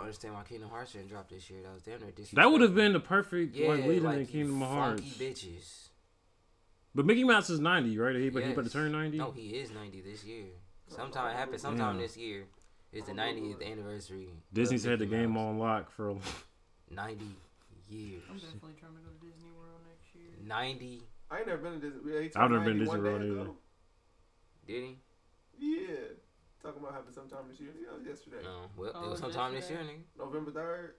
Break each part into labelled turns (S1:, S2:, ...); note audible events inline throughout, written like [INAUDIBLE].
S1: understand why Kingdom Hearts didn't drop this year. That was damn near disrespectful.
S2: That would have been the perfect
S1: yeah,
S2: like leading
S1: like,
S2: in Kingdom
S1: you
S2: Hearts.
S1: funky bitches.
S2: But Mickey Mouse is ninety, right? He but he about to
S1: Yes.
S2: turn ninety.
S1: No, he is ninety this year. Sometime it happened. Sometime
S2: Damn.
S1: this year. It's the
S3: Oh,
S1: ninetieth anniversary. of
S2: Disney's had the
S1: Mickey
S2: game
S1: Mouse.
S2: on lock for. a-
S1: ninety years.
S4: I'm definitely trying to go to Disney World next year.
S1: Ninety,
S3: I ain't never been to Disney. yeah, he
S2: I've never
S3: turned
S2: been to
S3: 91
S2: Disney
S3: day
S2: World
S3: ago.
S1: did he?
S3: Yeah, talking about happening sometime this year. Yeah, that was yesterday,
S1: No. Well,
S4: Oh,
S1: it was
S4: is that
S1: sometime this year,
S4: today?
S1: nigga.
S3: November third.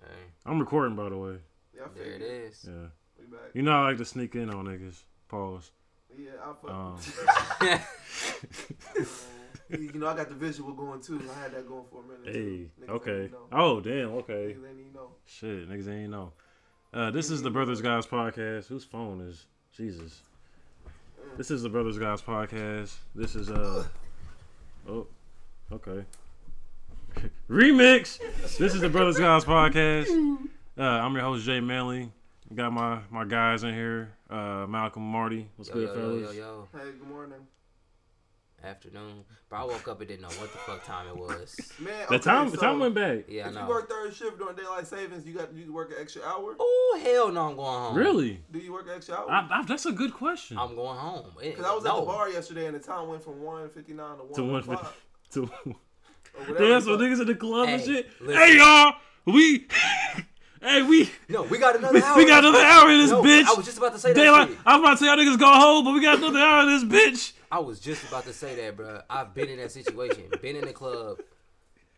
S1: Hey,
S2: I'm recording, by the way.
S3: Yeah, I
S1: there it
S3: figured.
S1: is.
S2: Yeah,
S3: We back.
S2: you know I like to sneak in on niggas. Pause.
S3: Yeah, I fuck.
S2: Um.
S1: [LAUGHS]
S3: [LAUGHS] you know, I got the visual going too. I had that going for a minute.
S2: Hey.
S3: too. Niggas
S2: Okay.
S3: ain't know.
S2: Oh damn. Okay.
S3: Niggas ain't even know.
S2: Shit, niggas ain't know. Uh, this is the Brothers Guys podcast. Whose phone is Jesus? This is the Brothers Guys podcast. This is uh oh, okay. [LAUGHS] Remix. This is the Brothers Guys podcast. Uh, I'm your host Jay Manley. Got my my guys in here. Uh, Malcolm, Marty. What's
S1: Yo,
S2: good,
S1: yo, yo,
S2: fellas?
S1: yo, yo.
S3: Mm. Hey, good morning,
S1: Afternoon. But I woke up and didn't know what the fuck time it was.
S3: [LAUGHS] man.
S2: The
S3: okay,
S2: time the
S3: so
S2: time went back.
S1: Yeah, I
S3: If you
S1: know.
S3: work third shift during daylight savings, you got you work an extra hour.
S1: Oh hell no, I'm going home.
S2: Really?
S3: Do you work an extra hour?
S2: I, I, that's a good question. [LAUGHS]
S1: I'm going home. It-
S3: Because I was
S1: no.
S3: at the bar yesterday and the time went from 159 to 1
S2: To one
S3: o'clock,
S2: to
S3: or whatever
S2: Damn,
S3: the
S2: so
S3: fuck.
S2: niggas in the club and
S1: Hey,
S2: shit.
S1: listen.
S2: Hey y'all, we, [LAUGHS] hey we,
S1: No, we got another
S2: we
S1: hour.
S2: got another hour in this
S1: No,
S2: bitch.
S1: I was just about to say that.
S2: Daylight.
S1: shit.
S2: I'm about to tell y'all niggas go home, but we got another hour in this bitch.
S1: I was just about to say that, bro. I've been in that situation. been in the club.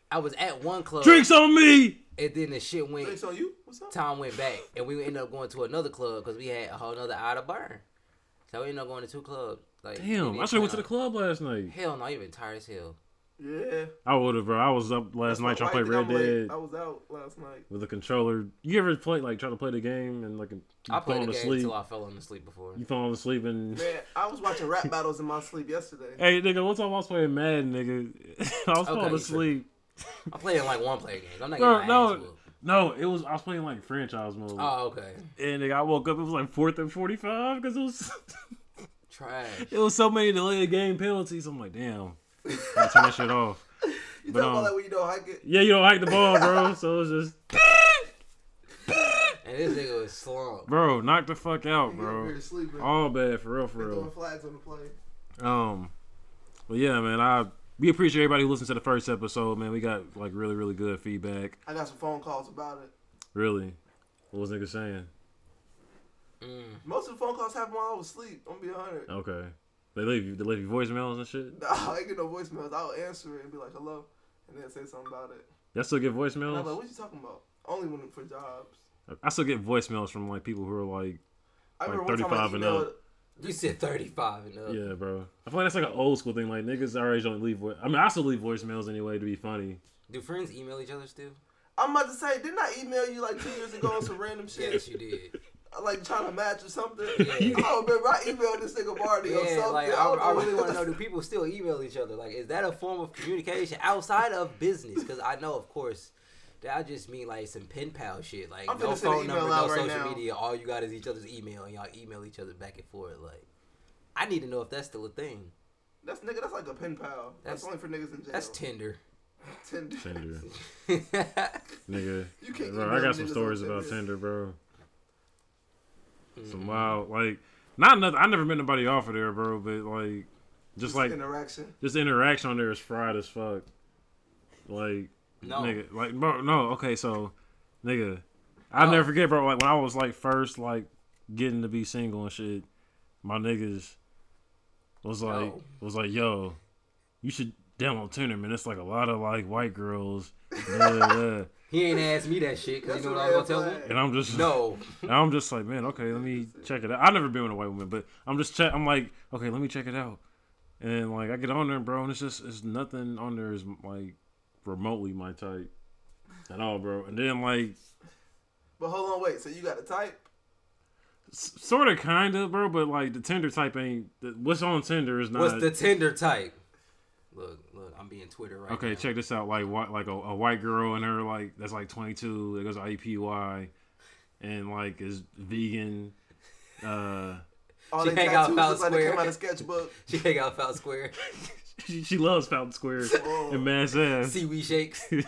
S1: I was at one club,
S2: Drinks on me.
S1: and then the shit went.
S3: Drinks on you? What's up?
S1: time went back, and we ended up going to another club because we had a whole another hour to burn. So we ended up going to two clubs. Like we
S2: Damn,
S1: didn't
S2: I should have went to the
S1: plan
S2: club last night.
S1: on- Hell no, you've been tired as hell.
S3: Yeah.
S2: I would have, bro. I was up last night trying
S3: Why
S2: to play
S3: you think
S2: Red
S3: I'm late?
S2: Dead
S3: I was out last night.
S2: with a controller. You ever play like trying to play the game and like you
S1: I played
S2: falling
S1: the game
S2: asleep?
S1: until I fell on asleep before.
S2: You falling asleep and.
S3: Man, I was watching rap battles in my sleep yesterday.
S2: [LAUGHS] Hey nigga, one time I was playing Mad, nigga. [LAUGHS] I was
S1: Okay,
S2: falling
S1: you
S2: asleep.
S1: I'm playing like one player games. I'm not
S2: No,
S1: getting my
S2: no.
S1: ass whooped.
S2: No, it was I was playing like franchise mode.
S1: Oh, okay.
S2: And like, I woke up, it was like fourth and forty five because it was [LAUGHS]
S1: Trash.
S2: it was so many delay of game penalties. I'm like, damn, I gotta turn that shit off.
S3: You
S2: But, um,
S3: talking about that when you don't hike it?
S2: Yeah, you don't hike the ball, bro. So it's just,
S1: And this nigga was slumped.
S2: bro, knock the fuck out,
S3: You
S1: [LAUGHS]
S3: over
S2: bro.
S3: here sleeping.
S2: All bad for real, for
S3: They throwing
S2: real.
S3: flags on the plane.
S2: Um, but yeah, man, I we appreciate everybody who listened to the first episode, man. We got like really, really good feedback.
S3: I got some phone calls about it.
S2: Really, what was nigga saying?
S1: Mm.
S3: Most of the phone calls happened while I was asleep. I'm gonna be 100.
S2: Okay, they leave you, they leave you voicemails and shit.
S3: [LAUGHS] Nah, I ain't get no voicemails. I'll answer it and be like, hello, and then say something about it.
S2: Y'all still get
S3: And I'm like,
S2: voicemails?
S3: what you talking about? Only when for jobs.
S2: I still get voicemails from like people who are like,
S3: I
S2: Like
S3: remember
S2: 35
S3: one
S2: and
S3: time I
S2: up.
S3: emailed,
S1: You said 35 and
S3: Uh,
S1: up.
S2: Yeah, bro. I feel like that's like an old school thing. Like niggas our age don't leave. Vo- I mean, I still leave voicemails anyway to be funny.
S1: Do friends email each other still?
S3: I'm about to say, didn't I email you like two years ago on some random shit?
S1: Yes, you
S3: [LAUGHS]
S1: did.
S3: Like trying to match
S2: [LAUGHS]
S3: or something?
S1: Yeah.
S3: I don't remember. I emailed this nigga Marty or
S1: Yeah,
S3: something.
S1: like I, I
S3: don't
S1: really want to
S3: [LAUGHS]
S1: know: Do people still email each other? Like, is that a form of communication outside of business? Because I know, of course, that I just mean like some pen pal shit. Like
S3: I'm
S1: no
S3: finna send an
S1: phone
S3: email
S1: number, no
S3: out right
S1: social
S3: now.
S1: media. All you got is each other's email, and y'all email each other back and forth. Like, I need to know if that's still a thing.
S3: That's nigga. That's like a pen pal. That's,
S1: That's-
S3: only for niggas in jail.
S1: That's Tinder. [LAUGHS]
S3: Tinder.
S2: Tinder,
S1: Mm.
S2: nigga.
S3: You can't
S2: Bro, I
S3: email
S2: got some
S3: niggas
S2: stories
S3: on
S2: about
S3: Tinder.
S2: Tinder, bro.
S3: Mm.
S2: Some wild, like, not nothing. I never met nobody off of there, bro. But like, just like
S3: interaction.
S2: just the interaction on there is fried as fuck. Like,
S1: No.
S2: nigga, like, bro, no, okay, so, nigga, I will
S1: No.
S2: never forget, bro. Like when I was like first like getting to be single and shit, my niggas was like
S1: No.
S2: was like, yo, you should download Tinder, man. It's like a lot of like white girls, [LAUGHS] blah, blah, blah."
S1: He ain't asked me that shit because
S3: That's
S1: you know
S3: a
S1: what I was
S3: red
S1: gonna tell him.
S3: flag.
S2: and I'm just [LAUGHS]
S1: No,
S2: and I'm just like, man, okay, let me check it out. I've never been with a white woman, but I'm just check. I'm like, okay, let me check it out. And like, I get on there, bro, and it's just, it's nothing on there is like remotely my type at all, bro. And then like,
S3: But hold on, wait. So you got to type?
S2: sort of, kind of, bro, but like the Tinder type ain't the- what's on Tinder is not.
S1: what's the Tinder type? Look, look, I'm being Twitter right
S2: okay,
S1: now.
S2: check this out. Like, what, like a, a white girl and her like that's like 22. That goes to IPY, and like is vegan. Uh, [LAUGHS]
S3: All
S1: She
S3: they
S1: hang out
S3: tattoos
S1: about
S3: look like they
S1: square. [LAUGHS]
S3: come out of sketchbook.
S2: [LAUGHS]
S1: She hang out Foul Square.
S2: she, she loves Fountain Square and Mass Ave.
S1: Seaweed
S2: [LAUGHS]
S1: shakes.
S3: Seaweed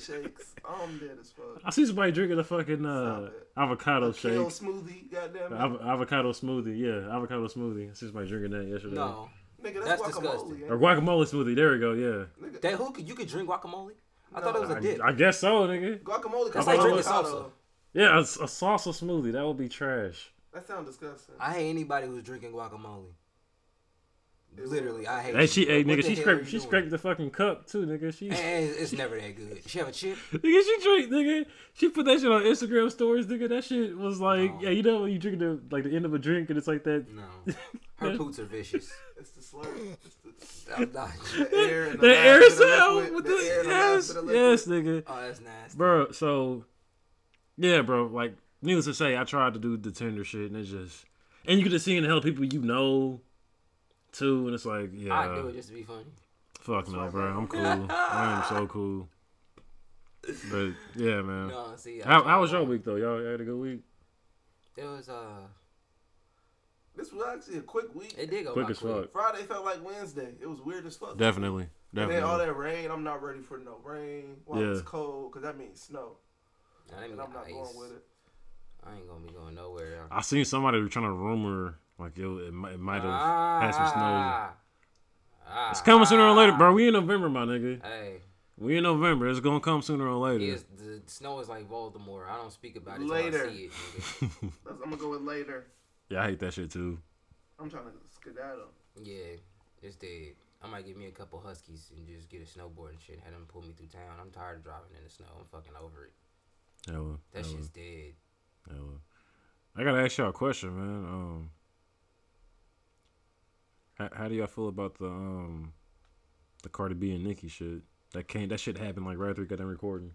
S3: shakes. I'm dead as fuck.
S2: I see somebody drinking a fucking uh,
S3: Stop it.
S2: avocado
S3: A kale
S2: shake.
S3: smoothie, goddamn it.
S2: Av- avocado smoothie, yeah, avocado smoothie. I see somebody drinking that yesterday.
S1: No,
S3: Nigga,
S1: That's
S3: that's,
S1: disgusting.
S3: guacamole.
S2: Or
S3: ain't
S2: guacamole smoothie. There we go. Yeah,
S3: it?
S1: that who could you could drink guacamole? I thought it
S3: No.
S1: was a dip.
S2: I, I guess so, nigga.
S3: Nigga, guacamole.
S1: That's
S3: That's
S2: like
S3: like
S2: drinking
S1: salsa.
S2: Yeah, a, a salsa smoothie. That would be trash.
S3: That sounds disgusting.
S1: I hate anybody who's drinking guacamole. Literally, I hate.
S2: Hey, she,
S1: you.
S2: hey,
S1: What the
S2: nigga, she
S1: hell are
S2: scraped,
S1: you
S2: she
S1: doing?
S2: scraped the fucking cup too, nigga. She, nigga,
S1: Eh, it's never that good. She have a chip.
S2: she drink, [LAUGHS] nigga. She put that shit on Instagram stories, nigga. That shit was like,
S1: No.
S2: yeah, you know, when you drink the like the end of a drink and it's like that.
S1: No,
S2: [LAUGHS]
S1: her poots are vicious.
S3: It's the slurp. It's the,
S1: I'm not-
S3: the
S2: [LAUGHS]
S3: air in the
S2: That air
S3: last
S2: is
S3: bit of
S2: out
S3: liquid,
S2: with
S3: the air
S2: the
S3: in the last
S2: yes,
S3: bit of liquid.
S2: yes, nigga,
S1: Oh, that's nasty.
S2: bro. So, yeah, bro. Like, needless to say, I tried to do the Tinder shit and it's just, and you could just see in the hell people you know, too, and it's like, yeah,
S1: I do it just to be funny.
S2: Fuck no, bro. I'm cool. I am so cool. But yeah, man.
S1: No, see. I
S2: how, how was your week though? Y'all had a good week.
S1: It was uh,
S3: This was actually a quick week.
S1: it did go
S2: Quick
S1: by
S2: as
S1: quick.
S2: fuck.
S3: Friday felt like Wednesday. It was weird as fuck.
S2: Definitely,
S3: And then all
S2: definitely.
S3: that rain, I'm not ready for no rain. While
S2: Yeah.
S3: it's cold, because that means snow.
S1: I
S3: And
S1: didn't
S3: I'm
S1: mean
S3: not
S1: ice.
S3: going with it.
S1: I ain't gonna be going nowhere.
S2: I seen somebody trying to rumor like yo, it might, it might have had some snow.
S1: Ah, ah,
S2: It's coming sooner or later,
S1: ah.
S2: bro. We in November, my nigga.
S1: Hey,
S2: We in November. It's gonna come sooner or
S1: he
S2: later.
S1: is, the snow is like Voldemort. I don't speak about it till
S3: Later.
S1: I see it. Nigga.
S2: [LAUGHS]
S3: That's, I'm going to go with later.
S2: yeah, I hate that shit too.
S3: I'm trying to skedaddle.
S1: Yeah, it's dead. I might give me a couple huskies and just get a snowboard and shit and have them pull me through town. I'm tired of driving in the snow. I'm fucking over it.
S2: Hella,
S1: That
S2: hella,
S1: shit's dead.
S2: hella. I gotta ask y'all a question, man. Um, how, how do y'all feel about the um, the Cardi B and Nicki shit? That came that shit happened like right after we got done recording,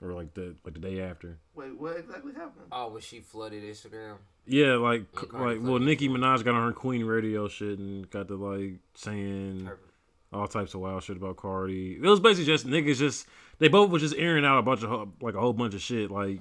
S2: or like the like the day after.
S3: Wait, what exactly happened?
S1: Oh, when she flooded Instagram.
S2: Yeah, like
S1: Yeah,
S2: c-
S1: Cardi
S2: like well,
S1: fucking-
S2: Nicki Minaj got on her Queen radio shit and got to like saying
S1: Perfect.
S2: all types of wild shit about Cardi. It was basically just niggas just they both was just airing out a bunch of ho- like a whole bunch of shit like.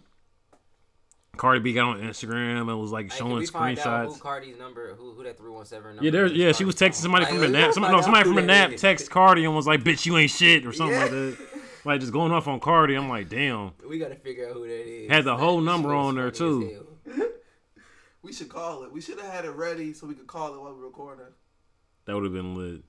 S2: Cardi B got on Instagram and was like
S1: Hey,
S2: showing
S1: can we find out who
S2: screenshots.
S1: Cardi's number, who who that three one seven number?
S2: Yeah, there,
S1: is?
S2: yeah, she was
S1: Cardi's phone.
S2: texting somebody from the
S1: Like,
S2: nap.
S1: let's
S2: Some,
S1: find
S2: no,
S1: out
S2: somebody
S1: who
S2: from the
S1: that
S2: nap
S1: is.
S2: text Cardi and was like, "Bitch, you ain't shit" or something like
S3: Yeah.
S2: that. Like just going off on Cardi. I'm like, damn.
S1: We gotta figure out who that is.
S2: Had the whole
S1: That
S2: number
S1: shit was
S2: on there,
S1: funny as
S2: too.
S1: hell.
S3: We should call it. We should have had it ready so we could call it while we were recording.
S2: That would have been lit.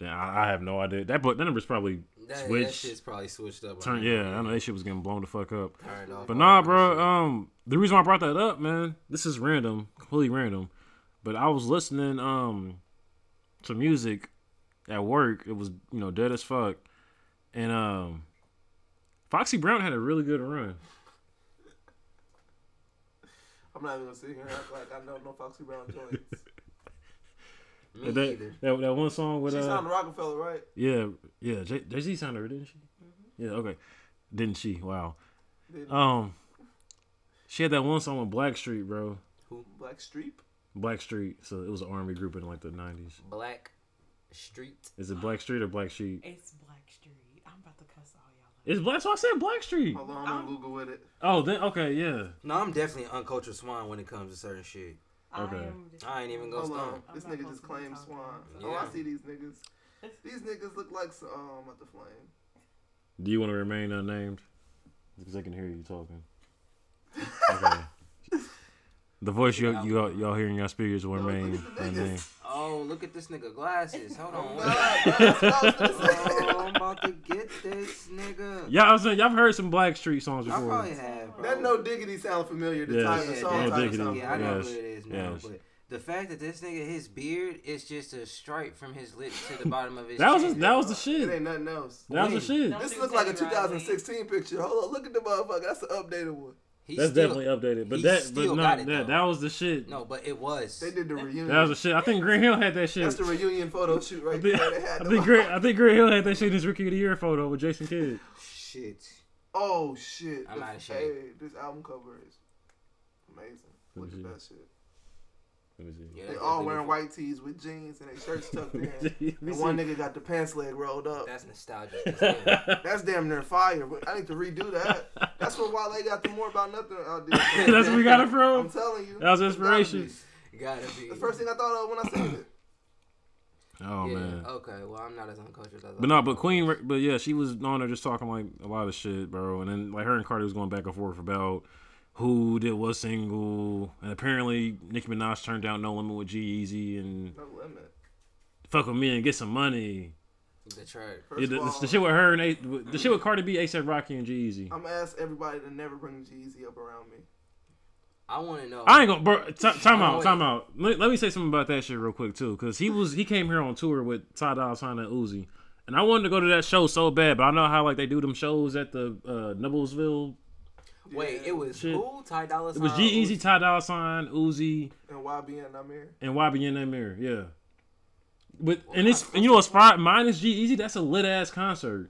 S2: Yeah, I, I have no idea. That but that number's probably
S1: That, that
S2: switched.
S1: shit's probably switched up.
S2: Turn, yeah, I know that shit was getting blown the fuck up.
S1: Turned off
S2: But
S1: all
S2: nah,
S1: that
S2: bro.
S1: shit.
S2: Um, the reason why I brought that up, man, this is random, completely random. But I was listening um to music at work. It was you know dead as fuck, and um, Foxy Brown had a really good run.
S3: I'm not even going to sit here and act like I know no Foxy Brown joints.
S1: Me
S2: That, that,
S1: either.
S2: that that one song with
S3: She
S2: uh,
S3: signed Rockefeller, right?
S2: yeah, yeah, Jay Z signed her, didn't she? Yeah, okay, didn't she? Wow.
S3: Mm-hmm. Didn't-
S2: Um, she had that one song with Blackstreet, bro.
S3: Black Streep?
S2: Blackstreet. So it was an army group in like the nineties.
S1: Black Street.
S2: Is it Blackstreet or Black Sheep?
S4: It's Black Street. I'm about to cuss all y'all out.
S2: It's black. So I said Blackstreet.
S3: Hold on, I'm going to Google with it.
S2: Oh, then okay, yeah.
S1: No, I'm definitely an uncultured swine when it comes to certain shit.
S2: Okay.
S4: I, am just-
S1: I ain't even gonna-
S3: Hold on.
S1: Stone.
S3: This
S4: I'm not
S3: nigga just
S4: gonna
S3: claimed
S4: talk
S3: Swan.
S4: about
S1: it.
S3: Oh, I
S1: Yeah.
S3: see these niggas. These niggas look like s- um at the flame.
S1: [LAUGHS]
S2: Do you want to remain unnamed? Because I can hear you
S1: [LAUGHS]
S2: talking. Okay. the voice you you all, y'all hearing y'all speakers will
S3: No,
S2: remain
S3: look at the
S2: unnamed.
S3: niggas.
S1: Oh, look at this nigga glasses. Hold
S2: [LAUGHS]
S1: on.
S3: Nah, nah, that's what I was gonna say.
S1: oh, I'm about to get this nigga.
S2: Yeah, I was saying y'all have heard some Blackstreet songs
S1: I
S2: before.
S1: probably have, [LAUGHS] bro.
S3: That no diggity sound familiar. The
S2: Yeah.
S3: time
S1: yeah,
S3: the song
S2: No
S3: type
S2: Diggity.
S3: sound
S1: Yeah, I know
S3: familiar.
S2: Yes,
S1: who it is now,
S2: yes.
S1: but the fact that this nigga, his beard is just a stripe from his lip to the bottom of his
S2: That was
S1: chin.
S2: that was the
S3: It
S2: shit.
S3: ain't nothing else.
S2: That was the shit.
S4: Don't
S3: This
S4: do
S3: looks like a
S4: Teddy Riley.
S3: 2016 picture. Hold on, look at the motherfucker. That's the updated one.
S1: He
S2: That's
S1: still-
S2: definitely updated. But
S1: he
S2: that but
S1: still
S2: not
S1: got it,
S2: that
S1: though.
S2: that was the shit.
S1: No, but it was.
S3: They did the reunion.
S2: That was the shit. I think Green Hill had that
S3: That's
S2: shit.
S3: the reunion photo shoot
S2: I
S3: right
S2: think,
S3: there. They had
S2: I
S3: them
S2: think
S3: all.
S2: Grant, I think Grant Hill had that shit in his rookie of the year photo with Jason Kidd.
S1: Shit.
S3: Oh shit!
S1: I'm
S3: This-
S1: outta shape.
S3: Hey, this album cover is amazing. Look at
S2: Mhm.
S3: that shit.
S2: Let me see.
S1: Yeah,
S3: They
S1: that's
S3: all
S1: definitely
S3: wearing
S1: the-
S3: white tees with jeans and their shirts tucked in.
S2: [LAUGHS] Let me
S3: And
S2: see.
S3: one nigga got the pants leg rolled up.
S1: That's nostalgic.
S2: [LAUGHS]
S1: as hell.
S3: That's damn near fire. But I need to redo
S2: [LAUGHS]
S3: that. That's where Wale got the more about nothing out there.
S2: That's where we got it
S3: [LAUGHS] I'm
S2: from.
S3: telling you.
S2: That was
S3: It's gotta be.
S2: inspiration.
S1: Gotta be.
S3: That's the first thing I thought of when I seen it.
S2: Oh
S1: yeah.
S2: man.
S1: Okay. Well, I'm not as uncultured as.
S2: But no, but Queen, re- but yeah, she was on there just talking like a lot of shit, bro. And then like her and Cardi was going back and forth about who did what single, and apparently Nicki Minaj turned down No Limit with G Easy and
S3: No limit.
S2: fuck with me and get some money.
S1: The church.
S3: First
S2: Yeah, the,
S3: of all,
S2: the shit with her and A- the shit with Cardi B, ASAP Rocky and G Easy.
S3: I'm gonna ask everybody to never bring Jeezy up around me.
S1: I want to know.
S2: I ain't gonna bro, t- time
S1: Oh,
S2: out,
S1: wait.
S2: time out. Let, let me say something about that shit real quick too, because he was he came here on tour with Ty Dolla Sign and Uzi, and I wanted to go to that show so bad, but I know how like they do them shows at the uh, Nibblesville.
S1: Wait,
S3: Yeah.
S1: it was
S2: Shit.
S1: who? Ty Dolla
S2: It
S1: Sign.
S2: was G E Easy, Ty Dolla Sign, Uzi,
S3: And why being I'm here?
S2: and YBN that mirror, yeah. But and it's and you know what's fri- minus G Easy, that's a lit ass concert.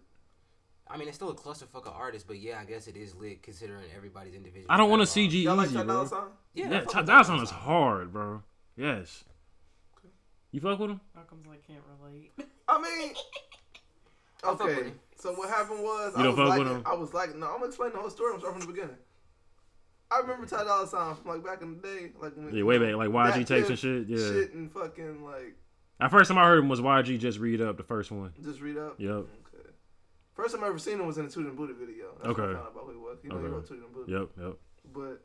S1: I mean, it's still a clusterfuck of artists, but yeah, I guess it is lit considering everybody's individual.
S2: I don't want to
S1: catalog.
S2: see G Easy,
S3: Y'all like Ty
S2: bro.
S3: Dolla Sign?
S1: Yeah,
S2: Yeah,
S1: I fuck
S2: Ty
S1: with
S2: Dolla Sign is hard, bro. Yes. You fuck with him?
S4: Malcolm's like can't relate.
S3: I mean,
S1: [LAUGHS] I fuck with
S3: okay.
S1: him.
S3: So what happened was
S2: You
S3: I
S2: don't
S3: was
S2: fuck with
S3: like,
S2: him?
S3: I was like, no, I'm gonna explain the whole story. I'm starting from the beginning. I remember Ty Dolla Sign from like back in the day, like when,
S2: Yeah, way back, like
S3: That
S2: YG tapes and
S3: Piff
S2: shit. Yeah.
S3: shit and fucking like
S2: At first time I heard him was YG just read up the first one.
S3: just read up.
S2: Yep.
S3: Okay. First time I ever seen him was in a Tootie and Booty video. That's When I
S2: Okay.
S3: found out about who he was. You know he
S2: Okay.
S3: wrote Tootie and Booty.
S2: Yep. Yep.
S3: But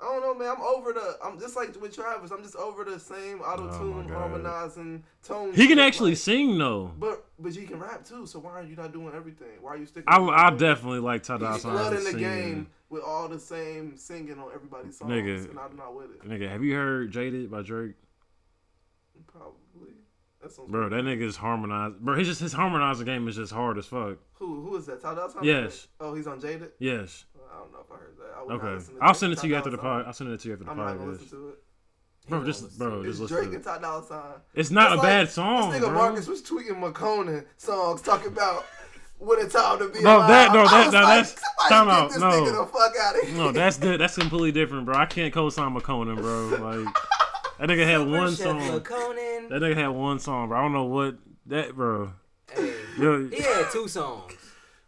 S3: I don't know, man. I'm over the. I'm just like with Travis. I'm just over the same auto tune,
S2: Oh God.
S3: harmonizing tone.
S2: He
S3: shit,
S2: can actually
S3: like-
S2: sing though.
S3: but but you can rap too. So why are you not doing everything? Why are you sticking?
S2: I,
S3: with
S2: I
S3: one thing?
S2: definitely like Ty Dolla
S3: He's
S2: Sign. as a
S3: flooding the
S2: singer.
S3: game with all the same singing on everybody's songs,
S2: Nigga.
S3: and I'm not with it.
S2: Nigga, have you heard "Jaded" by Drake?
S3: Probably. That sounds
S2: Bro, that nigga is harmonized. Bro, he's just his harmonizing game is just hard as fuck.
S3: Who who is that? Ty Dolla Sign?
S2: Yes.
S3: Oh, he's on Jaded.
S2: Yes.
S3: I don't know if I heard that. I would not
S2: Okay.
S3: listen
S2: I'll
S3: Ty-
S2: send it
S3: Ty
S2: to you after
S3: Dolla
S2: the pod. I'll send it to you after
S3: Sign.
S2: the
S3: I'm not gonna
S2: podcast.
S3: listen to it.
S2: Bro, just bro,
S3: It's
S2: just
S3: Drake
S2: listen.
S3: and
S2: To it.
S3: Ty Dolla Sign.
S2: It's not
S3: It's
S2: a
S3: like,
S2: bad song,
S3: This nigga
S2: bro.
S3: Marcus was tweeting McConan songs talking about what a time to be
S2: No,
S3: alive.
S2: that- no, that-
S3: I was
S2: no,
S3: like,
S2: that's-
S3: somebody
S2: time
S3: get
S2: out,
S3: this
S2: no.
S3: nigga the fuck out of here. [LAUGHS]
S2: No, that's di- that's completely different, bro. I can't co-sign McConan, bro. Like that nigga had
S1: Super
S2: one
S1: Chef
S2: song.
S1: LaConan.
S2: That nigga had one song, bro. I don't know what that, bro.
S1: Hey,
S2: Yo,
S1: he had two songs.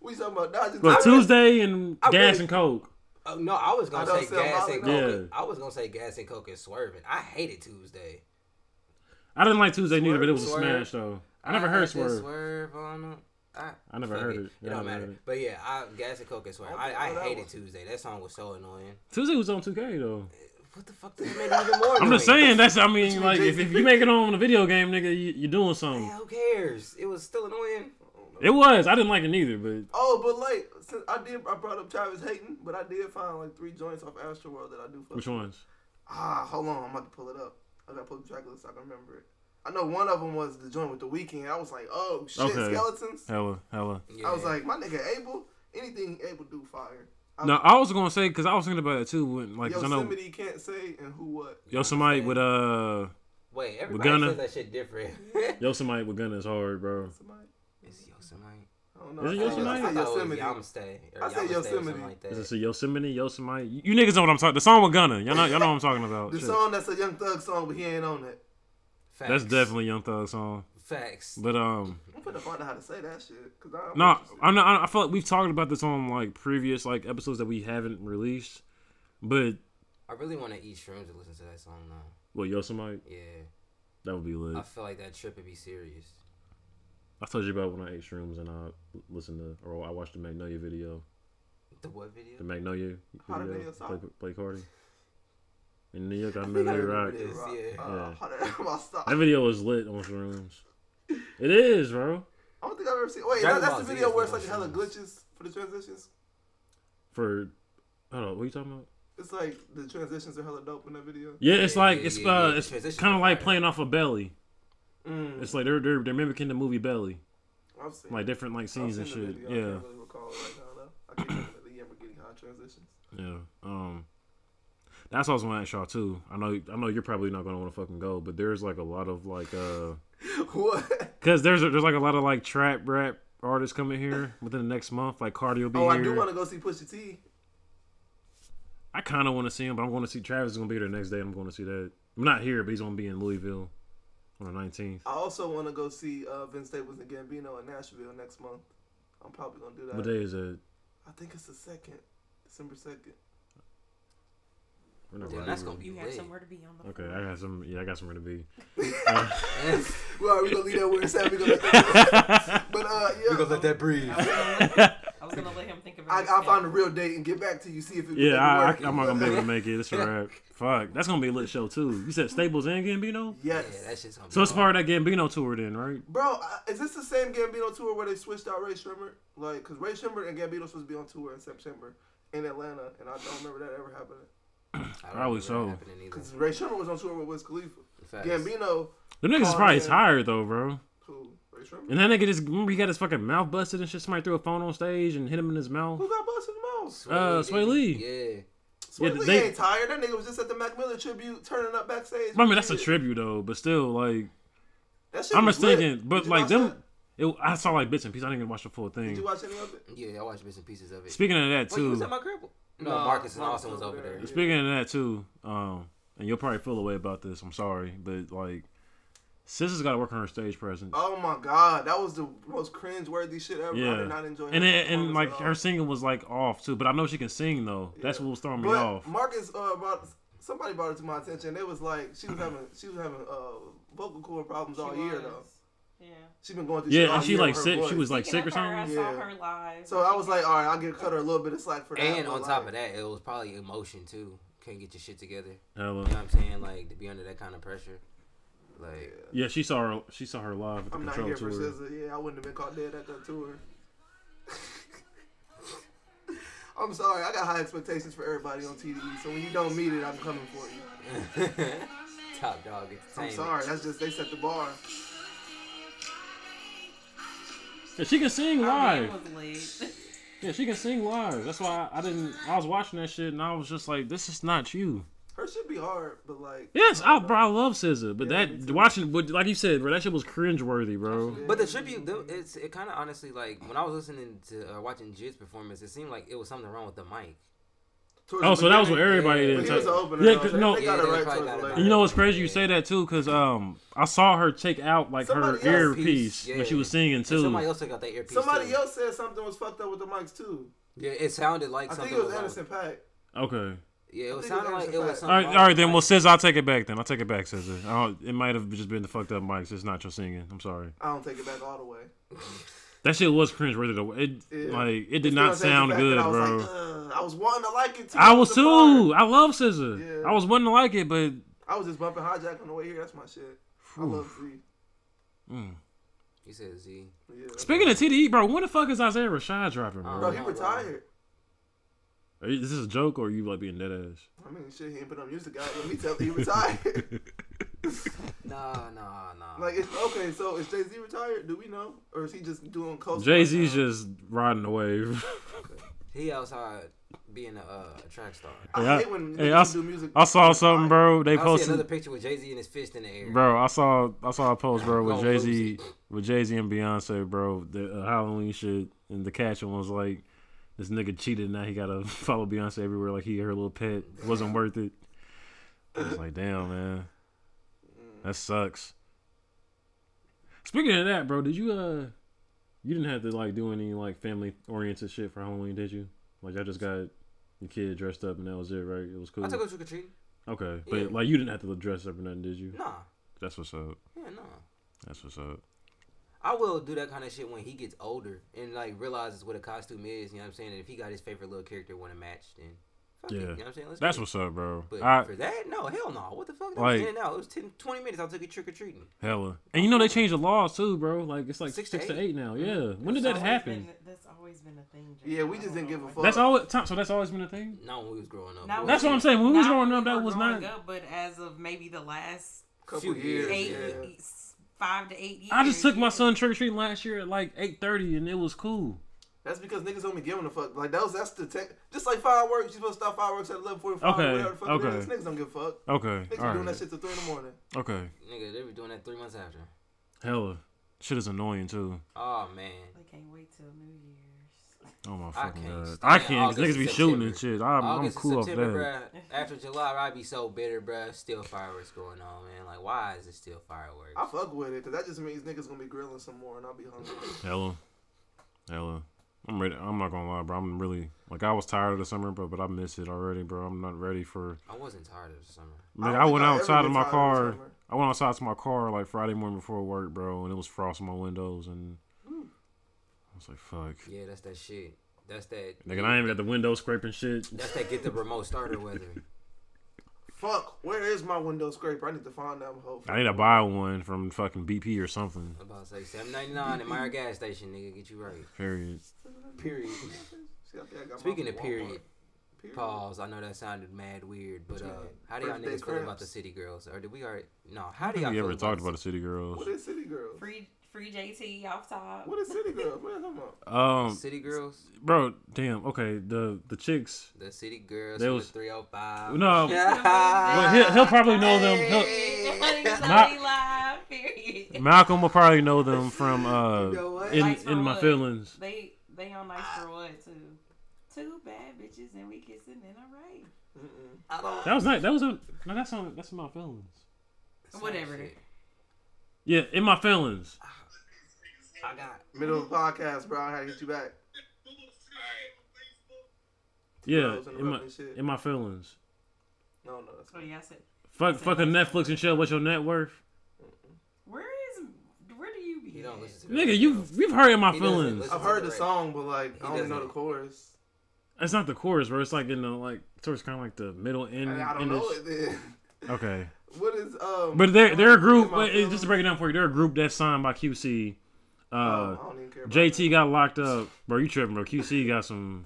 S3: we talking about Dodgers.
S2: Look,
S3: I really-
S2: Tuesday and
S1: I
S2: gas
S1: really-
S2: and coke.
S1: [LAUGHS] Oh, no, I was
S3: I
S1: gonna
S3: don't
S1: say
S3: sell
S1: gas and
S3: Molly,
S1: coke.
S2: no.
S1: and- I was gonna say gas and coke and swerving. I hated Tuesday.
S2: I didn't like Tuesday neither, but it was a
S1: Swerve.
S2: smash though. I never heard
S1: that
S2: swerve.
S1: Swerve on them. I,
S2: I never
S1: fuck
S2: heard
S1: it.
S2: it. Yeah, I
S1: don't
S2: never
S1: matter.
S2: heard it.
S1: But yeah, I, gas and coke and swerve.
S3: I don't
S1: I,
S3: know
S1: I,
S3: that
S1: hated
S3: one.
S1: Tuesday. That song was so annoying.
S2: Tuesday was on 2K though.
S1: What the fuck does it make it even more?
S2: I'm just
S1: annoying?
S2: saying that's. I mean,
S3: mean,
S2: like if, if you make it on a video game, nigga, you, you're doing something.
S1: Yeah, who cares? It was still annoying.
S2: It was. I didn't like it neither, but
S3: Oh, but like, since I did, I brought up Travis Hayton, but I did find like three joints off Astroworld that I do fuck.
S2: which ones?
S3: Ah, hold on, I'm about to pull it up. I gotta pull the track list so I can remember it. I know one of them was the joint with the weekend. I was like, oh shit,
S2: Okay.
S3: skeletons.
S2: Hella, hella.
S1: Yeah.
S3: I was like, my nigga Abel, anything Abel do fire. I,
S2: No, I was gonna say because I was thinking about it too. When like, 'cause I know
S3: Yosemite can't say and who what.
S2: Yosemite with uh
S1: wait, everybody
S2: Gunna.
S1: says that shit
S3: [LAUGHS]
S1: different.
S2: Yosemite with Gunna is hard, bro.
S3: Somebody.
S1: it's Yosemite.
S3: I don't know.
S2: Is it
S3: I said-
S2: Yosemite?
S1: I thought it
S3: I said
S1: was
S3: Yosemite.
S1: Yamstay. Or
S3: I said
S1: Yamstay Or
S3: Yosemite.
S1: something like
S2: Is
S1: that.
S2: this a Yosemite? Yosemite? You, you niggas know what I'm talking. The song with Gunna. Y'all know, y'all know what I'm talking about.
S3: The
S2: Shit.
S3: song that's a Young Thug song, but he ain't on it.
S1: Facts.
S2: That's definitely Young Thug song.
S1: facts.
S2: But um.
S3: I'm finna find out how to say that shit. Cause I'm
S2: No,
S3: interested.
S2: I'm not. I feel like we've talked about this on like previous like episodes that we haven't released, but
S1: I really want to eat shrooms and listen to that song though.
S2: well, Yosemite
S1: Yeah,
S2: that would be lit.
S1: I feel like that trip would be serious.
S2: I told you about when I ate shrooms and I listened to or I watched the Magnolia video,
S1: The what video?
S2: the Magnolia
S3: How did
S2: video, play,
S3: they assault?
S2: play Cardi in New York. I,
S3: [LAUGHS] I think
S2: met
S3: I
S2: Lady
S3: remember
S2: Rock.
S3: this,
S1: Yes,
S3: Rock.
S1: yeah.
S3: Uh,
S2: Yeah.
S3: how [LAUGHS] the hell am I stopped?
S2: That video was lit on shrooms. It is, bro.
S3: I don't think I've ever seen. Wait,
S1: Dragon
S3: that, that's
S1: Ball
S3: the
S1: Z
S3: video
S1: is
S3: where it's
S1: one
S3: like
S1: of
S3: hella
S1: those.
S3: glitches for the transitions.
S2: For hold on, what are you talking about?
S3: It's like the transitions are hella dope in that video.
S2: Yeah, it's
S1: Yeah,
S2: like
S1: yeah,
S2: it's
S1: yeah, yeah,
S2: uh,
S1: the
S2: it's
S1: transitions
S2: kind
S1: are
S2: of like
S1: fire.
S2: playing off of Belly.
S3: Mm,
S2: It's like they're they're, they're mimicking the movie Belly,
S3: I've seen.
S2: like different like
S3: I've
S2: scenes
S3: seen
S2: and
S3: the
S2: shit.
S3: video. I
S2: Yeah.
S3: can't really recall it right now though. I can't really remember getting high transitions. [LAUGHS]
S2: Yeah. Um that's what I was gonna ask y'all too. I know I know you're probably not gonna wanna fucking go, but there's like a lot of like uh
S3: what?
S2: cause there's there's like a lot of like trap rap artists coming here within the next month. Like Cardi will be
S3: Oh,
S2: here.
S3: I
S2: I,
S3: do want to go see Pusha T.
S2: kinda wanna see him, but I'm gonna see Travis is gonna be there the next day. I'm gonna see that. I'm not here, but he's gonna be in Louisville on the nineteenth.
S3: I also want to go see uh, Vince Staples and Gambino in Nashville next month. I'm probably gonna do that.
S2: What day is it?
S3: I think it's the second, December second.
S2: We're not
S1: Damn,
S2: riding
S1: that's
S2: with
S1: gonna
S2: it.
S1: be
S4: You had
S1: lit.
S4: somewhere to be on the
S2: Okay, I got some. Yeah, I got somewhere to be.
S3: Well, we're gonna leave that where it's at. We're gonna
S2: [LAUGHS]
S3: let that but uh,
S1: We're
S3: yeah,
S1: gonna let that breathe.
S4: I was gonna let- I was gonna let him think
S3: I,
S4: about it.
S3: I'll find a real date and get back to you. See if it
S2: Yeah, I, I,
S3: if it
S2: I'm not
S3: work.
S2: gonna be able to make it. It's
S3: [LAUGHS]
S2: a wrap. Fuck, that's gonna be a lit show too. You said Staples and Gambino,
S1: Yeah,
S3: Yes,
S1: that shit's gonna be
S2: so it's
S1: hard.
S2: part of that Gambino tour then, right?
S3: bro. I- Is this the same Gambino tour where they switched out Ray Shrimmer? Like, cause Ray Shrimmer and Gambino supposed to be on tour in September in Atlanta, and I don't remember that ever happening.
S1: I don't
S2: Probably
S1: remember that
S2: so.
S1: happening either.
S3: Cause Ray Shrimmer was on tour with Wiz Khalifa.
S1: Facts.
S3: Gambino,
S2: The niggas is
S3: Oh,
S2: probably
S3: yeah.
S2: tired though, bro.
S3: who Ray Shrimmer?
S2: And that nigga just remember he got his fucking mouth busted and shit. Somebody threw a phone on stage and hit him in his mouth.
S3: Who got busted the most?
S2: Uh,
S1: did.
S2: Sway Lee.
S1: Yeah.
S3: Sway
S2: Yeah,
S3: Lee
S2: they-
S3: ain't tired. That nigga was just at the Mac Miller tribute, turning up backstage.
S2: I mean, that's a
S3: Shit.
S2: tribute though, but still, like
S3: That shit
S2: I'm
S3: was
S2: just
S3: lit.
S2: thinking, but
S3: Did you
S2: like
S3: watch
S2: them,
S3: that?
S2: it, I saw like bits and pieces. I didn't even watch the full
S3: Did you
S2: thing.
S3: watch any of it?
S1: Yeah, I watched bits and pieces of it.
S2: Speaking of that
S1: Wait, you was
S2: too,
S1: at my crib? No,
S3: No,
S1: Marcus and
S3: Marcus
S1: Austin was over there.
S3: yeah.
S2: Speaking of that too, um, and you'll probably feel a way about this. I'm sorry, but like, sis has got to work on her stage presence.
S3: Oh my god, that was the most cringe-worthy shit ever. I
S2: yeah,
S3: did not enjoy.
S2: and
S3: her
S2: it, and
S3: performance
S2: like
S3: at all.
S2: her singing was like off too. But I know she can sing though. That's
S3: Yeah.
S2: what was throwing me
S3: But
S2: off.
S3: Marcus uh, brought somebody brought it to my attention. It was like she was having she was having uh, vocal cord problems all year though.
S4: Yeah.
S3: She's been going through. shit
S2: Yeah,
S3: all
S2: and she
S3: year
S2: like
S3: with her
S2: sick. She
S3: voice.
S2: was like sick
S4: Speaking
S2: or
S4: of her, I
S2: something.
S4: saw
S3: Yeah.
S4: her live.
S3: So I was like, all right, I'll give cut her a little bit of slack for that.
S1: And
S3: but,
S1: on
S3: like,
S1: top of that, it was probably emotion too. Can't get your shit together. You know
S2: Hella.
S1: what I'm saying? Like to be under that kind of pressure.
S3: yeah.
S1: Like [LAUGHS]
S2: Yeah, she saw her. She saw her live at the
S3: I'm not
S2: control
S3: here for
S2: tour.
S3: SZA. Yeah, I wouldn't have been caught dead at that tour. [LAUGHS] I'm sorry, I got high expectations for everybody on TDE. So when you don't meet it, I'm coming for you.
S1: top dog
S3: I'm
S1: entertainment.
S3: sorry, that's just they set the bar.
S2: Yeah, she can sing
S4: Her
S2: live.
S4: band Oh, was late.
S2: Yeah, she can sing live. That's why I, I didn't. I was watching that shit and I was just like, this is not you.
S3: Her should be hard, but like
S2: Yes, I, bro, I love SZA, but
S3: Yeah, me
S2: that
S3: too.
S2: watching, but like you said, bro, that shit was cringeworthy, bro.
S1: But the tribute, though, it's it kind of honestly like when I was listening to uh, watching Jid's performance, it seemed like it was something wrong with the mic.
S3: towards
S2: Oh,
S3: the
S2: so that was what
S3: beginning-
S2: everybody
S1: Yeah,
S2: did.
S3: But he was the opener.
S2: Yeah,
S3: though,
S2: 'cause-
S3: so
S2: no,
S3: they got
S1: Yeah,
S3: it
S1: they
S3: right
S1: probably
S3: towards
S1: got it
S3: the
S1: right.
S3: later.
S2: You know what's crazy? You say that too, cause um, I saw her take out like her
S3: Somebody else
S2: earpiece
S1: piece,
S2: when she was
S1: yeah.
S2: singing
S1: So somebody
S2: too.
S1: else took out that earpiece.
S3: Somebody
S1: too.
S3: else said something was fucked up with the mics too.
S1: Yeah, it sounded like
S3: I think
S1: something.
S3: it was
S1: wrong.
S3: Anderson Pack.
S2: Okay.
S1: Yeah, it was
S3: think it was
S1: sounded like it
S3: Anderson
S1: was
S3: Paak.
S2: All
S1: something.
S2: right, all
S1: wrong
S2: right.
S1: with
S2: Then
S1: the
S2: well,
S1: mic.
S2: SZA, I'll take it back. Then I'll take it back, SZA. I don't- It might have just been the fucked up mics. It's not your singing. I'm sorry.
S3: I don't take it back all the way.
S2: That shit was cringeworthy. Though. It
S3: Yeah.
S2: like it
S3: It's
S2: did
S3: still
S2: not
S3: taking
S2: sound
S3: back
S2: good,
S3: that I was
S2: bro.
S3: Like, "Ugh." I was wanting to like it too.
S2: I
S3: It
S2: was
S3: a
S2: too.
S3: fire.
S2: I love SZA.
S3: Yeah.
S2: I was wanting to like it, but
S3: I was just bumping hijack on the way here. That's my shit. I love Z.
S1: He said Z.
S3: Yeah.
S2: Speaking of TDE, bro, when the fuck is Isaiah Rashad dropping,
S3: Bro,
S2: bro?
S3: he retired.
S2: Are you, is this a joke or are you like being dead ass?
S3: I mean, shit, he ain't put on music out. Let me tell
S2: [LAUGHS]
S3: you, he retired. [LAUGHS]
S1: Nah, nah, nah.
S3: like, it's, okay, so is Jay Z retired? Do we know, or is he just doing coast?
S2: Jay Z's just riding the wave. [LAUGHS]
S1: he outside being a, uh, a track star.
S3: I
S2: Hey, I-
S3: hate when
S2: hey,
S3: niggas
S2: I s-
S3: do music.
S2: I saw something,
S3: Fire.
S2: bro. They
S1: I see another
S2: posted,
S1: picture with Jay Z and his fist in the air.
S2: bro. I saw, I saw a post, bro, with
S1: Gonna
S2: Jay
S1: lose
S2: Z, with Jay Z and Beyonce, bro. The uh, Halloween shit, and the caption was like, "This nigga cheated, now he gotta [LAUGHS] follow Beyonce everywhere, like he her little pet. Wasn't worth it." I was like, "Damn, man, that sucks." Speaking of that, bro, did you uh, you didn't have to like do any like family oriented shit for Halloween, did you? Like, I just got your kid dressed up and that was it, right? It was cool.
S1: I took a trick or treat.
S2: Okay, but
S1: Yeah.
S2: like you didn't have to dress up or nothing, did you?
S1: Nah,
S2: That's what's up.
S1: yeah, nah.
S2: That's what's up.
S1: I will do that kind of shit when he gets older and like realizes what a costume is. You know what I'm saying? And if he got his favorite little character want to match, then fuck it.
S2: Yeah.
S1: You know what I'm saying? Let's
S2: That's
S1: do it.
S2: what's up, bro.
S1: But
S2: I
S1: for that, no, hell no. What the fuck? That
S2: Like-
S1: was in and out. It was 10, 20 minutes. I took it trick or treating.
S2: hella. And you know they changed the laws too, bro. Like it's like six,
S1: Six
S2: to,
S1: to
S2: eight. now. Yeah. When did
S4: That's
S2: that
S4: always
S2: happen?
S4: been- that's always been a thing. Jay.
S3: Yeah, we
S4: I
S3: just
S4: don't
S3: didn't give
S4: know
S3: a
S4: why.
S3: fuck.
S2: That's always time. So that's always been a thing.
S1: Not when we was growing up.
S4: Not
S1: Boy,
S2: That's
S1: shit.
S2: what I'm saying. When we was
S4: Not
S2: growing
S4: when
S2: up,
S4: we
S2: that
S4: were
S2: was
S4: growing
S2: not.
S4: Up, but as of maybe the last
S1: Few
S3: Couple
S1: years,
S3: years.
S4: eight,
S3: yeah.
S4: s- five to eight years,
S2: I just took my
S4: yeah.
S2: son trick or treating last year at like eight thirty, and it was cool.
S3: That's because niggas don't be giving a fuck. Like that was that's the tech. Just like fireworks, you supposed to stop fireworks at eleven forty five.
S2: Okay,
S3: Okay. Whatever the fuck
S2: okay.
S3: It is. Niggas don't give a fuck.
S2: Okay.
S3: Niggas be
S2: All
S3: doing
S2: right.
S3: that shit till three in the morning.
S2: Okay.
S1: Nigga, they were doing that three months after.
S2: Hella. Shit is annoying too.
S1: Oh, man.
S4: I can't wait till New Year's.
S2: Oh my
S1: I
S2: fucking
S1: can't
S2: god.
S1: stand
S2: I can't.
S1: August
S2: 'cause
S1: and
S2: Niggas be
S1: September.
S2: shooting and shit. I'm, I'm
S1: August
S2: cool
S1: and
S2: off that.
S1: September, bruh, after July, I'd be so bitter, bruh. Still fireworks going on, man. Like, why is it still fireworks?
S3: I fuck with it because that just means niggas gonna be grilling some more and I'll be hungry.
S2: Hello. Hello. I'm ready. I'm not gonna lie, bro. I'm really like I was tired of the summer, bro. But I miss it already, bro. I'm not ready for.
S1: I wasn't tired of the summer.
S2: Man,
S3: don't
S2: I,
S3: think
S2: went
S3: I've ever
S2: outside of
S3: been
S2: my
S3: tired
S2: car.
S3: summer.
S2: I went outside to my car like Friday morning before work, bro, and it was frost in my windows, and I was like, "Fuck,
S1: Yeah, that's that shit. That's that.
S2: nigga, I ain't even got the window scraping shit."
S1: That's that get the remote starter weather.
S3: Fuck, where is my window scraper? I need to find that hoe.
S2: I need to buy one from fucking BP or something.
S1: I'm about to say seven ninety nine at Meyer gas station, nigga. Get you right.
S2: Period.
S1: Period.
S3: [LAUGHS] See, I think I got my
S1: Speaking of
S3: Walmart.
S1: period,
S3: Period.
S1: pause. I know that sounded mad weird, but uh, how do y'all
S3: Birthday
S1: niggas feel about
S3: cramps.
S1: the city girls? Or did we already? No, how do
S2: Have
S1: y'all
S2: you
S1: feel
S2: ever
S1: about
S2: talked about the city girls?
S3: What is City Girls?
S4: Free free JT off top.
S3: What is City Girls? What are you talking about?
S1: the
S2: Um,
S1: city girls?
S2: bro, damn. Okay, the the chicks.
S1: The city girls.
S2: They
S1: from
S2: was-
S1: the three hundred five. [LAUGHS]
S2: No. Well, he'll, he'll probably know them. He'll,
S4: Anxiety live, period.
S2: Malcolm will probably know them from
S1: [LAUGHS]
S2: uh,
S1: You know what?
S2: in
S4: Like from
S2: in my
S4: what?
S2: feelings.
S4: They they on nice for what too? Two bad bitches and we kissing in a ray.
S3: Mm-mm.
S1: I don't.
S2: That was nice. That was a no. That's on. That's in my feelings.
S1: Some
S4: Whatever.
S1: shit.
S2: Yeah, in my feelings.
S1: Ah, I got.
S3: Middle of the podcast, bro. I had to get you back.
S2: Yeah,
S3: Girls
S2: in my
S3: interrupting shit.
S2: in my feelings.
S3: No, no, that's
S4: Oh yeah, I said.
S2: Fuck, fuck a Netflix and shit. What's your net worth,
S4: Where is where do you be?
S1: You
S4: at?
S1: don't listen to. the
S2: nigga?
S1: radio.
S2: You you've heard in my
S1: He doesn't
S2: feelings.
S1: listen.
S3: I've heard the
S1: Right.
S3: song, but like
S1: He
S3: I only know
S1: doesn't.
S3: the chorus.
S2: It's not the chorus, bro. It's like in the like towards kind of like the middle end.
S3: And I don't
S2: end
S3: know
S2: of
S3: it. Then. [LAUGHS]
S2: sh- Okay,
S3: What is um?
S2: but they're they're a group.
S3: In my
S2: Wait,
S3: feelings?
S2: just to break it down for you, they're a group that's signed by QC. Uh,
S3: Oh, I don't even care. About
S2: JT
S3: that.
S2: got locked up, bro. You tripping, bro? QC got some.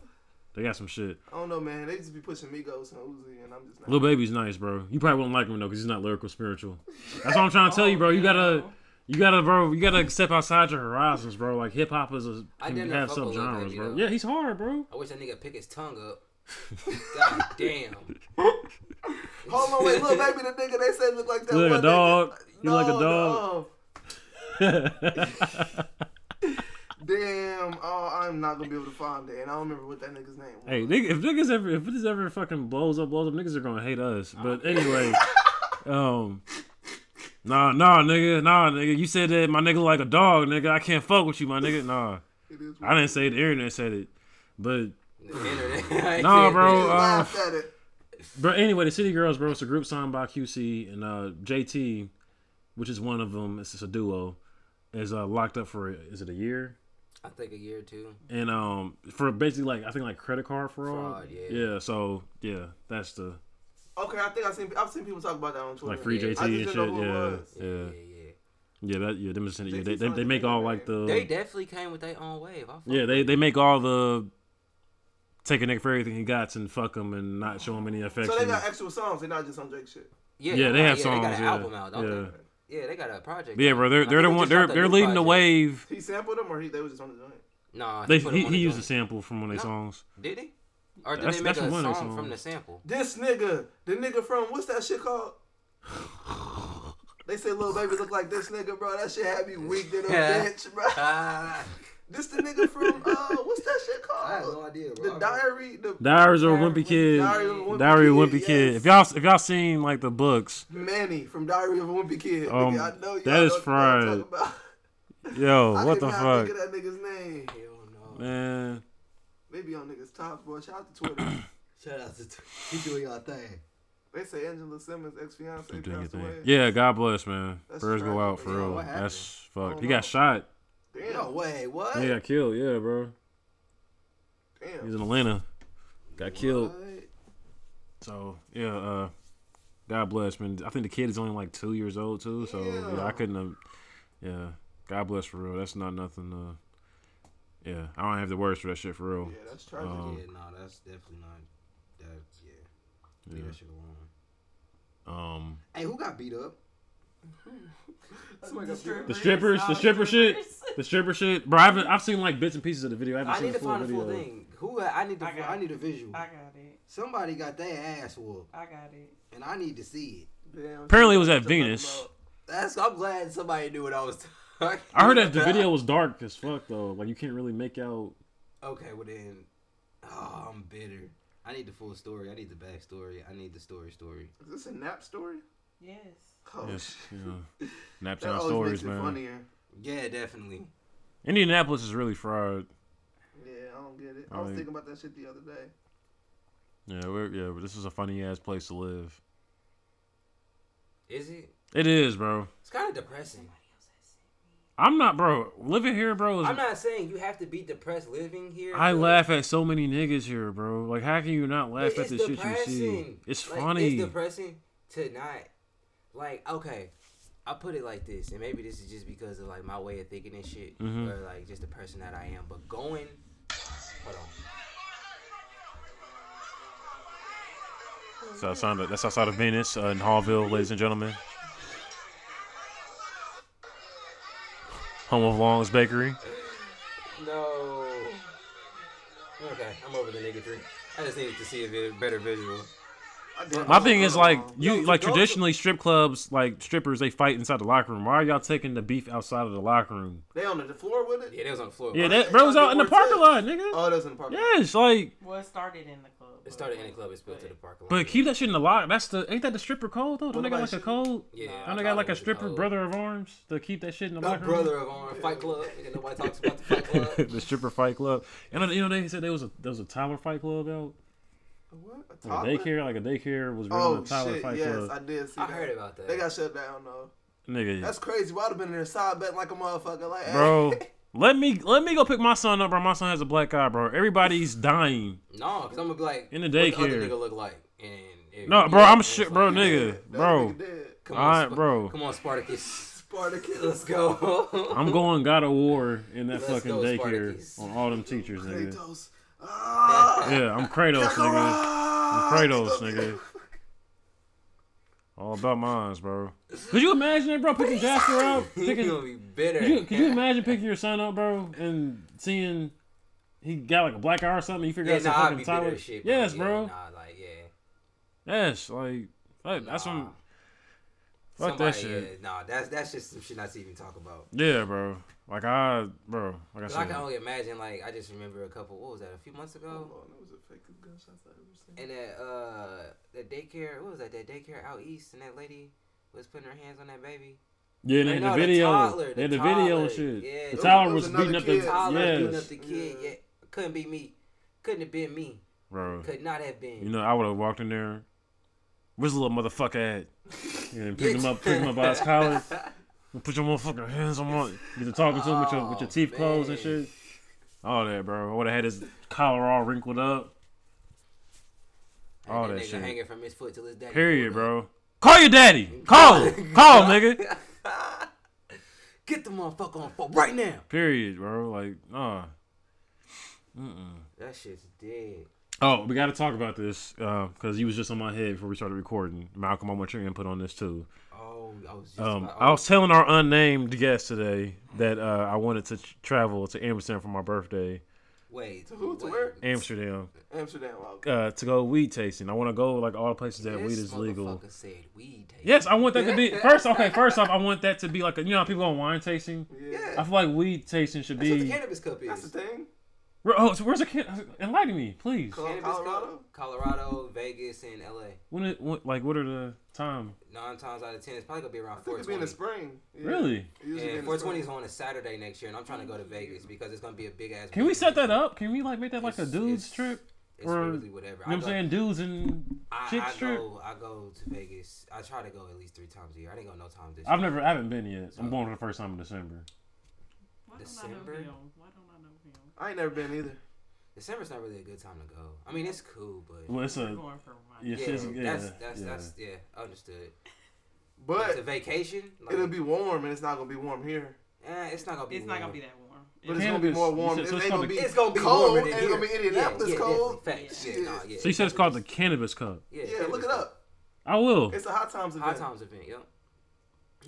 S2: They got some shit.
S3: I don't know, man. They just be pushing Migos and Uzi, and I'm just not.
S2: Lil Baby's nice, bro. You probably wouldn't like him though, cause he's not lyrical spiritual. That's what I'm trying to tell you, bro. You gotta, you gotta, bro. You gotta step outside your horizons, bro. Like hip hop is a
S1: I
S2: can
S1: didn't
S2: have
S1: fuck with Lil
S2: subgenres,
S1: Baby,
S2: bro.
S1: though.
S2: Yeah, he's hard, bro.
S1: I wish that nigga pick his tongue up.
S2: [LAUGHS]
S1: God damn.
S3: Hold on, wait, little baby, the nigga they say look like that.
S2: You like a
S3: one nigga.
S2: dog. You
S3: No,
S2: like a dog.
S3: no. Damn. Oh, I'm not gonna be able to find it, and I don't remember what that nigga's name. was.
S2: hey, nigga, if niggas ever, if this ever fucking blows up, blows up, niggas are gonna hate us. But anyway, um, nah, nah, nigga, nah, nigga. You said that my nigga like a dog, nigga. I can't fuck with you, my nigga. Nah,
S3: It is
S2: I didn't say it. The internet said it, but.
S1: The internet. [LAUGHS] I
S2: [LAUGHS] Nah,
S1: said,
S2: bro,
S3: You
S1: nigga,
S2: uh,
S3: laughed at it.
S2: But anyway, the City Girls, bro, it's a group signed by QC and uh, JT, which is one of them. It's just a duo. Is uh, locked up for is it a year? uh,
S1: I think a year or two.
S2: And um, for basically like I think like credit card fraud.
S1: Fraud, yeah.
S2: Yeah. So yeah, that's the
S3: Okay, I think I've seen I've seen people talk about that on Twitter.
S2: like free
S1: Yeah. I
S2: JT
S1: just
S2: and
S3: didn't
S2: shit.
S3: know who it
S2: Yeah,
S3: was.
S1: Yeah,
S2: yeah,
S1: yeah, yeah.
S2: yeah. That yeah, them is- yeah, they,
S3: JT's
S2: they
S3: on
S2: they
S3: the
S2: make all like
S1: They
S2: the
S1: definitely came with their own wave. I fuck
S2: yeah they they make all the take a nigga for everything he got and fuck him and not show him any affection.
S3: So they got actual songs. They're not just on Drake shit.
S1: Yeah,
S2: yeah, they
S1: right,
S2: have
S1: yeah,
S2: songs.
S1: They got an
S2: yeah,
S1: album out. Don't
S2: yeah.
S1: They? yeah, they got a project.
S2: yeah,
S1: out.
S2: bro.
S1: I
S2: They're
S1: think
S2: they're the
S1: they
S2: one
S1: just
S2: they're
S1: dropped a
S2: they're
S1: new
S2: leading the
S1: project.
S2: wave.
S3: He sampled them, or he they was just on the joint.
S1: Nah,
S2: They,
S1: put
S2: he,
S1: them on
S2: he
S1: the
S2: used a
S1: joint.
S2: sample from one of their
S1: No.
S2: songs.
S1: Did he? Or did
S2: That's-
S1: they make
S2: that's
S1: a
S2: one of
S1: song,
S2: their
S1: from the [LAUGHS]
S2: songs.
S1: sample?
S3: This nigga, the nigga from what's that
S2: [LAUGHS]
S3: shit called? They say little baby look like this nigga, bro. That shit had me weak to the
S1: Yeah.
S3: bitch, bro.
S1: Ah,
S3: This the nigga from uh, what's that shit
S1: I have no
S3: called?
S1: idea, bro.
S3: The diary, the
S2: Diaries of a Wimpy Kid.
S3: Diary of a Wimpy
S2: Diary of a
S3: Kid,
S2: Wimpy Kid.
S3: yes.
S2: If y'all if y'all seen like the books,
S3: Manny from Diary of a Wimpy Kid.
S2: Um,
S3: Nigga, I know y'all
S2: that
S3: know
S2: is
S3: what I'm talking
S2: fried.
S3: about.
S2: yo,
S3: I
S2: what
S3: could
S2: the
S3: not
S2: fuck,
S3: Think of that nigga's name.
S1: Hell no.
S2: man.
S3: Maybe on niggas top, boy. Shout out to
S2: [CLEARS THROAT]
S3: Twitter.
S1: Shout out to t- you doing your thing.
S3: they say Angela Simmons ex fiance
S2: Keep doing your
S3: passed away.
S2: thing. Yeah, God bless, man.
S3: That's
S2: Prayers go
S3: tragic,
S2: out for
S3: man.
S2: real.
S1: What happened?
S2: That's
S3: I
S2: fucked.
S3: don't
S2: He
S3: know.
S2: got shot.
S3: Damn,
S1: No way. What?
S2: He got killed. Yeah, bro.
S3: damn.
S2: He's in Atlanta. Got killed.
S1: What?
S2: So yeah, uh, God bless, man. I think the kid is only like two years old too. So yeah.
S3: Yeah.
S2: I couldn't have. Yeah, God bless for real. That's not nothing. Uh, yeah, I don't have the words for that shit for real.
S3: Yeah, that's tragic.
S2: Um,
S1: yeah, no, that's definitely not. That yeah. Leave
S2: Yeah.
S1: that shit alone.
S2: Um,
S1: Hey, who got beat up?
S3: Somebody got beat up.
S2: The strippers, the
S4: uh,
S2: stripper shit,
S4: strippers.
S2: the stripper shit, bro. I've I've seen like bits and pieces of the video. I haven't
S1: I
S2: seen
S1: need
S2: the
S1: to
S2: full
S1: find the
S2: video.
S1: full thing. Who? I need to.
S4: I got
S1: I need a visual.
S4: I got it.
S1: Somebody got their ass whooped,
S4: I got it.
S1: and I need to see it.
S3: Damn,
S2: Apparently, it
S3: she
S2: was at
S3: talking
S2: Venus.
S3: about-
S1: That's. I'm glad somebody knew what I was [LAUGHS] talking.
S2: I heard that the
S1: about.
S2: video was dark as fuck though. Like you can't really make out.
S1: Okay, well then, oh, I'm bitter. I need the full story. I need the backstory. I need the story story.
S3: Is this a nap story?
S4: Yes.
S3: Oh,
S2: Yes, you
S3: shit.
S2: know,
S3: That
S2: Naptown
S3: always
S2: stories,
S3: makes it
S2: man.
S3: funnier.
S1: Yeah, definitely.
S2: Indianapolis is really fried.
S3: Yeah, I don't get it. I was
S2: Like-
S3: thinking about that shit the other day.
S2: Yeah, we're, yeah, but this is a funny ass place to live.
S1: Is it?
S2: It is, bro.
S1: It's kind of depressing.
S2: I'm not, bro. Living here, bro. Is,
S1: I'm not saying you have to be depressed living here.
S2: I
S1: but
S2: laugh at so many niggas here, bro. Like, how can you not laugh
S1: it's
S2: at the shit you see?
S1: depressing.
S2: It's
S1: Like,
S2: funny.
S1: It's depressing to not like okay. I put it like this, and maybe this is just because of like my way of thinking and shit,
S2: Mhm.
S1: or like just the person that I am. But going, hold on.
S2: That's outside, of, that's outside of Venice uh, in Hallville, ladies and gentlemen. Home of Long's Bakery.
S1: No. Okay, I'm over the nigga tree. I just needed to see a vi- better visual.
S3: I did-
S2: My thing is like
S1: Yeah,
S2: you
S1: so
S2: like
S1: those are-
S2: traditionally strip clubs like strippers they fight inside the locker room. Why are y'all taking the beef outside of the locker room?
S3: they on the floor with it.
S1: Yeah, that was on the floor.
S2: Yeah,
S1: Why?
S2: that bro was out in the parking lot,
S1: Uh,
S2: nigga.
S3: Oh, that's in the parking. lot.
S2: Yes, like
S4: Well, it started in the club.
S1: It started in the club. It spilled to the parking lot.
S2: but keep that shit in the lock. That's the ain't that the stripper code though? Don't they got like
S3: Nobody
S2: a code?
S1: Yeah, I
S2: Don't they
S1: thought
S2: got
S1: it
S2: like a
S1: was
S2: stripper
S1: code.
S2: brother of arms to keep that shit in the
S1: No
S2: locker room?
S1: brother of ours. Fight Club. Nigga, nobody talks about the Fight Club.
S2: [LAUGHS] the stripper fight club. And you know they said there was a there was a Tyler fight club out.
S3: What? A
S2: Like a
S3: toddler?
S2: daycare, like a daycare was running a
S3: Oh
S2: Tyler
S3: shit!
S2: fight
S3: Yes,
S2: club.
S3: I did see.
S1: I
S3: that.
S1: heard about that.
S3: They got shut down though.
S2: Nigga,
S3: That's crazy. Well, I'd have been in there side betting like a motherfucker.
S1: [LAUGHS]
S3: Like, [LAUGHS]
S2: bro. Let me let me go pick my son up, bro. My son has a black eye, bro. Everybody's dying.
S1: no, because I'm gonna be like,
S2: In the
S1: What the other
S2: daycare.
S1: nigga look like? And if-
S2: No, bro, I'm
S1: it's
S2: shit,
S1: like-
S2: bro,
S3: hey,
S2: nigga,
S3: that
S2: bro.
S3: nigga dead.
S1: Come
S2: Alright,
S1: Spa-
S2: bro.
S1: Come on, Spartacus.
S3: Spartacus.
S1: Let's go. [LAUGHS]
S2: I'm going God of War in that
S1: Let's
S2: fucking
S1: go,
S2: daycare
S1: Spartacus.
S2: on all them teachers, nigga.
S3: Kratos. Ah,
S2: Yeah, I'm Kratos, nigga. I'm Kratos,
S3: Kratos,
S2: nigga. All about mines, bro. Could you imagine it, bro? Picking Jasper up,
S1: He's
S2: picking
S1: gonna be bitter.
S2: Could you, could you imagine picking your son up, bro, and seeing he got like a black eye or something? You figure
S1: yeah,
S2: out some
S1: nah, I'd be
S2: fucking
S1: bitter
S2: Tyler.
S1: as shit.
S2: yes,
S1: yeah,
S2: bro.
S1: Nah, like yeah.
S2: Yes, like that, that's
S1: Nah.
S2: some. Fuck that shit.
S1: Yeah, nah, that's that's just some shit not to even talk about.
S2: Yeah. bro. Like I, bro. Like I
S1: 'Cause
S2: said,
S1: I can only imagine. Like I just remember a couple. What was that? A few months ago.
S3: Hold on, that was the fakest gunshots I ever seen.
S1: And that uh, that daycare. What was that? That daycare out east, and that lady was putting her hands on that baby.
S2: yeah, they
S1: Or
S2: had
S1: no,
S2: the video.
S1: toddler,
S2: they had the video and
S1: toddler,
S2: shit.
S1: Yeah,
S2: the
S1: the
S2: Tyler
S3: It was
S2: was beating up
S3: another
S2: the
S3: kid. Tyler
S1: toddler beating
S2: yes,
S1: up the kid.
S3: Yeah.
S1: Yeah, couldn't be me. Couldn't have been me.
S2: bro.
S1: Could not have been.
S2: You know, I would have walked in there. Where's the little motherfucker at? And picked him up, picked him up
S1: [LAUGHS]
S2: by his collar. and Put your motherfucking hands on my. Get to talking to him with your with your
S1: Oh,
S2: teeth closed and
S1: man.
S2: shit. All that, bro. I would have had his collar all wrinkled up.
S1: And
S2: all that
S1: nigga
S2: shit.
S1: hanging from his foot till his daddy.
S2: Period,
S1: pulled up.
S2: bro. Call your daddy. Call,
S1: [LAUGHS]
S2: him. call, nigga.
S1: Get the motherfucker on the phone right now.
S2: Period, bro. Like, nah. Mm-mm.
S1: That shit's dead.
S2: Oh, we got to talk about this because you was just on my head before we started recording. Malcolm, I want your input on this too.
S1: Oh, I was just.
S2: Um,
S1: about-
S2: I was telling our unnamed guest today that uh, I wanted to tr- travel to Amsterdam for my birthday.
S1: wait.
S3: To who? To
S1: wait.
S3: where?
S2: Amsterdam
S3: Amsterdam. Okay.
S2: uh, to go weed tasting. I want to go like all the places that
S1: This
S2: weed is legal.
S1: motherfucker said weed taste.
S2: Yes, I want that
S1: [LAUGHS]
S2: to be first. Okay, first off, I want that to be like a, you know how people go on wine tasting.
S3: Yeah.
S2: I feel like weed tasting should
S1: That's what the
S2: be.
S1: cannabis cup is.
S3: That's the thing.
S2: Where- Oh, so where's the kid? Enlighten me, please.
S3: Col-
S1: Cannabis
S3: Colorado?
S1: Cup, Colorado, Vegas, and LA.
S2: When it, what, like, what are the time?
S1: Nine times out of ten, it's probably gonna be around
S3: I think it'd be
S1: 420.
S3: in the spring. Yeah.
S2: Really?
S3: It usually be
S1: Yeah,
S3: in the
S1: 420 is
S3: spring.
S1: on a Saturday next year, and I'm trying to go to Vegas because it's gonna be a big ass.
S2: Can we set that up? Can we like make that like a
S1: It's-
S2: dudes
S1: it's-
S2: trip?
S1: It's
S2: Or-
S1: really whatever.
S2: You know what I'm
S1: I go-
S2: saying? Dudes and
S1: I,
S2: chicks
S1: I
S2: trip.
S1: go, I go to Vegas. I try to go at least three times a year. I didn't go no time this
S2: I've
S1: year.
S2: never, I haven't been yet. I'm going for the first time in December.
S4: Why don't
S1: December?
S4: I know him? Why don't I know him?
S3: I ain't never been either.
S1: December's not really a good time to go. I mean, it's cool, but
S2: Well, it's
S3: Uh,
S4: We're
S2: a
S4: going for one.
S2: yeah,
S1: yeah,
S2: shit's- yeah,
S1: that's that's
S2: yeah.
S1: that's yeah, understood. it's a
S3: But
S1: vacation. Like,
S3: it'll be warm, and it's not gonna be warm here.
S1: eh, it's not gonna be.
S4: It's not gonna
S1: warm.
S4: be that warm.
S3: But
S4: It's-
S3: it's gonna be
S2: Cannabis-
S3: more
S2: you said-
S3: warm.
S2: so
S3: it
S2: it's
S3: ain't
S2: gonna
S3: gonna
S2: be-
S3: be.
S1: It's gonna be
S3: cold,
S1: warmer than
S3: and it's gonna
S1: here.
S3: be Indianapolis
S1: yeah, yeah,
S3: cold.
S1: definitely. Facts. Yeah,
S3: Shit.
S1: nah, yeah.
S2: So you said it's called the Cannabis Cup.
S1: Yeah,
S3: Yeah, look it
S1: Cannabis
S3: up.
S2: I will.
S3: It's a hot times
S1: High
S3: event.
S1: Times event, yep.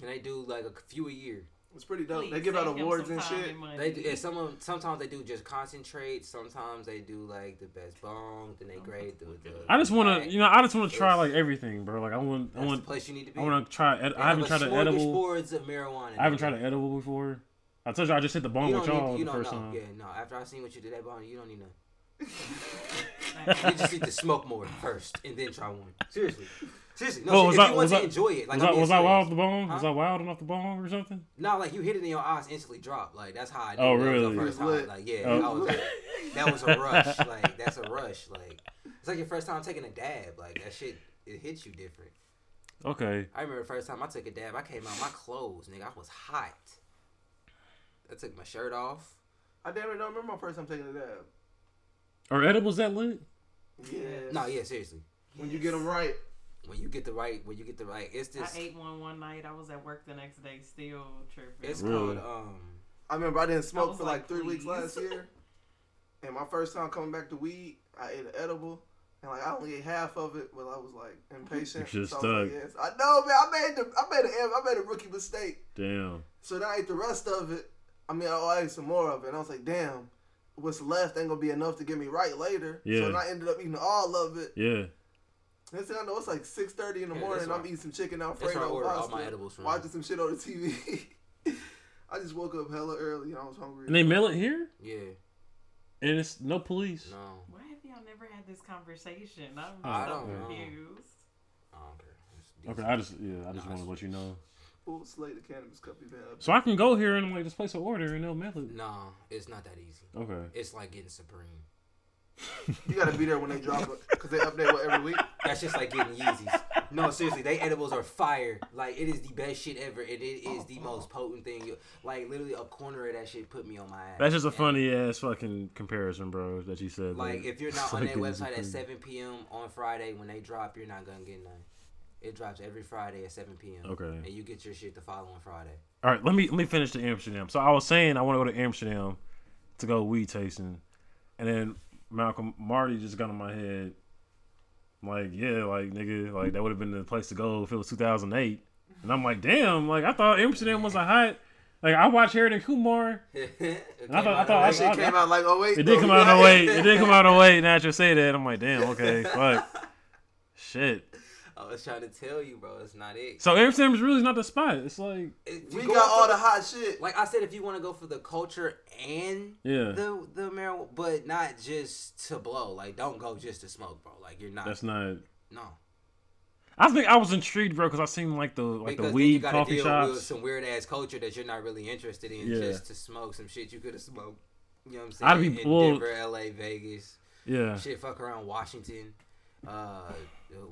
S1: And they do like a few a year.
S3: It's pretty dope.
S4: Please
S3: they give out
S4: save him
S3: awards
S4: some
S3: and
S4: time
S3: shit.
S4: money.
S1: They do, yeah, some of 'em- sometimes they do just concentrate. Sometimes they do like the best bong. Then they grade the. the
S2: I just want
S1: the
S2: to, you know, I just want to try
S1: It's-
S2: like everything, bro. Like I want, I
S1: That's
S2: want,
S1: the place you need to be.
S2: I want to try. Ed- I haven't tried an edible.
S1: Boards of marijuana.
S2: I
S1: nigga.
S2: haven't tried an edible before. I told you I just hit the bone
S1: You
S2: with
S1: don't need.
S2: y'all
S1: you
S2: the
S1: don't
S2: first
S1: know.
S2: time.
S1: Yeah, no. After I seen what you did that bong, you don't need nothing. [LAUGHS]
S4: Like,
S1: You just need to smoke more first and then try one. Seriously, seriously. No,
S2: Oh,
S1: shit, if
S2: was I-
S1: you want
S2: was
S1: to
S2: I-
S1: enjoy it, like
S2: was
S1: I'm
S2: I,
S1: being
S2: was I
S1: serious.
S2: wild off the bone? Was
S1: Huh?
S2: I wild enough the bone or something?
S1: No, like you hit it in your eyes, instantly drop. Like that's how I. Knew
S2: Oh,
S1: that was the
S2: really?
S1: First
S3: It was
S1: time.
S3: lit.
S1: Like yeah,
S2: Oh.
S1: I was lit. that was a rush. like that's a rush. Like it's like your first time taking a dab. Like that shit, it hits you different.
S2: Okay.
S1: I remember the first time I took a dab, I came out my clothes, nigga. I was hot. I took my shirt off.
S3: I damn near don't remember my first time taking a dab.
S2: Are edibles that lit?
S3: Yeah.
S1: No, yeah, seriously.
S3: When you get them right,
S1: When you get the right, when you get the right, it's this.
S4: I ate one one night. I was at work the next day, still tripping.
S1: It's
S2: Really?
S1: called um.
S3: I remember I didn't
S4: I
S3: smoke
S4: was
S3: for like
S4: like,
S3: three weeks
S4: please.
S3: last
S4: [LAUGHS]
S3: year, and my first time coming back to weed, I ate an edible, and like I only ate half of it, but I was like impatient.
S2: You're
S3: I was like,
S2: stuck.
S3: yes. I know, man. I made the I made a I made a rookie mistake.
S2: Damn.
S3: So then I ate the rest of it. I mean, oh, I ate some more of it. And I was like, damn, what's left ain't gonna be enough to get me right later.
S2: Yeah.
S3: So then I ended up eating all of it.
S2: Yeah.
S3: Next thing I know, it's like six thirty in the
S1: Yeah,
S3: morning.
S1: that's
S3: and I'm
S1: why-
S3: eating some chicken alfredo.
S1: That's where I order all
S3: pasta,
S1: my edibles from.
S3: Watching some shit on the TV. [LAUGHS] I just woke up hella early and I was hungry.
S2: And they mail it here,
S1: Yeah.
S2: and it's no police.
S1: No.
S4: Why have y'all never had this conversation? I'm
S2: I
S4: so
S1: don't know.
S4: confused.
S1: I don't care. It's
S2: Okay.
S1: decent.
S2: I just yeah. I just
S1: Nah,
S2: wanted to let you know.
S3: Full slate of cannabis cuppy man.
S2: So I can go here and like just place an order and they'll mail it.
S1: Nah, it's not that easy.
S2: Okay.
S1: It's like getting Supreme.
S3: You gotta be there when they drop it because they update what every week.
S2: [LAUGHS]
S1: That's just like getting Yeezys. No, seriously, they edibles are fire. Like it is the best shit ever, and it is the most potent thing. you- Like literally, a corner of that shit put me on my ass.
S2: That's just a
S1: And,
S2: funny ass fucking comparison, bro. That you said.
S1: Like
S2: that.
S1: if you're not
S2: It's
S1: on
S2: like
S1: their
S2: it's
S1: website at
S2: just-
S1: 7 p.m. on Friday when they drop, you're not gonna get none. It drops every Friday at 7 p.m. and
S2: Okay.
S1: you get your shit the following Friday. [LAUGHS]
S2: All right. Let me let me finish the Amsterdam. So I was saying I want to go to Amsterdam to go weed tasting, and then Malcolm Marty just got in my head. Like yeah, like nigga, like that would have been the place to go if it was 2008. And I'm like, damn, like I thought Amsterdam was a hot. Like I watched Harold and Kumar.
S1: It came
S2: I thought- I
S1: out
S2: thought I
S3: That
S1: of
S2: should-
S1: nowhere.
S3: shit came out like oh wait.
S2: It did come out of the way. It did come out oh of the way. Now that you say that, I'm like, damn, okay, fuck,
S1: [LAUGHS]
S2: shit.
S1: I was trying to tell you, bro. It's not it.
S2: So Amsterdam is really not the spot. It's like,
S1: If
S3: We
S1: you go
S3: got
S1: for
S3: all
S1: the-
S3: the hot shit.
S1: like I said, if you want to go for the culture and
S2: Yeah.
S1: the the marijuana, but not just to blow. Like, don't go just to smoke, bro. Like, you're not.
S2: that's not.
S1: no.
S2: I think I was intrigued, bro, because I seen like the
S1: because
S2: like the
S1: then you
S2: weed
S1: gotta
S2: coffee
S1: deal with
S2: shops.
S1: some weird ass culture that you're not really interested in
S2: Yeah.
S1: just to smoke some shit you could have smoked. You know what I'm saying?
S2: I'd be
S1: in
S2: bull-
S1: Denver, LA, Vegas.
S2: Yeah,
S1: Shit, fuck around Washington. Uh,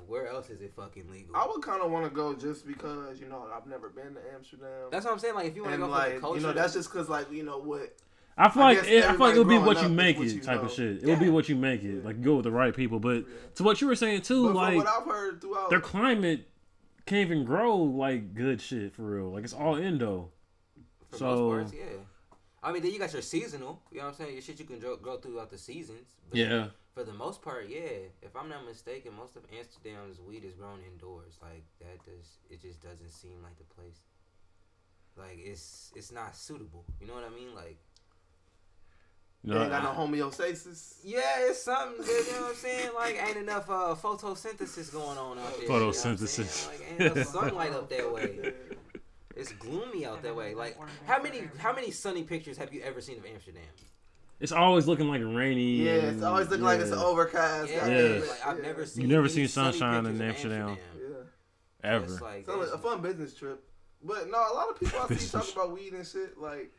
S1: where else is it fucking legal?
S3: I would kind of want to go just because you know I've never been to Amsterdam.
S1: that's what I'm saying. Like, if you want to
S3: and
S1: go
S3: like
S1: for the culture,
S3: you know that's just because like you know what
S2: I feel
S3: I
S2: like
S3: guess
S2: it, I feel like
S3: everybody
S2: it'll be
S3: growing
S2: what you
S3: up is
S2: make
S3: what
S2: it
S3: you
S2: type
S3: know.
S2: of shit. It'll be
S1: Yeah.
S2: what you make it. Like you go with the right people, but to what you were saying too,
S3: but
S2: like
S3: from what I've heard throughout
S2: their climate can't even grow like good shit for real. Like it's all indo.
S1: for
S2: so-
S1: most parts, yeah. I mean, then you got your seasonal. You know what I'm saying? Your shit you can grow, grow throughout the seasons. but- For the most part, yeah. If I'm not mistaken, most of Amsterdam's weed is grown indoors. Like that does it just doesn't seem like the place. Like it's it's not suitable. You know what I mean? Like
S2: You
S3: they
S2: know,
S3: ain't got no homeostasis.
S1: yeah, it's something. Good, you know what I'm saying? Like ain't enough uh, photosynthesis going on out there. you know what I'm saying?
S2: Photosynthesis.
S1: like ain't enough sunlight up that way. It's gloomy out that way. Like how many how many sunny pictures have you ever seen of Amsterdam?
S2: it's always looking like rainy.
S3: Yeah, it's
S2: and-
S3: always looking like it's
S2: yeah.
S3: overcast.
S1: Yeah,
S2: Yeah.
S1: like I've never seen.
S2: never
S1: any
S2: seen
S1: sunny
S2: sunshine in
S1: pictures of
S2: Amsterdam.
S3: Yeah,
S2: ever.
S1: It's like
S3: so
S1: there's
S3: a fun business trip. But no, a lot of people I see
S2: Business.
S3: talk about weed and shit like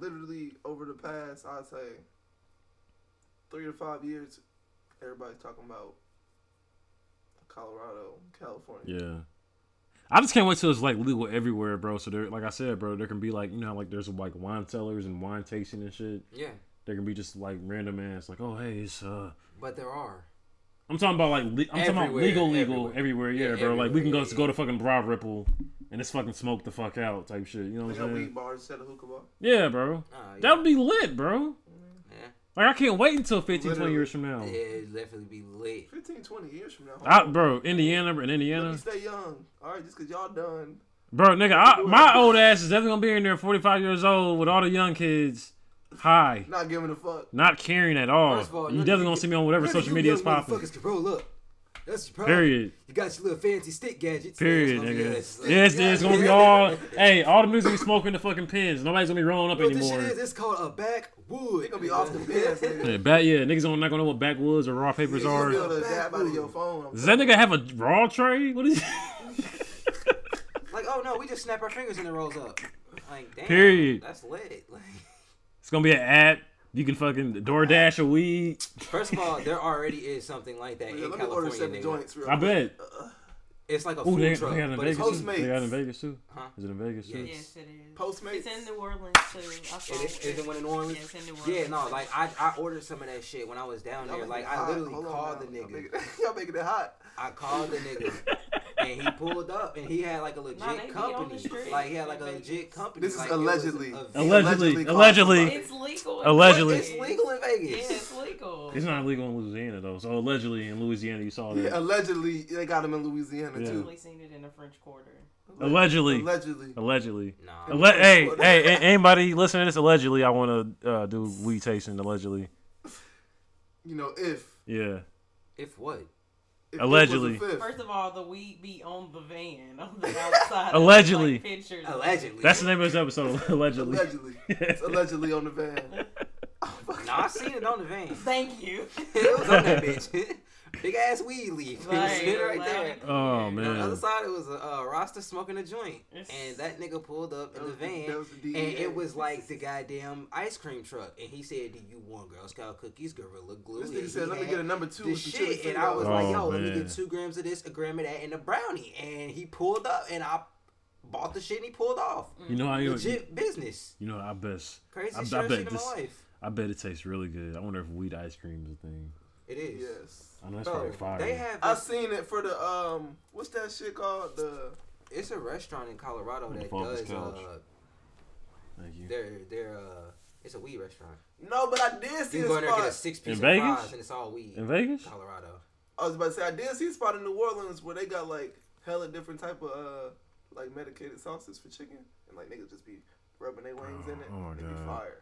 S3: literally over the past I'd say three to five years, everybody's talking about Colorado, California.
S2: Yeah. I just can't wait till it's like legal everywhere, bro. So there, like I said, bro, there can be like you know, how, like there's like wine cellars and wine tasting and shit.
S1: Yeah,
S2: There can be just like random ass, like oh hey, it's uh.
S1: but there are.
S2: I'm talking about like le- I'm talking about
S1: Everywhere,
S2: legal, legal everywhere,
S1: everywhere.
S2: yeah,
S1: Yeah,
S2: bro. like we
S1: everywhere,
S2: can go
S1: yeah,
S2: just go to fucking Bra Ripple and just fucking smoke the fuck out type shit. You know what
S3: They got
S2: I'm
S3: weed
S2: saying?
S3: bars instead of hookah bar.
S2: Yeah, bro.
S1: Oh, yeah.
S2: That would be lit, bro.
S1: yeah.
S2: Like I can't wait until 15, 20
S3: Literally.
S2: years from now.
S1: Yeah, it'd definitely be lit.
S3: 15, 20 years from now.
S2: I, bro, Indiana, in
S3: Let
S2: Indiana,
S3: me stay young. All right, just cause y'all done.
S2: bro, nigga, I, my old ass is definitely gonna be in there, forty five years old, with all the young kids. Hi.
S3: Not giving a fuck.
S2: not caring at all.
S1: First of all,
S2: Oh, you
S1: none of
S2: definitely
S1: you
S2: gonna
S1: get-
S2: see me on whatever social media is popping.
S1: Motherfuckers can roll up. That's your problem.
S2: Period.
S1: You got your little fancy stick gadgets.
S2: Period,
S1: Yeah,
S2: nigga.
S1: it's
S2: Yes,
S1: gonna be-
S2: it's,
S1: yeah,
S2: gonna be
S1: yeah.
S2: all. hey, all the music be smoking the fucking pins. Nobody's gonna be rolling up
S1: You know what this
S2: anymore.
S1: shit is? It's called a backwood.
S3: They gonna be off the beds, nigga.
S2: Yeah, back, yeah, niggas don't not gonna know what backwoods or raw papers
S3: You just
S2: are.
S3: be able to dab out of your phone. I'm
S2: Does that nigga have a raw tray? What
S1: [LAUGHS]
S2: is? [LAUGHS]
S1: Like, oh no, we just snap our fingers and it rolls up. [LAUGHS] Like, damn.
S2: Period.
S1: That's lit. Like,
S2: it's gonna be an ad You can fucking DoorDash a weed.
S1: First of all, there already is something like that
S3: Yeah,
S1: in
S3: let me order
S1: California.
S3: seven
S1: nigga.
S3: joints real
S2: I
S3: quick.
S2: bet.
S1: It's like a
S2: Oh,
S1: food
S2: they, they
S1: truck,
S2: got it in
S1: but it's
S2: Vegas.
S1: hosted.
S2: Too. They got it in Vegas too.
S1: Huh?
S2: Is it in Vegas too? [LAUGHS]
S4: Yes, it is.
S3: Postmates.
S4: It's in New Orleans too. I saw
S1: It is, is it one in New Orleans?
S4: Yeah, it's in New Orleans.
S1: Yeah, no, like I, I ordered some of that shit when I was down
S3: Y'all
S1: there.
S3: making
S1: Like
S3: it
S1: I
S3: hot.
S1: literally
S3: Hold on
S1: called
S3: now.
S1: the
S3: Y'all
S1: nigga.
S3: making it- [LAUGHS] Y'all making it hot.
S1: I called the nigga, and he pulled up, and he had like a legit
S4: Nah, they be on the
S1: company.
S4: street.
S1: Like he had like a
S4: They
S1: legit
S4: be-
S1: company.
S3: This is
S1: Like, it was
S3: allegedly.
S1: a-
S2: Allegedly,
S3: Allegedly called
S2: allegedly,
S3: somebody.
S4: it's legal. in
S2: Allegedly.
S1: It's
S4: Vegas.
S1: legal in
S4: Yeah,
S1: Vegas.
S4: it's legal.
S2: it's not illegal in Louisiana though. So allegedly in Louisiana, you saw
S3: Yeah,
S2: that.
S3: allegedly they got him in Louisiana
S2: Yeah.
S3: too.
S4: Definitely seen it in the French Quarter.
S2: Allegedly,
S3: Allegedly.
S2: allegedly.
S1: Nah.
S2: Alle- hey, hey, a- anybody listening to this? Allegedly, I want to uh, do weed tasting. Allegedly,
S3: You know, if,
S2: yeah.
S1: If what?
S3: if
S2: Allegedly.
S3: It was a fifth.
S4: First of all, the weed be on the van on
S2: [LAUGHS]
S4: the outside. of,
S2: Allegedly.
S4: like, pictures.
S1: Allegedly.
S2: That's the name of this episode. [LAUGHS] Allegedly.
S3: allegedly.
S2: [LAUGHS]
S3: It's allegedly on the van.
S1: Nah, I seen it on the van. [LAUGHS]
S4: Thank you.
S1: it was on that bitch. [LAUGHS] Big ass weed leaf. It was
S4: Like,
S1: sitting right
S4: loud
S1: there.
S4: and
S2: Oh
S1: And
S4: clear.
S1: On the
S2: man.
S1: other side, it was a uh, Rasta smoking a joint,
S4: It's-
S1: and that nigga pulled up in
S3: That
S1: the
S3: was the- that
S1: van,
S3: was the
S1: and
S3: DEA.
S1: it was like the goddamn ice cream truck. And he said, "Do you want Girl Scout cookies, Gorilla Glue?"
S3: This
S1: And
S3: nigga
S1: he
S3: said, "Let me
S1: had
S3: get a number two
S1: the
S3: with some chili
S1: shit." And I was like,
S3: flakes."
S2: Oh,
S1: "Yo, let me
S2: man.
S1: get two grams of this, a gram of that, and a brownie." And he pulled up, and I bought the shit, and he pulled off.
S2: You know how you, you
S1: Legit business.
S2: know how I best.
S1: Crazy
S2: I,
S1: shit
S2: I
S1: I've seen
S2: bet
S1: in my
S2: this.
S1: life.
S2: I bet it tastes really good. I wonder if weed ice cream is a thing.
S1: It is.
S3: Yes.
S2: I know it's
S1: Bro,
S2: probably fire.
S1: they have.
S3: I
S1: this-
S3: seen it for the um, what's that shit called? The
S1: it's a restaurant in Colorado
S2: gonna
S1: that
S2: fall off this
S1: does.
S2: couch.
S1: Uh,
S2: Thank you.
S1: their their uh, it's a weed restaurant.
S3: no, but I did see
S1: You
S3: a
S1: can go in there and
S3: spot.
S1: get a six piece
S2: In
S1: of
S2: Vegas?
S1: fries and it's all weed.
S2: In Vegas?
S1: Colorado.
S3: I was about to say I did see a spot in New Orleans where they got like hella different type of uh, like medicated sauces for chicken, and like niggas just be rubbing their wings in it.
S2: Oh, my
S3: It'd be
S2: God.
S3: fire.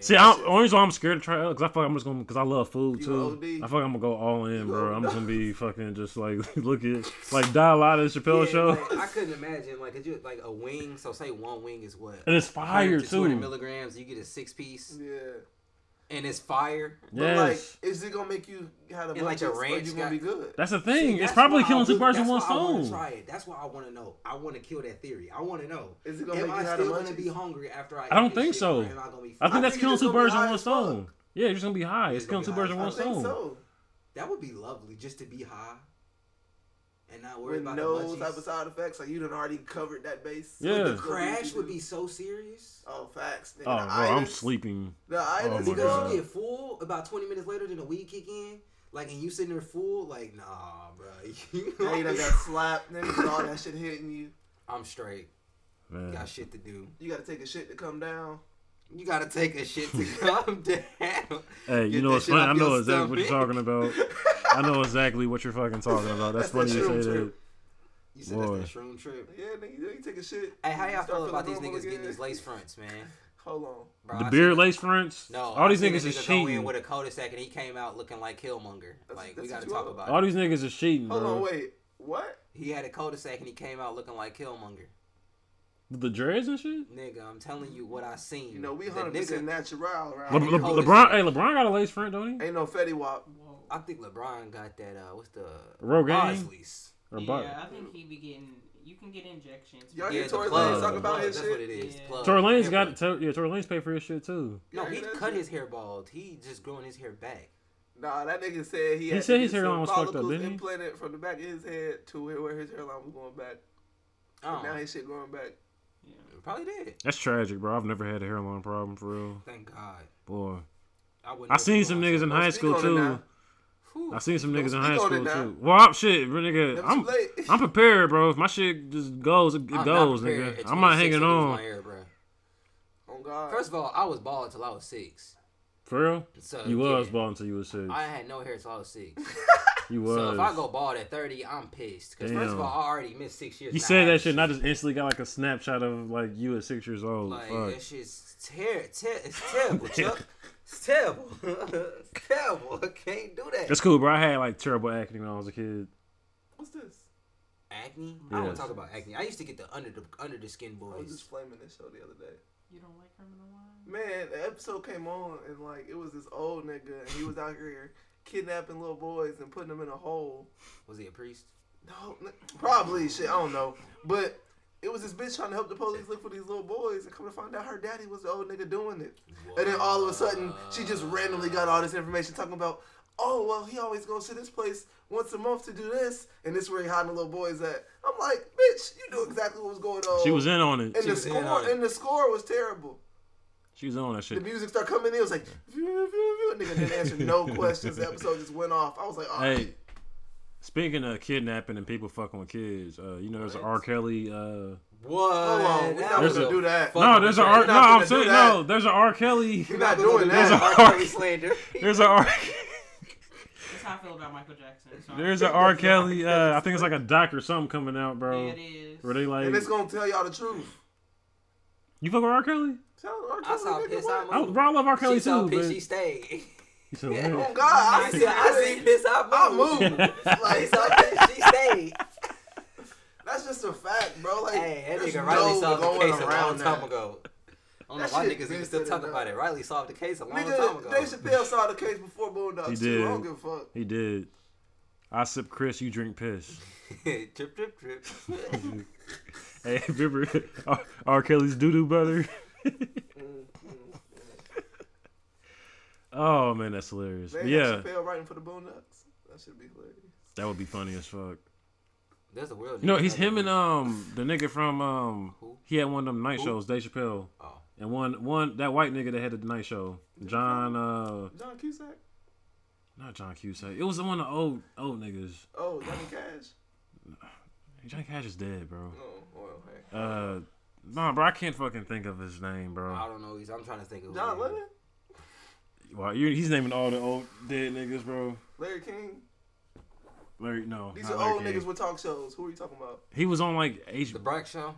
S2: See, I, the only reason why I'm scared to try it because I feel like I'm just gonna because I love food
S3: You
S2: too.
S3: OD.
S2: I feel like I'm gonna go all in,
S3: You
S2: bro. I'm
S3: OD.
S2: just
S1: [LAUGHS]
S2: gonna be fucking just like [LAUGHS] look at like die a lot of the Chappelle
S1: Yeah,
S2: show,
S1: like, I couldn't imagine like could you like a wing. So say one wing is what
S2: and it's fire
S1: 100 to 200
S2: too.
S1: milligrams. You get a six piece
S3: Yeah.
S1: and it's fire.
S3: But like,
S2: Yes,
S3: is it gonna make you have a
S1: And, like,
S3: bunch
S1: the
S3: of ranch?
S1: ranch
S3: You gonna be
S1: got-
S3: good?
S2: that's the thing.
S1: See,
S2: it's
S1: that's
S2: probably
S1: why I
S2: killing two
S1: really-
S2: birds with
S1: that's
S2: one
S1: why I wanna
S2: stone.
S1: Try it. That's why I want to know. I want to kill that theory. I want to know.
S3: Is it gonna
S1: Am
S3: make
S1: I
S3: you have a
S1: still
S3: bunch
S1: gonna be hungry after I?
S2: I don't
S1: eat this
S2: think
S1: shit,
S2: so.
S1: or am I, gonna be
S2: I think
S1: fine?
S2: that's
S3: think
S2: killing
S3: it's
S2: two
S3: gonna be
S2: birds with
S3: high
S2: one
S3: as fuck.
S2: stone. Yeah, you're just gonna be high. It's
S1: It's gonna
S2: killing two
S1: be
S2: birds
S1: high
S2: with
S3: I
S2: one
S1: as
S3: think
S2: stone.
S3: so.
S1: that would be lovely just to be high and not worry
S3: With
S1: about
S3: no
S1: the
S3: type of
S1: munchies.
S3: side effects, like you done already covered that base.
S2: Yeah.
S3: Like, the
S1: Crash would be
S3: cookies,
S1: so serious.
S3: dude. Oh, facts. Nigga.
S2: Oh, bro,
S3: The
S2: I'm
S3: itis-
S2: sleeping.
S3: The itis,
S2: my
S1: Because
S2: God.
S3: bro.
S1: you get full about 20 minutes later, then the weed kick in. Like, and you sitting there full, like, nah, bro. [LAUGHS]
S3: Now you done got slapped, nigga, with [LAUGHS] all that shit hitting you.
S1: I'm straight.
S2: Man.
S1: Got shit to do.
S3: You gotta take a shit to come [LAUGHS] down.
S1: You gotta take a shit to [LAUGHS] calm down.
S2: Hey, you
S1: Get that
S2: know what's
S1: shit
S2: funny?
S1: off
S2: I know
S1: your
S2: exactly what you're talking
S1: stomach.
S2: about. I know exactly what you're fucking talking about. That's
S3: That's
S2: funny
S3: that
S2: you
S3: shroom
S2: say that.
S3: trip.
S1: You said that's
S2: Boy.
S1: that shroom trip.
S3: Yeah, nigga, you take a shit.
S1: Hey, how
S3: you
S1: y'all
S3: start
S1: feel
S3: feeling
S1: about these
S3: normal
S1: niggas getting
S3: again.
S1: these lace fronts,
S2: [LAUGHS]
S1: man?
S3: [LAUGHS] Hold on.
S1: Bro,
S2: The
S1: I
S2: beard
S1: seen-
S2: lace fronts.
S1: No,
S2: all these
S1: I seen a
S2: niggas is
S1: nigga go in
S2: cheating.
S1: with a cul-de-sac and he came out looking like Killmonger.
S3: That's-
S1: like
S3: that's
S1: we gotta
S3: what you
S1: talk
S3: are.
S1: about.
S2: All
S1: it.
S2: these niggas is cheating,
S3: Hold on,
S2: bro.
S3: wait. What?
S1: He had a cul-de-sac and he came out looking like Killmonger.
S2: With The dreads and shit.
S1: Nigga, I'm telling you what I seen.
S3: You know, we
S1: The
S3: 100%
S1: nigga-
S3: natural around
S1: think
S2: Le- Le-
S3: here.
S1: Cole is
S2: LeBron,
S1: in.
S2: hey, LeBron got a lace front, don't he?
S3: Ain't no Fetty Wap.
S4: Whoa.
S1: I think LeBron got that. Uh, what's the
S2: Rogaine?
S1: Osley's.
S2: Or Bart.
S4: yeah, I think he be getting. You can get injections.
S3: Y'all
S1: yeah,
S3: hear
S1: the
S3: Tory
S1: plug,
S3: Lanez talk
S1: the
S3: about
S1: plug,
S3: his
S1: That's
S3: shit?
S1: what it is.
S4: Yeah.
S1: Plug.
S2: Tory Lane's
S1: Hair
S2: got
S1: plug.
S2: to, yeah. Tory Lane's paid for his shit too.
S1: No,
S3: Y'all
S1: he
S3: hear that
S1: cut
S3: shit?
S1: his hair bald. He just growing his hair back.
S3: Nah, that nigga said he had to
S2: said
S3: get
S2: his hairline
S3: some
S2: was fucked up,
S3: follicles
S2: didn't he?
S3: implanted from the back of his head to where where his hairline was going back.
S1: Oh,
S3: Now his shit going back.
S4: Yeah.
S1: probably did.
S2: That's tragic, bro. I've never had a hairline problem for real,
S1: Thank God.
S2: boy.
S1: I wouldn't.
S2: I
S1: know
S2: seen
S1: if
S2: some
S1: it
S2: niggas
S1: was.
S2: in high
S3: speak
S2: school
S3: on it
S2: too.
S3: now.
S1: Whew.
S2: I seen some niggas in high
S3: speak on it
S2: school
S3: now.
S2: too. Well, I'm, shit, bro, nigga,
S3: That was
S2: I'm
S3: late.
S2: I'm prepared, bro. If my shit just goes, it
S1: I'm not
S2: goes,
S1: prepared
S2: nigga.
S1: at
S2: I'm not
S1: 26
S2: hanging
S1: to lose my
S2: on.
S1: hair, bruh.
S3: [LAUGHS] Oh God.
S1: First of all, I was bald till I was six.
S2: For real,
S1: So
S2: you
S1: yeah,
S2: was bald until you was six.
S1: I had no hair till I was six.
S2: You was.
S1: so if I go bald at thirty, I'm pissed. Cause first
S2: Damn.
S1: of all, I already missed six years.
S2: you
S1: and I
S2: said
S1: had
S2: that shit, and I just instantly got like a snapshot of like you at six years old.
S1: Like
S2: Fuck.
S1: that shit's ter- ter- it's
S2: [LAUGHS]
S1: terrible, Chuck. It's terrible. [LAUGHS] it's terrible. I can't do that.
S2: That's cool, bro. I had like terrible acne when I was a kid.
S3: What's this?
S1: acne. I don't want
S2: Yes.
S1: to talk about acne. I used to get the under the under the skin
S3: I was
S1: boys.
S3: just flaming Oh, this show the other day.
S4: You don't like Criminal Minds?
S3: Man, the episode came on and like it was this old nigga and he was out here kidnapping little boys and putting them in a hole.
S1: Was he a priest?
S3: No, n- probably shit. I don't know, but It was this bitch trying to help the police look for these little boys, and come to find out her daddy was the old nigga doing it. And then all of a sudden, she just randomly got all this information talking about, oh well, he always goes to this place once a month to do this, and this is where he hiding the little boys at. I'm like, bitch, you knew exactly what was going on.
S2: She was in on it.
S3: and
S1: She
S3: the
S1: was in on
S3: score,
S1: it.
S3: and the score was terrible.
S2: She was in on that
S3: The
S2: shit.
S3: music started coming in. It was like, "View, view, view." nigga didn't answer no questions. The episode just went off. I was like, oh, all right.
S2: Hey, speaking of kidnapping and people fucking with kids, uh, you know there's an
S1: What?
S2: R. Kelly. Uh,
S1: What?
S3: Hold on, we're not
S2: There's
S3: gonna
S2: a-
S3: do that.
S1: Fuck
S2: no,
S1: with
S2: there's
S1: the
S2: an R.
S3: kid.
S2: No,
S3: Not
S2: I'm
S3: gonna do
S2: saying
S3: that.
S2: no. There's an
S1: [LAUGHS]
S2: R. Kelly.
S3: You're not doing
S1: There's [LAUGHS]
S3: that.
S1: a
S2: There's a-
S1: R. Kelly slander.
S2: [LAUGHS] There's an R.
S4: That's how I feel about Michael Jackson. So
S2: There's an R. Kelly. Uh, I think it's like a doc or something coming out,
S4: Yeah,
S2: bro.
S4: it is.
S2: Where um, they like
S3: And it's gonna tell y'all the truth.
S2: you fuck with R. Kelly?
S3: Tell R.
S1: I
S3: Kelly,
S1: saw
S3: nigga,
S1: piss.
S3: what?
S1: I
S2: I,
S1: moved.
S2: bro, I love R. Kelly
S1: She saw
S2: too.
S1: piss.
S2: But,
S1: She stayed.
S2: You said,
S1: [LAUGHS]
S2: "Hey."
S3: Oh God, I
S1: I
S3: see.
S1: see, I see piss.
S3: I
S1: I moved.
S3: move.
S1: [LAUGHS] She
S3: [LAUGHS] like
S1: saw piss. She stayed.
S3: that's just a fact, bro. Like
S1: Hey, that
S3: there's
S1: nigga Riley
S3: no
S1: solved the
S3: going
S1: case a long
S3: around
S1: time
S3: that.
S1: ago. I don't know
S3: That
S1: why
S3: shit
S1: niggas even
S3: been
S1: still
S3: said
S1: talk
S3: enough.
S1: about it. Riley solved the case a long time
S3: Nigga,
S1: ago.
S3: Dave Chappelle saw the case before Bone Dogs.
S2: He
S3: too. I
S2: did.
S3: don't give a fuck.
S2: He did. I sip Chris, you drink piss.
S1: [LAUGHS] trip, trip, trip.
S2: Hey, [LAUGHS] remember R. R. Kelly's doo doo butter? [LAUGHS] oh man, that's hilarious.
S3: Man,
S2: But yeah,
S3: Chappelle writing for the Bone Dogs. That should be hilarious.
S2: that would be funny as fuck.
S1: There's a world.
S2: You know,
S1: nigga
S2: he's
S1: that
S2: him and
S1: did-
S2: um the nigga from um
S1: Who?
S2: he had one of them night
S1: Who?
S2: shows, Dave Chappelle,
S1: Oh,
S2: and one one that white nigga that had the night show, John uh
S3: John Cusack.
S2: not John Cusack, it was the one of the old old niggas.
S3: Oh,
S2: [SIGHS]
S3: Johnny Cash.
S2: Johnny Cash is dead, bro.
S3: Oh, well, hey.
S2: Uh, nah, bro, I can't fucking think of his name,
S1: I
S2: bro.
S1: don't know. He's, I'm trying to think of
S3: John
S1: who.
S3: Lennon,
S2: Wow, you he's naming all the old dead niggas, bro.
S3: Larry King.
S2: Larry, no,
S3: These
S2: not
S3: are
S2: Larry
S3: old
S2: King.
S3: niggas with talk shows. Who are you talking about?
S2: He was on like H.
S1: The Brack Show.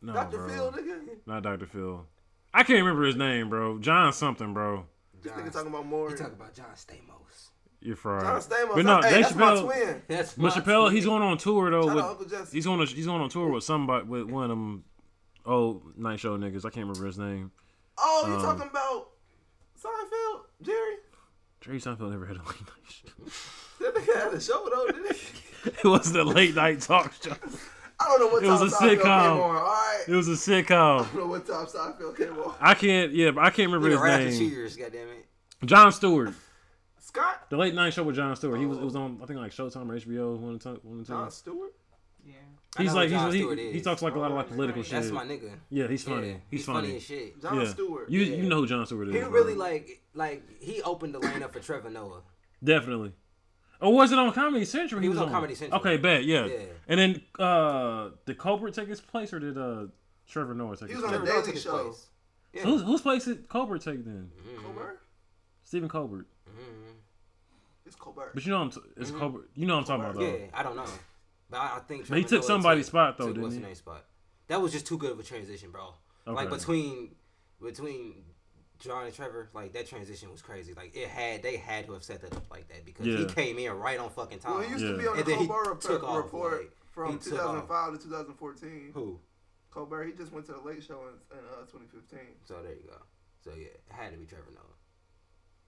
S2: No,
S3: Dr.
S2: Oh, bro.
S3: Phil, nigga.
S2: Not Dr. Phil. I can't remember his name, bro. John something, bro.
S3: This
S1: John,
S3: nigga talking about more.
S1: you talking about John Stamos.
S2: You're fried.
S3: John Stamos.
S2: But no,
S3: hey,
S2: Dave
S3: that's my
S2: Chappelle-
S3: twin.
S1: That's
S2: But
S1: my
S2: Chappelle, he's
S1: tweet.
S2: going on tour though.
S3: Shout out
S2: With,
S3: Uncle Jesse.
S2: he's on a, he's going on tour with somebody with one of them old night show niggas. I can't remember his name.
S3: oh, you
S2: um,
S3: talking about Seinfeld, Jerry?
S2: Jerry Seinfeld never had a late night show.
S3: That nigga had a show though, didn't
S1: [LAUGHS]
S3: he?
S2: [LAUGHS] it was the late night talk show.
S3: I don't know what
S2: It
S3: time
S2: was a
S3: Seinfeld came
S2: sitcom.
S3: on. All right.
S2: It was a
S3: I
S2: sitcom.
S3: don't know what time Seinfeld came on.
S2: I can't. Yeah, but I can't
S1: We
S2: remember
S1: the Raptor
S2: his name.
S1: Cheers, goddamn it.
S2: John Stewart.
S3: Scott
S2: The late night show with John Stewart. He was. It was on. I think like Showtime or HBO. One of the two- one of the two.
S3: John Stewart.
S4: Yeah.
S1: I
S2: He's
S1: know
S2: like
S1: who Jon
S2: he's,
S1: Stewart
S2: he,
S1: is.
S2: he talks like a lot of like political
S4: That's
S2: shit.
S1: That's my nigga.
S2: yeah, he's
S1: Yeah,
S2: funny. he's, funny.
S1: as shit.
S3: John
S2: yeah.
S3: Stewart.
S2: You
S1: Yeah.
S2: you know who John Stewart is.
S1: He
S2: bro.
S1: really like like he opened the lane up for Trevor Noah.
S2: Definitely. Or was it on Comedy Central?
S1: He was on Comedy Central.
S2: Okay, bet yeah.
S1: Yeah.
S2: And then uh did Colbert take his place or did uh Trevor Noah take
S3: He
S2: his
S3: was on
S1: Trevor
S2: place?
S3: The
S1: Noah
S3: Daily
S1: took his
S3: Show.
S1: place. Yeah. Mm-hmm.
S2: So whose, whose place did Colbert take then?
S3: Colbert.
S2: Stephen Colbert.
S1: Mhm.
S3: It's Colbert.
S2: But you know I'm t- it's Colbert. You know what I'm talking about
S1: Mm-hmm. Yeah,
S2: though.
S1: I don't know, but I, I think
S2: But he
S1: Trevor
S2: took
S1: Noah
S2: somebody's
S1: took-
S2: spot, though,
S1: took
S2: didn't
S1: what's
S2: he?
S1: the name spot. That was just too good of a transition, bro. Like
S2: Okay.
S1: between between John and Trevor, like that transition was crazy. Like it had they had to have set that up like that because he
S2: Yeah.
S1: came in right on fucking time.
S3: Well, he used
S2: Yeah.
S3: to be on the
S1: And then he
S3: Colbert
S1: took
S3: report,
S1: off,
S3: report
S1: like, he
S3: from
S1: took off.
S3: 2005 to 2014.
S1: Who?
S3: Colbert, he just went to the Late Show in, in uh, 2015.
S1: So there you go. So yeah, it had to be Trevor Noah. [LAUGHS]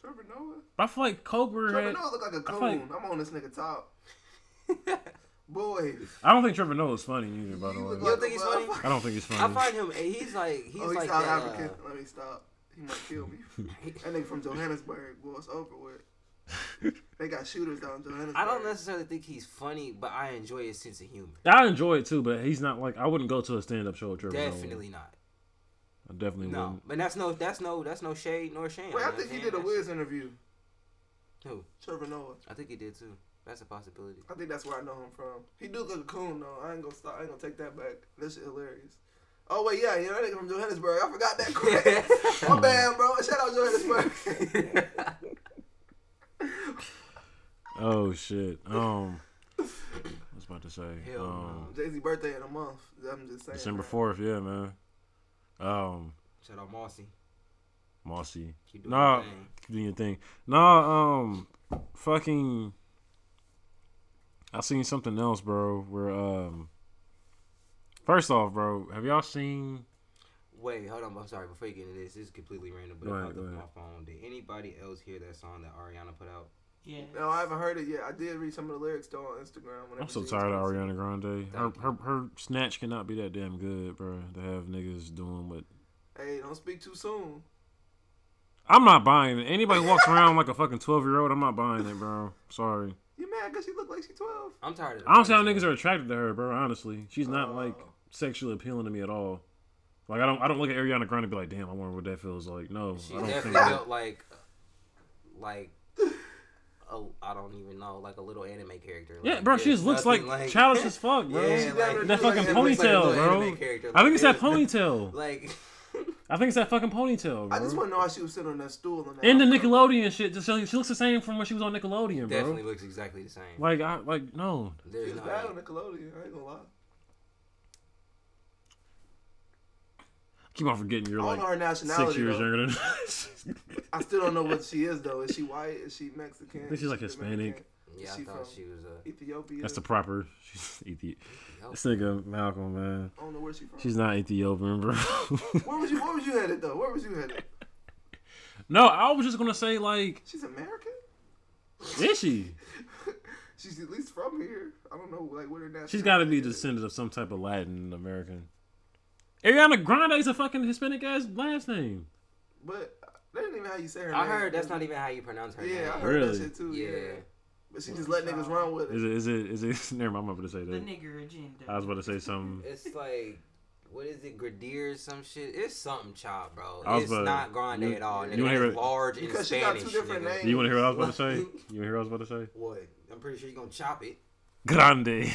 S3: Trevor Noah.
S2: But I feel like Colbert
S3: Trevor
S2: had,
S3: Noah look like a
S2: I
S3: coon.
S2: fight-
S3: I'm on this nigga top. Boy,
S2: I don't think Trevor Noah is funny either, by the
S3: you
S2: way.
S1: You
S3: look
S1: don't
S3: like
S1: think
S3: a
S1: he's funny?
S3: motherfucker.
S2: I don't think he's funny.
S1: I find him. He's like he's,
S3: Oh, he's
S1: like
S3: South
S1: that,
S3: African.
S1: uh,
S3: Let me stop. He might
S1: [LAUGHS]
S3: kill me. that nigga from Johannesburg. Well, it's over with.
S2: [LAUGHS]
S3: They got shooters down in Johannesburg.
S1: I don't necessarily think he's funny, but I enjoy his sense of humor.
S2: I enjoy it too, but he's not like I wouldn't go to a stand up show with Trevor Noah. Mm-hmm.
S1: Definitely not.
S2: I definitely
S1: No,
S2: wouldn't.
S1: but that's no, that's no, that's no shade nor shame.
S3: Wait,
S1: you
S3: I
S1: know
S3: think
S1: what
S3: he
S1: I'm
S3: did a
S1: saying?
S3: Wiz interview.
S1: Who?
S3: Trevor Noah.
S1: I think he did too. That's a
S3: [LAUGHS]
S1: possibility.
S3: I think that's where I know him from. He do look a coon though. I ain't gonna stop. I ain't gonna take that back. This shit hilarious. Oh wait, yeah, yeah, that nigga from Johannesburg. I forgot
S1: [LAUGHS]
S3: that quick. My bad, bro. Shout out Johannesburg.
S2: Oh shit. Um I was about to say.
S1: Hell
S2: um,
S1: no.
S3: Jay Z birthday in a month. I'm just saying.
S2: December
S3: man.
S2: fourth, yeah, man. Um,
S1: Shout out Mossy.
S2: Mossy,
S1: Keep doing
S2: nah,
S1: your thing.
S2: keep doing your thing. Nah, um, fucking, I seen something else, bro. Where um, first off, bro, have y'all seen?
S1: Wait, hold on. I'm sorry. Before you get into this, this is completely random, but
S2: Go
S1: it popped
S2: ahead, go
S1: up on my
S2: ahead.
S1: phone. Did anybody else hear that song that Ariana put out?
S4: Yeah.
S3: No, I haven't heard it yet. I did read some of the lyrics though on Instagram. whenever
S2: I'm so
S3: she was
S2: tired of
S3: posting.
S2: Ariana Grande. Her,
S1: Thank you.
S2: her her snatch cannot be that damn good, bro. To have niggas doing what
S3: Hey, don't speak too soon.
S2: I'm not buying it. Anybody walks around like a fucking twelve year old, I'm not buying it, bro. Sorry.
S3: You mad because she look like she twelve?
S1: I'm tired of. the
S2: I don't see how
S1: white
S2: niggas
S1: shit.
S2: are attracted to her, bro. Honestly, she's not
S3: Oh.
S2: like sexually appealing to me at all. Like I don't I don't look at Ariana Grande and be like, damn, I wonder what that feels like. No,
S1: She
S2: I don't
S1: definitely
S2: think that.
S1: felt like, like, a, I don't even know, like a little anime character. Like,
S2: Yeah, bro, she
S1: there's
S2: just looks like,
S1: nothing [LAUGHS]
S2: childish as fuck, bro.
S1: Yeah,
S3: She
S1: like,
S3: definitely
S2: that
S3: do look
S2: fucking
S3: like- looks like a
S2: ponytail,
S3: little
S2: bro.
S1: anime character.
S2: I think it's that
S1: Like, [LAUGHS]
S2: ponytail.
S1: Like,
S2: I think it's that fucking ponytail,
S3: I just
S2: bro.
S3: want to know how she was sitting on that stool. And that
S2: And the Nickelodeon shit. Just she looks the same from when she was on Nickelodeon, bro.
S1: definitely looks exactly the same.
S2: Like I like no.
S1: There's
S3: She was
S1: no-
S3: bad on Nickelodeon. I ain't gonna lie.
S2: Keep on forgetting you're
S3: I don't
S2: like
S3: know her nationality.
S2: six years
S3: though.
S2: younger
S3: [LAUGHS]
S2: than.
S3: I still don't know what she is though. Is she white? Is she Mexican?
S2: I think she's, like, Hispanic.
S1: yeah, I
S3: she
S1: thought
S3: from-
S1: she was a.
S3: Ethiopia.
S2: That's the proper. She's Ethi- This nigga Malcolm, man.
S3: I don't know where she's from.
S2: She's not Ethiopian, bro.
S3: Where was you? Where was you headed though? Where was you headed?
S2: [LAUGHS] no, I was just gonna say like,
S3: She's American. [LAUGHS]
S2: is she?
S3: She's at least from here. I don't know like where her nationality.
S2: She's got to be
S3: is.
S2: descendant of some type of Latin American. Ariana Grande is a fucking Hispanic ass last name.
S3: But uh, that isn't even how you say her
S1: I
S3: name.
S1: heard that's not even how you pronounce her name.
S3: Yeah, I heard
S2: Really?
S3: that shit too. Yeah.
S1: Yeah.
S3: But she just let niggas run with
S2: Is
S3: it.
S2: it? Is it? Is it? [LAUGHS] Never mind. I'm about to say
S4: The
S2: that.
S4: nigger agenda.
S2: I was about to say
S3: [LAUGHS]
S4: [LAUGHS]
S2: something.
S1: It's like, what is it, Gradier or some shit? It's something, child, bro.
S2: I was
S1: It's
S2: about to-
S1: not Grande
S2: you-
S1: at all. Nigga.
S2: you wanna hear
S1: That's
S2: it?
S1: large in
S3: Because she got
S1: Spanish.
S3: two different
S1: nigga.
S3: names.
S2: You want to hear what I was about to say? You want to hear what I was about to say?
S1: What? I'm pretty sure you're gonna chop it.
S2: Grande,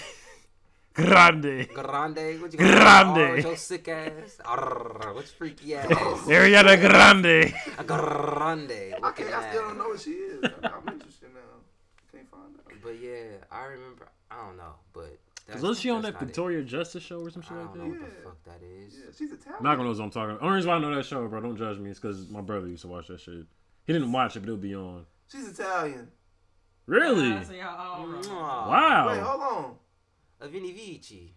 S2: Grande.
S1: Grande, what you
S2: Grande.
S1: Grande. your sick ass. Arr, what's
S2: [LAUGHS]
S1: freaky
S2: Oh,
S1: ass?
S2: Ariana Grande.
S1: Grande.
S3: Okay,
S1: looking
S3: I still don't
S1: ass.
S3: know what
S1: [LAUGHS]
S3: she is. I'm, I'm interested now. Can't find out.
S1: But yeah, I remember. I don't know, but that's,
S2: Was she on that
S1: that's not it.
S2: Victoria Justice show or some
S1: I
S2: shit like
S1: don't know what
S2: that?
S1: the
S3: Yeah.
S1: fuck that is.
S3: Yeah, she's Italian.
S2: Malcolm knows what I'm talking. Only reason why I know that show, bro, don't judge me. It's because my brother used to watch that shit. He didn't watch it, but it'll be on.
S3: She's Italian.
S2: Really?
S4: I see y'all all wrong.
S1: Mwah.
S3: Wait,
S2: Wow.
S3: hold on.
S1: Avini Vici.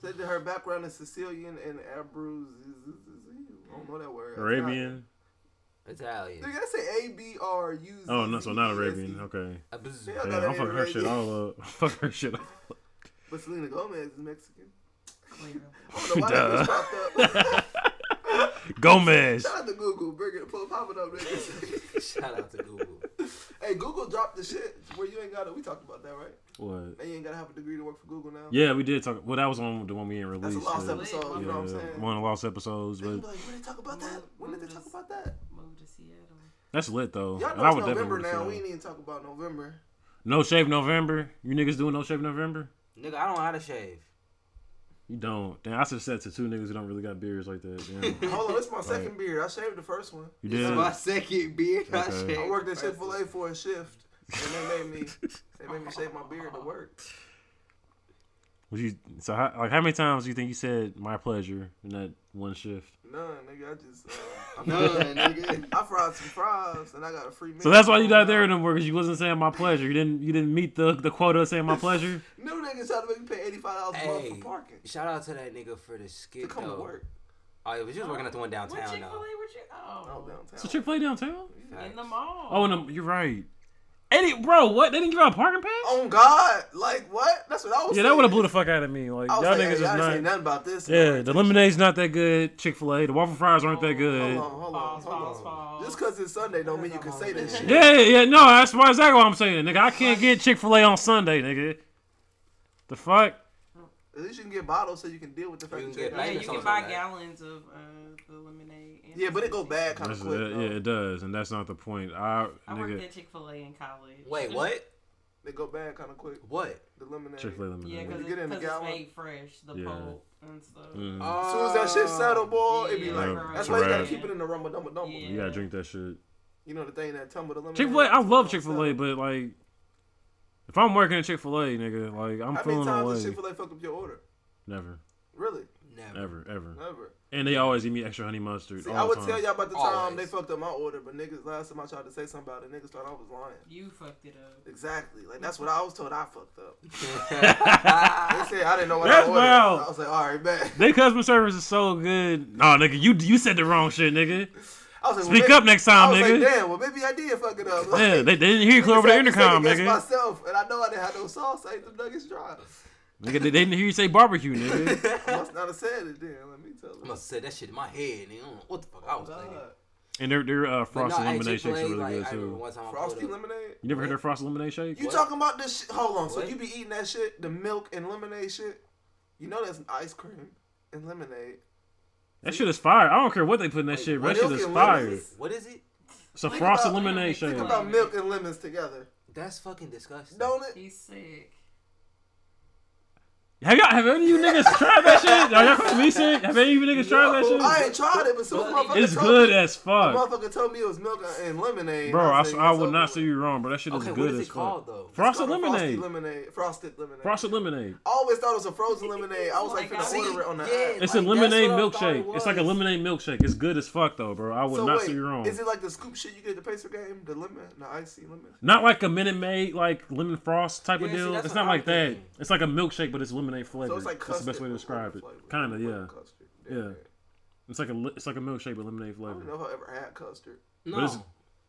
S3: Said that her background is Sicilian and Abru. I don't know that word.
S2: Arabian.
S1: Italian.
S3: Dude, I say A B R U. E,
S2: Oh no, so not Arabian. Okay.
S1: Abuz-
S3: Yeah.
S2: Damn, I'm fucking her shit all up. [LAUGHS] Fuck her shit up.
S3: But Selena Gomez is Mexican.
S4: Clearly.
S3: I
S2: [LAUGHS]
S3: don't know why that
S2: Duh.
S3: just popped up.
S2: [LAUGHS] Gomez.
S3: [LAUGHS] Shout out to Google, bringing it, popping
S2: [LAUGHS]
S3: up niggas.
S1: [LAUGHS] Shout out to Google.
S3: hey, Google dropped the shit where you ain't got to. We talked about that, right?
S2: What?
S3: Now you ain't got to have a degree to work for Google now.
S2: Yeah, we did talk. Well, that was on the one we didn't
S3: That's
S2: release.
S3: a lost
S2: but-
S3: episode. You know what I'm
S2: yeah,
S3: saying?
S2: one of the lost episodes,
S3: They gonna be
S2: but
S3: like, when they talk about that? When did they talk about that?
S4: Moved to Seattle.
S2: that's lit though.
S3: Y'all
S2: And I
S3: know
S2: would
S3: it's November
S2: definitely
S3: now.
S2: see
S3: We
S2: that.
S3: ain't even talk about November.
S2: No shave November. You niggas doing no shave November?
S1: Nigga, I don't know how to shave.
S2: You don't. Damn, I should have said to two niggas who don't really got beards like that.
S3: [LAUGHS]
S2: Damn.
S3: Hold
S2: [LAUGHS]
S3: on, this is my second beard. I shaved the first one.
S2: You
S1: This
S2: did.
S1: is my second beard. I
S2: Okay.
S1: shaved.
S3: I worked at Chick
S1: first.
S3: Fil A for a shift, and they made me they made me shave my beard to work.
S2: Was you so how, like how many times do you think you said my pleasure in that one shift?
S3: None, nigga. I just uh,
S1: None, nigga.
S3: I fried some fries, and I got a free.
S2: So that's why you not there anymore because you wasn't saying my pleasure. You didn't you didn't meet the the quota of saying
S3: [LAUGHS]
S2: my pleasure.
S3: New niggas try to make me pay eighty five dollars a month
S1: Hey.
S3: for parking
S1: Shout out to that nigga for the skit.
S3: to come
S1: though.
S3: to work.
S1: Oh, yeah, but you was working at the one
S4: What
S1: downtown
S4: Chick Fil A?
S1: though.
S4: What you?
S3: Oh,
S4: Oh,
S3: downtown.
S2: So Chick Fil A downtown.
S4: in the mall.
S2: Oh, and um, you're right. And it, bro, what they didn't give out a parking pass?
S3: Oh God! Like what? That's what I was.
S2: yeah, that would have blew the fuck out of me. Like
S3: I
S2: y'all
S3: was
S2: niggas
S3: like, hey,
S2: is
S3: y'all ain't say
S2: not.
S3: nothing about this.
S2: Yeah, the lemonade's not that good. Chick Fil A, the waffle fries aren't that
S3: Hold
S2: good.
S3: on, hold on, hold
S4: Falls, falls,
S3: on.
S4: falls.
S3: Just because it's Sunday don't mean you can say that shit.
S2: Yeah, yeah, yeah, no, that's why exactly what I'm saying, nigga. I can't get Chick Fil A on Sunday, nigga. The fuck?
S3: At least you can get bottles so you can deal with the fact
S1: You
S3: that
S1: can
S3: you're
S1: get
S3: not-
S4: yeah,
S1: Maybe
S4: you
S1: something
S4: can buy
S1: like that.
S4: gallons of uh, the lemonade. and
S3: Yeah, but it go
S4: something.
S3: bad kind of
S2: That's,
S3: quick.
S2: uh,
S3: though.
S2: yeah, it does, and that's not the point. I,
S4: I worked
S2: nigga,
S4: at Chick Fil A in college.
S1: Wait, what?
S3: They go bad kind of quick.
S1: What?
S3: The lemonade.
S2: Chick Fil A lemonade.
S4: Yeah, because
S3: you get in the
S4: it's
S3: gallon?
S4: made fresh, the
S2: Yeah.
S4: pulp and stuff.
S2: Mm.
S3: As soon as that
S1: Oh.
S3: shit settle, boy, it be
S4: Yeah,
S3: like.
S2: right.
S3: That's why you gotta
S2: Right.
S3: keep it in the rumble dumble dumble.
S4: Yeah.
S2: You gotta drink that shit.
S3: You know the thing that tumble the lemonade.
S2: Chick Fil A, I love Chick Fil A, but like, if I'm working at Chick Fil A, nigga, like I'm
S3: How many
S2: feeling
S3: times
S2: away.
S3: does Chick Fil A fuck up your order?
S2: Never,
S3: Really?
S2: [LAUGHS]
S1: Never. [LAUGHS]
S2: ever, ever.
S3: Never.
S2: And they always give me extra honey mustard.
S3: See,
S2: all
S3: I
S2: the
S3: would
S2: time.
S3: tell y'all about the time
S1: Always.
S3: they fucked up my order, but niggas last time I tried to say something about it, niggas thought I was lying.
S4: You fucked it up.
S3: Exactly. Like that's what I was told. I fucked up.
S2: [LAUGHS]
S1: That's
S3: They said I didn't know what
S2: That's
S3: I ordered.
S2: wild.
S3: I was like, all right, bet. [LAUGHS]
S2: Their customer service is so good. Nah, nigga, you you said the wrong shit, nigga.
S3: I was like, well,
S2: Speak
S3: maybe-
S2: up next time,
S3: I was
S2: nigga.
S3: Like, Damn, well maybe I did fuck it up.
S2: Yeah,
S3: [LAUGHS]
S2: they, they didn't hear you clear over the
S3: Second- [LAUGHS]
S2: intercom,
S3: second guess
S2: nigga.
S3: myself, and I know I didn't have no sauce. I ate them nuggets dry.
S2: Nigga, they didn't hear you say barbecue, nigga.
S3: I must not have said it then. Let me tell
S1: I
S3: [LAUGHS]
S1: must
S3: you.
S1: have said that shit in my head, nigga. I don't know what the fuck I was thinking.
S3: God.
S2: And their their uh,
S1: But
S2: frosted
S1: no, hey,
S2: lemonade shakes
S1: Chick-fil-A,
S2: are really
S1: like,
S2: good
S1: I remember
S2: too.
S1: one time I
S3: Frosty
S1: pulled up-
S3: lemonade.
S2: You never heard their frosted lemonade shake?
S3: You
S1: What?
S3: talking about this shit? Hold on. So
S1: What?
S3: you be eating that shit, the milk and lemonade shit. You know that's an ice cream and lemonade.
S2: That shit is fire. I don't care what they put in that
S1: Wait,
S2: shit. bro.
S1: what
S2: That shit
S3: milk
S2: is
S3: and
S2: fire.
S3: lemons?
S1: What is it?
S2: It's a
S4: Think
S2: frosted
S4: about-
S2: lemonade
S4: think
S2: shake.
S3: Think
S4: Yeah.
S3: about milk and lemons together,
S1: That's fucking disgusting.
S3: don't it?
S4: He's sick.
S2: Have y'all have any of you niggas tried that shit? Are y'all supposed to be sick? Have any of you niggas tried that shit?
S3: I ain't tried it, but so motherfucker
S2: It's
S3: told
S2: good
S3: Me,
S2: as fuck.
S3: motherfucker told me it was milk and lemonade.
S2: Bro, I,
S3: was like,
S2: I
S3: it's
S2: would
S3: over
S2: not
S3: with.
S2: see you wrong, bro. That shit is
S1: Okay,
S2: good
S1: what is
S2: as
S1: it called
S2: fuck.
S1: though?
S3: It's
S2: Frosted
S3: called a
S2: lemonade.
S3: Frosted lemonade. Frosted lemonade.
S2: Frosted lemonade.
S3: I always thought it was a frozen lemonade. I was like,
S4: Oh my
S3: finna
S4: God.
S3: order it on the
S1: See?
S3: app.
S1: Yeah.
S2: It's
S1: Like, that's
S2: a lemonade
S1: what I thought
S2: milkshake.
S1: it
S2: It's like a
S1: was.
S2: lemonade milkshake. It's good as fuck though, bro. I would
S3: So
S2: not
S3: wait,
S2: see you wrong.
S3: is it like the scoop shit you get at the Pacer game? The lemon, the icy lemon.
S2: Not like a Minute Maid, like lemon frost type of
S1: Yeah, see,
S2: deal.
S1: that's
S2: it's
S1: what
S2: not
S1: I'm
S2: like that.
S1: thinking.
S2: It's like a milkshake, but it's lemonade flavored.
S3: So it's like
S2: That's the
S3: custard.
S2: best way to
S3: with
S2: describe it.
S3: lemon flavor.
S2: Kind of,
S3: Lemon
S2: yeah.
S3: custard.
S2: Yeah. It's like a li- it's like a milkshake, but lemonade
S3: I don't
S2: flavored.
S3: know if I ever had custard.
S2: But
S1: No,
S2: it's-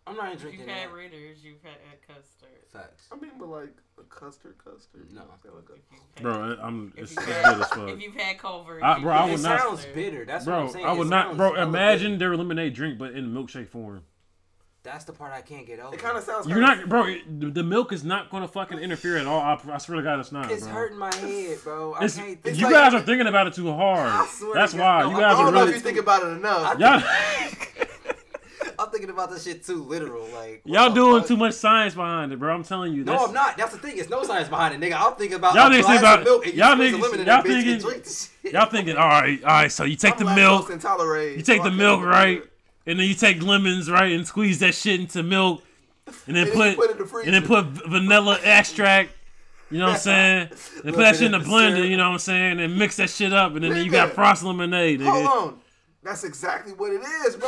S1: I'm not
S4: You've
S1: drinking that.
S4: had Ritters, you've had uh, custard.
S1: Facts.
S3: I mean, but like a custard, custard.
S1: No.
S3: Kinda like a-
S4: If you've had-
S2: Bro, I- I'm
S4: if
S2: it's,
S4: you've
S2: it's
S4: had-
S2: good as fuck.
S4: If you've had Culver,
S2: I-
S4: you've
S2: bro, I
S4: had
S1: it
S2: would not-
S1: sounds
S4: custard.
S1: bitter. That's what
S2: Bro,
S1: I'm saying.
S2: I
S1: It
S2: would not.
S1: sounds
S2: Bro,
S1: hella
S2: imagine
S1: bitter.
S2: their lemonade drink, but in milkshake form.
S1: That's the part I can't get over.
S3: It kind of sounds.
S2: You're
S3: kinda-
S2: not, bro. it- The the milk is not gonna fucking interfere at all. I, I swear to God, it's not.
S1: It's
S2: bro.
S1: hurting my head, bro. I
S2: It's-
S1: can't think.
S3: it's
S2: you
S3: like-
S2: guys are thinking about it too
S1: I
S2: hard.
S1: swear
S2: That's
S1: to
S2: why
S1: God,
S2: you
S1: no,
S2: guys
S3: I
S2: are
S3: don't know if
S2: really.
S3: you think about it
S2: [LAUGHS]
S3: enough.
S2: Y'all,
S1: I'm thinking about this shit too literal. Like what
S2: y'all
S1: the
S2: doing
S1: fuck?
S2: too much science behind it, bro. I'm telling you.
S1: No,
S2: that's-
S1: I'm not. That's the thing. It's no science behind it, nigga. I'm thinking about
S2: Y'all
S1: a
S2: niggas
S1: glass
S2: think about-
S1: of milk and
S2: y'all
S1: you squeeze
S2: niggas-
S1: a lemon in
S2: y'all
S1: that bitch
S2: thinking-
S1: and drink the
S2: [LAUGHS]
S1: shit.
S2: Y'all thinking, all right, all right. So you take the
S3: I'm
S2: milk,
S3: lactose intolerant,
S2: you
S3: so
S2: take
S3: I
S2: the
S3: can't
S2: milk,
S3: do it.
S2: right, and then you take lemons, right, and squeeze that shit into milk, and then
S3: And then you
S2: put,
S3: put it in the freezer.
S2: and then put v- vanilla extract. You know what I'm saying? And put that shit in the
S1: bit of
S2: blender.
S1: syrup.
S2: You know what I'm saying? And mix that shit up, and then you got
S3: Nigga.
S2: frost lemonade,
S3: Hold
S2: nigga.
S3: on. That's exactly what it is, bro.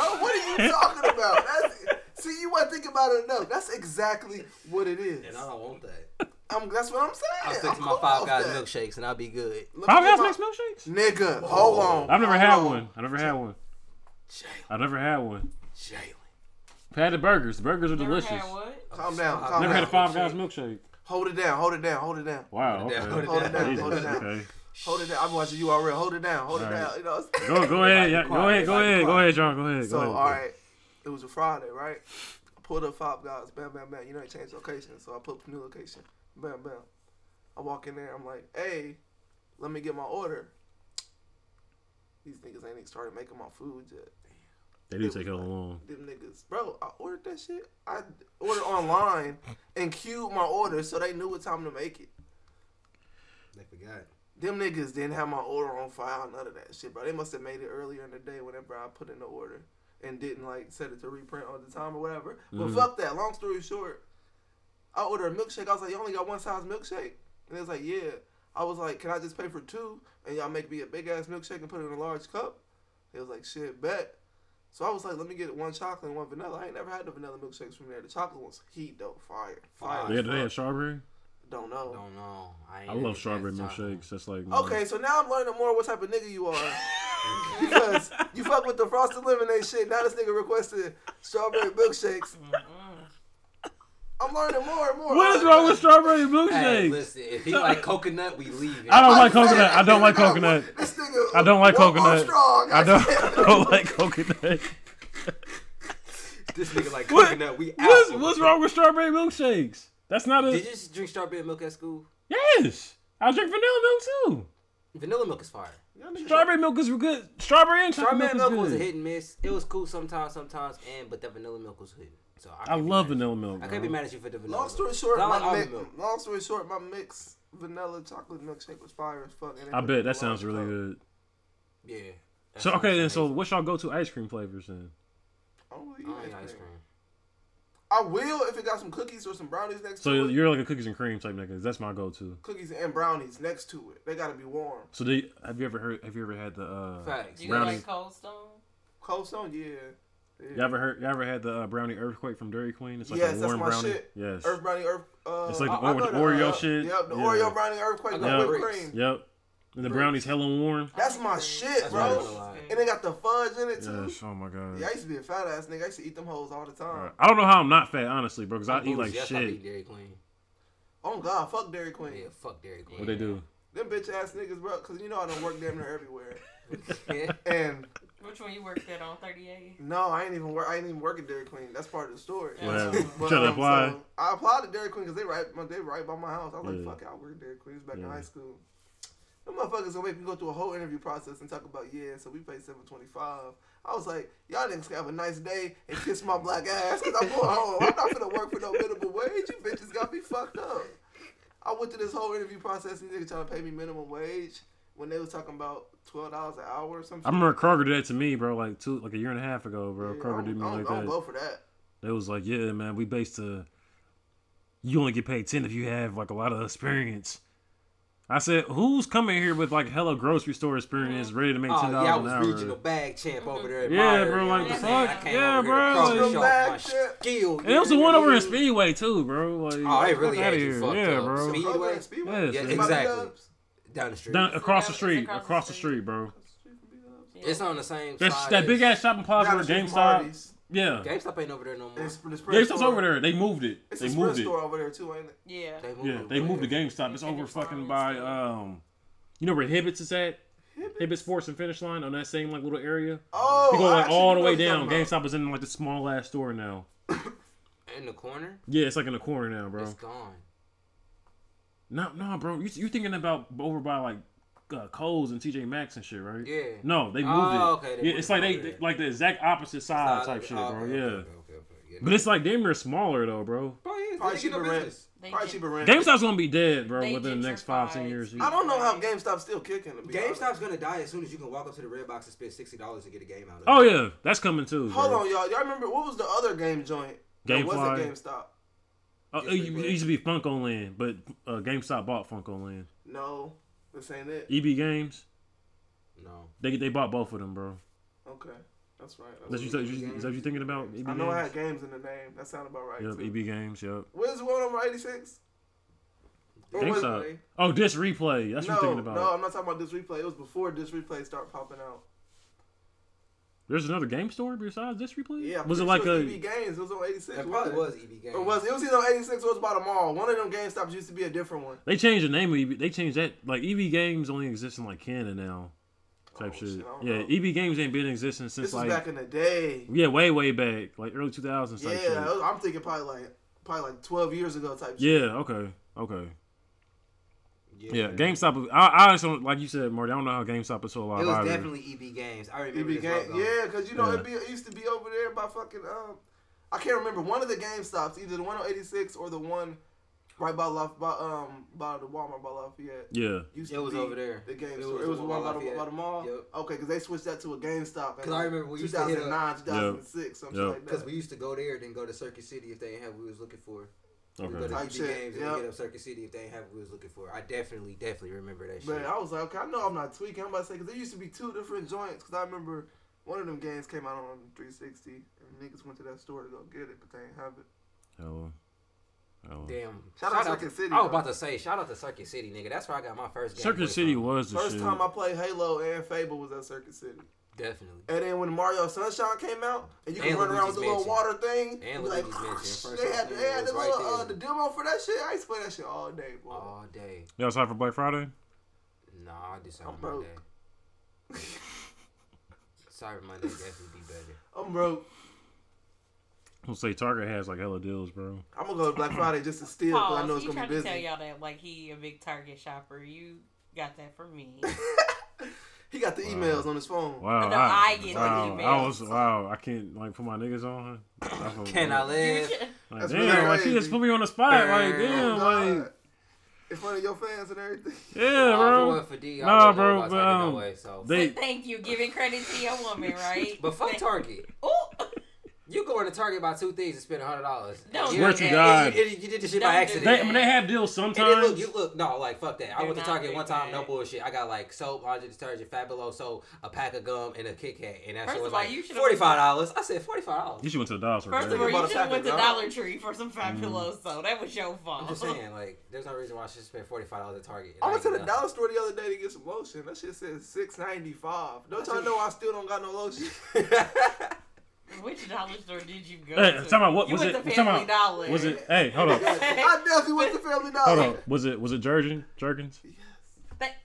S2: [LAUGHS]
S3: What are you talking about? That's, see, you weren't thinking about it enough. That's exactly what it is.
S1: And I don't want that.
S3: I'm, that's what I'm saying.
S1: I'll stick to
S3: I'm
S1: my
S3: cool
S1: Five
S3: off
S1: Guys
S3: that.
S1: milkshakes and I'll be good.
S3: Let me
S2: Five Guys
S3: get my-
S2: makes milkshakes.
S3: Nigga, hold on.
S2: I've never
S3: hold
S2: had
S3: on.
S2: one. I never had one.
S1: Jalen,
S2: I never had one.
S1: Jalen.
S2: Patty burgers. Burgers are
S4: Never
S2: delicious.
S4: Had what?
S3: Calm down. Calm
S2: Never
S3: down.
S2: had a Five Guys milkshake.
S3: Hold it down. Hold it down. Hold it down.
S2: Wow.
S1: Hold it
S2: Okay.
S1: down, hold it down,
S2: Jesus,
S3: hold it down.
S2: okay.
S3: Hold it down. I'm watching you already. Hold it down. Hold it
S2: Alright.
S3: down. You know. what I'm saying?
S2: Go, go ahead. Yeah, go
S1: quiet,
S2: ahead. Go
S1: everybody
S2: ahead. Go
S1: quiet.
S2: ahead, John. Go ahead.
S3: So
S2: go ahead.
S3: all right, it was a Friday, right? I pulled up Five Guys. Bam, bam, bam. You know, I changed location, so I put up a new location. Bam, bam. I walk in there. I'm like, hey, let me get my order. These niggas ain't even started making my food yet.
S2: They do take hella long.
S3: Them niggas, bro. I ordered that shit. I ordered online and queued my order so they knew what time to make it.
S1: They forgot.
S3: Them niggas didn't have my order on file, none of that shit, bro. They must have made it earlier in the day whenever I put in the order and didn't like set it to reprint all the time or whatever. But
S2: Mm-hmm.
S3: fuck that. Long story short, I ordered a milkshake. I was like, you only got one size milkshake? And it was like, yeah. I was like, can I just pay for two and y'all make me a big ass milkshake and put it in a large cup? It was like, shit, bet. So I was like, let me get one chocolate and one vanilla. I ain't never had the vanilla milkshakes from there. The chocolate ones, heat though, fire, fire.
S2: Yeah,
S1: Fire.
S2: do they
S3: as fuck.
S2: have strawberry?
S3: Don't know.
S1: Don't know. ain't
S2: I
S1: never
S2: love
S1: had
S2: strawberry
S1: chocolate.
S2: milkshakes. That's like my-
S3: Okay, so now I'm learning more what type of nigga
S1: [LAUGHS]
S3: you are. because you fuck with the frosted lemonade shit. Now this nigga requested strawberry milkshakes.
S4: Mm-mm.
S3: I'm learning more and more.
S2: What is wrong with strawberry
S1: Hey,
S2: milkshakes?
S1: listen, if he
S2: [LAUGHS]
S1: like coconut, we leave.
S2: I don't
S3: I'm
S2: like
S3: saying,
S2: coconut. I don't like
S3: nigga,
S2: coconut.
S3: This nigga,
S2: I don't like
S3: one more
S2: coconut.
S3: Strong.
S2: I don't,
S3: said,
S2: [LAUGHS] I don't like coconut.
S1: This nigga like
S2: What-
S1: coconut, we out.
S2: What's, what's wrong with strawberry milkshakes? That's not
S1: Did
S2: a
S1: you just drink strawberry milk at school?
S2: yes. I drink vanilla milk too.
S1: Vanilla milk is fire.
S2: Strawberry milk is good. Strawberry and chocolate
S1: Strawberry
S2: milk
S1: milk was
S2: is
S1: a
S2: good.
S1: hit and miss. It was cool sometimes, sometimes, and but that vanilla milk was hit. So I,
S2: I
S1: can't be
S2: love
S1: mad at you.
S2: vanilla milk.
S1: I can't be
S2: bro.
S1: mad at you for the vanilla.
S3: Long
S1: milk.
S3: story short,
S1: But I
S3: my
S1: like almond
S3: mi-
S1: milk.
S3: long story short, my mix vanilla chocolate milkshake was fire as fuck. and it
S2: I
S3: was
S2: bet that
S3: a
S2: sounds
S3: large
S2: really
S3: cup.
S2: good.
S1: Yeah. That
S2: So
S1: sounds
S2: okay, then so
S1: amazing.
S2: what's y'all go to ice cream flavors then?
S3: I don't really
S1: I don't
S3: eat
S1: like
S3: ice cream.
S1: cream.
S3: I will if it got some cookies or some brownies next
S2: So
S3: to it.
S2: you're like a cookies and cream type nigga. That's my go to.
S3: Cookies and brownies next to it. They gotta be warm.
S2: So do you, have you ever heard? Have you ever had the uh,
S1: Facts.
S4: Do you
S2: Brownie.
S4: like Cold Stone?
S3: Cold Stone, yeah.
S2: you ever heard? You ever had the uh, brownie earthquake from Dairy Queen? It's like a
S3: Yes, that's
S2: warm
S3: my
S2: brownie.
S3: shit.
S2: Yes.
S3: Earth Brownie Earth. Uh,
S2: It's like the
S3: I- I
S2: or-
S3: go
S2: the
S3: to,
S2: Oreo
S3: uh,
S2: shit.
S3: Yep, the
S2: Yeah.
S3: Oreo Brownie Earthquake
S1: I
S3: with
S1: got
S3: whipped
S1: bricks.
S3: cream.
S2: Yep. And the brownies hella warm.
S3: That's my shit,
S1: That's what I
S3: bro.
S1: wanna like.
S3: And they got the fudge in it too.
S2: Yes. Oh my god.
S3: Yeah, I used to be a fat ass nigga. I used to eat them hoes all the time.
S2: Alright. I don't know how I'm not fat, honestly, bro, because I
S1: Fuck
S2: eat
S1: Boots,
S2: like
S1: yes, I
S2: shit.
S1: eat Dairy Queen.
S3: Oh God, fuck Dairy Queen.
S1: Yeah, fuck Dairy Queen.
S2: What they do?
S3: Them bitch ass niggas, bro. Cause you know I don't work damn near everywhere.
S1: [LAUGHS] yeah.
S3: And
S4: Which one you worked at on 38?
S3: no, I ain't even work. I ain't even work at Dairy Queen. That's part of the story.
S4: What
S3: [LAUGHS]
S4: happened?
S3: But,
S2: Try to
S3: um,
S2: apply.
S3: so I applied to Dairy Queen because they right, my- they right by my house. I was
S2: Yeah.
S3: like, fuck, it, I work at Dairy Queen. It was back in
S2: Yeah.
S3: high school. Them motherfuckers gonna make me go through a whole interview process and talk about yeah. So we paid seven twenty five. I was like, y'all niggas can have a nice day and kiss my black ass because I'm going home. I'm not gonna work for no minimum wage. You bitches got me fucked up. I went through this whole interview process and niggas trying to pay me minimum wage when they was talking about twelve dollars an hour or something.
S2: I remember Kroger did that to me, bro, like two like a year and a half ago,
S3: Yeah, I
S2: bro.
S3: don't-
S2: Kroger did me
S3: I don't-
S2: like
S3: I don't
S2: that.
S3: go for that.
S2: They was like, Yeah, man, we based to you only get paid ten if you have like a lot of experience. I said, Who's coming here with like hella grocery store experience ready to make
S1: Oh,
S2: ten
S1: yeah, I
S2: dollars
S1: was
S2: an hour?
S1: regional bag champ over there. At
S2: Yeah,
S1: Meijer,
S2: bro,
S1: you know
S2: like,
S1: what
S4: the
S1: I'm saying?
S4: fuck?
S1: I came
S2: Yeah,
S1: over
S2: bro,
S1: Here to
S3: like-
S1: show
S3: Bag
S1: my
S3: champ.
S1: skill.
S2: And it was the one over in Speedway too, bro. Like,
S1: Oh, they really
S2: fuck
S1: had
S2: outta
S1: you
S2: here.
S1: fucked
S2: Yeah,
S1: up.
S2: bro.
S1: Speed-
S3: Kroger
S1: Speedway?
S3: and Speedway.
S2: Yeah,
S1: Yeah,
S2: Speedway.
S3: It's about
S1: exactly.
S3: Dubs.
S1: Down the street.
S2: Down, across the
S4: It's
S2: street,
S4: across the
S2: across the
S4: street.
S2: street, bro.
S1: It's on the same
S2: That's
S1: side.
S2: that big
S1: as-
S2: ass shopping plaza
S3: Down
S2: where
S3: the street from
S2: GameStop.
S3: Hardee's.
S2: Yeah,
S1: GameStop ain't over there no more.
S3: It's- the Sprint
S2: GameStop's
S3: store.
S2: over there. They moved it.
S3: It's a
S2: they
S3: Sprint
S2: moved it.
S3: store over there too, ain't it?
S4: Yeah.
S1: They moved
S2: Yeah,
S1: it
S2: they
S1: over
S2: moved the
S1: there.
S2: GameStop. It's
S4: They
S2: over
S4: moved it
S2: fucking
S4: to
S2: by
S4: Hardee's.
S2: um, you know where Hibbits is at. Hibbits Sports and Finish Line on that same like little area.
S3: Oh,
S2: You go
S3: I
S2: like
S3: actually
S2: all the
S3: know
S2: way
S3: what you're
S2: down.
S3: talking about.
S2: GameStop is in like the small ass store now.
S1: In the corner?
S2: Yeah, it's like in the corner now, bro.
S1: It's gone.
S2: No, no, bro. You you thinking about over by like uh, Coles and TJ Maxx and shit, right?
S1: Yeah.
S2: No, they moved
S1: Oh,
S2: it.
S1: okay, they
S2: yeah,
S1: moved
S2: it's
S1: it
S2: like they,
S1: over
S2: they
S1: there.
S2: like the exact opposite side type shit,
S1: Oh,
S2: bro.
S1: okay,
S2: yeah.
S1: okay, okay, okay, yeah.
S2: But it's like damn near smaller though, bro.
S1: Bro, yeah, they
S3: Probably
S1: get no
S3: cheaper rent.
S1: business.
S4: They
S3: Probably
S4: did-
S3: cheaper rent.
S2: GameStop's gonna be dead, bro,
S4: They
S2: within the next five, ten
S4: gentrified.
S2: years.
S3: I don't know how GameStop's still kicking. To be
S1: GameStop's
S3: honest.
S1: gonna die as soon as you can walk up to the red box and spend sixty dollars to get a game out of it.
S2: Oh yeah, that's coming too.
S3: Hold
S2: bro.
S3: on, y'all. Y'all remember what was the other game joint? That was
S2: Gamefly.
S3: a GameStop.
S2: Uh, it, u- it used to be Funkoland, but uh, GameStop bought Funkoland.
S3: No, this ain't it.
S2: EB Games,
S1: No.
S2: they they bought both of them, bro.
S3: Okay, that's right.
S2: That's you, is that what you thinking about? EB
S3: I know I had
S2: Games?
S3: games in the name. That sounded about right.
S2: Yep,
S3: too.
S2: EB Games. Yep.
S3: Where's the one over eighty six?
S2: GameStop. Oh, this replay. That's what
S3: No,
S2: you're thinking about.
S3: no, I'm not talking about this replay. It was before this replay started popping out.
S2: There's another game store besides this replay.
S3: Yeah, I'm
S2: Was it
S3: pretty
S2: like
S3: sure
S2: a?
S3: EB Games? It was on eighty six.
S1: It probably was E EB Games.
S3: It was. It was either eighty six or it was by the mall. One of them GameStops used to be a different one.
S2: They changed the name of EB. They changed that. Like EB Games only exists in like Canada now. Type
S3: Oh,
S2: shit.
S3: shit, I don't
S2: Yeah,
S3: know.
S2: EB Games ain't been in existence since
S3: This
S2: like
S3: was back in the day.
S2: yeah, way way back, like early 2000s. Type
S3: Yeah,
S2: Shit.
S3: that was- I'm thinking probably like probably like 12 years ago type. shit.
S2: Yeah. Okay. Okay. Yeah. GameStop. was- I, I just don't like you said, Marty. I don't know how GameSop is still
S1: It
S2: alive.
S1: was
S2: either.
S1: definitely EB Games. I remember
S3: EB
S1: this
S3: Game,
S1: logo.
S3: E yeah, because you know
S2: Yeah.
S3: it, be, it used to be over there by fucking um, I can't remember one of the Game Stops, either the one on 86 or the one right by Laf, by um by the Walmart by Lafayette.
S2: Yeah.
S3: Used
S1: It was over there.
S3: E The game
S1: It
S3: store.
S1: was
S3: It was
S1: the
S3: the
S1: one
S3: one
S1: by
S3: by the, by
S1: Lafayette.
S3: the mall.
S1: Yep.
S3: Okay, because they switched that to a GameStop.
S1: Because I remember we used to hit
S3: 2009, 2006, something
S2: Yep.
S3: like
S1: Because
S3: that.
S1: we used to go there, then go to Circuit City if they didn't have what we was looking for. We go
S2: Okay.
S1: to
S3: Type
S1: EB
S3: shit,
S1: Games and
S3: yep.
S1: we hit up Circuit City if they didn't have what we was looking for. I definitely, definitely remember that shit.
S3: Man, I was like, okay, I know I'm not tweaking. I'm about to say because there used to be two different joints. Because I remember one of them games came out on 360, and niggas went to that store to go get it, but they ain't have it.
S2: Hello. Hello.
S1: Damn.
S3: Shout out Circuit
S1: to,
S3: City,
S1: I was
S3: bro.
S1: about to say, shout out to Circuit City, nigga. That's where I got my first game.
S2: Circuit
S1: away
S2: City
S1: from.
S2: was the
S3: First
S2: shit.
S3: time I played Halo and Fable was at Circuit City.
S1: Definitely.
S3: And then when Mario Sunshine came out, and you can
S1: And
S3: run around with the
S1: Luigi's
S3: little water thing,
S1: And
S3: you [LAUGHS]
S1: Luigi's Mansion.
S3: they had, they had the
S1: First one was
S3: little uh,
S1: right
S3: the
S1: there. Oh.
S3: demo for that shit. I used to play that shit all day, boy.
S1: All day.
S2: Y'all outside for Black Friday?
S1: Nah, I do Cyber
S3: I'm broke.
S1: Monday.
S3: [LAUGHS]
S1: Cyber Monday definitely be better.
S3: I'm broke.
S2: I'll say Target has like hella deals, bro.
S3: I'm gonna
S1: [LAUGHS]
S3: go to Black Friday just to steal because I know
S4: Pause.
S3: it's
S4: He
S3: gonna
S4: tried
S3: be
S4: to tell
S3: busy.
S4: y'all that like he a big Target shopper. You got that from
S2: [LAUGHS]
S4: me.
S3: He got the emails on his phone.
S2: Wow.
S4: No, I get the
S2: wow,
S4: emails.
S2: I was wow. I can't like put my niggas on. I
S1: [LAUGHS]
S2: feel
S1: Can I
S2: bad.
S1: live?
S2: Like,
S3: That's
S2: damn,
S3: really
S2: like she just
S3: crazy.
S2: put me on the spot. Like
S1: Damn.
S2: damn,
S3: God.
S2: like
S3: in front of your fans and everything. [LAUGHS]
S2: yeah,
S1: Nah,
S2: bro.
S1: for D, I
S2: Nah,
S1: wouldn't
S2: bro,
S1: know about
S2: but,
S1: Target no
S2: um,
S1: way, so.
S2: [LAUGHS]
S4: [LAUGHS]
S2: They [LAUGHS]
S4: Thank you, giving credit to your woman, right?
S1: but fuck Target.
S4: Oh, [LAUGHS]
S1: You going to Target by two things and spend hundred dollars.
S4: No,
S1: you
S2: Swear
S1: done-
S2: to
S1: and-
S2: God.
S1: and you, and you did this shit by
S4: Don't do
S1: accident.
S2: They, I mean, they have deals
S1: And then look,
S2: sometimes.
S1: you look, no, like fuck that. I
S4: They're
S1: went to
S4: not
S1: Target
S4: big
S1: one time, no
S4: bag.
S1: bullshit. I got like soap, laundry detergent, Fabulo soap, a pack of gum, and a Kit Kat, and that
S4: First
S1: shit was
S4: of all,
S1: like
S4: you should've
S1: forty five dollars. I said forty five dollars.
S2: You should went to the dollar store.
S4: First of
S2: right?
S4: all,
S3: Bought
S4: you
S3: a
S4: should have
S3: pack
S4: went
S3: of
S4: to
S3: gum.
S4: Dollar Tree for some
S2: Mm-hmm.
S4: Fabuloso. That was your fault.
S1: I'm just saying, like, there's no reason why I should spend forty five dollars at Target.
S4: Oh,
S3: I went to the
S4: uh,
S1: Like,
S3: dollar store the other day to get some lotion. That shit says six ninety five. Don't y'all know I still don't got no
S4: [LAUGHS]
S3: lotion?
S4: [LAUGHS] Which dollar store did you go
S2: Hey,
S4: to?
S2: I'm talking about what-
S4: you
S2: was
S4: went
S2: it-
S4: to
S2: I'm talking
S4: Family
S2: about-
S4: Dollar.
S2: was it? Hey, hold on,
S3: I definitely went to Family
S2: hold
S3: Dollar.
S2: on. Was it was it Jergens? Jergens?
S3: Yes.
S4: That-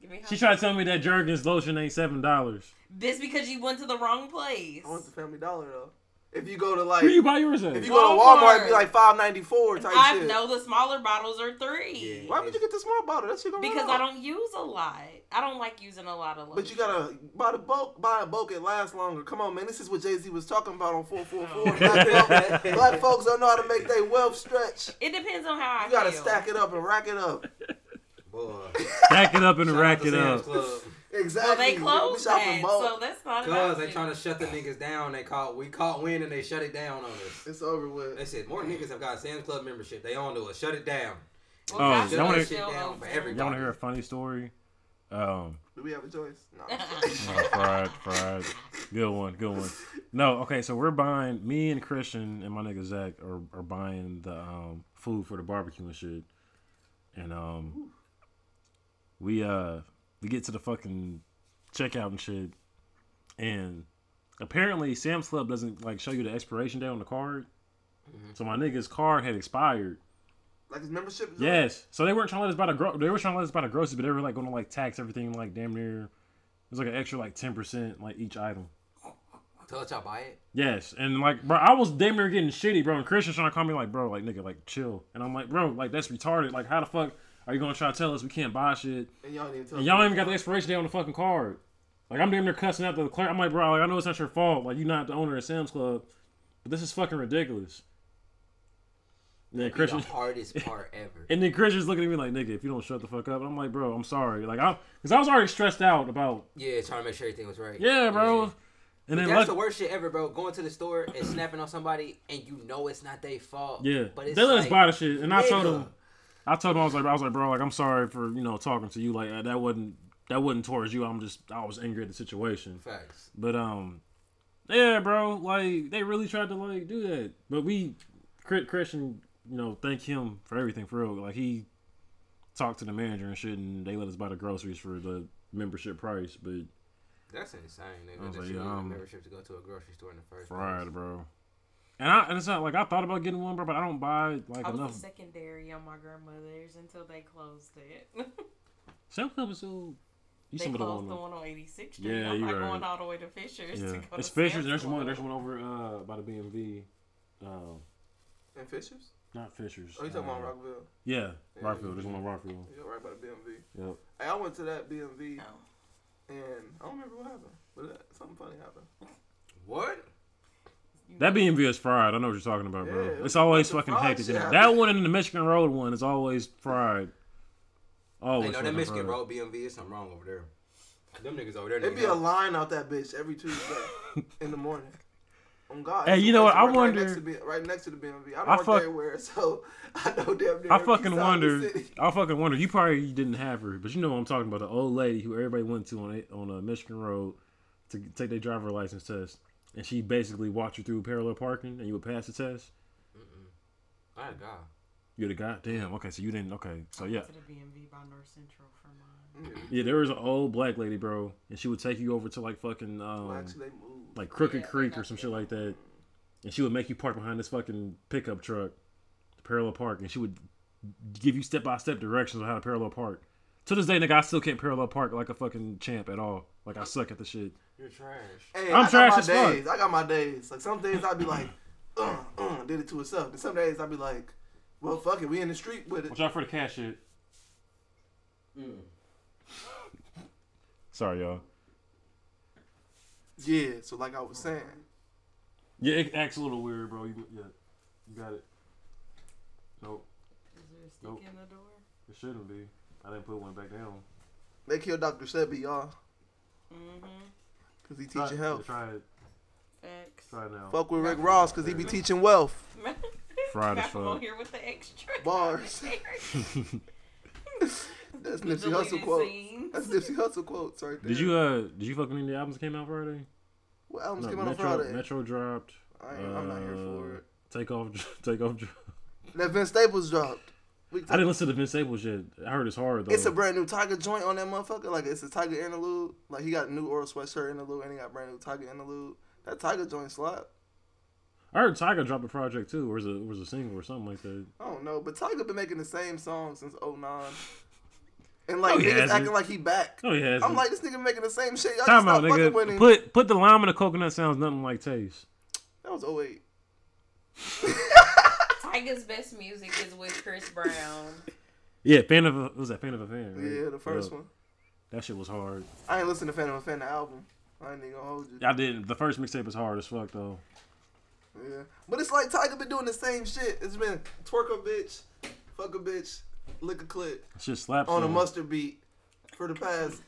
S4: Give me
S2: She
S4: high-
S2: tried to tell me that Jergens lotion ain't seven dollars.
S4: This because you went to the wrong place.
S3: I went to Family Dollar though. If you go to like,
S2: Where you
S3: if
S2: buy yours at?
S3: you go to Walmart, it'd be
S4: Walmart.
S3: like five ninety four type
S4: I
S3: shit.
S4: know the smaller bottles are three.
S1: Yeah.
S3: Why would you get the small bottle? That shit gonna run
S4: Because
S3: out.
S4: I don't use a lot. I don't like using a lot of.
S3: But you
S4: lotion.
S3: gotta buy the bulk, buy a bulk, it lasts longer. Come on, man. This is what Jay Z was talking about on
S4: Oh.
S3: 444. Black,
S4: [LAUGHS]
S3: folk- black folks don't know how to make their wealth stretch.
S4: It depends on how I.
S3: You gotta
S4: feel.
S3: stack it up and rack it up.
S1: [LAUGHS] boy,
S2: Stack it up and rack it up.
S3: Exactly.
S4: Well, they
S3: We
S4: closed
S3: shopping
S4: that,
S3: bulk.
S4: so that's not. an
S1: Cause they
S4: option.
S1: trying to shut the niggas down. They caught we caught wind and they shut it down on us.
S3: It's over with.
S1: They said more niggas have got Sam's Club membership. They on to us. Shut it down.
S2: Oh,
S4: Well, gosh,
S2: y'all wanna-
S4: it's still
S1: Down
S2: [LAUGHS]
S4: open.
S1: for everybody.
S2: Y'all want to hear a funny story? Um,
S3: Do we have a choice? No.
S2: [LAUGHS]
S4: [LAUGHS]
S2: Oh, fried, fried. Good one, good one. No, okay, so we're buying me and Christian and my nigga Zach are, are buying the um, food for the barbecue and shit. And um we uh we get to the fucking checkout and shit. And apparently Sam's Club doesn't like show you the expiration date on the card. So my nigga's card had expired.
S3: like his membership. is up?
S2: Yes. So they weren't trying to let us buy the gro- they were trying to let us buy the groceries, but they were like going to like tax everything like damn near. It was like an extra like ten percent like each item.
S1: Tell y'all buy it.
S2: Yes, and like bro, I was damn near getting shitty, bro. And Christian's trying to call me like, bro, like nigga, like chill. And I'm like, bro, like that's retarded. Like how the fuck are you gonna try to tell us we can't buy shit?
S3: And y'all didn't tell
S2: And y'all don't even got the expiration date on the fucking card. Like I'm damn near cussing out the clerk. I'm like, bro, like I know it's not your fault. Like you're not the owner of Sam's Club, but this is fucking ridiculous. And then
S1: Be the
S2: Christian,
S1: hardest part
S2: [LAUGHS]
S1: ever.
S2: and then Christian's looking at me like, nigga, if you don't shut the fuck up, I'm like, bro, I'm sorry. Like, I, because I was already stressed out about,
S1: Yeah, trying to make sure everything was right.
S2: yeah, bro. And then
S1: That's the
S2: luck,
S1: worst shit ever, bro. Going to the store and snapping on somebody and you know it's not their fault.
S2: yeah,
S1: but it's
S2: they let us
S1: like,
S2: buy the shit, and I told
S1: nigga.
S2: him, I told him I was like, I was like, bro, like I'm sorry for you know talking to you like that. That wasn't that wasn't towards you. I'm just I was angry at the situation.
S1: Facts.
S2: But um, yeah, bro, like they really tried to like do that, but we, Chri- Christian, you know, thank him for everything for real. Like he talked to the manager and shit, and they let us buy the groceries for the membership price, but.
S1: That's insane, nigga.
S2: I was
S1: that
S2: like,
S1: you
S2: yeah,
S1: need a
S2: I'm-
S1: membership to go to a grocery store in the first
S2: Fried,
S1: place.
S2: bro. And I and it's not like I thought about getting one, bro, but I don't buy like
S4: I was
S2: enough.
S4: in secondary on my grandmother's until they closed it. [LAUGHS]
S2: Sam's Club is still. You
S4: they
S2: some of the
S4: closed
S2: one.
S4: the
S2: though.
S4: one on 86th Street.
S2: Yeah,
S4: I'm
S2: you're
S4: not
S2: right.
S4: going all the way to Fisher's to
S2: Yeah,
S4: go
S2: it's
S4: to
S2: Fisher's.
S4: Sam's
S2: There's one.
S4: Club.
S2: There's one over uh by the BMV. Um,
S3: And Fisher's?
S2: not Fisher's.
S3: Oh, you talking about
S2: uh,
S3: Rockville?
S2: Yeah,
S3: Yeah.
S2: Rockville. There's one on Rockville.
S3: Yeah, right by the BMV.
S2: Yep.
S3: Hey, I went to that BMV
S4: No.
S3: and I don't remember what happened, but that, something funny happened.
S1: What?
S2: That BMV is fried. I know what you're talking about, bro.
S3: Yeah,
S2: it's always
S3: it's a
S2: fucking
S3: fried
S2: hectic.
S3: shit.
S2: That one and the Michigan Road one is always fried.
S1: Oh,
S2: Always.
S1: hey, no, that
S2: fucking
S1: Michigan
S2: fried.
S1: Road BMV is something wrong over there. Them niggas over there.
S3: It'd be a line out that bitch every Tuesday
S2: [LAUGHS]
S3: in the morning. On God.
S2: Hey, you know what? I
S3: Right
S2: wonder-
S3: Next to B- right next to the BMV. I don't
S2: I
S3: work
S2: fuck-
S3: there anywhere, [LAUGHS] so I know damn near.
S2: I
S3: every side
S2: fucking
S3: of the
S2: wonder. [LAUGHS]
S3: city.
S2: I fucking wonder. You probably didn't have her, but you know what I'm talking about. The old lady who everybody went to on a, on a Michigan road to take their driver license test, and she basically walked you through parallel parking, and you would pass the test.
S1: My God.
S2: You're the guy. Damn. Okay, so you didn't. Okay, so yeah,
S4: To the BMV by North Central for mine.
S2: yeah. There was an old black lady, bro, and she would take you over to like fucking
S3: Well,
S2: um,
S3: actually, they moved.
S2: like Crooked
S4: Yeah,
S2: Creek or
S4: that's
S2: some
S4: it.
S2: shit like that, and she would make you park behind this fucking pickup truck, parallel park, and she would give you step by step directions on how to parallel park. To this day, nigga, I still can't parallel park like a fucking champ at all. Like I suck at the shit.
S1: You're trash.
S3: Hey,
S2: I'm
S3: I got
S2: trash
S3: my
S2: as fuck.
S3: days. I got my days. Like some days I'd be like, [CLEARS THROAT] uh, uh, did it to itself. And some days I'd be like, well, fuck it, we in the street with it.
S2: out for the cash shit. Mm. Sorry, y'all.
S3: Yeah. So like I was saying,
S2: Yeah, it acts a little weird, bro. You, yeah, you got it. Nope,
S4: Is there a stick
S2: Nope.
S4: in the door?
S2: it shouldn't be. I didn't put one back down.
S3: they killed Dr. Sebi, y'all,
S4: Mm-hmm.
S3: because he teaching health.
S2: Try it.
S4: Facts.
S2: Try now.
S3: Fuck with Rick Ross because he be teaching wealth.
S2: Fried as
S4: Malcolm
S2: fuck.
S4: on here with the extra [LAUGHS]
S3: Bars. That's Nipsey Hussle
S4: Deleted
S3: quotes.
S4: scenes.
S3: That's Nipsey Hussle quotes right there.
S2: Did you uh? Did you fucking any albums came out Friday?
S3: What albums
S2: No,
S3: came out on
S2: Metro,
S3: Friday?
S2: Metro uh, dropped.
S3: I ain't, I'm not here for it.
S2: Take off. [LAUGHS] Take off. dro-
S3: That Vince Staples dropped. We
S2: I didn't listen to Vince Staples yet. I heard it's hard though.
S3: It's a brand new Tiger joint on that motherfucker. Like it's a Tiger interlude. Like he got a new Oral sweatshirt interlude and he got brand new Tiger interlude. That Tiger joint slap.
S2: I heard Tiger dropped a project too, or was it or was it a single or something like that.
S3: I don't know, but Tiger been making the same song since 09. And
S2: [LAUGHS]
S3: like
S2: No, he
S3: niggas
S2: hasn't.
S3: acting like he back.
S2: Oh yeah, it's
S3: I'm like this nigga making the same shit. Y'all just
S2: time out,
S3: stop fucking with
S2: nigga.
S3: him.
S2: Put put the lime and the coconut sounds nothing like taste.
S3: that was 08.
S4: Tiger's best music is with Chris Brown.
S2: Yeah, fan of a, what was that fan of a fan. Right?
S3: Yeah, the first one.
S2: That shit was hard.
S3: I ain't listen to Phantom of Fan the album. I ain't even gonna hold you.
S2: I didn't. The first mixtape was hard as fuck though.
S3: Yeah. But it's like Tiger been doing the same shit. It's been twerk a bitch, fuck a bitch, lick a clip.
S2: That shit slaps.
S3: on a
S2: though.
S3: mustard beat for the past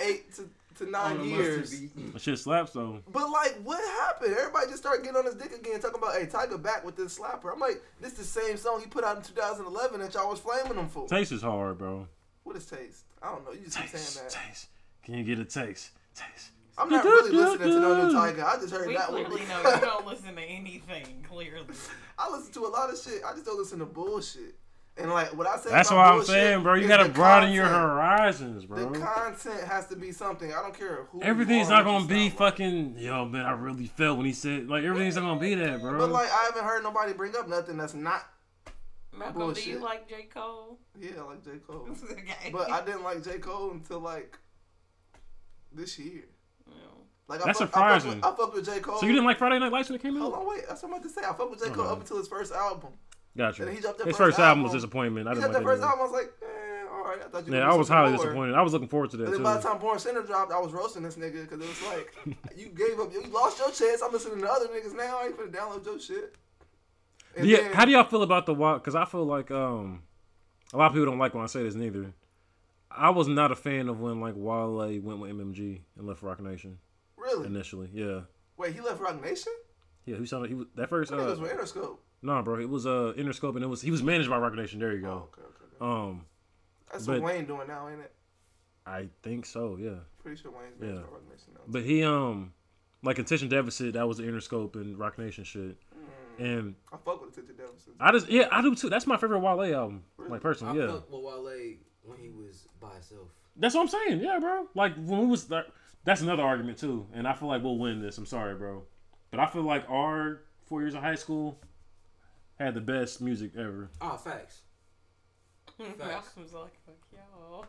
S3: eight to, to nine years.
S2: That shit slaps though.
S3: But like, what happened? Everybody just started getting on his dick again, talking about, "Hey, Tiger back with this slapper." I'm like, this the same song he put out in 2011 that y'all was flaming him for.
S2: Taste is hard, bro.
S3: What is taste? I don't know. You just keep
S2: Taste,
S3: saying that.
S2: taste. Can you get a taste? Taste.
S3: I'm not really listening to no new Tiger. I just heard
S4: We
S3: that one.
S4: clearly know you don't listen to anything. Clearly,
S3: [LAUGHS] I listen to a lot of shit. I just don't listen to bullshit. And like what I say.
S2: That's
S3: about
S2: why I'm
S3: bullshit
S2: saying, bro. You
S3: is
S2: gotta
S3: the
S2: broaden your
S3: content.
S2: horizons, bro.
S3: The content has to be something. I don't care who. you
S2: Everything's
S3: are,
S2: not
S3: what you
S2: gonna be
S3: sound like.
S2: fucking. Yo, man, I really felt when he said like everything's not gonna be that, bro.
S3: But like, I haven't heard nobody bring up nothing that's not.
S4: Malcolm, do
S3: Bullshit.
S4: you like J Cole? [LAUGHS]
S3: Yeah, like J Cole. [LAUGHS]
S4: Okay.
S3: But I didn't like J Cole until like this year.
S4: No. [LAUGHS]
S3: Like
S2: That's
S3: I fuck,
S2: surprising.
S3: I fucked with, I fucked with J Cole.
S2: so you didn't like Friday Night Lights when it came
S3: Hold
S2: out?
S3: on, wait. That's what I'm about to say. I fucked with J Cole
S2: Uh-huh.
S3: up until his first album.
S2: Gotcha.
S3: And he
S2: His
S3: dropped that
S2: first,
S3: first
S2: album was
S3: album.
S2: disappointment. I
S3: He
S2: didn't
S3: got
S2: like that
S3: that first
S2: either.
S3: album. I was like, eh, all right. I thought you.
S2: Yeah,
S3: gonna
S2: I
S3: do
S2: was
S3: something
S2: highly
S3: more.
S2: disappointed. I was looking forward to that
S3: And then by the
S2: too.
S3: time Born Center dropped, I was roasting this nigga because it was
S2: [LAUGHS]
S3: like, you gave up, you lost your chance. I'm listening to other niggas now. I ain't finna download your shit. And
S2: Yeah,
S3: then-
S2: how do y'all feel about the walk? Because I feel like um, a lot of people don't like when I say this neither. I was not a fan of when like Wale went with MMG and left Rock Nation
S3: really?
S2: initially. Yeah,
S3: Wait, he left Rock Nation?
S2: yeah. Who sounded? He was that first.
S3: I think it
S2: Uh,
S3: was with Interscope.
S2: no, bro. It was uh Interscope, and it was he was managed by Rock Nation. There you
S3: Oh,
S2: go.
S3: okay, okay, okay.
S2: Um,
S3: That's
S2: but-
S3: what Wayne doing now, ain't it?
S2: I think so. Yeah.
S3: Pretty sure Wayne's
S2: Yeah.
S3: doing Rock Nation now.
S2: But he um like attention deficit, that was the Interscope and Rock Nation shit. And
S3: I fuck with Attention Deficit.
S2: I just yeah, I do too. That's my favorite Wale album. Like personally,
S1: I
S2: yeah.
S1: fucked with Wale when he was by himself.
S2: That's what I'm saying. Yeah, bro. Like when we was like, that's another argument too. And I feel like we'll win this. I'm sorry, bro. But I feel like our four years of high school had the best music ever.
S1: Oh, facts.
S4: Malcolm's like, fuck y'all.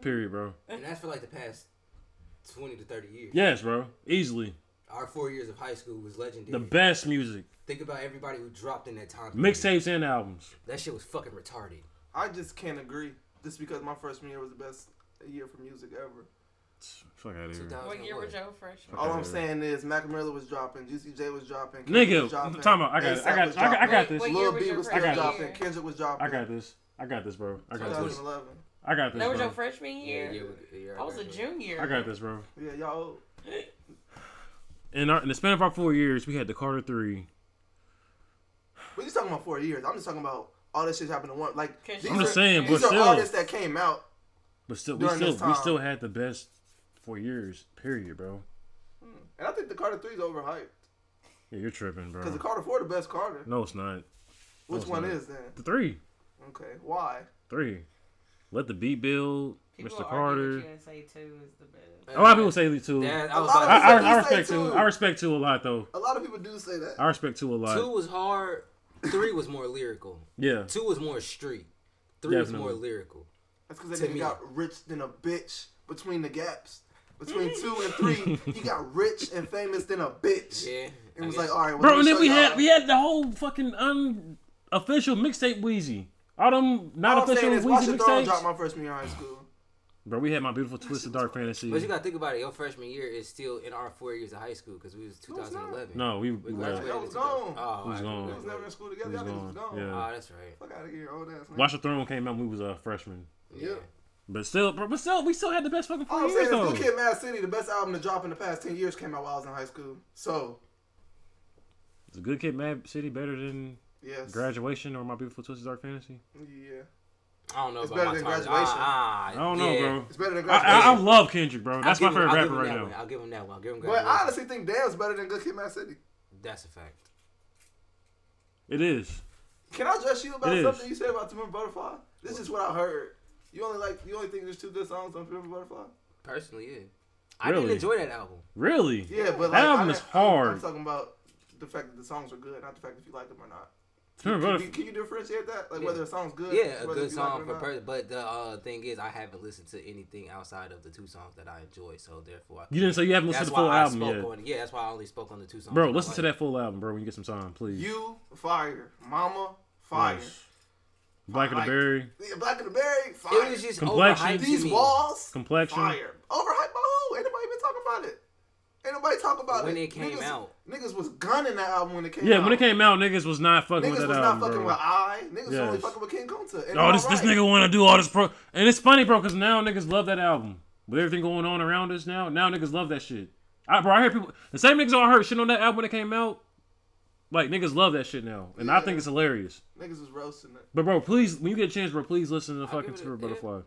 S2: Period, bro.
S1: And that's for like the past twenty to thirty years.
S2: Yes, bro. Easily.
S1: Our four years of high school was
S2: The
S1: legendary.
S2: best music.
S1: Think about everybody who dropped in that time. period.
S2: Mixtapes and albums.
S1: That shit was fucking retarded.
S3: I just can't agree. Just because my freshman year was the best year for music ever.
S2: Fuck out of here.
S1: 2001.
S4: What year were Joe freshman?
S3: All I'm
S2: Okay.
S3: saying is Mac Miller was dropping, Juicy J was dropping, Kendrick
S2: Nigga,
S3: was dropping,
S2: time out. I got it. I
S3: A$AP
S2: got
S3: was
S2: it. I got- I got
S3: dropping,
S2: this.
S4: Wait,
S3: Lil
S4: wait,
S3: B
S4: your
S3: was
S4: freshman
S3: still
S4: year?
S3: dropping, Kendrick was dropping.
S2: I got this. I got this, bro. I got this.
S3: 2011.
S2: I got this.
S4: That was
S2: bro.
S4: your freshman year.
S1: Yeah, yeah, yeah,
S4: I was a
S1: graduated.
S4: junior.
S2: I got this, bro.
S3: Yeah, y'all. old.
S2: In our in the span of our four years, we had the Carter Three.
S3: We just talking about four years. I'm just talking about all this shit happened in one. Like
S4: Okay,
S3: these
S4: I'm just
S3: are-
S2: saying,
S3: these
S2: but
S3: are
S2: still.
S3: artists that came out.
S2: But still, we
S3: During
S2: still
S3: this
S2: we
S3: time.
S2: still had the best four years. Period, bro.
S3: And I think the Carter Three is overhyped
S2: Yeah, you're tripping,
S3: because
S2: bro.
S3: the Carter Four the best Carter.
S2: No, it's not.
S3: Which
S2: it's
S3: one
S2: not.
S3: is then?
S2: The three,
S3: Okay, why?
S2: three. Let the beat build,
S4: People
S2: Mr.
S4: argue
S2: Carter.
S4: That USA two is the best.
S2: A lot of people say two. I,
S1: That, I was
S3: A lot
S1: like,
S3: of
S2: I,
S3: That's
S2: I
S3: what they
S2: respect
S3: say,
S2: two.
S3: too.
S2: I respect two a lot, though.
S3: A lot of people do say that.
S2: I respect two a
S1: Two
S2: lot.
S1: was hard. Three was more lyrical.
S2: Yeah,
S1: Two was more street. Three was more
S2: Definitely.
S1: lyrical.
S3: That's because
S1: To
S3: that nigga
S1: me.
S3: got rich than a bitch between the gaps. Between
S2: Mm-hmm.
S3: two and three, he
S2: [LAUGHS]
S3: got rich and famous than a bitch.
S1: Yeah.
S3: And
S1: I
S3: was
S1: guess-
S3: like, oh. all right, well,
S2: bro.
S3: let
S2: And
S3: me
S2: then
S3: show
S2: we
S3: y'all."
S2: had we had the whole fucking unofficial mixtape Wheezy. All them
S3: All
S2: not
S3: I'm
S2: official
S3: saying is Watch
S2: Wheezy
S3: the Throne dropped
S2: mixtapes.
S3: my freshman year in high school.
S2: Bro, we had my beautiful twisted dark fantasy.
S1: But you gotta think about it. Your freshman year is still in our four years of high school because we was 2011.
S2: No, we,
S1: We
S2: we
S1: graduated
S3: Y'all was
S1: in
S3: gone.
S1: 2000. Oh,
S2: We was
S1: I-
S2: gone.
S3: We was never in school together.
S2: He's
S3: Y'all niggas was
S2: gone,
S3: gone.
S2: yeah.
S1: Oh, that's right.
S3: Fuck out of here, old ass. Nigga.
S2: Watch the Throne came out. when We was a freshman.
S3: Yeah.
S2: uh, But still, but still, we still had the best fucking four
S3: All Oh, I'm
S2: years
S3: saying
S2: though.
S3: is, Good Kid, Mad City, the best album to drop in the past ten years, came out while I was in high school. So,
S2: Is Good Kid, Mad City better than
S3: yes,
S2: Graduation or My Beautiful Twisted Dark Fantasy?
S3: yeah,
S1: I don't know
S3: It's
S1: about
S3: better
S1: my
S3: than
S1: top- Ah,
S3: graduation.
S1: ah,
S2: I don't know,
S1: yeah.
S2: bro.
S3: it's better than
S2: I, I, I
S3: graduation.
S2: love Kendrick, bro.
S1: I'll
S2: That's my
S1: give him-
S2: favorite
S1: I'll give
S2: rapper
S1: him
S2: right
S1: that
S2: now.
S1: one. I'll give him that one. I'll give him
S3: but
S1: graduation.
S3: I honestly think Damn's better than Good Kid, Mad City.
S1: That's a fact.
S2: It is.
S3: Can I address you about
S2: It is.
S3: something you said about Timber Butterfly? This is what I heard. You only like you only think there's two good songs on Timber Butterfly.
S1: Personally, yeah. I
S2: Really?
S1: didn't enjoy that album.
S2: Really?
S3: Yeah,
S2: That
S3: but like, I
S2: album
S3: mean,
S2: is
S3: I'm- I'm,
S2: hard.
S3: talking about the fact that the songs are good, not the fact if you like them or not.
S2: Timber
S3: Can,
S2: Butterf-
S3: you, can you differentiate that? Like
S1: Yeah.
S3: whether a song's good.
S1: Yeah, a
S3: whether
S1: good
S3: you like it
S1: song
S3: or
S1: for
S3: not?
S1: person. But the uh, thing is, I haven't listened to anything outside of the two songs that I enjoy. So therefore, I,
S2: You didn't say you haven't
S1: that's
S2: listened to the
S1: why
S2: full
S1: I spoke
S2: album yet,
S1: on. Yeah, that's why I only spoke on the two songs.
S2: bro.
S1: I
S2: Listen to
S1: like.
S2: that full album, bro. When you get some time, please.
S3: You fire, Mama fire,
S2: Nice. Black of the
S3: Like-
S2: Berry,
S3: Yeah, Black of the Berry
S1: It
S3: fire.
S1: was just
S2: Complexion.
S1: overhyped. to
S3: These
S1: me.
S3: walls
S2: Complexion.
S3: fire. Overhyped by who? Ain't nobody been talking about it. Ain't nobody talking about
S1: When
S3: it.
S1: it came
S3: niggas,
S1: out.
S3: niggas was gunning that album when it came
S2: Yeah,
S3: out.
S2: when it came out, niggas was not fucking
S3: Niggas
S2: with
S3: was
S2: that
S3: not
S2: album,
S3: fucking
S2: bro.
S3: with I. Niggas was only
S2: Yes.
S3: fucking with King Kunta. And
S2: Oh, this
S3: alright.
S2: this nigga want to do all this pro, and it's funny, bro, because now niggas love that album. With everything going on around us now, now niggas love that shit. I, bro, I hear people the same niggas all heard shit on that album when it came out. Like niggas love that shit now, and I
S3: Yeah.
S2: think it's hilarious.
S3: Niggas was roasting it.
S2: But bro, please, when you get a chance, bro, please listen to fucking
S1: give it a-
S2: Super
S1: yeah.
S2: Butterfly.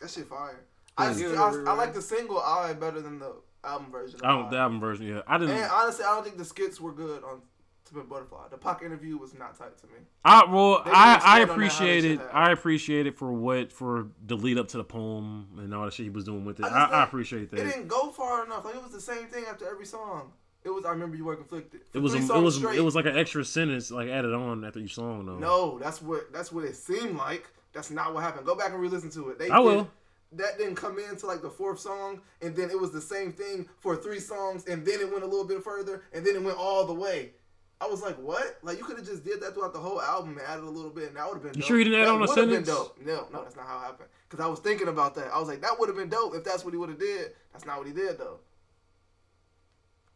S3: That shit fire. I,
S1: Yeah.
S3: st- I, I like the single I better than the album version. of
S2: I don't the
S3: I.
S2: album version. Yeah, I didn't.
S3: And honestly, I don't think the skits were good on Timid Butterfly. The Pac interview was not tight to me.
S2: I well,
S3: They didn't
S2: I I
S3: expand on that, how they
S2: appreciate
S3: should
S2: it.
S3: have.
S2: I appreciate it for what for the lead up to the poem and all the shit he was doing with it.
S3: I just
S2: I, I
S3: think
S2: appreciate
S3: It
S2: that.
S3: didn't go far enough. Like it was the same thing after every song. It was I remember you were conflicted. For
S2: It was a,
S3: three
S2: it
S3: songs
S2: was
S3: straight,
S2: it was like an extra sentence like added on after each song though.
S3: no. That's what that's what it seemed like. That's not what happened. Go back and re-listen to it. They
S2: I
S3: did-
S2: will.
S3: That didn't come into like the fourth song, and then it was the same thing for three songs, and then it went a little bit further, and then it went all the way. I was like, what? Like you could have just did that throughout the whole album and added a little bit, and that would have been.
S2: You
S3: dope.
S2: sure you didn't add
S3: That
S2: on a
S3: would've been
S2: sentence?
S3: dope. No, no, that's not how it happened. Cause I was thinking about that. I was like, that would have been dope if that's what he would have did. That's not what he did though.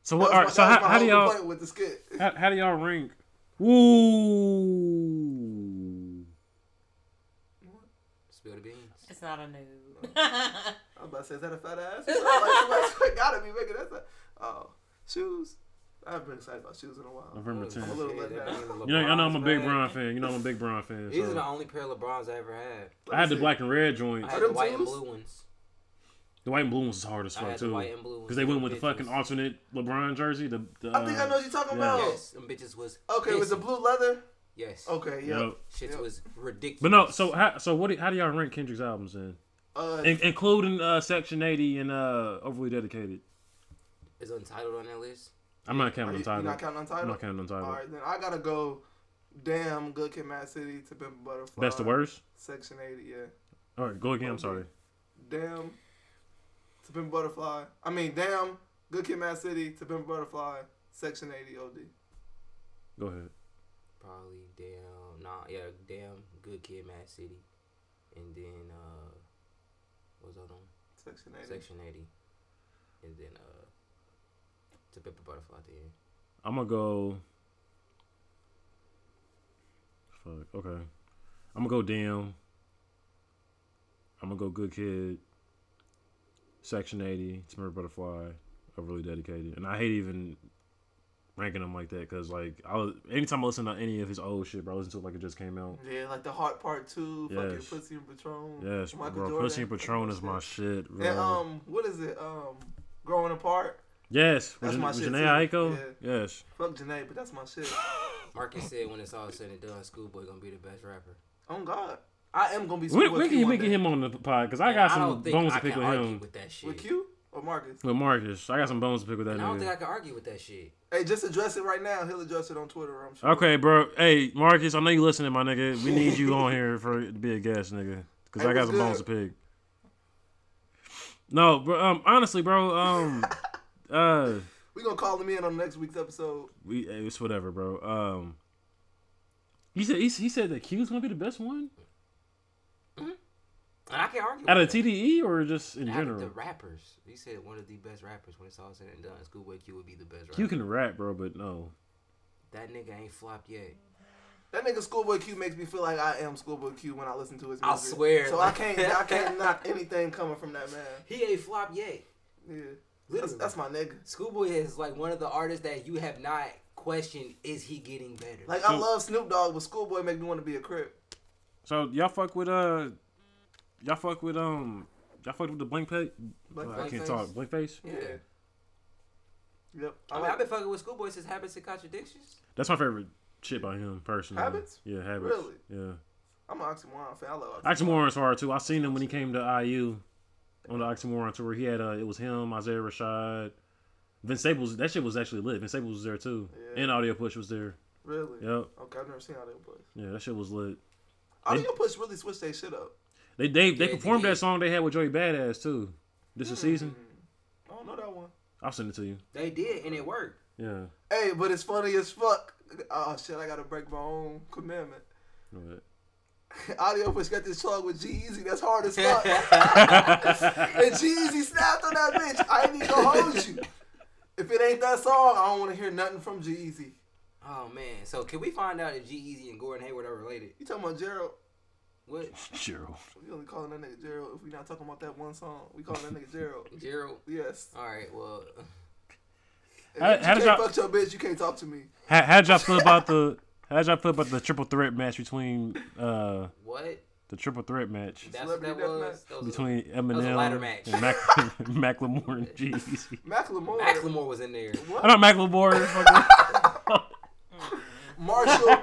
S2: So
S3: That
S2: what?
S3: was
S2: All
S3: my-
S2: right. So
S3: that was
S2: how,
S3: my
S2: how do
S3: whole
S2: y'all
S3: complaint with the skit?
S2: how, how do y'all rank? Ooh.
S1: Spill the beans.
S4: It's not a noob.
S3: I was about to say, is that a fat ass? [LAUGHS] I was like, gotta be making that. Oh, shoes. I've been excited about shoes in a while.
S2: November
S1: Ooh,
S2: tenth.
S3: a little
S1: shit, that
S3: let down.
S1: nigga
S2: You know, you know I'm a
S1: LeBron's
S2: big
S1: back.
S2: Bron fan. You know I'm a big Bron fan.
S1: These are the
S2: So.
S1: only pair of LeBrons I ever had.
S2: I had the black and red joints.
S1: I had
S3: them
S1: the white and
S3: twos?
S1: blue ones.
S2: The white and blue ones is hard as
S1: I
S2: fuck
S1: had the
S2: too.
S1: white and blue ones.
S2: Because they went with the
S1: Them
S2: fucking
S1: bitches-
S2: alternate LeBron jersey. The, the
S3: I think I know
S2: uh,
S3: what you're talking
S2: yeah.
S3: about.
S1: Yes, them bitches was.
S3: Okay, it was the
S1: pissing.
S3: blue leather.
S1: Yes.
S3: Okay, yeah.
S2: Yep.
S1: Shit
S3: Yep.
S1: was ridiculous.
S2: But no, so how, so what? Do, how do y'all rank Kendrick's albums then,
S3: Uh,
S2: In, including uh, Section Eighty and uh, Overly Dedicated?
S1: is Untitled on that list?
S2: I'm not
S3: are
S2: counting
S3: you, you
S2: Untitled.
S3: not counting
S2: I'm
S3: untitled?
S2: not counting Untitled.
S3: All right, then I gotta go. Damn, Good Kid, Mad City, to Pimp a Butterfly.
S2: That's the worst.
S3: Section 80, yeah.
S2: All right, go again. I'm sorry.
S3: Damn, to Pimp a Butterfly. I mean, damn, Good Kid, Mad City, to Pimp a Butterfly, Section 80, OD.
S2: Go ahead.
S1: Probably damn. Nah, yeah, damn. Good Kid, Mad City, and then uh, what was that on?
S3: Section 80.
S1: Section 80. And then uh to Pimp a Butterfly at the end.
S2: I'm gonna go. Fuck. Okay. I'm gonna go damn. I'm gonna go good kid. Section eighty, Timber Butterfly, overly dedicated, and I hate even ranking them like that because like I was anytime I listen to any of his old shit, bro, I listen to it like it just came out.
S3: Yeah, like the Heart Part Two, fucking
S2: Yes.
S3: Pussy and Patron.
S2: Yes,
S3: Mm-hmm. Michael
S2: bro.
S3: Jordan,
S2: Pussy and
S3: fucking
S2: Patron is
S3: that
S2: my
S3: shit.
S2: shit, bro.
S3: And um, what is it? Um, Growing Apart.
S2: yes, with
S3: that's
S2: Janae
S3: my shit too.
S2: Aiko. Yes,
S3: Fuck Janae, but that's my shit.
S1: Marcus said when it's all said and done, Schoolboy gonna be the best rapper.
S3: oh God, I am gonna be.
S2: when,
S3: Schoolboy
S2: when
S3: Q
S2: can you
S3: one
S2: make
S3: day.
S2: him on the pod? Because I
S1: And
S2: got some
S1: don't think
S2: bones
S1: I
S2: to pick
S1: can
S2: with
S1: argue
S2: him.
S1: with that shit.
S3: With Q or Marcus?
S2: With Marcus, I got some bones to pick with that
S1: And I don't think
S2: nigga.
S1: I can argue with that shit.
S3: Hey, just address it right now. He'll address it on Twitter. I'm sure.
S2: Okay, bro. Hey, Marcus, I know you listening, my nigga. We need you on here for to be a guest, nigga, because
S3: Hey,
S2: I got
S3: what's
S2: some bones to
S3: good?
S2: pick. No, bro. Um, honestly, bro.
S1: [LAUGHS]
S2: Um, uh,
S3: We gonna call him in on next week's episode.
S2: we it's whatever, bro. Um, he said he, he said that Q's gonna be the best one
S1: And I can argue
S2: out of
S1: with that.
S2: TDE or just in
S1: Out of the
S2: general.
S1: rappers. He said one of the best rappers when it's all said and done, Schoolboy Q would be the best rapper.
S2: Q can rap, bro, but no.
S1: That nigga ain't flopped yet.
S3: That nigga Schoolboy Q makes me feel like I am Schoolboy Q when I listen to his music.
S1: I swear.
S3: So I can't, I can't knock anything coming from that man.
S1: He ain't flop yet.
S3: Yeah, that's,
S1: Literally.
S3: that's my nigga.
S1: Schoolboy is like one of the artists that you have not questioned is he getting better.
S3: Like I
S2: So-
S3: love Snoop Dogg, but Schoolboy make me want to be a crip.
S2: So y'all fuck with uh, y'all fuck with um, y'all fuck with the blank page.
S3: Blank-
S2: I can't
S1: Blankface?
S2: talk. Blank face.
S1: yeah.
S3: Yeah. Yep.
S1: I mean, I've been fucking with Schoolboy since Habits and Contradictions.
S2: That's my favorite shit by him personally.
S3: Habits?
S2: Yeah, habits.
S3: Really?
S2: Yeah.
S3: I'm an oxymoron fan. I love oxymoron.
S2: Oxymoron's hard too. I seen him when he came to IU on the Oxymoron tour. He had uh, it was him, Isaiah Rashad, Vince Staples. That shit was actually lit. Vince Staples was there too,
S3: Yeah.
S2: and Audio Push was there.
S3: Really?
S2: Yep.
S3: Okay, I've never seen Audio Push.
S2: Yeah, that shit was lit.
S3: Audio Push really switched their shit up.
S2: They they
S1: Yeah,
S2: they
S1: they
S2: performed
S1: did.
S2: that song they had with Joey Badass too. This
S3: Hmm.
S2: is season.
S3: I don't know that one.
S2: I'll send it to you.
S1: They did, and it
S3: [LAUGHS]
S1: worked.
S2: Yeah.
S3: Hey, but it's funny as fuck. Oh shit, I gotta break my own commandment. [LAUGHS]
S2: But-
S3: Audio Push got this song with Jeezy that's hard
S2: [LAUGHS]
S3: as fuck. and Jeezy snapped on that bitch. I ain't even gonna hold you. If it ain't that song, I don't wanna hear nothing from Jeezy.
S1: [LAUGHS] Oh man. So can we find out if G Easy and Gordon Hayward are related?
S3: You talking about Gerald?
S1: What?
S2: Gerald.
S3: We only calling that nigga Gerald if we not talking about that one song. We calling that nigga Gerald.
S1: Gerald?
S3: Yes.
S1: Alright, well
S3: If
S2: How-
S3: you
S2: how did
S3: can't
S2: y'all-
S3: fuck your bitch, you can't talk to me.
S2: How how'd y'all feel about the how'd y'all feel about the triple threat match between uh
S1: what?
S2: the triple threat match
S1: That's what that
S3: Celebrity death
S1: was?
S3: match?
S1: That was
S2: between
S1: was a ladder
S2: Eminem
S1: match.
S2: and Mac- [LAUGHS] Macklemore
S1: [LAUGHS]
S2: and Jeezy?
S3: Macklemore.
S1: Macklemore was in there.
S2: I know Macklemore. fucking- [LAUGHS]
S3: Marshall,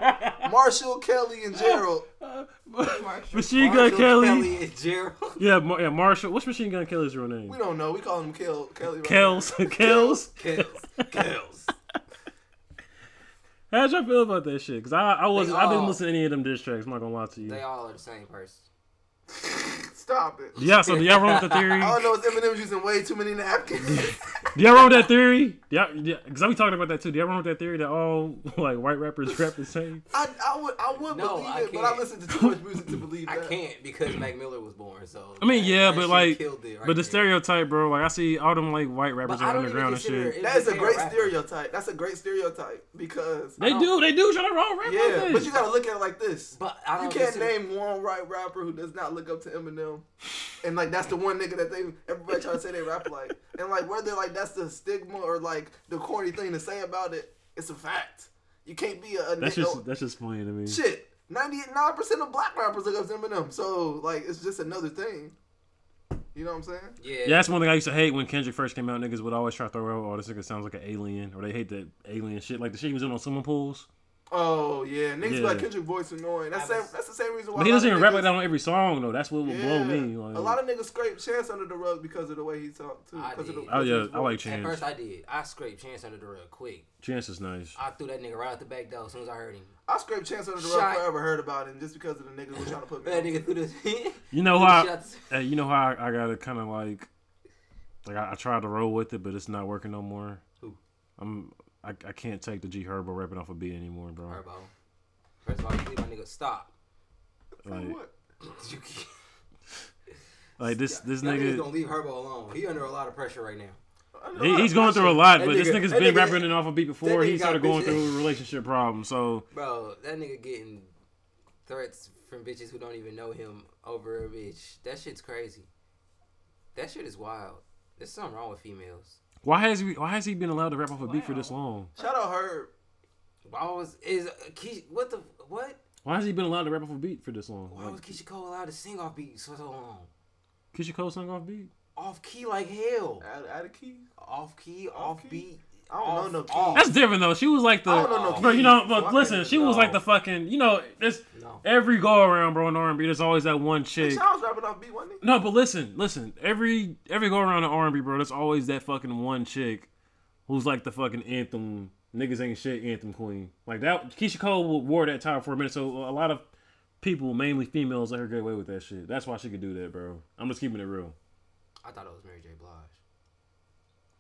S3: Marshall, Kelly, and Gerald.
S4: [LAUGHS] Marshall.
S2: [LAUGHS] Machine
S1: [LAUGHS]
S2: Gun
S1: Marshall
S2: Kelly.
S1: and Gerald.
S2: Yeah, Mar- yeah, Marshall. What's Machine Gun Kelly's real name?
S3: We don't know. We call him Kel, Kelly. Right
S1: [LAUGHS]
S2: Kells. [LAUGHS] Kells.
S1: Kells. Kells.
S2: How'd y'all feel about that shit? Cause I, I was
S1: They
S2: I didn't
S1: all-
S2: listen to any of them diss tracks. I'm not gonna lie to you.
S1: They all are the same person.
S3: now. Stop it.
S2: Yeah. So do y'all wrong with the
S1: [LAUGHS]
S2: theory?
S3: I don't know. It's Eminem's using way too many napkins.
S2: Do y'all wrong with that theory? Yeah, yeah. Cause I be talking about that too. Do y'all wrong with that theory that all [LAUGHS] like
S1: [LAUGHS]
S2: white rappers rap the same?
S3: I, I would, I would
S1: No,
S3: believe
S1: I
S3: it, but I
S1: can't.
S3: listen to too much
S1: [LAUGHS]
S3: music to believe
S1: I
S3: that.
S1: can't because Mac Miller was born, so
S2: I mean,
S1: that-
S2: yeah,
S1: that
S2: but
S1: shit
S2: like,
S1: killed it right
S2: but the
S1: there.
S2: stereotype, bro. Like I see all them like white rappers
S1: But
S2: are
S1: I don't even
S2: underground and
S1: consider
S2: shit.
S1: it
S3: That is a
S1: being
S3: great
S1: rapper.
S3: stereotype. That's a great stereotype because
S2: They
S1: don't-
S2: do, they do try to wrong rap like
S3: yeah.
S2: that.
S3: But you gotta look at it like this.
S1: But I
S3: You
S1: don't
S3: can't
S1: consider-
S3: name one right rapper who does not look up to Eminem, and like that's the one nigga that they everybody try to say they rap like, and like whether like that's the stigma or like the corny thing to say about it, it's a fact. You can't be a, a
S2: that's
S3: nigga-
S2: just that's just funny to me.
S3: shit. Ninety nine percent of black rappers look up to Eminem, so like it's just another thing. You know what I'm saying?
S1: Yeah.
S2: Yeah, that's one thing I used to hate when Kendrick first came out. Niggas would always try to throw out, "Oh, this nigga sounds like an alien," or they hate that alien shit, like the shit he was in on swimming pools.
S3: Oh yeah, niggas be
S2: Yeah.
S3: like Kendrick voice annoying. That's
S1: I
S3: same,
S1: was-
S3: that's the same reason why.
S2: But he
S3: a lot
S2: doesn't
S3: of
S2: even rap
S3: niggas-
S2: like that on every song though. That's what would blow me. Like,
S3: a lot of niggas scrape Chance under the rug because of the way he talked too.
S1: I
S3: Because of the,
S1: did.
S2: oh yeah,
S3: because
S2: I like
S1: At
S2: Chance.
S1: first, I did. I scraped Chance under the rug quick.
S2: Chance is nice.
S1: I threw that nigga right out the back door as soon as I heard him.
S3: I scraped Chance under the
S1: Shot.
S3: rug forever. Heard about him just because of the nigga who trying to put
S1: [LAUGHS]
S3: me.
S1: That
S3: on.
S1: nigga threw this.
S2: You know
S1: He
S2: how?
S1: shot-
S2: Hey, you know how I, I gotta kind of like, like I, I tried to roll with it, but it's not working no more.
S1: Who?
S2: I'm I, I can't take the G Herbo rapping off a beat anymore, bro.
S1: Herbo. First of all, you leave my nigga. Stop. [LAUGHS]
S3: For
S2: Like,
S3: what?
S1: You can't-
S2: like this this
S1: That nigga's
S2: nigga,
S1: gonna leave Herbo alone. He under a lot of pressure right now.
S3: I know
S2: he,
S3: I-
S2: he's
S1: [LAUGHS]
S3: I
S2: going
S3: should-
S2: through a lot,
S1: that
S2: but this
S1: nigga-
S2: nigga's
S1: that
S2: been
S1: nigga-
S2: rapping it off a beat before
S1: nigga
S2: he
S1: got
S2: started going
S1: bitches.
S2: through relationship problems. So
S1: Bro, that nigga getting threats from bitches who don't even know him over a bitch. That shit's crazy. That shit is wild. There's something wrong with females.
S2: why has he why has he been allowed to rap off a beat for this long?
S3: Shout out Herb.
S1: Why was is Keisha, what the what?
S2: Why has he been allowed to rap off a beat for this long?
S1: Why was
S2: Like,
S1: Keisha Cole allowed to sing off beat for so long?
S2: Keisha Cole sung off beat.
S1: Off key like hell.
S3: Out, out of key.
S1: Off key,
S3: Off
S1: off,
S3: key?
S1: beat.
S3: I don't know no key.
S1: off.
S2: That's different though. She was like the
S3: I don't know no
S2: bro. You know,
S3: keys, so I
S2: but
S3: can't
S2: listen,
S3: even
S2: she was
S1: know.
S2: like the fucking. You know, this
S1: No.
S2: every go around, bro. In R and B, there's always that one chick.
S3: Child's rapping off beat one nigga.
S2: No, but listen, listen. Every every go around in R and B, bro. There's always that fucking one chick who's like the fucking anthem. Niggas ain't shit anthem queen. Like that. Keisha Cole wore that title for a minute, so a lot of people, mainly females, let her get away with that shit. That's why she could do that, bro. I'm just keeping it real.
S1: I thought it was Mary J. Blige.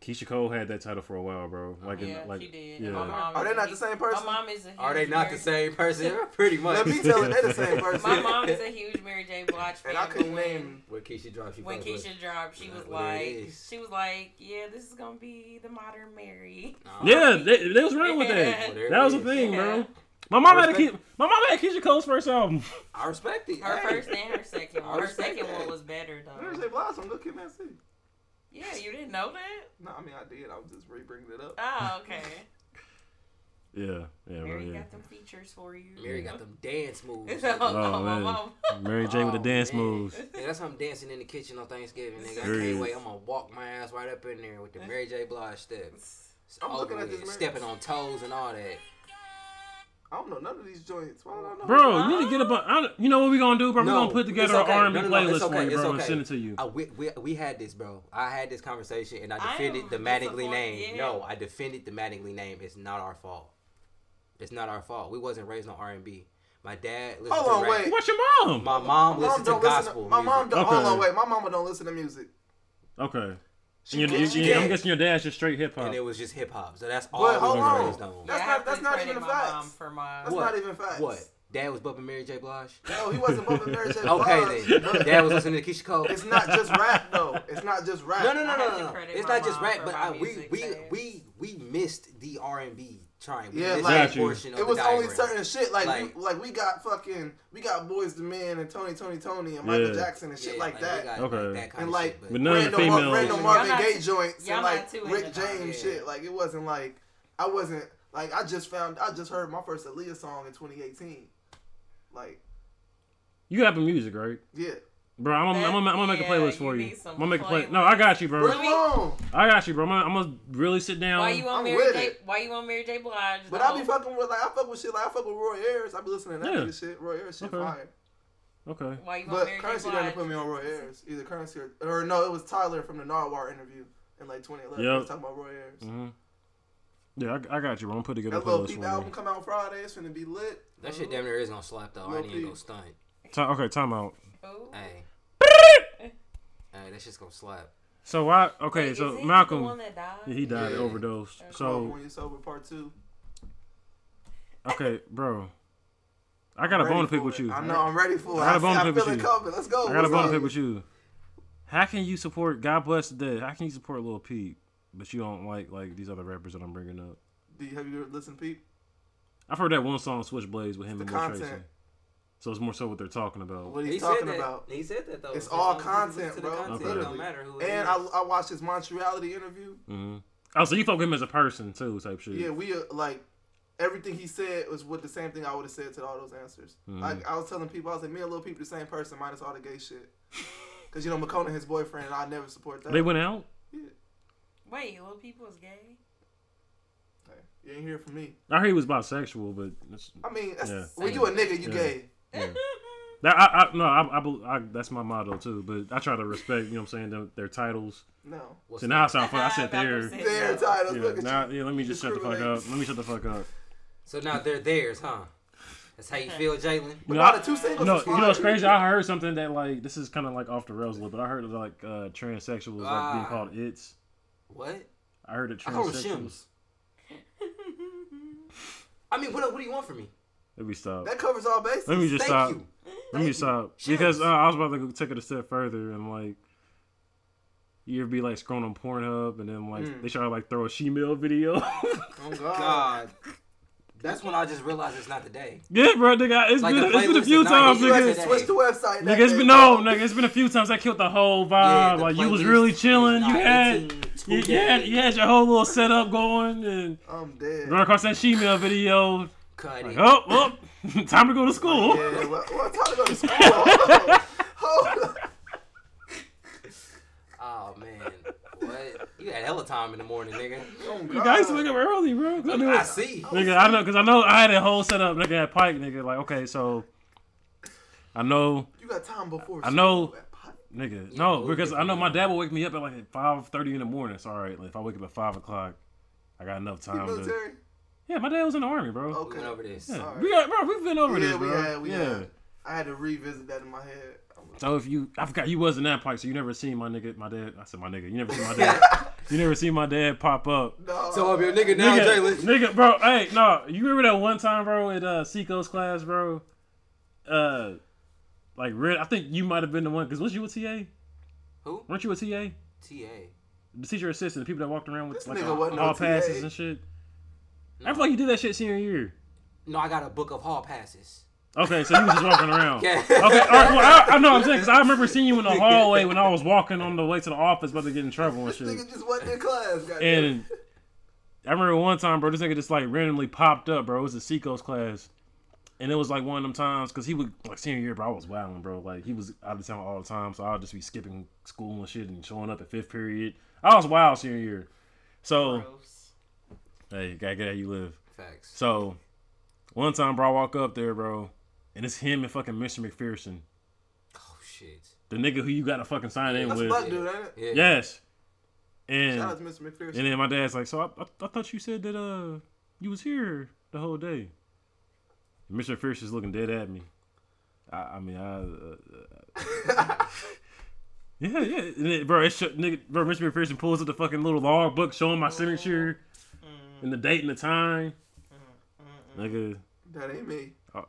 S2: Keisha Cole had that title for a while, bro. Like, in,
S4: Oh, Yeah,
S2: like,
S4: she did.
S2: yeah.
S4: And my mom
S3: Are
S4: is
S3: they
S4: a
S3: not
S4: huge-
S3: the same person?
S4: My mom is a huge
S1: Are they not the
S4: Mary-
S1: same person? Pretty much.
S3: [LAUGHS] Let
S1: [LAUGHS]
S3: me tell it. They
S2: [LAUGHS]
S3: the same person.
S4: My mom is a huge Mary J. Blige fan.
S3: and I
S4: but
S3: couldn't
S4: when-
S3: name.
S1: When Keisha dropped, she
S4: when
S1: fucked with-
S4: Keisha dropped, she
S1: Yeah,
S4: was
S1: well, there it
S4: like,
S1: is.
S4: she was like, yeah, this is gonna be the modern Mary.
S1: Nah.
S2: Yeah, they, they was running with that.
S4: [LAUGHS]
S1: Well, there
S2: That
S1: it
S2: was the
S1: is.
S2: thing, bro. My mom had a kid. My mom had Keisha Cole's first
S4: [LAUGHS]
S2: album.
S1: I respect it.
S4: Her
S1: Hey.
S4: first and
S1: [LAUGHS]
S4: her second
S1: I
S4: one. Her
S1: respect
S4: second
S1: that.
S4: one was better
S3: There's
S4: though.
S3: a blossom. Look at Man City.
S4: Yeah, you didn't know that?
S3: No, I mean I did. I was just re bringing it up.
S4: Oh,
S3: [LAUGHS]
S4: okay.
S2: Yeah, yeah,
S3: Oh,
S2: bro,
S4: Mary
S2: yeah.
S4: got them features for you.
S1: Mary got them dance moves.
S4: So,
S1: yeah,
S4: [LAUGHS] oh, my [LAUGHS]
S2: man.
S4: mom.
S2: Mary J with the
S1: Oh,
S2: dance
S1: man.
S2: moves.
S1: that's how I'm dancing in the kitchen on Thanksgiving, nigga. I
S2: There it
S1: can't
S2: is.
S1: wait. I'm gonna walk my ass right up in there with the Mary J. Blige steps.
S3: I'm
S1: Over
S3: looking at
S1: with,
S3: this Mary-
S1: stepping on toes and all that.
S3: I don't know none of these joints. Why don't I know?
S2: Bro, you need to get a bunch. I don't- You know what we gonna do, bro? We
S1: No,
S2: gonna put together
S1: it's okay.
S2: an R&B
S1: No, no, no,
S2: playlist
S1: it's
S2: for
S1: okay,
S2: you,
S1: it's
S2: bro, and
S1: okay.
S2: send it to you.
S1: I, we, we, we had this, bro. I had this conversation and I
S4: I
S1: defended
S4: am
S1: the Mattingly
S4: disappointed,
S1: name.
S4: yeah.
S1: No, I defended the Mattingly name. It's not our fault. It's not our fault. We wasn't raised on R and B. My dad listened
S3: Hold
S1: to
S3: on,
S1: rap.
S3: wait.
S2: What's your mom?
S1: My mom,
S3: My mom
S1: listened to
S3: don't listen.
S1: gospel.
S3: To, my mom
S1: music.
S3: don't. Hold on,
S2: Okay.
S3: wait. My mama don't listen to music.
S2: Okay.
S3: She,
S2: And your,
S3: can't- she
S2: you- you- I'm
S3: can't.
S2: guessing your dad's just straight hip hop.
S1: and it was just hip hop. So that's all
S3: But hold
S1: we was
S3: on.
S1: raised on.
S3: That's
S4: Yeah, I
S3: not-
S4: have
S3: that's
S4: to
S3: not
S4: credit
S3: even a
S4: my
S3: fact.
S4: mom for my.
S3: That's
S1: What?
S3: not even facts.
S1: What? Dad was bumping Mary J. Blige.
S3: No, he wasn't bumping Mary J.
S1: [LAUGHS] Okay
S3: Blige.
S1: then.
S3: No,
S1: Dad was listening to Keisha Cole.
S3: It's not just rap though. It's not just rap.
S1: No, no, no,
S4: I have
S1: no,
S4: to
S1: no. no.
S4: credit
S1: It's
S4: my
S1: not just
S4: mom
S1: rap,
S4: for
S1: but
S4: my
S1: I, we
S4: music
S1: we
S4: taste.
S1: we we missed the R and B train. We
S3: Yeah,
S1: missed
S3: like-
S1: that
S2: Got you.
S1: portion of
S3: It was
S1: the
S3: only
S1: diagram.
S3: certain shit like
S1: Like-
S3: we, like we got fucking we got Boys the Man and Tony Tony Tony and Michael
S2: Yeah.
S3: Jackson and shit
S1: Yeah,
S3: like,
S1: we
S3: that.
S1: got,
S2: Okay.
S1: that kind
S3: And
S1: of
S3: like-
S1: shit,
S2: But
S1: but
S2: none of the
S3: random, Mar-
S2: females-
S3: random
S1: Y'all
S3: Marvin
S4: not-
S3: Gaye joints
S4: y'all
S3: and like
S4: not too
S3: Rick
S4: into that.
S3: James
S1: Yeah.
S3: shit. Like it wasn't like I wasn't like I just found I just heard my first Aaliyah song in 2018. Like
S2: You have music, right?
S3: yeah,
S2: Bro, I'm gonna, I'm gonna, I'm gonna make a
S4: Yeah,
S2: playlist
S4: you
S2: for you.
S4: need some
S2: I'm gonna make a play.
S4: playlist.
S2: No, I got you, bro.
S3: but
S4: Let me-
S3: wrong.
S2: I got you, bro. I'm gonna, I'm gonna really sit down.
S4: Why you
S3: I'm
S4: on
S3: with
S4: Mary J?
S3: it.
S4: Why you on Mary J Blige?
S3: But
S4: though?
S3: I be fucking with like I fuck with shit like I fuck with Roy Ayers. I be listening to that
S2: Yeah.
S3: nigga shit. Roy Ayers shit
S2: Okay.
S3: fire.
S2: okay.
S4: Why you on
S3: But
S4: Mary J
S3: currency didn't
S4: Blige?
S3: put me on Roy Ayers. Either currency or, or no, it was Tyler from the Narwhal interview in like 2011.
S2: Yep.
S3: He was talking about Roy Ayers.
S2: hmm Yeah, I, I got you, bro. I'm gonna put together a
S3: That little
S2: playlist
S3: peep
S2: for
S3: album
S2: you.
S3: come out Friday. It's gonna be lit.
S1: that shit damn near is gonna slap though. I
S3: Lil
S1: ain't even
S3: Peep.
S1: gonna stunt.
S2: Ti- okay, time out.
S4: Ooh.
S1: Hey, hey, that shit's gonna slap.
S2: So why? Okay,
S4: Wait,
S2: so
S4: is he the one
S2: Malcolm,
S4: that died?
S2: yeah, he died
S1: Yeah.
S2: overdosed.
S3: Come
S2: So
S3: when you sober, part two.
S2: okay, bro. I got a
S3: I'm ready
S2: bone to pick
S3: for
S2: with
S3: it.
S2: you.
S3: I know I'm ready for it.
S2: I got a
S3: I
S2: bone to
S3: see- I
S2: pick with
S3: feel it
S2: you.
S3: coming. Let's go.
S2: I got a
S3: What's
S2: bone to
S3: up?
S2: pick with you. How can you support God Bless the Dead? How can you support Lil Peep, but you don't like like these other rappers that I'm bringing up?
S3: Do you, have you ever listened, Peep?
S2: I've heard that one song Switchblades with him and
S3: It's the
S2: Will
S3: content.
S2: Tracy. So it's more so what they're talking about.
S3: What he's
S1: he said
S3: talking
S1: that.
S3: about.
S1: He said that though.
S3: It's
S1: He
S3: all
S1: said,
S3: content,
S1: listen to the
S3: bro.
S1: Content. It
S2: Literally.
S1: don't matter who. it
S3: And
S1: is.
S3: I, I watched his Montreality interview.
S2: hmm Oh, so you fuck with him as a person too, type shit.
S3: Yeah, we uh, like everything he said was what the same thing I would have said to all those answers.
S2: Mhm.
S3: Like I was telling people, I was like, me and little people the same person minus all the
S2: [LAUGHS]
S3: gay shit. Cause you know McCona his boyfriend, and I never support that.
S2: They went out.
S4: Wait, little people is gay.
S3: Hey, you ain't hear from me.
S2: I heard he was bisexual, but that's,
S3: I mean, that's,
S2: Yeah.
S3: when you a nigga, you
S2: Yeah.
S3: gay.
S4: [LAUGHS]
S2: yeah. that I, I no, I, I, bel- I that's my motto too. But I try to respect, you know, what I'm saying their, their titles.
S3: No,
S1: What's [LAUGHS]
S2: So
S1: that?
S2: now I sound funny. I said
S4: Malcolm
S2: there.
S4: said
S3: their
S4: no.
S3: titles.
S2: Yeah,
S3: look at
S2: now,
S3: you.
S2: yeah, let me just shut the fuck up.
S3: Discriminates.
S2: Let me shut the fuck up.
S1: So now they're theirs, huh? That's how you
S3: [LAUGHS]
S1: feel, Jalen.
S2: You
S3: But
S2: know,
S3: nah,
S2: I-
S3: the two singles.
S2: No,
S3: is
S2: you
S3: fire.
S2: know it's crazy. I heard something that like this is kind of like off the rails a little, but I heard of, like uh, transsexuals like being
S1: Ah.
S2: called it's.
S1: What?
S2: I heard that
S1: I call them
S2: transsexuals.
S1: shims. [LAUGHS] I mean, what, what do you want from me?
S2: Let me stop.
S3: That covers all bases.
S2: Let me just
S1: Thank
S2: stop.
S1: you.
S2: Let me
S1: Thank
S2: stop
S1: you.
S2: because
S1: Shims.
S2: uh, I was about to go take it a step further and like you ever be like scrolling on Pornhub and then like
S3: Mm.
S2: they try to like throw a shemale video. [LAUGHS]
S1: Mm.
S3: Oh God.
S1: God. That's when I just realized it's not the day.
S2: yeah, bro, nigga, it's
S1: Like
S2: been
S1: the
S2: it's been a
S1: playlist
S2: few
S1: is not-
S2: times,
S3: You
S1: Look
S3: had
S1: at
S3: to
S1: that.
S2: nigga.
S3: switch the website.
S2: Nigga, it's been no, nigga, it's been a few times. I killed the whole vibe.
S1: the
S2: like Ah, you was
S1: playlist
S2: really
S1: is
S2: chilling. You
S1: not
S2: had,
S1: 18 to
S2: you, you had,
S1: day.
S2: you had your whole little setup going and
S3: I'm dead.
S2: run across that shemale video.
S1: Cut
S2: Like,
S1: it.
S2: oh, oh, [LAUGHS] time to go to school.
S3: Yeah, well, well, it's hard to
S2: [LAUGHS]
S3: go to school. Hold on. Hold on.
S1: Oh man, what? You had hella time in the morning, nigga.
S3: Oh, God.
S2: You guys wake up early, bro. 'cause I knew
S1: I
S2: it.
S1: see.
S2: Nigga, I know, cause I know I had a whole setup, nigga, at Pike, nigga. Like, okay, so I know,
S3: You got time before.
S2: I know-
S3: school at Pike.
S2: nigga,
S1: Yeah,
S2: no,
S1: we'll
S2: because
S1: get
S2: I know
S1: you.
S2: my dad will wake me up at like five thirty in the morning. It's all right. Like, if I wake up at five o'clock, I got enough
S3: You
S2: time. To,
S3: military?
S2: yeah, my dad was in the army, bro.
S1: We
S3: Okay.
S1: went over this.
S2: yeah,
S3: Oh, sorry.
S2: we got, bro, we've been over
S3: Yeah,
S2: this,
S3: we
S2: bro.
S3: had, we
S2: yeah.
S3: had. I had to revisit that in my head. I'm like,
S2: So if you, I forgot you wasn't at Pike, so you never seen my nigga, my dad. I said my nigga, you never seen my
S3: [LAUGHS]
S2: dad. you never seen my dad pop up.
S3: No.
S1: So I'm your nigga now,
S2: Nigga,
S1: Jalen.
S2: nigga, bro, hey, no, you remember that one time, bro, at uh, Seiko's class, bro? Uh, like red. I think you might have been the one because was you a TA?
S1: Who?
S2: Weren't you a TA?
S1: Ta.
S2: The teacher assistant, the people that walked around with
S3: This
S2: like
S3: nigga
S2: all,
S3: wasn't no
S2: all
S3: TA.
S2: passes and shit. I
S1: No.
S2: feel like you did that shit senior year.
S1: No, I got a book of hall passes.
S2: Okay, so you was just walking
S3: [LAUGHS]
S2: around. Yeah. Okay, all right, well, I, I know what I'm saying because I remember seeing you in the hallway when I was walking on the way to the office, about to get in trouble and
S3: This
S2: shit.
S3: nigga just wasn't in class. goddamn.
S2: And I remember one time, bro, this nigga just like randomly popped up, bro. It was a Seacoast class, and it was like one of them times because he would like senior year, bro. I was wilding, bro. Like he was out of town all the time, so I'll just be skipping school and shit and showing up at fifth period. I was wild senior year,
S3: Oh.
S2: so
S4: Gross.
S2: hey, gotta get how you live.
S1: Facts.
S2: So one time, bro, I walk up there, bro, and it's him and fucking Mr. McPherson,
S1: Oh shit.
S2: the nigga who you got to fucking sign in
S3: [LAUGHS] That's
S2: with.
S3: Buck dude, ain't it?
S1: Yeah.
S2: Yes, and
S3: Shout out to Mr. McPherson.
S2: And then my dad's like, "So I, I, I thought you said that uh you was here the whole day." And Mr. Fierce is looking dead at me. I, I mean, I. Uh, uh, [LAUGHS] yeah, yeah, and then, bro. It sho- nigga, bro. Mr. McPherson pulls up the fucking little log book showing my signature
S3: Mm-hmm.
S2: and the date and the time. Nigga,
S3: That ain't me.
S2: uh,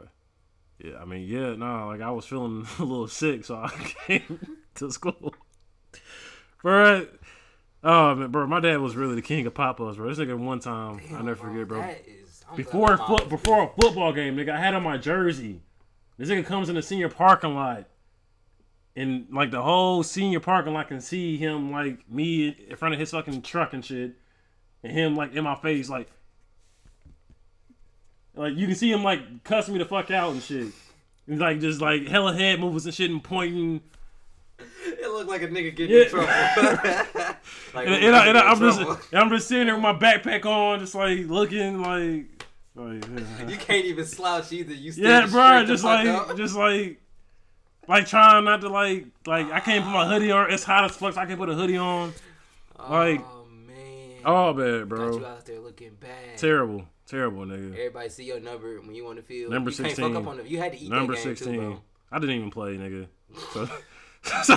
S2: yeah. I mean, yeah, nah. Like I was feeling [LAUGHS] a little sick, so I [LAUGHS] came to school. Bro, oh man, bro, my dad was really the king of pop ups, bro. This nigga one time, I
S1: Damn,
S2: never forget, bro.
S1: That is, I'm
S2: Before a
S1: glad my
S2: foot,
S1: mom-
S2: before a football game, nigga, I had on my jersey. This nigga comes in the senior parking lot, and like the whole senior parking lot can see him, like me in front of his fucking truck and shit, and him like in my face, like, like you can see him like cussing me the fuck out and shit, and like just like hella head movements and shit and pointing.
S1: [LAUGHS] It looked like a nigga getting
S2: Yeah.
S1: in trouble. [LAUGHS] like,
S2: And, and, I, and I, am
S1: getting in
S2: just,
S1: trouble.
S2: and I'm just sitting there with my backpack on, just like looking like, like
S1: You can't even slouch either. You still
S2: Yeah,
S1: just
S2: bro.
S1: straight the
S2: Just
S1: fuck
S2: like,
S1: up.
S2: just like, like trying not to like, like I can't put my hoodie on. It's hot as fuck. So I can't put a hoodie on. like-
S1: oh man,
S2: Oh bad,
S1: got you
S2: bro.
S1: out there looking bad.
S2: Terrible, terrible, nigga.
S1: Everybody see your number when you on the field.
S2: Number
S1: you
S2: 16.
S1: Can't fuck up on the, you had to eat
S2: Number
S1: that game
S2: sixteen.
S1: Too,
S2: I didn't even play, nigga. So, [LAUGHS] so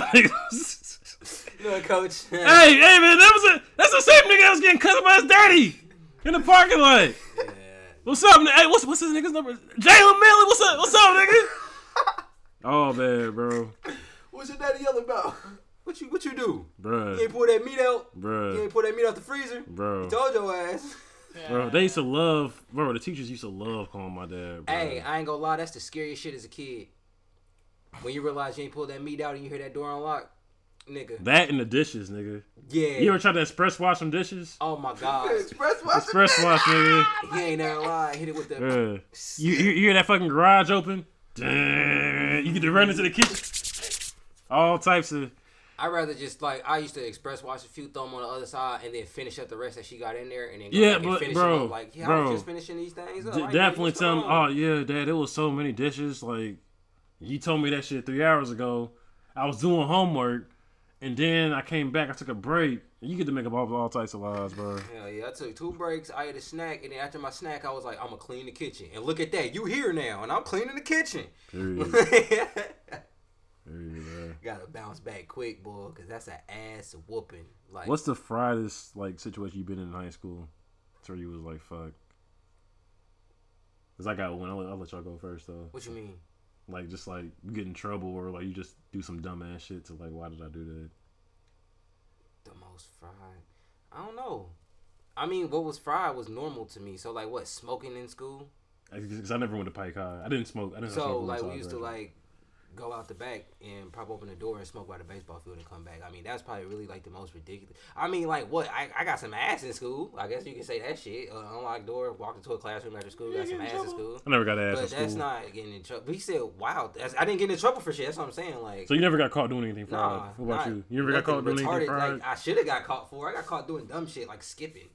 S1: [LAUGHS]
S2: nigga-
S1: bro. Look, coach.
S2: [LAUGHS] hey, hey, man, that was a that's the same nigga I was getting cut by his daddy in the parking lot.
S1: Yeah.
S2: What's up? ni- Hey, what's what's his nigga's number? Jalen Millie. What's up? What's up, nigga?
S1: [LAUGHS]
S2: Oh man, bro,
S3: What's your daddy yelling about?
S1: What you what you do? You
S2: bruh,
S1: ain't pull that meat out. You
S2: bruh,
S1: ain't pull that meat out the freezer.
S2: bro.
S1: Told your
S2: [LAUGHS]
S1: ass.
S2: Bro, they used to love, bro. The teachers used to love calling my dad. Bro.
S1: Hey, I ain't gonna lie, that's the scariest shit as a kid. When you realize you ain't pulled that meat out and you hear that door unlock, nigga.
S2: that and the dishes, nigga.
S1: Yeah.
S2: You ever tried to express wash some dishes?
S1: oh
S2: [LAUGHS]
S1: my god.
S3: [LAUGHS] Express watch
S2: Express wash, nigga.
S1: he ain't never lied. Hit it with the.
S2: Bro, you, you you hear that fucking garage open? Damn. You get to run into the kitchen. All types of.
S1: I'd rather just like I used to express wash a few, throw them on the other side, and then finish up the rest that she got in there, and then go
S2: Yeah,
S1: back and
S2: but,
S1: finish
S2: bro,
S1: them up. Like, yeah, I
S2: bro.
S1: was just finishing these things up.
S2: D-
S1: I ain't
S2: definitely
S1: doing
S2: tell me.
S1: what's
S2: Oh
S1: wrong."
S2: yeah, dad. There was so many dishes. Like you told me that shit three hours ago. I was doing homework, and then I came back. I took a break. You get to make up all, all types of lies, bro.
S1: Hell yeah, I took two breaks. I ate a snack, and then after my snack, I was like, I'm gonna clean the kitchen. And look at that, you here now, and I'm cleaning the
S2: [LAUGHS]
S1: kitchen.
S2: Period. Period, bro.
S1: Gotta bounce back quick, boy, because that's an ass whooping. Like,
S2: What's the friedest like situation you've been in in high school? To where you was like, fuck. Cause I got one. I'll, let- I'll let y'all go first though.
S1: what you mean?
S2: Like just like you get in trouble or like you just do some dumb ass shit to like why did I do that?
S1: The most fried? I don't know. I mean, what was fried was normal to me. So, like, what, smoking in school?
S2: Because I never went to Pike High. I didn't smoke. I didn't
S1: So
S2: smoke.
S1: like
S2: until
S1: we
S2: I
S1: used to
S2: graduated.
S1: like go out the back and pop open the door and smoke by the baseball field and come back. I mean that's probably really like the most ridiculous. I mean like what I, I got some ass in school. I guess you can say that shit. Uh, unlocked door, walked into a classroom after school, got some ass in school.
S2: I never got
S1: But
S2: ass in
S1: that's
S2: school.
S1: not getting in trouble. But he said, "Wow, that's, I didn't get in trouble for shit." That's what I'm saying. Like,
S2: so you never got caught doing anything fried.
S1: nah.
S2: what
S1: not
S2: about you? You never got
S1: nothing
S2: caught doing anything
S1: retarded.
S2: fried.
S1: Like, I should have got caught for. it. I got caught doing dumb shit like skipping.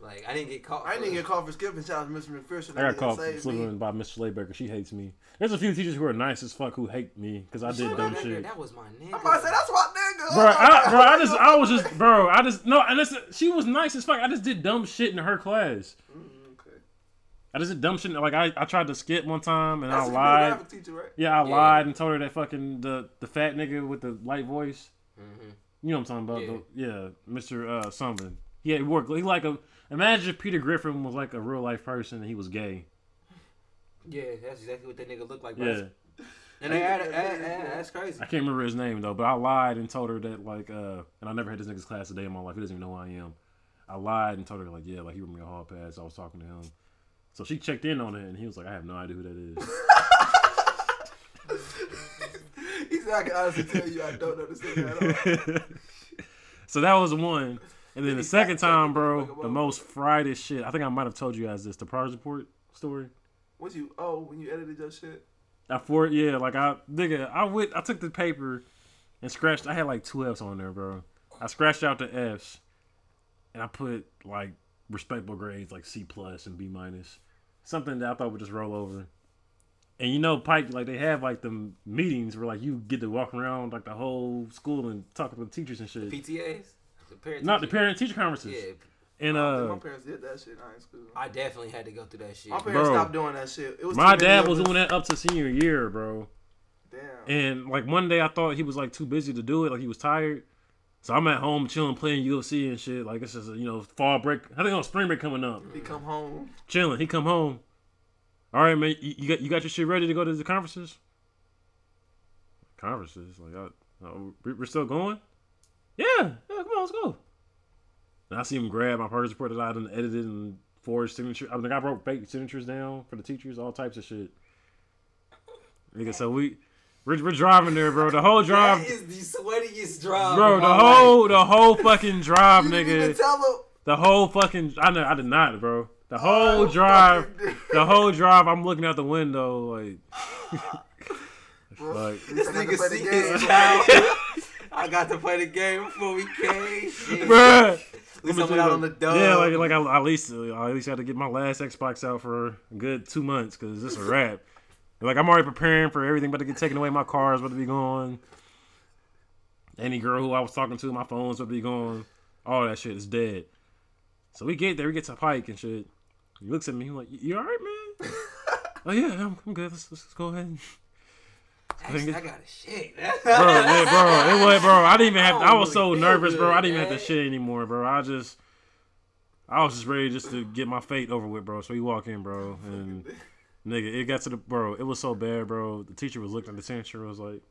S1: Like I didn't get caught.
S3: I
S1: for
S3: didn't
S1: it.
S3: get called for skipping. Shout out to Mr. McPherson.
S2: I got
S3: That nigga
S2: caught for
S3: saved me.
S2: sleeping by Miss Schlebaker. She hates me. There's a few teachers who are nice as fuck who hate me because I did
S1: Nigga,
S2: dumb shit.
S1: That was my nigga.
S3: I'm about to say that's my nigga.
S2: Bro, I, bro,
S3: [LAUGHS]
S2: I just, I was just, bro, I just, no, and listen, she was nice as fuck. I just did dumb shit in her class.
S3: Mm, okay.
S2: I just did dumb shit. Like I, I tried to skip one time and
S3: That's
S2: I
S3: a
S2: lied.
S3: graphic teacher, right?
S2: Yeah, I
S1: Yeah.
S2: lied and told her that fucking the the fat nigga with the light voice.
S1: Mhm.
S2: You know what I'm talking about? Yeah, yeah Mr. Uh, something. He had work. He like a. Imagine if Peter Griffin was like a real life person and he was gay.
S1: Yeah, that's exactly what that nigga looked like.
S2: Yeah,
S1: bro. And they had, had, had- that's crazy.
S2: I can't remember his name though, but I lied and told her that like, uh, and I never had this nigga's class a day in my life. He doesn't even know who I am. I lied and told her like, yeah, like he wrote me a hall pass. I was talking to him, So she checked in on it, and he was like, "I have no idea who that is."
S3: [LAUGHS] he said, "I can honestly tell you, I don't
S2: [LAUGHS]
S3: understand that at all."
S2: so that was one. And then the
S3: He's
S2: second
S3: not taking
S2: time,
S3: it
S2: bro,
S3: like a
S2: the
S3: motherfucker.
S2: most fried as shit. I think I might have told you guys this. The Prodigy Report story.
S3: What you? Oh, when you edited your shit.
S2: I for yeah, like I nigga, I went I took the paper and scratched I had like two F's on there, bro. I scratched out the F's and I put like respectable grades like C plus and B minus. Something that I thought would just roll over. And you know, Pike, like they have like the meetings where like you get to walk around like the whole school and talk with teachers and shit.
S1: PTAs, the parent.
S2: Not the
S1: teacher-
S2: parent teacher conferences.
S1: Yeah,
S2: And
S3: I think
S2: uh
S3: my parents did that shit in high school.
S1: I definitely had to go through that shit.
S3: My parents
S2: Bro.
S3: stopped doing that shit. It was
S2: my
S3: too many
S2: dad
S3: of
S2: was
S3: us.
S2: doing that up to senior year, bro.
S3: Damn.
S2: And like one day, I thought he was like too busy to do it, like he was tired. So I'm at home chilling, playing UFC and shit. Like it's just a, you know fall break. I think on spring break coming up,
S3: He come home.
S2: chilling. He come home. All right, man, you, you got you got your shit ready to go to the conferences. Conferences, like I, uh, we- we're still going. Yeah, yeah, come on, let's go. And I see him grab my purchase report that I done edited and forged signature. I think I broke fake signatures down for the teachers, all types of shit. Nigga, so we we're, we're driving there, bro. The whole drive,
S1: That is the sweatiest drive.
S2: bro.
S1: of
S2: The
S1: my
S2: whole the whole fucking drive,
S3: [LAUGHS] You didn't even
S2: nigga.
S3: tell him.
S2: The whole fucking I know I did not, bro. The whole
S3: Oh,
S2: drive,
S3: fucking dude.
S2: the whole drive. I'm looking out the window,
S1: [LAUGHS]
S2: like,
S3: Bro,
S2: like
S3: [LAUGHS]
S1: This
S3: I got to
S1: nigga
S3: play the
S1: see
S3: game.
S1: his
S3: [LAUGHS]
S1: child. I got to play the game before we came. Shit.
S2: bruh.
S1: We someone out on the dub.
S2: Yeah, like like I, I at least I at least had to get my last Xbox out for a good two months because this is a wrap. And, like I'm already preparing for everything about to get taken away. My car is about to be gone. Any girl who I was talking to, my phone's about to be gone. All that shit is dead. So we get there, we get to Pike and shit. He looks at me, he's like, "You- "You all right,
S1: [LAUGHS]
S2: man?" oh yeah, I'm, I'm good. Let's, let's go ahead.
S1: Actually, I got a shit. [LAUGHS]
S2: bro, man, bro, it was, bro. I didn't even have. I was so
S1: Holy
S2: nervous, bro. I didn't even
S1: shit,
S2: have to shit anymore, bro. I just, I was just ready just to get my fate over with, bro. So we walk in, bro, and nigga, it got to the bro. It was so bad, bro. The teacher was looking at the signature, was like,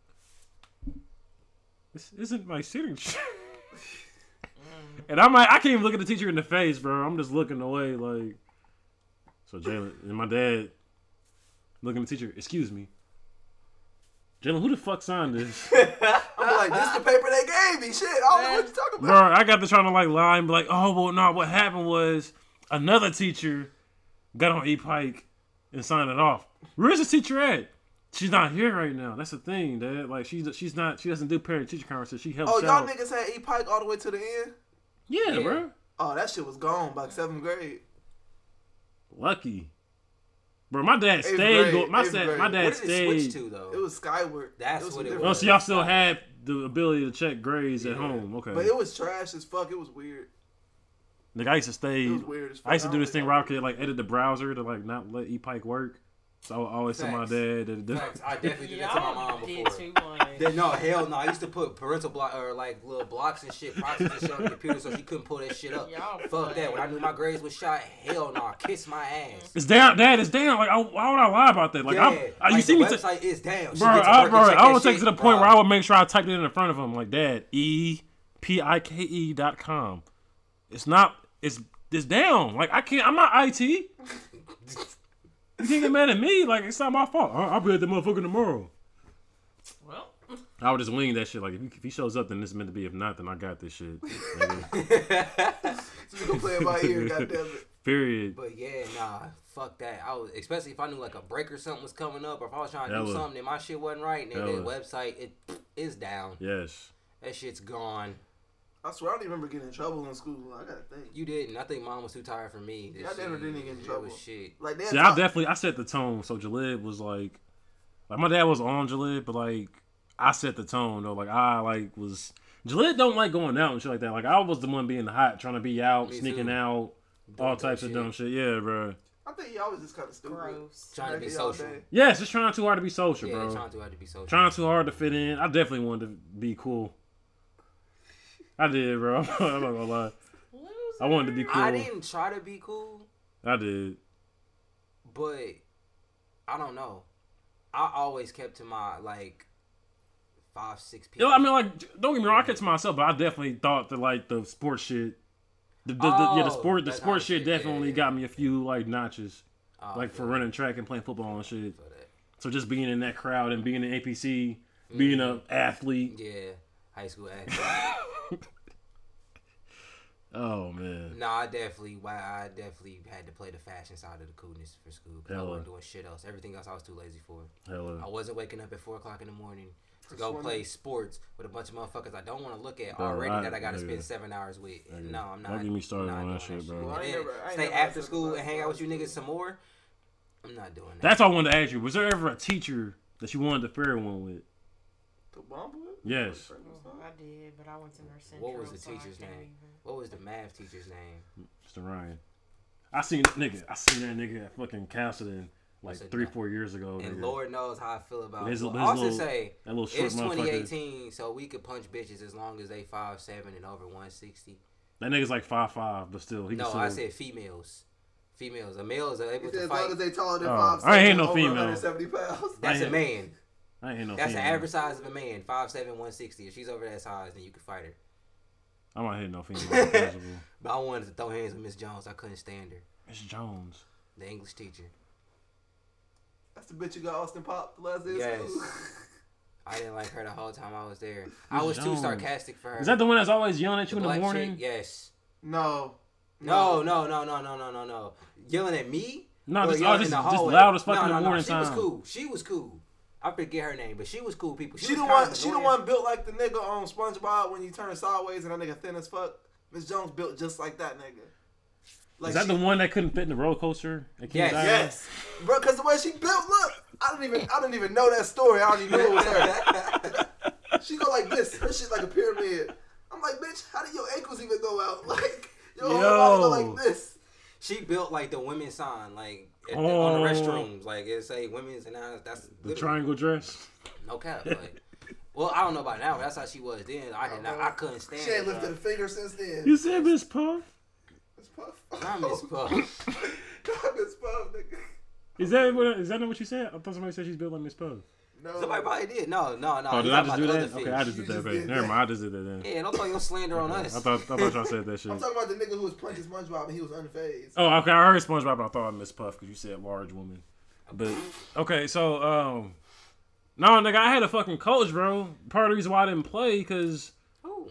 S2: "This isn't my signature." And I'm like, I can't even look at the teacher in the face, bro. I'm just looking away, like. So Jalen and my dad looking at the teacher. Excuse me, Jalen. Who the fuck signed this?
S3: I'm like, this the paper they gave me. Shit, I don't know what you talking about.
S2: Bro, I got to trying to like lie and be like, oh well, no. what happened was another teacher got on E Pike and signed it off. Where's the teacher at? She's not here right now. That's the thing, Dad. Like she's she's not she doesn't do parent teacher conferences. She helps
S3: Oh, y'all
S2: out.
S3: niggas had E Pike all the way to the end.
S2: yeah,
S1: Yeah.
S2: bro.
S3: Oh, that shit was gone by seventh grade.
S2: Lucky, bro. My dad
S3: Eighth
S2: stayed.
S3: grade,
S2: Go, my
S3: eighth
S2: dad,
S3: grade.
S2: my
S1: What
S2: dad
S1: did it switch
S2: stayed.
S1: to
S3: It
S1: though?
S3: was Skyward.
S1: That's
S3: was
S1: what it
S3: different.
S2: Oh, so y'all still had the ability to check grades
S1: Yeah.
S2: at home. Okay.
S3: But it was trash as fuck. It was weird.
S2: Nigga, I used to stay.
S3: It was weird as fuck.
S2: I used to do
S3: don't
S2: this thing
S3: think
S2: where I could like edit the browser to like not let ePike work. So I would always tell my
S1: Facts.
S2: dad that that-
S1: Facts, I definitely did that to my
S4: Y'all
S1: mom
S4: did
S1: before.
S4: too much.
S1: Then, no, hell no. I used to put parental block or like little blocks and shit, boxes and shit on the computer so she couldn't pull that shit up.
S4: Y'all
S1: Fuck that. When I knew my grades was shot, hell no. Kiss my ass.
S2: [LAUGHS] it's down, dad. It's down. Like, I, why would I lie about that? Like,
S1: yeah,
S2: I'm, I, you
S1: like,
S2: see
S1: the
S2: me, t-
S1: website is down. She
S2: bro.
S1: get to
S2: I,
S1: work and
S2: bro,
S1: check
S2: I
S1: that
S2: would take
S1: shit,
S2: to the point where I
S1: bro.
S2: would make sure I typed it in the front of him, like, dad, e p i k e dot com. It's not. It's it's down. Like, I can't. I'm not it. You can't get mad at me. Like, it's not my fault. I, I'll be at the motherfucker tomorrow.
S4: Well,
S2: I would just wing that shit. Like, if he, if he shows up, then this is meant to be. If not, then I got this shit. nigga.
S3: You can play it by ear, goddamn it.
S2: [LAUGHS]
S1: [LAUGHS]
S2: Period.
S1: But yeah, nah, fuck that. I was especially if I knew like a break or something was coming up, or if I was trying to do
S2: Hella.
S1: something and my shit wasn't right, and
S2: Hella.
S1: the website it is down.
S2: Yes.
S1: That shit's gone.
S3: I swear I don't even remember getting in trouble in school. I gotta think.
S1: You didn't. I think mom was too tired for me.
S3: Yeah, I never didn't get in
S1: It
S3: trouble.
S1: Was shit.
S3: Like they had
S2: See, I
S3: top-
S2: definitely I set the tone. So Jalib was like, like my dad was on Jalib, but like I set the tone though. Like I like was Jalib don't like going out and shit like that. Like I was the one being hot, trying to be out,
S1: Me
S2: sneaking
S1: too.
S2: out, all
S1: dumb
S2: types of
S1: shit.
S2: dumb shit. Yeah, bro.
S3: I think y'all was just kind of stupid.
S4: gross.
S1: Trying to
S3: Back
S1: be
S3: in y'all
S1: social.
S3: day.
S2: Yeah, it's just trying too hard to be social,
S1: Yeah,
S2: bro.
S1: trying to I had to be social.
S2: Trying too hard to fit in. I definitely wanted to be cool. I did, bro. [LAUGHS] I'm not gonna lie. I wanted to be cool.
S1: I
S2: I,
S1: didn't try to be cool,
S2: did.
S1: but I don't know. I always kept to my like five, six
S2: You
S1: people.
S2: know, I mean, like, don't get me wrong. I kept to myself, but I definitely thought that like the sports shit, the, the, the- yeah, the
S1: Oh,
S2: sport, the
S1: that kind
S2: sports shit
S1: of shit, yeah,
S2: definitely
S1: yeah.
S2: got me a few like notches.
S1: Oh,
S2: like for
S1: yeah.
S2: running track and playing football and shit.
S1: for that.
S2: So just being in that crowd and being an APC, being
S1: Mm.
S2: an
S1: [LAUGHS]
S2: athlete.
S1: Yeah, high school
S2: [LAUGHS]
S1: athlete.
S2: Oh man,
S1: no, I definitely, why I definitely had to play the fashion side of the coolness for school. 'cause I
S2: Hella.
S1: wasn't doing shit else. Everything else I was too lazy for. I
S2: hello.
S1: wasn't waking up at four o'clock in the morning to
S3: For
S1: go
S3: swimming.
S1: play sports with a bunch of motherfuckers I don't want to look at
S2: Bro,
S1: already
S2: I-
S1: that I got to
S2: nigga.
S1: spend seven hours with.
S2: Nigga,
S1: No, I'm not.
S2: don't get me started
S1: not
S2: on that
S1: doing
S2: shit, bro.
S3: Well, I ain't
S1: And
S3: never- I ain't
S1: stay
S3: never
S1: after
S3: had
S1: school
S3: to
S1: and hang out with you
S3: go to
S1: niggas
S3: school.
S1: some more. I'm not doing that.
S2: That's all I wanted to ask you. Was there ever a teacher that you wanted to pair one with?
S3: The Bumble?
S2: Yes.
S4: I did, but I went to Nurse Central.
S1: What was the
S4: so I
S1: teacher's
S4: can't
S1: name?
S4: even-
S1: What was the math teacher's name?
S2: Mr. Ryan. I seen nigga. I seen that nigga at fucking Castleton like
S1: What's it
S2: three,
S1: called?
S2: four years ago.
S1: And
S2: nigga.
S1: Lord knows how I feel about.
S2: His-
S1: Well,
S2: his
S1: also
S2: little-
S1: say
S2: that little short
S1: it's
S2: motherfucker.
S1: 2018, so we could punch bitches as long as they five seven and over 160.
S2: That nigga's like five five, but still he
S1: No,
S2: can still.
S1: I said females. Females. A male is able
S3: He
S1: to
S3: said as long
S1: fight.
S3: as they taller than
S2: Oh,
S3: five,
S2: I ain't
S3: seven,
S2: no
S3: over
S2: female.
S3: 170 pounds.
S1: That's a
S2: I ain't-
S1: man.
S2: I ain't no.
S1: That's
S2: female.
S1: the average size of a man, 5'7", 160. If she's over that size, then you can fight her.
S2: I'm not hitting no female. It's
S1: [LAUGHS]
S2: possible.
S1: But I wanted to throw hands with Miss Jones. I couldn't stand her,
S2: Miss Jones.
S1: the English teacher.
S3: That's the bitch you got Austin Pop the last day of
S1: Yes.
S3: school. [LAUGHS]
S1: I didn't like her the whole time I was there. I was too
S2: Jones.
S1: sarcastic for her.
S2: Is that the one that's always yelling at
S1: The
S2: you in the
S1: black chick?
S2: morning?
S1: Yes.
S3: No.
S1: No, no, no, no, no, no, no, no. Yelling at me?
S2: No,
S1: Or
S2: just- oh,
S1: yelling
S2: this
S1: in the
S2: is just
S1: hallway?
S2: loud as fuck
S1: no,
S2: in the
S1: no, no,
S2: morning
S1: She was
S2: time.
S1: cool. She was cool. I forget her name, but she was cool. People. She,
S3: She
S1: was
S3: the one.
S1: kind
S3: She the
S1: annoying.
S3: one built like the nigga on SpongeBob when you turn sideways and that nigga thin as fuck. Miss Jones built just like that nigga. Like
S2: Is that
S3: she-
S2: the one that couldn't fit in the roller coaster? At
S1: Yes.
S2: King's Island?
S3: Yes, bro. Because the way she built, look. I don't even. I don't even know that story. I already knew it
S2: [LAUGHS]
S3: was her. [LAUGHS] she go like this. Her shit like a pyramid. I'm like, bitch. How do your ankles even go out? [LAUGHS] Like your whole body
S2: Yo.
S3: go like this.
S1: [LAUGHS] She built like the women's sign, like at the, on the
S2: Oh.
S1: restrooms, like it say women's, and now that's
S2: The
S1: literally-
S2: triangle dress.
S1: No cap. Like, well, I don't know about now. But that's how she was then. I did not. I couldn't stand.
S3: She ain't
S1: her,
S3: lifted a
S1: bro.
S3: finger since then.
S2: You said Miss Puff.
S3: Miss Puff.
S1: I
S3: [LAUGHS]
S1: miss Puff.
S3: Not Miss Puff, nigga.
S2: Is that what? Is that not what you said? I thought somebody said she's built like Miss Puff.
S3: No.
S1: Somebody probably did. No, no, no.
S2: Oh,
S1: You
S2: did I
S1: Oh, talking
S2: just
S1: about
S2: do
S1: the
S2: that?
S1: other
S2: Okay, I
S1: fish.
S2: just did
S3: You
S2: that.
S3: just
S2: babe.
S3: did
S2: Never
S3: that.
S2: mind, I just did that then.
S1: Yeah, don't throw your slander on
S2: I
S1: us.
S2: thought I thought y'all said
S1: [LAUGHS]
S2: that shit.
S3: I'm talking about the nigga who was punching SpongeBob and he was unfazed.
S2: Oh, okay. I heard SpongeBob, but I thought I missed Puff because you said large woman. But okay, so um, no, nigga, I had a fucking coach, bro. Part of the reason why I didn't play because
S1: Ooh.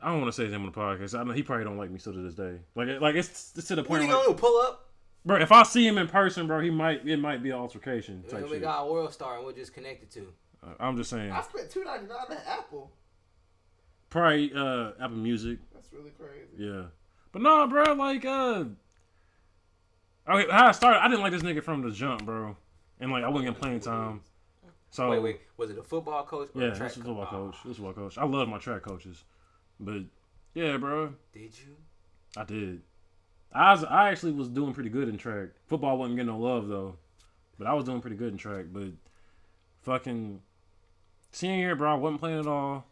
S2: I don't want to say his name on the podcast. I know he probably don't like me still to this day. Like, it- like it's, it's to the
S1: What are
S2: point.
S1: you
S2: where,
S1: gonna
S2: like,
S1: do? Pull up?
S2: bro, if I see him in person, bro, he might it might be an altercation
S1: And
S2: type
S1: we
S2: shit.
S1: got a world star, and we're just connected to.
S2: Uh, I'm just saying,
S3: I spent two ninety nine on Apple.
S2: probably uh Apple Music,
S3: That's really crazy.
S2: yeah. But no, bro, like uh, okay, how I started, I didn't like this nigga from the jump, bro, and like I wasn't getting playing time. So
S1: Wait, wait. Was it a football coach or
S2: Oh. Yeah,
S1: a
S2: this
S1: track
S2: is football
S1: Oh,
S2: coach. This is football coach. I love my track coaches, but yeah, bro,
S1: Oh, Did you?
S2: I did. I was, I actually was doing pretty good in track. Football wasn't getting no love though, but I was doing pretty good in track. But fucking senior year, bro, I wasn't playing at all.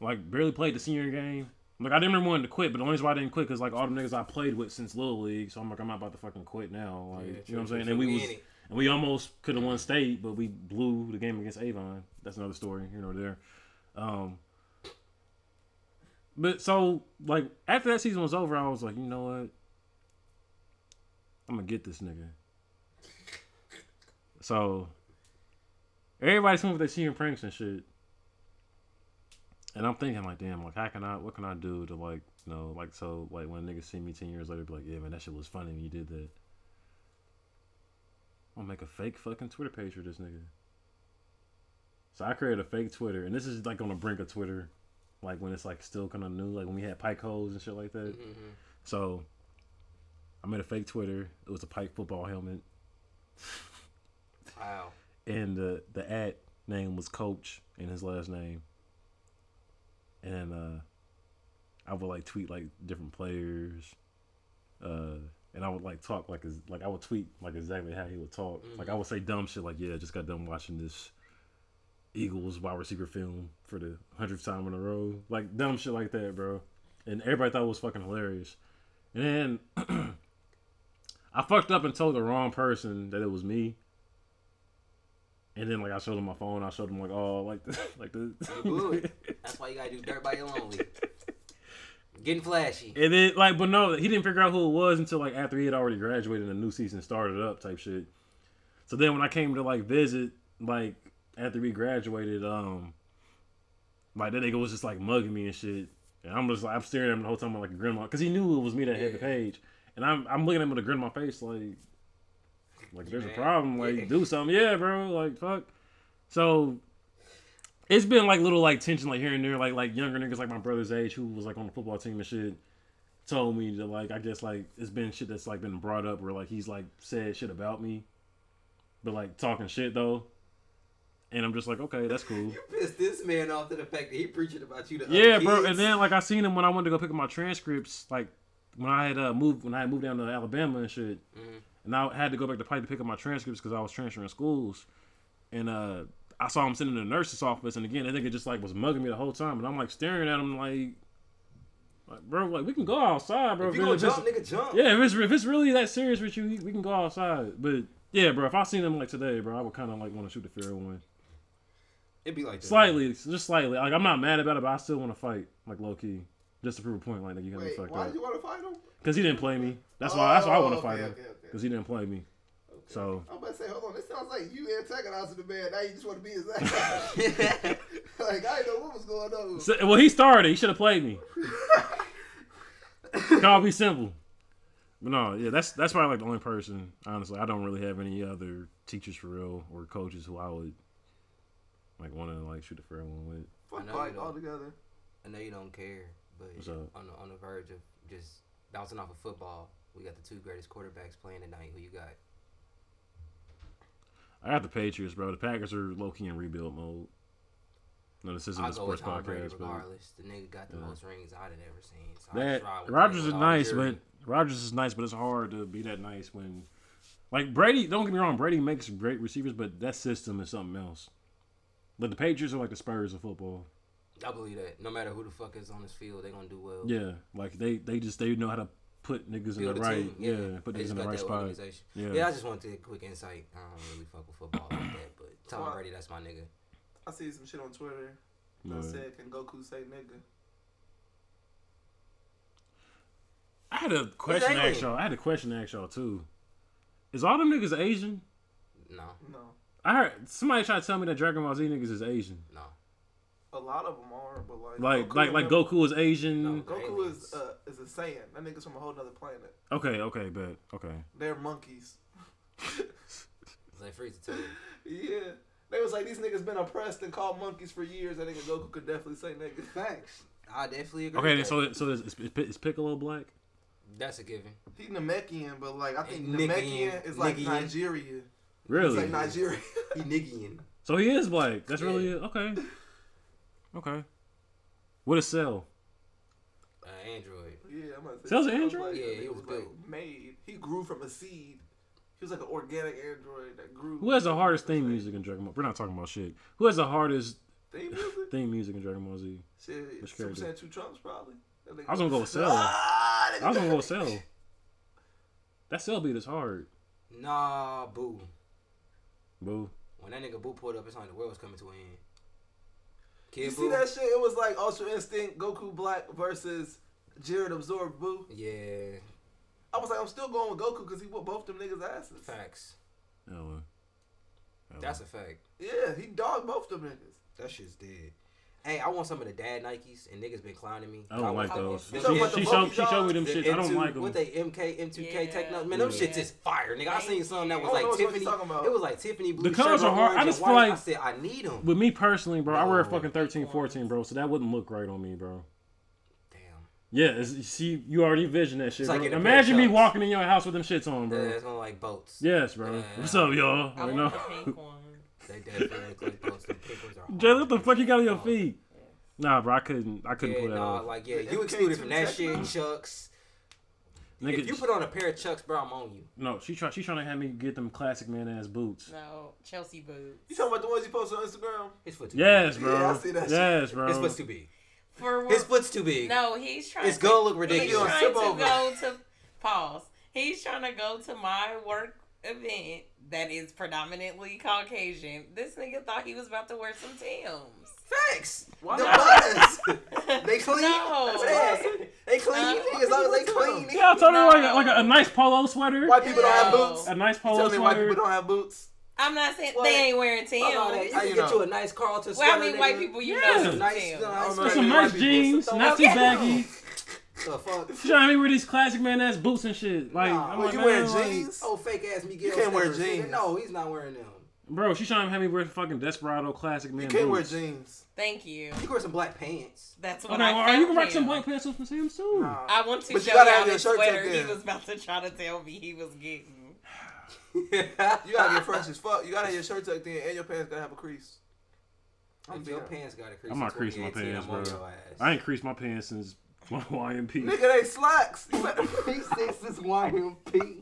S2: Like barely played the senior game. Like I didn't remember wanting to quit, but the only reason why I didn't quit because like all the niggas I played with since little league, so I'm like I'm not about to fucking quit now. Like
S1: Yeah,
S2: Oh, you know what I'm
S1: true,
S2: saying?
S1: true,
S2: And we
S1: true.
S2: was
S1: in it.
S2: and we almost could have won state, but we blew the game against Avon. That's another story, here nor there. Um, but so, like, after that season was over, I was like, you know what? I'm going to get this nigga. So, everybody's coming with their senior pranks and shit. And I'm thinking, like, damn, like, how can I, what can I do to, like, you know, like, so, like, when niggas see me 10 years later, be like, yeah, man, that shit was funny when you did that. I'm gonna make a fake fucking Twitter page for this nigga. So I created a fake Twitter, and this is like on the brink of Twitter, like when it's like still kind of new, like when we had pike holes and shit like that.
S1: Mhm.
S2: So I made a fake Twitter. It was a pike football helmet,
S1: Wow.
S2: and the the at name was Coach and his last name. And uh, I would like tweet like different players, uh, and I would like talk like as, like I would tweet like exactly how he would talk. Like I would say dumb shit like, "Yeah, just got done watching this Eagles wide receiver film for the hundredth time in a row." Like dumb shit like that, bro. And everybody thought it was fucking hilarious. And then [CLEARS THROAT] I fucked up and told the wrong person that it was me. And then like I showed him my phone. I showed him [LAUGHS] like, oh, like this, like this. [LAUGHS]
S1: You blew it. That's why you gotta do dirt by your lonely. Getting flashy.
S2: And then like, but no, he didn't figure out who it was until like after he had already graduated and the new season started up type shit. So then when I came to like visit, like after we graduated, um, like that nigga was just like mugging me and shit, and I'm just like I'm staring at him the whole time I'm like a grin on because he knew it was me that had the page, and I'm I'm looking at him with a grin on my face like, like there's a
S1: Man.
S2: problem, like
S1: Yeah.
S2: do something, yeah, bro, like fuck. So it's been like little like tension like here and there, like like younger niggas like my brother's age who was like on the football team and shit told me that like I guess like it's been shit that's like been brought up where like he's like said shit about me, but like talking shit though, and I'm just like okay that's cool.
S1: You pissed this man off to the fact that he preaching about you to
S2: yeah,
S1: other
S2: bro.
S1: kids.
S2: And then like I seen him when I went to go pick up my transcripts, like when I had uh, moved when I had moved down to Alabama and shit,
S1: Mhm.
S2: and I had to go back to Pike to pick up my transcripts because I was transferring schools, and uh. I saw him sitting in the nurse's office, and again, that nigga just like was mugging me the whole time, and I'm like staring at him, like, like bro, like we can go outside, bro.
S1: if you
S2: really,
S1: gonna
S2: just-
S1: jump, nigga, jump.
S2: yeah, if it's if it's really that serious with you, we can go outside. But yeah, bro, if I seen him like today, bro, I would kind of like want to shoot the fair one
S1: It'd be like that.
S2: slightly, just slightly. Like I'm not mad about it, but I still want to fight, like low key, just to prove a point. Like that you got me
S3: Wait,
S2: fucked
S3: why
S2: up
S3: do you want to fight him?
S2: because he didn't play me. That's why. That's why I want to
S3: Oh,
S2: fight
S3: okay,
S2: him
S3: okay, okay.
S2: because he didn't play me. So
S3: I'm about to say, hold on. This sounds like you antagonizing the man. Now you just want to be his
S2: [LAUGHS]
S3: [LAUGHS] ass. like I didn't know what was going on.
S2: So- well, he started. He should have played
S3: [LAUGHS]
S2: me. Call be simple. But no, yeah, that's that's probably like the only person. Honestly, I don't really have any other teachers for real or coaches who I would like want to like shoot a fair one with.
S1: I
S3: Fuck
S1: know you
S3: fight
S1: don't.
S3: altogether.
S1: I know you don't care, but
S2: What's up?
S1: on the on the verge of just bouncing off of football, we got the two greatest quarterbacks playing tonight. Who you got?
S2: I got the Patriots, bro. The Packers are low key in rebuild mode. No, this isn't
S1: I'll
S2: a
S1: go with
S2: sports
S1: Tom Brady
S2: podcast, but
S1: regardless. The nigga got the
S2: Yeah.
S1: most rings I'd have ever seen. So I
S2: that
S1: just ride with the
S2: Rodgers
S1: nigga
S2: is
S1: all
S2: nice,
S1: jury.
S2: but Rodgers is nice, but it's hard to be that nice when like Brady. Don't get me wrong, Brady makes great receivers, but that system is something else. But the Patriots are like the Spurs of football.
S1: I believe that no matter who the fuck is on this field, they gonna do well.
S2: Yeah, like they they just they know how to put niggas in
S1: Build
S2: the
S1: a
S2: right
S1: team,
S2: yeah, put
S1: They
S2: niggas
S1: just
S2: in the
S1: got
S2: right
S1: that
S2: spot.
S1: organization.
S2: Yeah.
S1: Yeah. I just wanted a quick insight. I don't really fuck with football like that, but Tom
S3: Why?
S1: Brady, that's my nigga.
S3: I see some shit on Twitter that
S2: But
S3: said, "Can Goku say nigga?"
S2: I had a question to ask
S1: Asian.
S2: y'all. I had a question to ask y'all too. Is all them niggas Asian?
S1: No,
S3: No,
S2: I heard somebody try to tell me that Dragon Ball Z niggas is Asian.
S1: no.
S3: a lot of them are, but like
S2: Like like like
S3: remember-
S2: Goku is Asian.
S1: No.
S3: Goku is uh, is a Saiyan. That nigga's from a whole nother planet.
S2: Okay, okay, bet. Okay.
S3: They're monkeys. [LAUGHS]
S1: It's like Freeze too.
S3: Yeah. They was like these niggas been oppressed and called monkeys for years. That nigga Goku could definitely say nigga.
S1: Facts. I definitely agree.
S2: Okay,
S1: with
S2: so
S1: that.
S2: so is, is, is Piccolo black?
S1: that's a given.
S3: He Namekian, but like I think
S1: Niggian.
S3: Namekian is like
S1: Niggian.
S3: Nigeria. It's
S2: Really?
S1: [LAUGHS]
S3: like Nigeria.
S1: He niggian.
S2: So he is black. That's really
S1: Yeah.
S2: it. Okay. Okay. What is Cell?
S1: Uh, Android.
S3: yeah, I'm gonna say.
S2: So that was an
S3: I
S2: android?
S3: Like,
S1: Yeah,
S3: that
S1: he
S3: nigga
S1: was
S3: like
S1: built.
S3: made. He grew from a seed. He was like an organic android that grew.
S2: Who has the hardest theme music in Dragon Ball? We're not talking about shit. Who has the hardest [LAUGHS]
S3: Theme music?
S2: theme music in Dragon Ball Z?
S3: Shit,
S2: Which
S3: Super
S2: character?
S3: Saiyan two trumps probably. That nigga-
S2: I was gonna go
S3: [LAUGHS]
S2: with Cell. I
S3: Ah, that nigga-
S2: was gonna go with Cell. That Cell beat is hard.
S1: Nah, boo.
S2: Boo.
S1: When that nigga boo pulled up, it's like the world was coming to an end. Kid
S3: You
S1: boo.
S3: see that shit? It was like Ultra Instinct Goku Black versus Jared Absorb Boo.
S1: Yeah,
S3: I was like, I'm still going with Goku because he whooped both them niggas' asses.
S1: facts.
S2: Ella. Ella.
S1: That's a fact.
S3: Yeah, he dogged both them niggas.
S1: That shit's dead. Hey, I want some of the dad Nikes, and niggas been clowning me.
S2: I don't like
S1: want-
S2: those. She,
S3: You talking about
S2: she
S3: the
S2: showed,
S3: Pokemon?
S2: she showed me them
S1: The
S2: shits. I don't
S1: M2
S2: like them.
S1: What they MK MK2K
S4: Yeah.
S1: techno? Man, them
S2: Yeah.
S1: shits is fire, nigga. I seen some that was
S3: I
S1: like
S3: don't know what
S1: Tiffany.
S3: you're talking about.
S1: It was like Tiffany blue.
S2: The colors
S1: shirt,
S2: are hard. I
S1: orange,
S2: just
S1: and
S2: feel
S1: white.
S2: like-
S1: I said I need them.
S2: With me personally, bro, I wear a
S1: No.
S2: fucking 13, 14, bro, so that wouldn't look right on me, bro.
S1: Damn,
S2: Yeah, it's, you see, you already vision that shit.
S1: It's like
S2: bro.
S1: getting a pair of
S2: Imagine me
S1: shorts.
S2: walking in your house with them shits on, bro.
S1: yeah, it's gonna like boats.
S2: Yes, bro.
S1: Yeah.
S2: What's up, y'all?
S4: I
S2: Like,
S4: want
S2: no.
S4: the pink one.
S1: They definitely look like boats. The pink ones are. hard.
S2: [LAUGHS] Jay, what the fuck you got on your
S1: Oh.
S2: feet? Nah, bro, I couldn't. I couldn't
S1: Yeah,
S2: pull that
S1: nah,
S2: off.
S1: like yeah,
S3: The
S1: you
S3: MK2
S1: excluded from that shit,
S3: techno?
S1: Chucks.
S2: Nigga,
S1: If you put on a pair of Chucks, bro, I'm on you.
S2: no, she try. She trying to have me get them classic man ass boots.
S4: No, Chelsea boots.
S3: You talking about the ones you posted on Instagram?
S1: His foot too
S2: Yes,
S1: big.
S2: bro.
S3: Yeah, I see that
S2: yes, bro.
S1: His foot's too big.
S4: For
S1: His
S4: what?
S1: foot's too big.
S4: No, he's trying.
S1: It's
S4: to,
S1: gonna look
S4: He's
S1: ridiculous.
S3: Nigga,
S4: trying to
S3: tip over.
S4: go to pause. He's trying to go to my work event that is predominantly Caucasian, this nigga thought he was about to wear some Tim's.
S1: Facts. Why
S3: The
S1: not?
S3: bus.
S1: [LAUGHS]
S4: [LAUGHS]
S3: they clean.
S4: No.
S3: That's what I'm saying. They clean
S4: No.
S3: nigga, as long as they clean.
S2: Yeah, I'm
S3: nigga.
S2: talking like a,
S4: No.
S2: like a, a nice polo sweater.
S3: White people don't have
S4: No.
S3: boots.
S2: A nice polo
S3: Tell me why
S2: sweater.
S3: people don't have boots.
S4: I'm not saying
S1: What?
S4: they ain't wearing Tim's.
S1: Fuck all that. You
S3: How
S1: can
S3: you
S1: get
S3: know?
S1: you a nice Carlton sweater.
S4: Well, I mean,
S1: nigga.
S4: white people, you
S2: Yeah.
S4: know some
S1: Nice,
S4: Tim's.
S1: nice,
S3: With
S2: With some
S3: Yeah,
S2: nice
S3: white people,
S2: jeans,
S3: it's
S1: the
S2: not too
S4: white
S2: baggy.
S1: The fuck?
S2: You know what I mean? Wear these classic man ass boots and shit. Like,
S1: Nah,
S2: I'm
S1: well,
S2: like,
S3: Like you
S2: man,
S3: wearing
S2: like-
S3: jeans?
S1: Oh, fake ass Miguel.
S3: You can't wear
S1: Stebbins, nigga.
S3: jeans.
S1: No, he's not wearing them.
S2: bro, she's trying to have me wear fucking Desperado classic man
S3: You can't wear
S2: boots.
S3: jeans.
S4: Thank you.
S1: You can wear some black pants.
S3: [LAUGHS]
S4: That's what
S2: Okay,
S4: I
S2: well,
S4: found
S2: Oh, are you can rock
S4: him.
S2: some black pants with some Sam's too?
S3: Nah.
S4: I want to
S3: But you
S4: show
S3: gotta
S4: y'all
S3: have your
S4: this
S3: shirt tucked
S4: sweater he
S3: in.
S4: was about to try to tell me he was getting.
S3: You gotta get fresh as fuck. You gotta have your shirt tucked in, and your pants gotta have a crease. I'm
S1: If your
S3: being-
S1: pants got a crease.
S2: I'm not
S1: in
S2: creasing my
S1: 2018,
S2: pants,
S1: I'm on
S2: bro.
S1: your ass.
S2: I increased my pants since [LAUGHS] my YMP.
S3: [LAUGHS] Nigga, they slacks. You better-
S1: He
S3: [LAUGHS]
S1: says this YMP.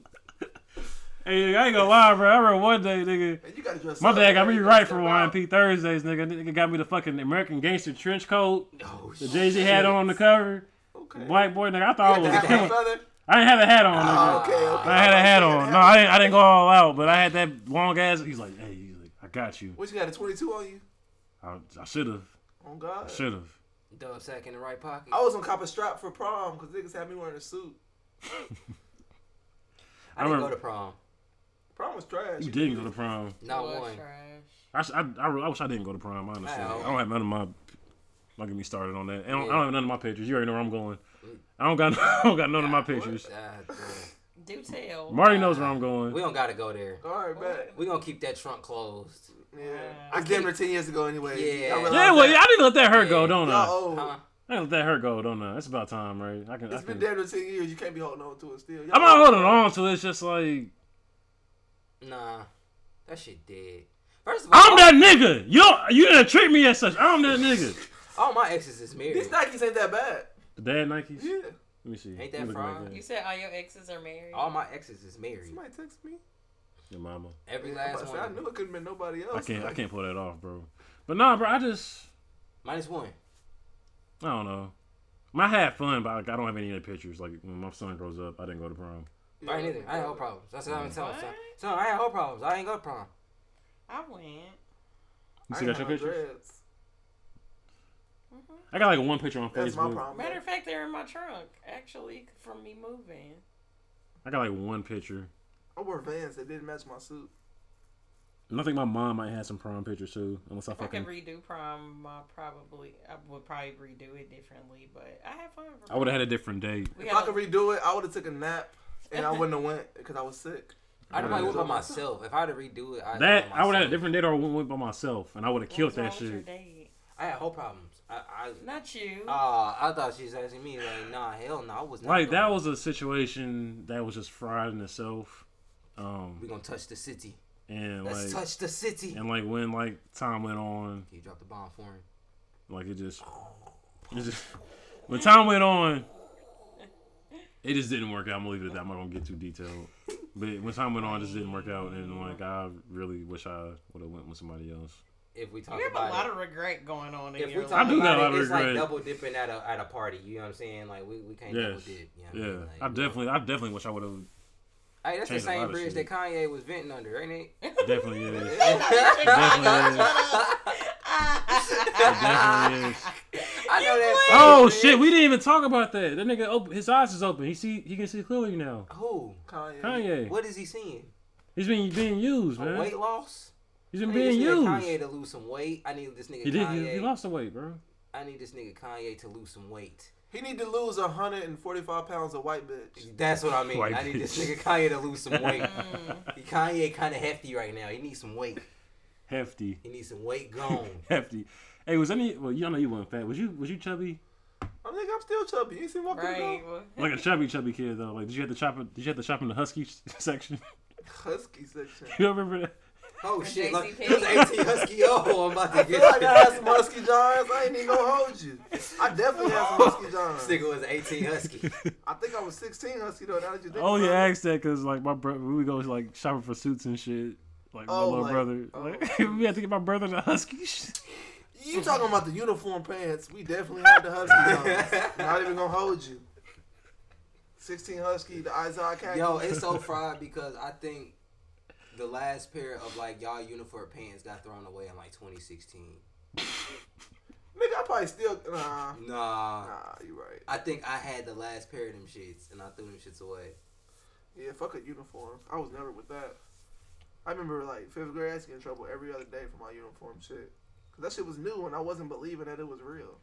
S2: Hey, I ain't gonna lie, bro. I remember one day, nigga.
S3: And you gotta dress
S2: My
S3: up.
S2: dad got me
S3: You gotta
S2: right
S3: step
S2: for
S3: out.
S2: YMP Thursdays, nigga. Nigga got me the fucking American Gangster trench coat.
S1: Oh,
S2: The Jay Z had on the cover.
S3: Okay.
S2: Black boy, nigga. I
S3: You
S2: thought I
S3: had the
S2: was
S3: hat
S2: killing.
S3: feather?
S2: I didn't have a hat on,
S3: Oh,
S2: nigga.
S3: okay, okay.
S2: I had a hat
S3: You
S2: on. No, I didn't, I didn't go all out, but I had that long ass. He's like, hey, he's like, I got you.
S3: What you got? A 22 on you?
S2: I, I should have.
S3: Oh
S2: I
S3: God.
S2: should have.
S1: Dub sack in the right pocket.
S3: I was on cop a strap for prom because niggas had me wearing a suit.
S1: I didn't go
S2: remember-
S1: to prom.
S3: Prom was trash.
S2: You didn't go to prom.
S1: Not
S4: Was
S1: one.
S4: trash.
S2: I, sh- I, I, re- I wish I didn't go to prime, honestly.
S1: Wow.
S2: I don't have none of my. Don't get me started on that. I don't, I
S1: Yeah. Mm.
S2: don't have none of my pictures. You already know where I'm going. I don't got [LAUGHS] I don't got none of my pictures.
S1: Ah, damn.
S4: Do tell.
S2: Marty knows where I'm going.
S1: we don't gotta go there.
S3: All right, bet.
S1: We gonna keep that trunk closed.
S3: Yeah.
S4: I
S3: I damn near 10 years ago anyway.
S1: Yeah.
S3: Y'all realize
S2: Yeah, well,
S3: that?
S2: yeah, I need to let that hurt go,
S1: Yeah.
S2: don't
S3: Y'all
S2: I?
S3: old.
S1: Huh?
S2: I need to let that hurt go, don't I? It's about time, right? I can. I
S3: It's been
S2: can
S3: damn near 10 years. You can't be holding on to it still. Y'all
S2: I'm not
S3: old.
S2: holding on to it. It's just like
S1: Nah, that shit dead. First of all,
S2: I'm that nigga. You don't- you didn't treat me as such. I'm that nigga.
S1: all my exes is married.
S3: These Nikes ain't that bad.
S2: The dad Nikes.
S3: Yeah.
S2: Let me see.
S1: Ain't
S2: Let me
S1: that
S2: look at
S1: fraud?
S2: that.
S4: You said all your exes are married.
S1: All my exes is married.
S3: Somebody text me.
S1: [LAUGHS]
S2: Your mama.
S1: Every
S3: Yeah, I'm about
S1: last
S3: to say, I
S1: one.
S3: knew it couldn't been nobody else.
S2: I can't. I can't pull that off, bro. But nah, bro. I just.
S1: Minus one.
S2: I don't know. I, mean, I had fun, but like, I don't have any other pictures. Like when my son grows up, I didn't go to prom.
S3: Yeah,
S1: I ain't either. I had whole problems. That's what I'm
S2: Mm.
S1: telling. Son.
S4: What?
S1: son, I had whole problems. I ain't go to prom.
S4: I went.
S2: You
S3: I
S2: still got your
S3: ain't have
S2: pictures?
S3: dreads.
S2: I got like one picture on
S3: That's my
S2: Facebook.
S3: problem.
S4: Matter of fact, they're in my trunk actually from me moving.
S2: I got like one picture.
S3: I wore Vans that didn't match my suit.
S2: And I think my mom might have some prom pictures too, unless I
S4: If I could
S2: fucking.
S4: redo prom, I probably I would probably redo it differently. But I had fun. for
S2: I would have had a different date.
S4: prom. We
S3: If
S4: had
S3: I could redo it, I would have took a nap and I wouldn't have went because I was sick.
S1: I
S2: Yeah.
S1: probably went by myself. If I had to redo it, I
S2: Mm. That I would have had a different date or I went by myself, and I would have
S4: what
S2: killed
S4: was wrong
S2: that
S4: with your
S2: shit.
S4: date?
S1: I had whole problems. I,
S4: Not you.
S1: I, uh, I thought she was asking me like, nah, hell no, I was not.
S2: Like that
S1: gonna-
S2: was a situation that was just fried in itself.
S1: We
S2: Um,
S1: gonna touch the city.
S2: and
S1: Let's
S2: like,
S1: touch the city.
S2: and like when like time went on,
S1: He dropped the bomb for him.
S2: Like it just, it just when time went on, it just didn't work out. I'm gonna leave it at that. I'm not gonna get too detailed. But when time went on, it just didn't work out, and like I really wish I would have went with somebody else.
S1: If we talk
S4: you have
S1: about
S4: a lot
S1: it,
S4: of regret going on in
S1: if we
S4: your
S1: talk
S2: I
S4: life.
S2: do got a lot
S1: about
S2: of
S1: it, it's like
S2: regret.
S1: double dipping at a at a party. You know what I'm saying? Like we, we can't double
S2: Yes.
S1: dip. You know what I
S2: Yeah,
S1: mean? Like,
S2: I
S1: we-
S2: definitely, I definitely wish I would have.
S1: Hey, that's the
S2: changed a lot
S1: same
S2: of
S1: bridge
S2: shit.
S1: that Kanye was venting under, ain't [LAUGHS] it?
S2: Definitely
S1: [LAUGHS]
S2: is. Definitely
S1: I
S2: is. Definitely is.
S1: know that.
S2: Oh shit, we didn't even talk about that. That nigga, open, his eyes is open. He see, he can see clearly now.
S1: Who?
S3: Kanye.
S2: Kanye,
S1: What is he seeing?
S2: he's been being used,
S1: Oh,
S2: man.
S1: weight loss.
S2: He's
S1: I
S2: been
S1: need
S2: being
S1: this nigga
S2: used.
S1: Kanye to lose some weight. I need this nigga
S2: He did. He,
S1: Kanye.
S2: he lost the weight, bro.
S1: I need this nigga Kanye to lose some weight.
S3: He need to lose 145 pounds of white bitch.
S1: That's what I mean.
S2: White
S1: I need this
S2: bitch.
S1: nigga Kanye to lose
S2: [LAUGHS]
S1: some weight. He- Kanye kind of hefty right now. He needs some weight.
S2: Hefty.
S1: He needs some weight gone.
S2: [LAUGHS] hefty. Hey, was any? Well, y'all know you weren't fat. Was you? Was you chubby?
S3: I think I'm still chubby. You ain't seen my
S4: right.
S3: right.
S4: well,
S2: Like a chubby, chubby kid though. Like, did you have to chop? Did you have to shop in the husky s- [LAUGHS] section?
S3: husky section.
S2: you remember that?
S1: Oh shit! Look,
S4: JCPenney.
S1: there's 18 husky. Oh, I'm about [LAUGHS] to
S3: I
S1: get
S3: feel like
S1: shit.
S3: I had
S1: [LAUGHS]
S3: some husky johns. I ain't even gonna hold you. [LAUGHS] I definitely had some husky
S1: This
S3: johns.
S1: nigga was 18
S2: [LAUGHS]
S1: husky.
S3: I think I was 16 husky though. Now that you think
S2: Oh, I only
S3: about it.
S2: asked that because like my brother, we would go like shopping for suits and shit. Like my
S3: Oh,
S2: little
S3: like-
S2: brother,
S3: oh.
S2: like [LAUGHS] we had to get my brother the husky. shit.
S3: You talking about the uniform pants? We definitely had the
S1: [LAUGHS]
S3: husky johns. Not even gonna hold you. 16 husky, the Isaiah
S1: [LAUGHS]
S3: khaki.
S1: Yo, it's so fried because I think the last pair of like y'all uniform pants got thrown away in like 2016.
S3: Nigga, I probably still nah.
S1: Nah,
S3: Nah, you right.
S1: I think I had the last pair of them shits, and I threw them shits away.
S3: Yeah, fuck a uniform. I was never with that. I remember like fifth grade, I used to get in trouble every other day for my uniform shit. Cause that shit was new and I wasn't believing that it was real.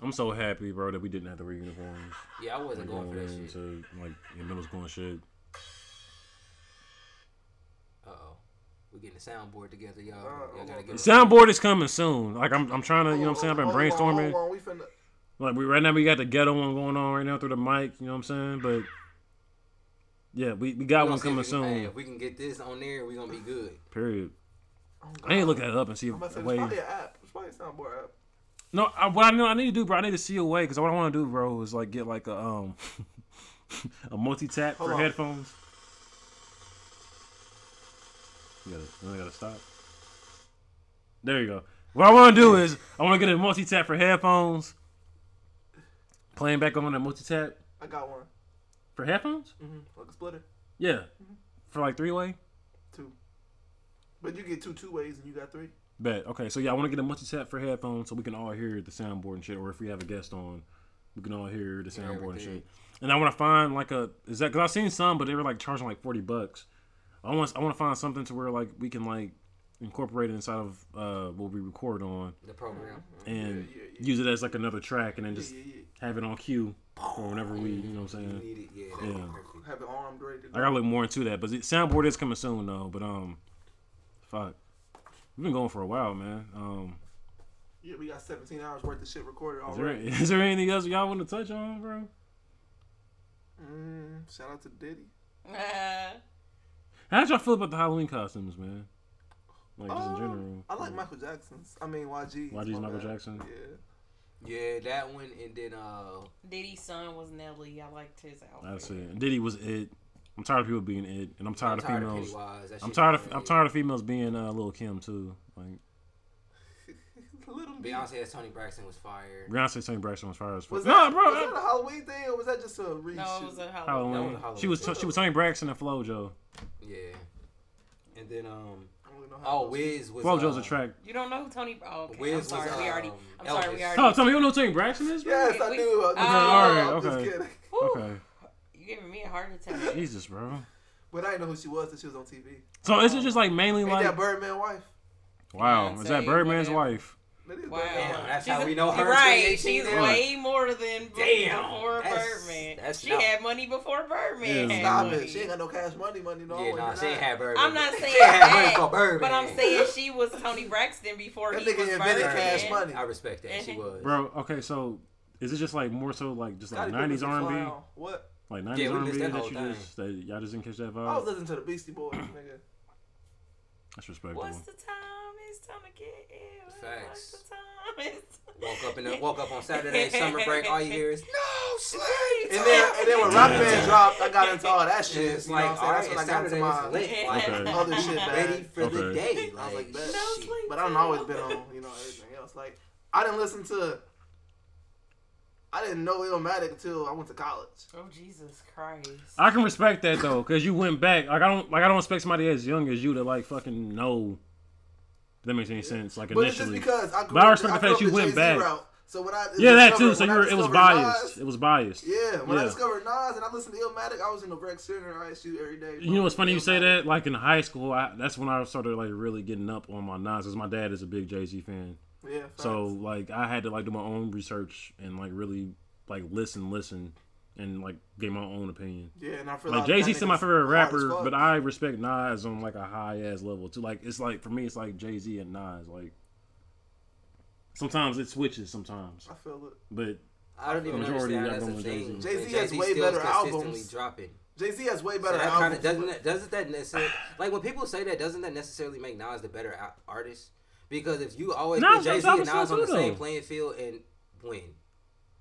S2: I'm so happy, bro, that we didn't have to wear uniforms.
S1: Yeah, I wasn't
S2: Like,
S1: going for that shit.
S2: into, like in middle school and shit.
S1: Uh oh, we're getting the soundboard together, y'all.
S3: Uh,
S1: y'all gotta
S3: okay.
S1: get
S2: Soundboard is coming soon. Like I'm, I'm trying to, you know, what I'm saying, I've been
S3: Hold on, hold on,
S2: brainstorming.
S3: hold on, we finna-
S2: Like we right now, we got the ghetto one going on right now through the mic. You know what I'm saying? But yeah, we, we got
S1: We
S2: one
S1: gonna see if we can-
S2: coming
S1: hey,
S2: soon.
S1: if we can get this on there, we're gonna be good.
S2: Period.
S3: Oh,
S2: I need to
S3: God.
S2: look that up and see
S3: I'm about to
S2: if
S3: say,
S2: a way.
S3: there's probably an app. There's probably a soundboard app.
S2: No, I, what I know I need to do, bro, I need to see a way because what I want to do, bro, is like get like a um [LAUGHS] a multi tap
S3: Hold
S2: for
S3: on.
S2: headphones. You gotta, then I gotta stop. There you go. What I want to do is I want to get a multi tap for headphones. Playing back on that multi tap
S3: I got one.
S2: for headphones.
S3: Mm-hmm. Like a splitter.
S2: Yeah, for like three way.
S3: Two. But you get two two ways and you got three.
S2: Bet. Okay, so yeah, I want to get a multi tap for headphones so we can all hear the soundboard and shit. Or if we have a guest on, we can all hear the
S1: Hear
S2: soundboard and
S1: everything.
S2: shit. And I want to find like a is that because I've seen some, but they were like charging like forty bucks. I want I want to find something to where like we can like incorporate it inside of uh what we record on
S1: The program.
S2: and
S3: Yeah, yeah, yeah.
S2: use it as like another track and then
S3: Yeah,
S2: just
S3: yeah, yeah.
S2: have it on cue for whenever we you know what I'm
S1: You
S2: saying.
S1: need it, yeah. that'd be
S2: Yeah.
S1: perfect.
S3: Have it armed ready to
S2: I
S3: go.
S2: gotta look more into that, but the soundboard is coming soon though. But um, fuck, we've been going for a while, man. Um.
S3: Yeah, we got 17 hours worth of shit recorded
S2: Is there,
S3: already.
S2: is there anything else y'all want to touch on, bro?
S3: Mm, shout out to Diddy.
S2: How did y'all feel about the Halloween costumes, man? Like just in
S3: Um,
S2: general.
S3: I like Michael Jackson's. I mean YG.
S2: YG's Mm. Michael Jackson.
S3: Yeah. [LAUGHS]
S1: Yeah, that one, and then uh,
S4: [LAUGHS] Diddy's son was Nelly. I liked his outfit.
S2: I see. And Diddy was it. I'm tired of people being it, and I'm tired
S1: I'm
S2: of
S1: tired of
S2: females.
S1: Pennywise. That
S2: I'm
S1: shit
S2: tired of I'm
S1: crazy.
S2: tired of females being uh, Lil Kim too. Like
S3: Little Diddy.
S1: Beyonce as Tony Braxton was fired.
S2: Beyonce, Tony Braxton was fire as fuck.
S3: Was
S2: Nah,
S3: that,
S2: bro.
S3: Was that
S2: that-
S3: a Halloween thing or was that just a reshoot?
S4: No, it was a Halloween.
S2: Halloween.
S1: was a Halloween
S2: She was
S1: thing.
S2: she was Tony Braxton and FloJo.
S1: Yeah. And then um,
S3: I don't really know how
S1: oh
S3: it was.
S1: Wiz was.
S2: FloJo's
S1: uh,
S2: a track.
S4: You don't know who Tony? Oh, okay.
S1: Wiz
S4: I'm
S1: was,
S4: sorry. we already.
S1: um,
S4: I'm sorry. We
S1: Elvis.
S4: already.
S2: Oh, tell me you don't know who Tony Braxton is, bro?
S3: Yes, I
S4: we-
S3: knew.
S4: Oh,
S3: I knew.
S2: alright,
S3: I'm
S2: okay.
S3: just kidding.
S4: Whew,
S2: Okay.
S4: You giving me a heart attack?
S2: Jesus, bro.
S3: But I didn't know who she was until she was on TV.
S2: So is it just like mainly
S3: Ain't
S2: like
S3: that Birdman wife?
S2: wow? Is that
S4: Beyonce,
S2: Birdman's
S4: whatever.
S2: wife?
S3: That is
S4: Wow.
S1: Damn,
S3: Birdman.
S1: that's
S4: She's
S1: how
S4: a-
S1: we know her
S4: Right.
S1: as being
S4: She's
S1: 18 now.
S4: way more than b-
S1: Damn,
S4: before
S1: that's-
S4: Birdman.
S1: that's
S4: she
S1: not-
S4: had money before Birdman.
S2: Yeah.
S4: had
S3: Stop
S4: money.
S3: it. She ain't got no cash money money no.
S1: Yeah, nah, she ain't had Birdman.
S4: I'm not saying
S1: she ain't had
S4: that,
S1: money for Birdman.
S4: But I'm saying she was Tony Braxton before
S3: That
S4: he
S3: nigga
S4: was
S3: invented
S4: Birdman.
S3: cash money.
S1: I respect that. She
S4: Mhm.
S1: was.
S2: Bro, okay, so is it just like more so like just like nineties R and B,
S3: What?
S2: like nineties
S1: Yeah, we
S2: R and B
S1: missed
S2: that,
S1: that whole
S2: you
S1: thing.
S2: just that y'all just didn't catch that
S3: I was
S2: vibe?
S3: listening to Oh, the
S2: [CLEARS THROAT]
S3: Beastie Boys,
S1: [LAUGHS]
S3: nigga.
S2: That's respectable.
S4: What's the time? It's time to get ill.
S1: Facts.
S4: What's the time? It's
S1: Woke up in the, woke up on Saturday summer break. All you hear
S4: [LAUGHS]
S1: is no sleep.
S3: And then, and then when
S1: [LAUGHS]
S3: Rock Band dropped, I got into all that shit.
S1: It's
S3: you know
S1: like oh,
S3: what
S1: all
S3: I'm
S1: right,
S3: saying?
S1: it's
S3: That's when I
S1: Saturday.
S3: got
S1: It's
S3: into
S1: lit.
S2: Okay.
S3: my
S1: Like
S3: other shit back.
S1: ready for the
S2: Okay.
S1: day.
S3: I was
S1: Like
S3: like, bet.
S4: [LAUGHS] No
S1: shit.
S4: sleep.
S3: But I don't always been on, you know, everything else. Like, I didn't listen to. I didn't know Illmatic until I went to college.
S4: [LAUGHS] Oh Jesus Christ!
S2: I can respect that though, cause you went back. Like I don't like I don't expect somebody as young as you to like fucking know. If that makes any sense? Like
S3: But it's just
S2: initially,
S3: because I grew
S2: But I
S3: up-
S2: respect the
S3: grew
S2: fact
S3: up
S2: you went
S3: Jay-Z
S2: back.
S3: Route. So when I
S2: yeah, that too. So
S3: discovered-
S2: you
S3: when I
S2: were, it was
S3: discovered
S2: biased.
S3: Nas-
S2: It was biased.
S3: Yeah, when I
S2: Yeah.
S3: discovered Nas and I listened to Illmatic, I was in the rec center at ISU every day.
S2: You know what's funny? You say that like in high school. I, that's when I started like really getting up on my Nas, cause my dad is a big Jay Z fan.
S3: Yeah. facts.
S2: So like I had to like do my own research and like really like listen, listen, and like get my own opinion.
S3: yeah, and I feel
S2: Like
S3: uh, that
S2: Jay Z's still my
S3: nigga's
S2: favorite
S3: hard as
S2: rapper,
S3: fuck.
S2: but I respect Nas on like a high ass level too. Like it's like for me, it's like Jay Z and Nas. Like sometimes it switches, sometimes,
S3: I feel it.
S2: but
S1: I don't even
S2: Majority
S1: understand
S2: of
S1: how that's
S2: them
S1: a
S2: are
S1: thing.
S2: Jay-Z.
S3: Jay-Z
S1: Like,
S3: has
S1: Jay-Z
S3: way
S1: still
S3: better
S1: is consistently
S3: albums.
S1: Dropping.
S3: Jay Z has way
S1: So
S3: better
S1: that kind
S3: albums.
S1: of doesn't that, doesn't that necessarily like when people say that doesn't that necessarily make Nas the better a- artist? Because if you always put
S2: Nas
S1: Jay
S2: drops
S1: Z and Nas
S2: albums
S1: on
S2: too,
S1: the
S2: though.
S1: same playing field and win,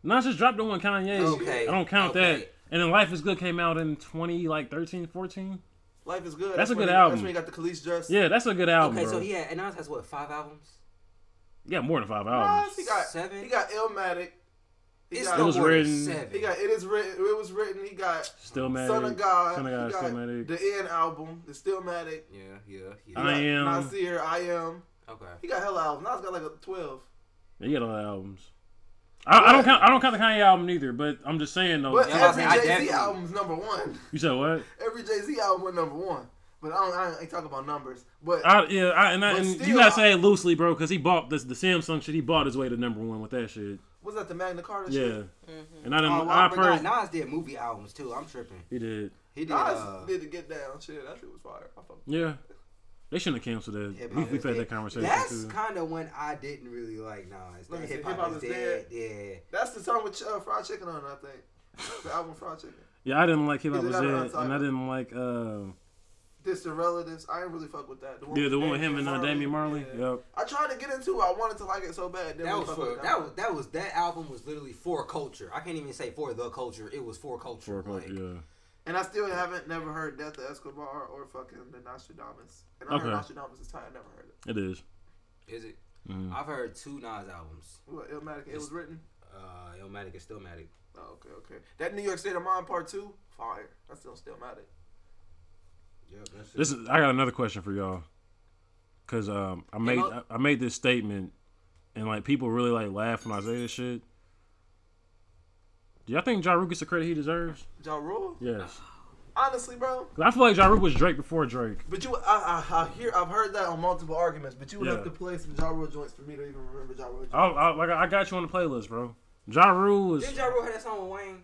S2: Nas just dropped the one Kanye.
S1: Okay,
S2: I don't count
S1: okay.
S2: that. And then Life is Good came out in twenty like 13, 14.
S3: Life is good.
S2: That's a
S3: when
S2: good
S3: he-
S2: album.
S3: That's when he got the Khalees dress.
S2: Yeah, that's a good album.
S1: okay,
S2: bro.
S1: so he had and Nas has what five albums?
S2: yeah, more than five
S3: Nas,
S2: albums.
S3: he got
S1: Seven?
S3: He got Illmatic. He
S1: It's
S3: got
S1: no
S2: was
S1: more than
S2: written-
S1: seven.
S3: He got it is written. It was written. He got
S2: Still mad.
S3: Son of God.
S2: Son of
S3: he
S2: God.
S3: got
S2: Still mad.
S3: the End album. The Stillmatic.
S1: yeah, yeah, yeah.
S2: I Am.
S3: Nasir. I am.
S1: okay.
S3: He got hella albums. Nas got like a twelve.
S2: He got a lot of albums. I, I don't count. I don't count the Kanye album either. But I'm just saying though.
S3: But
S1: Yeah, I was
S3: every
S1: saying, I
S3: Jay Z
S1: definitely-
S3: album's number one.
S2: you said what?
S3: Every Jay Z album was number one. But I don't. I ain't talking about numbers. But
S2: I, yeah, I, and, I,
S3: But
S2: and you
S3: still,
S2: gotta
S3: I-
S2: say it loosely, bro, because he bought this the Samsung shit. He bought his way to number one with that shit.
S3: was that the Magna Carta?
S2: Yeah,
S3: Shit?
S4: Mm-hmm.
S2: and I didn't.
S1: Oh, well, I
S2: I
S1: forgot.
S2: first
S1: Nas did movie albums too. I'm tripping.
S2: he did.
S1: He did.
S3: Nas
S1: uh,
S3: did the Get Down. Shit, that shit was fire. I fuck-
S2: Yeah, they shouldn't have canceled that.
S1: Hip
S2: we,
S1: Hop
S2: we've
S1: is
S2: had
S1: Dead.
S2: that conversation
S1: That's
S2: too.
S1: kind of when I didn't really like Nas.
S3: Let
S1: That
S3: me see,
S1: hip hop is, dead. Yeah.
S3: That's the song with uh, Fried Chicken on it. I think the album Fried Chicken.
S2: yeah, I didn't like Hip Hop
S3: Either
S2: Was
S3: that or
S2: Dead,
S3: Outsider.
S2: and I didn't like uh,
S3: This the relatives. I ain't really fuck with that.
S2: yeah the one with him and uh, Damian Marley.
S3: Yeah.
S2: Yep.
S3: I tried to get into. it. I wanted to like it so bad. Then
S1: That
S3: we
S1: was
S3: fuck
S1: for
S3: with
S1: that was that was that album was literally for culture. I can't even say for the culture. It was for culture.
S2: Four o'clock,
S1: like,
S2: yeah.
S3: And I still haven't never heard Death of Escobar or fucking the Nostradamus. And I
S2: Okay.
S3: heard Nostradamus is tight. I never heard it.
S2: It is.
S1: Is it?
S2: Mhm.
S1: I've heard two Nas albums.
S3: What Illmatic? It
S1: It's-
S3: was written.
S1: Uh, Illmatic and Stillmatic.
S3: Oh, okay, okay. That New York State of Mind Part Two, fire. That's still still mad at.
S1: Yeah, that's
S2: This is. I got another question for y'all, cause um, I made I,
S1: Mo-
S2: I made this statement, and like people really like laugh when I say this shit. Do y'all think Ja Rule gets the credit he deserves?
S3: Ja Rule,
S2: Yes.
S3: honestly, bro.
S2: 'Cause I feel like Ja Rule was Drake before Drake.
S3: But you, I, I, I hear, I've heard that on multiple arguments. But you would
S2: Yeah. Uh,
S3: have to play some Ja Rule joints for me to even remember Ja Rule. Joints.
S2: I, I, like, I got you on the playlist, bro. Ja Rule was.
S1: Didn't Ja Rule have that song with Wayne?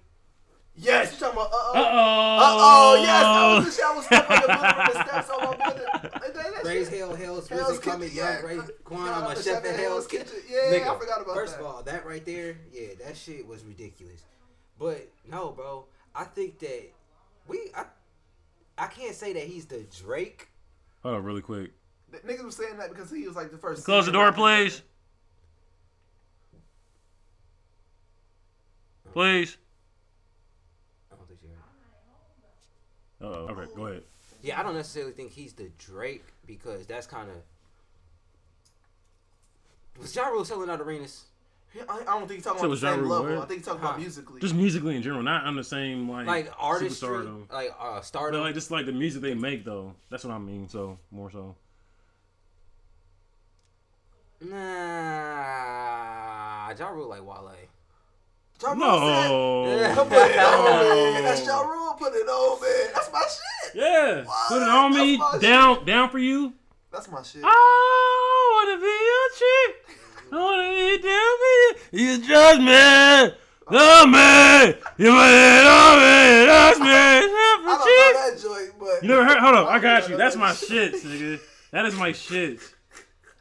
S3: Yes, you talking about? Uh
S2: Uh
S3: oh.
S2: oh.
S3: Uh oh. Yes, that was the shit I was stepping on the building the steps on my building.
S2: [LAUGHS]
S3: That- that
S1: Raise
S3: shit-
S1: hell, hell's
S3: Hell's
S1: risen, coming,
S3: Kitchen,
S1: young
S3: yeah.
S1: Ray Quan,
S3: Yeah,
S1: I'm a
S3: the
S1: chef at Hell's Kitchen.
S3: Yeah,
S1: Nigga,
S3: I forgot about
S1: First
S3: that.
S1: of all, that right there, yeah, that shit was ridiculous. But no, bro, I think that we, I, I can't say that he's the Drake.
S2: Hold on, really quick.
S3: Th- Niggas was saying that because he was like the first.
S2: Close the
S3: singer
S2: door,
S3: rapper.
S2: please. Please.
S1: I don't think she heard. it.
S2: Uh oh. Okay, go ahead.
S1: Yeah, I don't necessarily think he's the Drake because that's kind of. Was Ja Rule selling out arenas?
S3: Yeah, I, I don't think he's talking
S2: So
S3: about the
S2: was Ja
S3: same
S2: Rule
S3: level.
S2: weird?
S3: I think he's talking
S1: Huh.
S3: about musically.
S2: Just musically in general, not on the same like
S1: Like artistry,
S2: superstardom.
S1: like uh,
S2: But
S1: stardom.
S2: like just like the music they make though. That's what I mean. So more so.
S1: nah, Ja Rule like Wale.
S3: Ja
S2: [LAUGHS]
S3: Rule said-
S2: No.
S3: Put it on me. That's Ja Rule. Put it on me. That's my shit.
S2: Yeah.
S3: What?
S2: Put it on me.
S3: That's my
S2: Down down for you.
S3: That's my shit.
S2: Oh, wanna be your chick. I wanna be down for you. You just me. Love me. You put it on me. That's me. Down
S3: I
S2: for
S3: don't
S2: chick.
S3: know that joint, but
S2: You never heard? Hold up, I got
S3: don't
S2: you.
S3: know
S2: That's
S3: that
S2: my shit,
S3: [LAUGHS]
S2: nigga. That is my shit.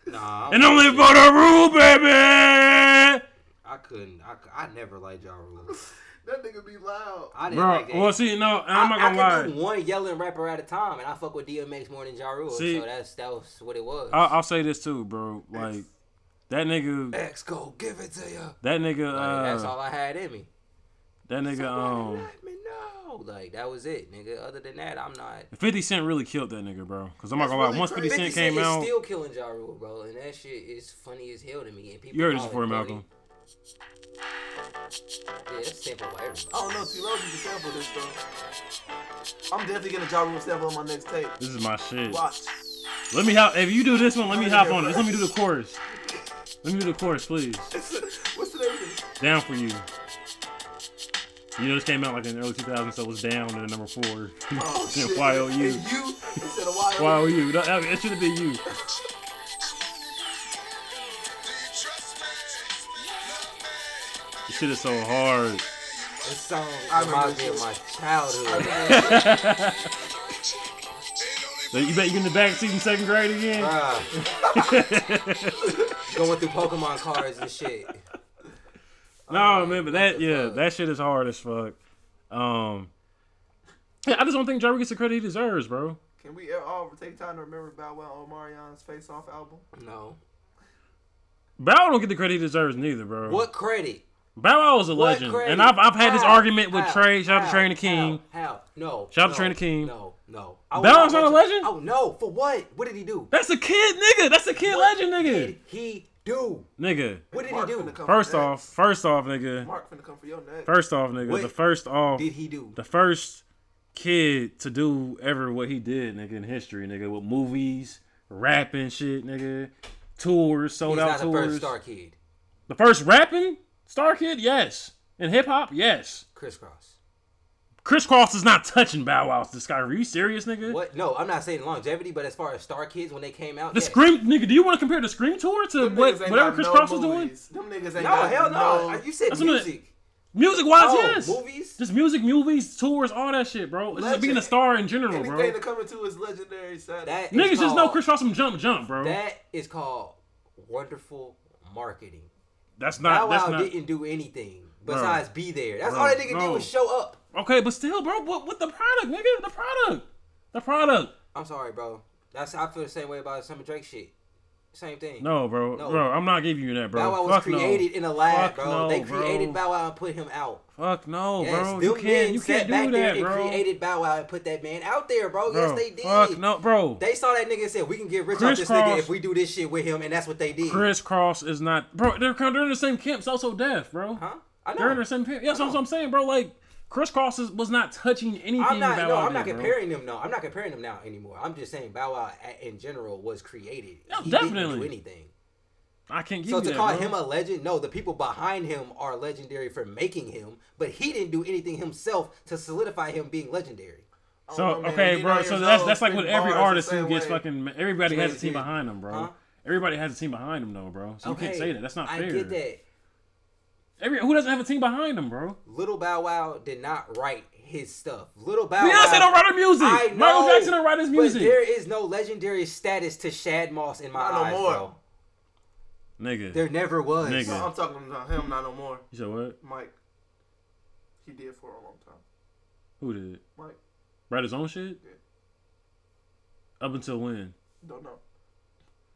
S1: Nah, I
S2: And
S1: don't
S2: only
S1: think-
S2: for the rule, baby.
S1: I couldn't. I, c- I never liked Ja Rule.
S3: that nigga be loud.
S1: I didn't
S2: Bro,
S1: like that.
S2: well, see, no,
S1: I,
S2: I'm not gonna
S1: I could
S2: lie.
S1: do one yelling rapper at a time, and I fuck with DMX more than Ja Rule.
S2: See-
S1: so that's that was what it was.
S2: I'll, I'll say this too, bro. Like that nigga,
S1: X go give it to ya.
S2: that nigga,
S1: Like, that's
S2: uh,
S1: all I had in me.
S2: that nigga.
S1: Somebody
S2: Um,
S1: let me know. Like that was it, nigga. Other than that, I'm not.
S2: Fifty Cent really killed that nigga, bro. Cause I'm not
S3: That's
S2: gonna lie.
S3: really
S2: Once
S3: crazy.
S2: Fifty
S1: 50
S2: Cent
S1: Cent
S2: came
S1: is
S2: out,
S1: still killing Ja Rule, bro, and that shit is funny as hell to me. And people
S2: you heard this
S1: call
S2: before,
S1: it corny.
S2: Malcolm.
S1: Yeah, that's sample by everybody.
S3: I don't know. T. Rose is a sample of this though. I'm definitely getting a Ja Rule sample on my next tape.
S2: This is my shit.
S3: Watch. [LAUGHS]
S2: Let me hop. If you do this one, let me
S3: Right
S2: hop
S3: here,
S2: on it.
S3: bro.
S2: Let me do the chorus. Let me do the chorus, please.
S3: What's the name of this?
S2: Down for you. You know, this came out like in the early 2000s, so it was down to number four.
S3: Oh,
S2: Yeah,
S3: shit.
S2: YOU.
S3: And you instead of YOU.
S2: Why were you? That, I mean, it should have been you. This shit is so hard.
S1: This song
S3: I remember
S1: reminds me of
S3: this.
S1: my childhood.
S2: [LAUGHS] So you bet you in the back seat in second grade again?
S1: Bruh. [LAUGHS] Going through Pokemon cards and shit.
S2: No, man, but that
S1: the
S2: yeah,
S1: fuck?
S2: that shit is hard as fuck. Um, yeah, I just don't think Jerry gets the credit he deserves, bro.
S3: Can we all take time to remember Bow Wow and Omarion's Face Off album?
S1: No.
S2: Bow Wow don't get the credit he deserves neither, bro.
S1: What credit?
S2: Bow Wow is a
S1: What
S2: legend,
S1: credit?
S2: and I've, I've had this
S1: How?
S2: argument with
S1: How?
S2: Trey. Shout out
S1: How?
S2: to Trey and the King.
S1: How? How? No.
S2: Shout out to
S1: no,
S2: Trey and the King.
S1: No, no. I would
S2: Balance not a
S1: let you-
S2: legend?
S1: Oh no! For what? What did he do?
S2: That's a kid, nigga. That's a kid
S1: What
S2: legend, nigga.
S1: Did he do?
S2: nigga.
S1: What did
S3: Mark
S1: he
S3: finna
S1: do?
S3: come for
S2: First
S3: your neck.
S2: off, first off, nigga.
S3: Mark finna come for your neck.
S2: First off, nigga.
S1: What
S2: The first off,
S1: Did he do?
S2: the first kid to do ever what he did, nigga, in history, nigga, with movies, rapping shit, nigga, tours,
S1: He's
S2: sold
S1: not
S2: out
S1: the
S2: tours.
S1: first star kid.
S2: The first rapping star kid, yes. In hip hop, yes.
S1: Crisscross.
S2: Crisscross is not touching Bow Wow's discovery. Are you serious, nigga?
S1: What? No, I'm not saying longevity, but as far as star kids when they came out,
S2: The
S1: yes.
S2: Scream, nigga. Do you want to compare the Scream tour to
S3: Them
S2: what
S3: niggas ain't
S2: whatever
S3: got
S2: Chris
S3: no
S2: Cross was doing?
S3: movies. Them niggas ain't
S1: No,
S3: got
S1: hell no.
S3: no.
S1: You said
S2: That's what I'm-
S1: music.
S2: Music wise,
S1: Oh,
S2: yes.
S1: movies.
S2: Just music, movies, tours, all that shit, bro. It's just being a
S3: Legend.
S2: star in general,
S3: Anything
S2: bro.
S3: to come into is legendary. Son.
S1: That is
S2: Niggas just know
S1: called-
S2: Chris Cross from Jump Jump, bro.
S1: That is called wonderful marketing.
S2: that's
S1: Bow
S2: not. That's
S1: Wow
S2: not.
S1: didn't do anything besides be there. That's all that nigga did
S2: no.
S1: was show up.
S2: Okay, but still, bro. What? What the product, nigga? The product. The product.
S1: I'm sorry, bro. That's I feel the same way about some of Drake shit. Same thing.
S2: No, bro.
S1: No.
S2: Bro, I'm not giving you that, bro.
S1: Bow Wow was
S2: Fuck
S1: created
S2: no.
S1: in a lab,
S2: Fuck
S1: bro.
S2: no,
S1: they created
S2: bro.
S1: Bow Wow and put him out.
S2: Fuck no,
S1: Yes,
S2: bro.
S1: them
S2: You can't.
S1: men
S2: You
S1: sat
S2: can't
S1: back
S2: do
S1: there
S2: that,
S1: and
S2: bro.
S1: created Bow Wow and put that man out there, bro.
S2: Bro,
S1: yes, they did.
S2: Fuck no, bro.
S1: They saw that nigga and said, "We can get rich
S2: Criss
S1: off this
S2: Cross-
S1: nigga if we do this shit with him," and that's what they did.
S2: Chris Cross is not, bro. They're kind of in the same camp. It's also deaf, bro.
S1: huh? I
S2: They're in
S1: know.
S2: the same camp. Yeah, that's what I'm saying, bro. Like Chris Cross is, was not touching anything.
S1: I'm not.
S2: Bow
S1: No,
S2: Wow
S1: I'm not
S2: did, bro.
S1: comparing them. No, I'm not comparing them now anymore. I'm just saying Bow Wow a- in general was created.
S2: Yeah,
S1: he didn't do
S2: definitely.
S1: anything.
S2: I can't give
S1: So
S2: you
S1: to
S2: that,
S1: call
S2: bro.
S1: him a legend, no, the people behind him are legendary for making him, but he didn't do anything himself to solidify him being legendary.
S2: so
S3: Oh, man,
S2: okay,
S3: you
S2: bro.
S3: know
S2: So
S3: yourself,
S2: that's that's like
S3: spin
S2: with every
S3: bars the
S2: artist who
S3: same
S2: gets
S3: way.
S2: fucking. Everybody has a team
S1: Jay-Z.
S2: behind them, bro.
S1: Huh?
S2: Everybody has a team behind them, though, bro. So you can't say that. That's not
S1: I
S2: fair.
S1: get that.
S2: Every who doesn't have a team behind them, bro.
S1: Little Bow Wow did not write his stuff. Little Bow Wow.
S2: Beyonce don't write her music.
S1: I
S2: Michael
S1: know,
S2: Jackson don't write his music.
S1: But there is no legendary status to Shad Moss in my
S3: Not no
S1: eyes,
S3: more.
S1: bro.
S2: Nigga,
S1: There never was.
S2: Nigga.
S3: No, I'm talking about him, not no more.
S2: you said what?
S3: Mike. He did for a long time.
S2: Who did
S3: Mike,
S2: write his own shit?
S3: Yeah.
S2: Up until when?
S3: don't know.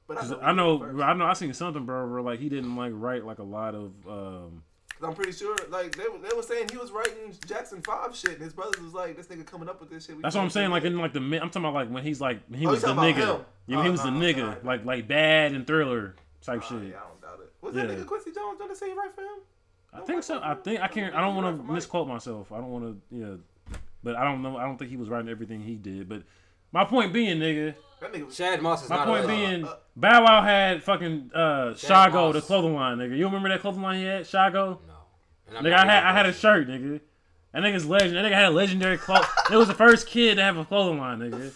S3: But
S2: 'Cause
S3: he
S2: I
S3: did
S2: know,
S3: first.
S2: I know, I seen something, bro, where like he didn't like write like a lot of. um
S3: 'Cause I'm pretty sure, like they, were- they were saying he was writing Jackson Five shit, and his brothers was like, "This nigga coming up with this shit." we
S2: That's what I'm
S3: can't
S2: saying.
S3: do
S2: Like
S3: it."
S2: in like the mid, I'm talking about like when he's like he
S3: Oh,
S2: was
S3: you
S2: the
S3: talking about
S2: nigga.
S3: him?
S2: Yeah, when
S3: Oh,
S2: he was the
S3: no,
S2: nigga,
S3: okay.
S2: like like bad and thriller type
S3: Uh,
S2: shit.
S3: yeah, I don't doubt it. Was
S2: Yeah.
S3: that nigga Quincy Jones gonna say he right for him?
S2: I think so. I think I can't. I don't want to misquote myself. I don't want to. Yeah, but I don't know. I don't think he was writing everything he did. But my point being, nigga.
S3: That nigga was
S1: Shad Moss is
S2: My
S1: not a
S2: point
S1: legend.
S2: being,
S3: uh,
S2: Bow Wow had fucking uh, Shago,
S1: Moss.
S2: the clothing line, nigga. You remember that clothing line he had, Shago?
S1: No. And I'm
S2: Nigga,
S1: not
S2: I had I had a
S1: even-
S2: shirt, nigga. That nigga's legend. That nigga had a legendary cloth. [LAUGHS] it was the first kid to have a clothing line, nigga.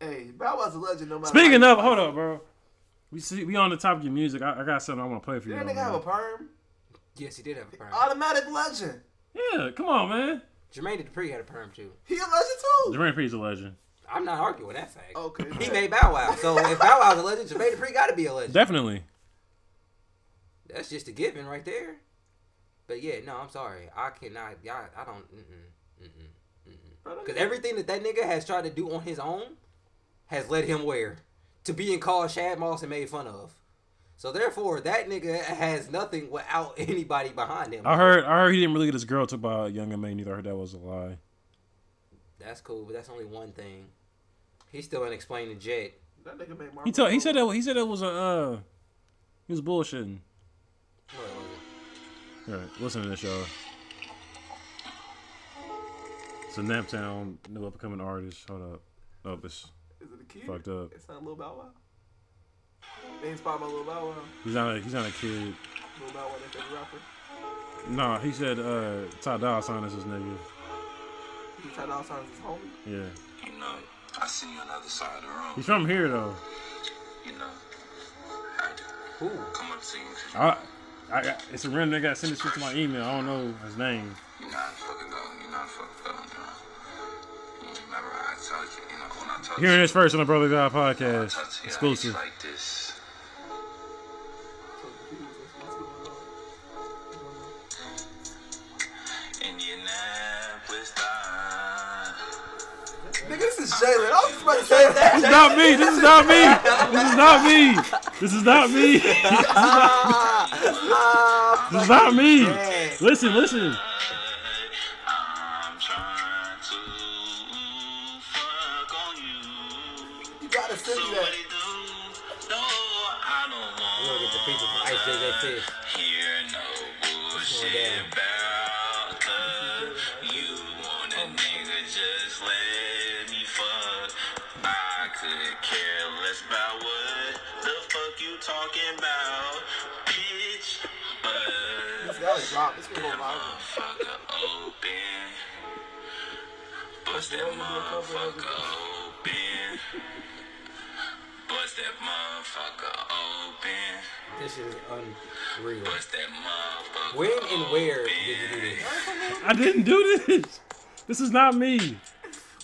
S3: Hey, Bow Wow's a legend. No matter.
S2: Speaking
S3: how you
S2: of,
S3: slice
S2: hold
S3: it.
S2: up, bro. We see we on the topic of music. I, I got something I want to play for you.
S3: Did that
S2: though,
S3: nigga have a
S2: man.
S3: perm?
S1: Yes, he did have a perm.
S3: Automatic legend.
S2: yeah, come on, man.
S1: Jermaine Dupri had a perm too.
S3: He a legend too.
S2: Durant P's a legend.
S1: I'm not arguing that fact.
S3: Okay.
S1: He made Bow Wow. So if Bow Wow's a legend, Jermaine Dupri got to be a legend.
S2: Definitely.
S1: That's just a given right there. But yeah, no, I'm sorry. I cannot. I, I don't. Mm-mm, mm-mm. Because everything that that nigga has tried to do on his own has led him where? To being called Shad Moss and made fun of. So therefore, that nigga has nothing without anybody behind him.
S2: I heard I heard he didn't really get his girl took by Young and May neither. I heard that was a lie.
S1: That's cool, but that's only one thing. He's still unexplained to Jet.
S3: That nigga made Marvel.
S2: He told he said that he said that was a uh he was bullshitting.
S1: What was it?
S2: All right, listen to this, y'all. It's a Naptown new upcoming artist. Hold up. Oh, it's
S3: Is it a kid?
S2: fucked up.
S3: It's not Lil Bow Wow. They inspired by Lil Bow Wow.
S2: He's not a, he's not a kid.
S3: Lil Bow Wow, their favorite rapper.
S2: Nah, he said uh Ty Dolla Sign is his nigga.
S3: He tried to outsign his homie.
S2: Yeah.
S5: You know, I seen you on the other side of the room.
S2: He's from here though.
S5: You know, I had to
S1: Who?
S5: come up to you 'cause you,
S2: I, I got, it's a random nigga that sent this shit to my email. I don't know his name.
S5: you know, I fucking go. You know, I fucked up. You know, You remember I told you, you know, when I told
S2: Hearing
S5: you,
S2: this first on the Brother God
S5: when I
S2: podcast,
S5: told you,
S2: exclusive.
S5: I used to like this.
S3: So confused. What's going
S5: Indianapolis time.
S3: on? Nigga, this is Jalen. I was just about to say that.
S2: This is not me. This is not me. This is not me. This is not me. This is not me. Listen, listen.
S5: I'm trying to fuck on you.
S3: You gotta send
S5: So
S3: me
S5: what
S3: that.
S5: it do? No, I don't want
S1: feature from Ice JJ Fish.
S5: Hear no bullshit about love. You want a nigga, just let me fuck. I could care less about what the fuck you talking about, bitch.
S3: This
S5: But
S3: guy dropped. This gonna go viral.
S5: motherfucker open. Bust that motherfucker open. Bust that motherfucker open.
S1: This is unreal.
S5: Bust that motherfucker
S1: When and where did you do this?
S2: I didn't do this. This is not me.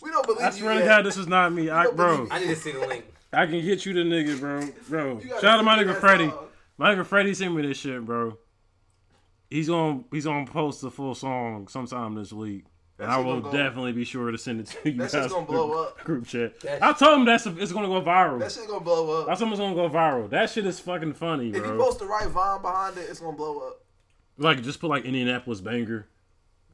S3: We don't believe
S2: I
S3: you.
S2: swear to
S3: yet.
S2: God, this is not me. I,
S3: don't
S2: bro,
S3: believe
S1: I need to see the link.
S2: I can get you the nigga, bro. Bro,
S3: You gotta
S2: shout out to my
S3: see
S2: nigga
S3: that
S2: Freddie.
S3: song.
S2: My nigga Freddie sent me this shit, bro. He's on. He's on post the full song sometime this week, and
S3: That
S2: I
S3: shit
S2: will
S3: gonna go-
S2: definitely be sure to send it to you
S3: That shit's
S2: guys.
S3: gonna blow up.
S2: Group chat.
S1: That
S2: I
S1: shit-
S2: told him that's it's gonna go viral.
S3: That shit gonna blow
S2: I
S3: up.
S2: told him it's gonna go viral. That shit is fucking funny,
S3: If you
S2: bro.
S3: post the right Vine behind it, it's gonna blow up.
S2: like just put like Indianapolis banger.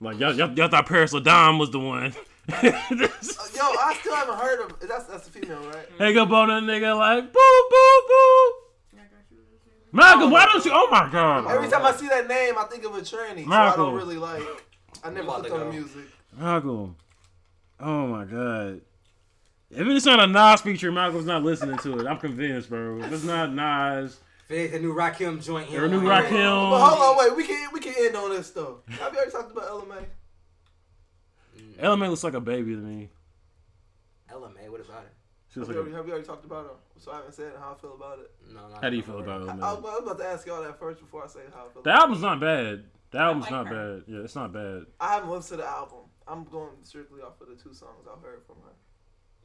S2: Like y'all, y'all, y'all thought Paris Ladon was the one. [LAUGHS]
S3: Uh, Yo, I still haven't heard of. That's that's a female, right?
S2: Hang up on that nigga like boo boo boo. Malcolm, why don't you? Oh my god! bro.
S3: Every time I see that name, I think of a tranny. So I
S2: Miracle.
S3: don't really like. I never
S1: Lot
S3: clicked
S1: to
S3: on the
S1: go.
S3: music.
S2: Malcolm. Oh my god. If it's not a Nas feature, Malcolm's not listening to it. I'm convinced, bro. If it's not Nas
S1: There's a new Rakim joint.
S2: or New Rock
S3: But hold on, wait. We can we can end on this though. Have you already talked about LMA?
S2: Element looks like a baby to me.
S1: LMA, what about it?
S2: She looks
S3: Have you
S2: like
S3: already,
S2: a,
S3: have you already talked about her? So I haven't said how I feel about it.
S1: No, not
S2: how do you feel about
S3: I, I
S2: Element?
S3: was about- I was about to ask y'all that first before I say how I feel.
S2: The
S3: About it.
S2: album's not bad. The album's
S4: like
S2: not
S4: her.
S2: bad. Yeah, it's not bad.
S3: I haven't listened to the album. I'm going strictly off of the two songs I've heard from her,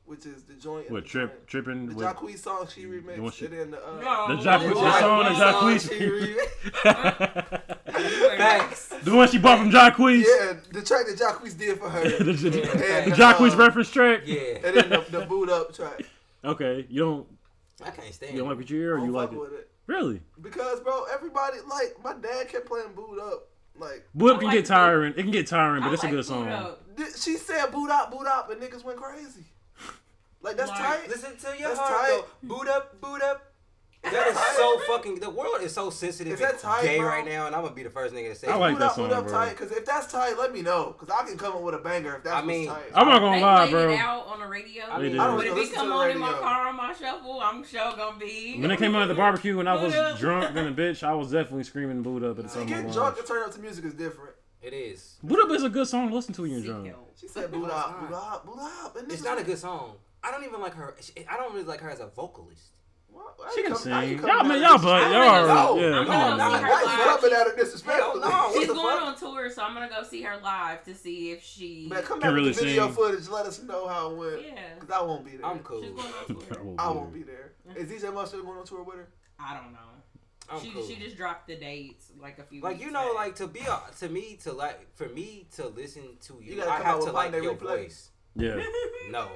S3: which is the joint. and
S2: What
S3: the
S2: trip
S3: Joint.
S2: tripping
S3: The
S2: with
S3: Jacquees song she
S2: The one
S3: remixed,
S2: she-
S3: and then the uh,
S2: the
S1: What?
S2: Jacques the song and
S1: What?
S2: [LAUGHS] Jacquees.
S3: [LAUGHS]
S1: Facts.
S2: the one she bought from Jacquees.
S3: yeah, the track that Jacquees did for
S2: [LAUGHS]
S3: her,
S2: the
S3: and
S2: the,
S1: Yeah.
S2: the Jacquees
S3: Uh,
S2: reference track.
S1: Yeah,
S3: then the, the boot up
S2: [LAUGHS]
S3: track.
S2: Okay, you don't
S1: I can't stand.
S2: you don't like
S1: it.
S2: what you hear,
S3: I
S2: or
S3: don't
S2: you like
S3: fuck
S2: it?
S3: with it
S2: Really?
S3: because, bro, everybody like my dad kept playing boot up. Like
S2: Boot
S4: I
S2: can
S4: like
S2: get
S4: Boot.
S2: tiring. It can get tiring,
S4: I
S2: but it's a
S4: like
S2: good song.
S4: Pluto.
S3: th- she said, boot up, boot up, and niggas went crazy. Like that's
S4: Like,
S3: tight.
S1: Listen to your
S3: That's
S1: heart,
S3: tight.
S1: though. Boot up, boot up. That is so fucking. The world is so sensitive
S3: Is that
S1: and
S3: tight,
S1: gay
S3: bro?
S1: right now, and I'm gonna be the first nigga to say.
S2: I
S1: it.
S2: like
S3: boot
S2: that
S3: up,
S2: song,
S3: boot up
S2: bro.
S3: tight. Cause if that's tight, let me know. Cause I can come up with a banger if that's
S1: I
S3: what's
S1: mean,
S3: tight.
S2: I'm not gonna
S4: They
S2: lie,
S4: played
S2: bro.
S4: it out on the radio.
S1: I mean,
S2: It
S1: I
S2: is.
S1: don't
S4: But if
S3: listen
S4: it
S3: to
S4: come
S3: the
S4: on in my
S3: radio.
S4: car on my shuffle, I'm sure gonna be.
S2: When it came out at the
S4: [LAUGHS]
S2: barbecue and I was
S4: Boot up.
S2: drunk
S4: [LAUGHS]
S2: than a bitch, I was definitely screaming boot up at the
S3: To
S2: time.
S3: get drunk and turn up to music is different.
S1: It is.
S2: Boot up is a good song to listen to when you're drunk.
S4: Ezekiel.
S3: She said boot up, boot up, boot up. And
S1: It's
S3: niggas
S1: not a
S3: went-
S1: good song. I don't even like her. I don't really like her as a vocalist.
S3: What? Why
S2: She
S3: you
S2: can
S3: come- why
S2: sing.
S3: you coming
S2: Y'all,
S3: down
S2: man,
S3: to
S2: y'all,
S3: this-
S2: but
S4: I'm
S2: y'all,
S4: gonna
S2: are-
S3: go.
S2: yeah,
S1: I'm
S2: come
S1: gonna go
S2: on.
S3: Nah,
S1: see her
S3: why you
S1: live.
S3: coming at her disrespectfully?
S1: Hell no.
S3: What
S4: She's
S3: the
S4: going
S3: fuck?
S4: on tour, so I'm gonna go see her live to see if she.
S3: Man,
S2: Can
S3: come back
S2: really
S3: with the video
S2: sing.
S3: footage. Let us know how it went.
S4: Yeah.
S3: Cause I won't be there.
S1: I'm cool.
S4: She's going
S2: [LAUGHS]
S4: on tour.
S2: will
S3: [LAUGHS] I won't be there. Is DJ Mustard going on tour with her?
S4: I don't know.
S1: I'm
S4: She,
S1: cool.
S4: she just dropped the dates like a few.
S1: like
S4: weeks
S1: you know,
S4: back.
S1: like to be a, to me to like for me to listen to you,
S3: You gotta
S1: I
S3: come out
S1: have
S3: with
S1: to like
S3: Monday
S1: your
S3: replay.
S1: voice.
S2: Yeah, [LAUGHS]
S1: No,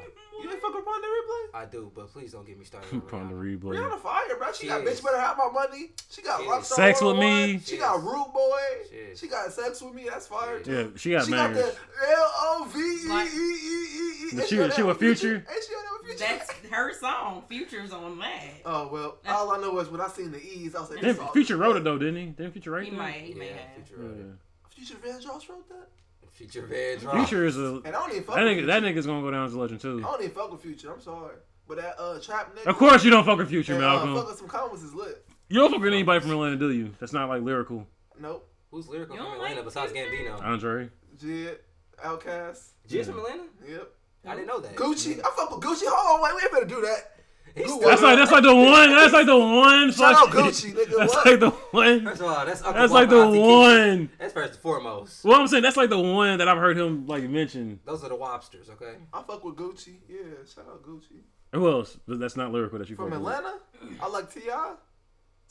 S1: [LAUGHS]
S3: You didn't fuck up on the
S1: I do, but please don't get me started.
S2: [LAUGHS] I'm
S1: on
S2: trying to
S1: Rihanna.
S3: replay.
S2: replay.
S3: Rihanna fire, bro. She
S1: She
S3: got
S1: is.
S3: bitch better have my money. She got
S1: She is.
S3: rockstar.
S2: Sex with
S3: 101.
S2: me.
S3: She
S1: She
S3: got
S1: is.
S3: rude boy.
S1: She is.
S3: She got sex with me. That's fire.
S1: She
S3: too.
S2: Yeah, she got
S3: She got the
S2: bangers.
S3: L O V E E E E E.
S2: But
S3: Ain't
S2: she-
S3: on that
S2: she with Future?
S3: Ain't she on that with Future?
S4: that's [LAUGHS] her song. Future's on that.
S3: Oh well, all I know is when I seen the E's, I was like,
S2: Didn't,
S3: this all-
S2: Future wrote it though, didn't he? Didn't Future write
S4: He might,
S2: that?
S4: he may
S1: Yeah,
S4: have.
S1: Future
S2: Yeah.
S1: wrote it.
S3: Future Van Jones wrote that,
S1: Future Van Drop.
S2: Future is a
S3: and I don't even fuck
S2: that
S3: with Oh,
S2: nigga.
S3: Future.
S2: That nigga's gonna go down as a legend too.
S3: I don't even fuck with Future. I'm sorry, but that uh trap nigga.
S2: Of course, you don't fuck with Future,
S3: and, uh,
S2: Malcolm.
S3: fuck with some comments is lit.
S2: You don't fuck with anybody from Atlanta, do you? That's not like lyrical.
S3: Nope.
S1: Who's lyrical
S4: You
S1: from
S4: don't
S1: Atlanta
S4: like
S1: besides
S4: Future?
S1: Gambino?
S2: Andre.
S3: Jid, Outcast.
S1: Jizz from Atlanta?
S3: Yep.
S1: I didn't know that.
S3: Gucci. I fuck with Gucci. Hold on, wait, we ain't better do that.
S1: He's
S3: Who
S1: still-
S2: That's like that's like the one. That's like the one.
S3: Shout out
S2: fucking- [LAUGHS]
S3: Gucci, nigga.
S2: That's
S3: What?
S2: like the one.
S1: First of all, that's Uncle Bob
S2: That's like
S1: and
S2: the
S1: Auntie Keisha.
S2: one.
S1: That's first and foremost.
S2: Well, I'm saying that's like the one that I've heard him like mention.
S1: Those are the Wobsters, okay?
S3: I fuck with Gucci. Yeah, shout out Gucci.
S2: Who else? But that's not lyrical that you
S3: From
S2: fuck with.
S3: Atlanta, I like Ti.